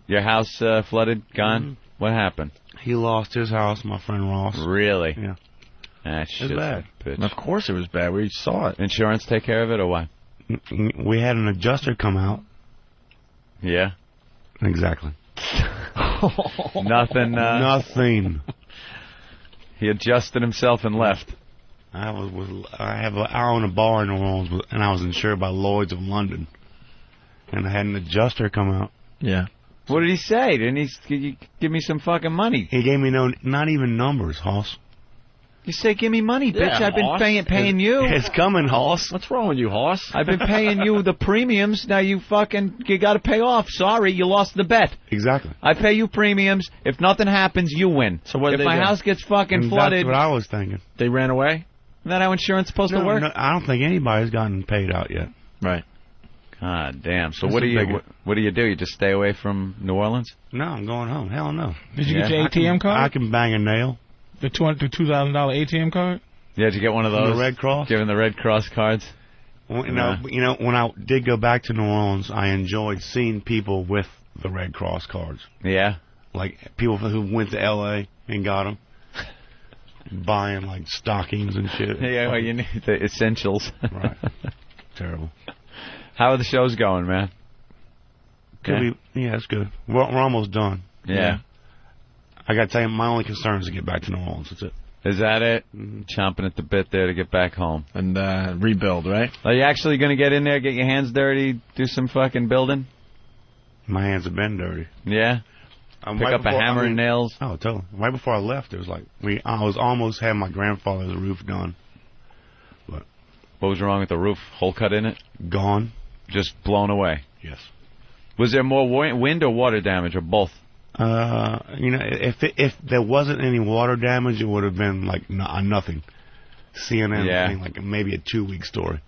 Speaker 30: Mm-hmm.
Speaker 4: Your house uh, flooded? Gone? What happened?
Speaker 30: He lost his house, my friend Ross.
Speaker 4: Really?
Speaker 30: Yeah.
Speaker 4: That shit's
Speaker 30: bad.
Speaker 4: a bitch.
Speaker 3: Of course it was bad. We saw it.
Speaker 4: Insurance take care of it or what?
Speaker 30: We had an adjuster come out.
Speaker 4: Yeah.
Speaker 30: Exactly.
Speaker 4: Nothing. Uh,
Speaker 30: Nothing.
Speaker 4: He adjusted himself and left.
Speaker 30: I was with, I have a, I own a bar in New Orleans, with- and I was insured by Lloyd's of London, and I had an adjuster come out.
Speaker 3: Yeah.
Speaker 4: What did he say? Didn't he? s- Could you give me some fucking money?
Speaker 30: He gave me no, not even numbers, Hoss.
Speaker 4: You say, give me money,
Speaker 30: Yeah,
Speaker 4: bitch. I've been
Speaker 30: hoss.
Speaker 4: paying, paying you.
Speaker 30: It's coming, Hoss.
Speaker 3: What's wrong with you, Hoss?
Speaker 4: I've been paying you the premiums. Now you fucking you got to pay off. Sorry, you lost the bet.
Speaker 30: Exactly.
Speaker 4: I pay you premiums. If nothing happens, you win. So
Speaker 3: what did
Speaker 4: If
Speaker 3: they
Speaker 4: my
Speaker 3: do?
Speaker 4: house gets fucking
Speaker 30: And
Speaker 4: flooded,
Speaker 30: That's what I was thinking.
Speaker 3: They ran away.
Speaker 4: Isn't that how insurance supposed
Speaker 30: No,
Speaker 4: to work?
Speaker 30: no, I don't think anybody's gotten paid out yet.
Speaker 3: Right.
Speaker 4: God damn. So
Speaker 30: That's
Speaker 4: what do
Speaker 30: a
Speaker 4: you
Speaker 30: big-
Speaker 4: what, what do you do? You just stay away from New Orleans?
Speaker 30: No, I'm going home. Hell no.
Speaker 2: Did you get your
Speaker 30: I can-
Speaker 2: ATM card?
Speaker 30: I can bang a nail.
Speaker 2: The two hundred two thousand dollar ATM card.
Speaker 4: Yeah, did you get one of
Speaker 30: From the
Speaker 4: those?
Speaker 30: Red Cross?
Speaker 4: Given the Red Cross cards.
Speaker 30: Well, you know,
Speaker 4: Yeah.
Speaker 30: you know, when I did go back to New Orleans, I enjoyed seeing people with the Red Cross cards,
Speaker 4: Yeah.
Speaker 30: like people who went to L.A. and got them, buying like stockings and shit.
Speaker 4: Yeah, well, you need the essentials.
Speaker 30: Right. Terrible.
Speaker 4: How are the shows going, man?
Speaker 30: Could
Speaker 4: Yeah.
Speaker 30: be. Yeah, it's good. We're, we're almost done.
Speaker 4: Yeah.
Speaker 30: I got to tell you, my only concern is to get back to New Orleans. That's it.
Speaker 4: Is that it? Chomping at the bit there to get back home.
Speaker 3: Mm-hmm. And uh, rebuild, right?
Speaker 4: Are you actually going to get in there, get your hands dirty, do some fucking building?
Speaker 30: My hands have been dirty.
Speaker 4: Yeah.
Speaker 30: Um,
Speaker 4: Pick
Speaker 30: right
Speaker 4: up
Speaker 30: before-
Speaker 4: a hammer
Speaker 30: I mean-
Speaker 4: and nails.
Speaker 30: Oh, totally. Right before I left, it was like we. I was almost had my grandfather's roof done.
Speaker 4: What was wrong with the roof? Hole cut in it?
Speaker 30: Gone.
Speaker 4: Just blown away.
Speaker 30: Yes.
Speaker 4: Was there more wa- wind or water damage or both?
Speaker 30: Uh, you know, if it, if there wasn't any water damage, it would have been like n- uh, nothing. CNN
Speaker 4: Yeah.
Speaker 30: thing, like maybe a two week story,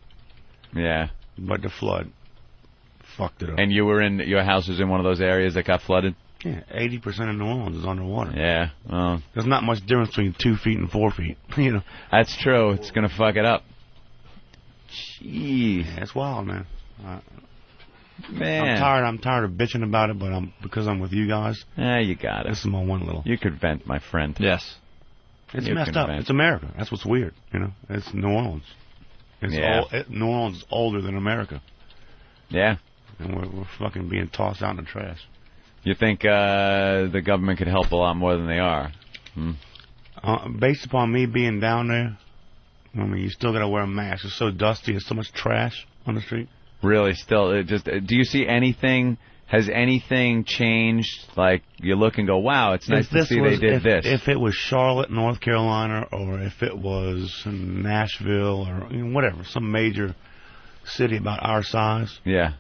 Speaker 4: Yeah.
Speaker 30: but the flood fucked it up.
Speaker 4: And you were in your house was in one of those areas that got flooded.
Speaker 30: Yeah, eighty percent of New Orleans is underwater.
Speaker 4: Yeah. Well,
Speaker 30: There's not much difference between two feet and four feet. You know,
Speaker 4: that's true. It's gonna fuck it up. Jeez.
Speaker 30: that's wild, man. I,
Speaker 4: Man.
Speaker 30: I'm tired. I'm tired of bitching about it, but I'm because I'm with you guys.
Speaker 4: Yeah, you got it.
Speaker 30: This is my one little.
Speaker 4: You could vent, my friend.
Speaker 3: Yes.
Speaker 30: It's
Speaker 4: You
Speaker 30: messed
Speaker 4: can
Speaker 30: up.
Speaker 4: vent.
Speaker 30: It's America. That's what's weird. You know, it's New Orleans. It's
Speaker 4: Yeah.
Speaker 30: all, it, New Orleans is older than America,
Speaker 4: Yeah.
Speaker 30: and we're, we're fucking being tossed out in the trash.
Speaker 4: You think uh, the government could help a lot more than they are? Hmm.
Speaker 30: Uh, based upon me being down there, I mean, you still gotta wear a mask. It's so dusty. It's so much trash on the street.
Speaker 4: Really, still, it just. uh, Do you see anything Has anything changed? Like you look and go, wow, it's nice
Speaker 30: If
Speaker 4: to
Speaker 30: this
Speaker 4: see
Speaker 30: was-
Speaker 4: they did
Speaker 30: if,
Speaker 4: this.
Speaker 30: If it was Charlotte, North Carolina, or if it was Nashville, or you know, whatever, some major city about our size,
Speaker 4: yeah.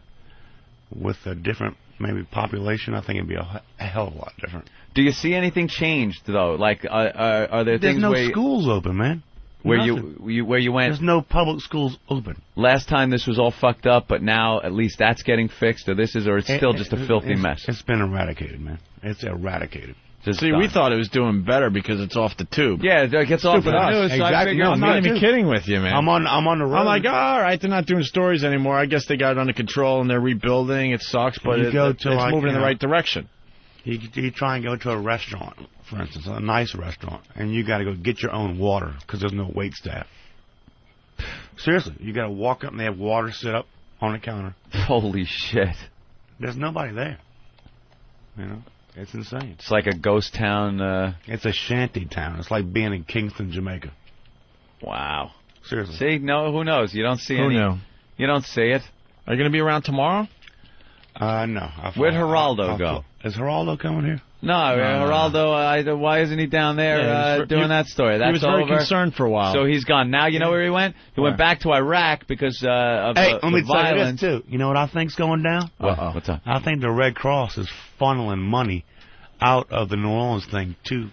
Speaker 30: with a different maybe population, I think it'd be a, he- a hell of a lot different.
Speaker 4: Do you see anything changed though? Like, uh, uh, are there
Speaker 30: There's
Speaker 4: things
Speaker 30: no
Speaker 4: where
Speaker 30: schools open, man.
Speaker 4: where
Speaker 30: Nothing.
Speaker 4: you, you where you went?
Speaker 30: There's no public schools open.
Speaker 4: Last time this was all fucked up, but now at least that's getting fixed, or this is, or it's
Speaker 30: It-
Speaker 4: still just a
Speaker 30: it-
Speaker 4: filthy
Speaker 30: it's-
Speaker 4: mess.
Speaker 30: It's been eradicated, man. It's eradicated.
Speaker 4: Just
Speaker 3: See, we
Speaker 4: done.
Speaker 3: thought it was doing better because it's off the tube.
Speaker 4: Yeah, it gets off
Speaker 3: Stupid
Speaker 4: the
Speaker 3: us.
Speaker 4: news, so I
Speaker 3: Exactly.
Speaker 4: figure
Speaker 3: No,
Speaker 4: it's
Speaker 3: I'm
Speaker 4: not
Speaker 3: not even
Speaker 4: too.
Speaker 3: kidding with you, man.
Speaker 4: I'm on- I'm on the road.
Speaker 3: I'm like, all right, they're not doing stories anymore. I guess they got it under control and they're rebuilding. It sucks, but
Speaker 30: You
Speaker 3: it,
Speaker 30: go
Speaker 3: it's
Speaker 30: to, like,
Speaker 3: moving in
Speaker 30: you
Speaker 3: the
Speaker 30: know,
Speaker 3: right direction.
Speaker 30: You, you try and go to a restaurant, for instance, a nice restaurant, and you got to go get your own water because there's no wait staff. Seriously, you got to walk up and they have water set up on the counter.
Speaker 4: Holy shit!
Speaker 30: There's nobody there. You know, it's insane.
Speaker 4: It's like a ghost town. Uh,
Speaker 30: it's a shanty town. It's like being in Kingston, Jamaica.
Speaker 4: Wow.
Speaker 30: Seriously.
Speaker 4: See, no, who knows? You don't see
Speaker 30: Who
Speaker 4: any.
Speaker 30: knew?
Speaker 4: You don't see it.
Speaker 3: Are you going to be around tomorrow?
Speaker 30: Uh, no. I
Speaker 4: Where'd
Speaker 30: fly-
Speaker 4: Geraldo
Speaker 30: I- I
Speaker 4: go?
Speaker 30: fly- Is Geraldo coming here?
Speaker 4: No,
Speaker 30: no,
Speaker 4: uh,
Speaker 30: no.
Speaker 4: Geraldo, uh, I, why isn't he down there
Speaker 30: Yeah, he was
Speaker 4: uh,
Speaker 30: ver-
Speaker 4: doing
Speaker 30: he-
Speaker 4: that story?
Speaker 30: he
Speaker 4: That's
Speaker 30: was very
Speaker 4: over.
Speaker 30: concerned for a while.
Speaker 4: So he's gone. Now you know where he went? He went back to Iraq because uh, of
Speaker 30: Hey,
Speaker 4: the,
Speaker 30: let me
Speaker 4: the
Speaker 30: tell you
Speaker 4: violence.
Speaker 30: this too. You know what I think's going down?
Speaker 4: What? What's up?
Speaker 30: I think the Red Cross is funneling money out of the New Orleans thing to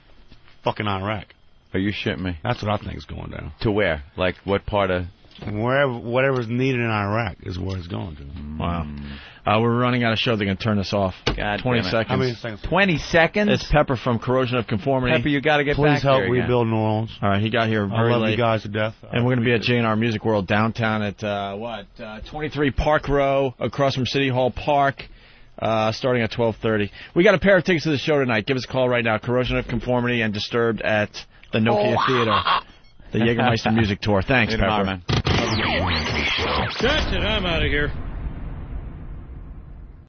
Speaker 30: fucking Iraq.
Speaker 4: Are you shitting me?
Speaker 30: That's what I think is going down.
Speaker 4: To where? Like what part of?
Speaker 30: Wherever, whatever's needed in Iraq is where it's going to.
Speaker 3: Wow. Uh, we're running out of show. They're going to turn us off. God 20
Speaker 30: damn it.
Speaker 3: seconds.
Speaker 30: How many seconds?
Speaker 4: 20 seconds?
Speaker 3: It's Pepper from Corrosion of Conformity.
Speaker 4: Pepper, you gotta get
Speaker 30: Please
Speaker 4: back
Speaker 30: help
Speaker 4: here again.
Speaker 30: rebuild New Orleans.
Speaker 3: All right, he got here
Speaker 30: I
Speaker 3: very
Speaker 30: love
Speaker 3: late.
Speaker 30: you guys to death.
Speaker 3: And we're going to be at J&R Music World downtown at, uh, what, uh, 23 Park Row, across from City Hall Park, uh, starting at 12.30. We got a pair of tickets to the show tonight. Give us a call right now. Corrosion of Conformity and Disturbed at the Nokia Theater. The Jägermeister Music Tour. Thanks,
Speaker 4: Oh. Later, bye,
Speaker 3: Pepper.
Speaker 4: man.
Speaker 11: That's it. I'm out of here.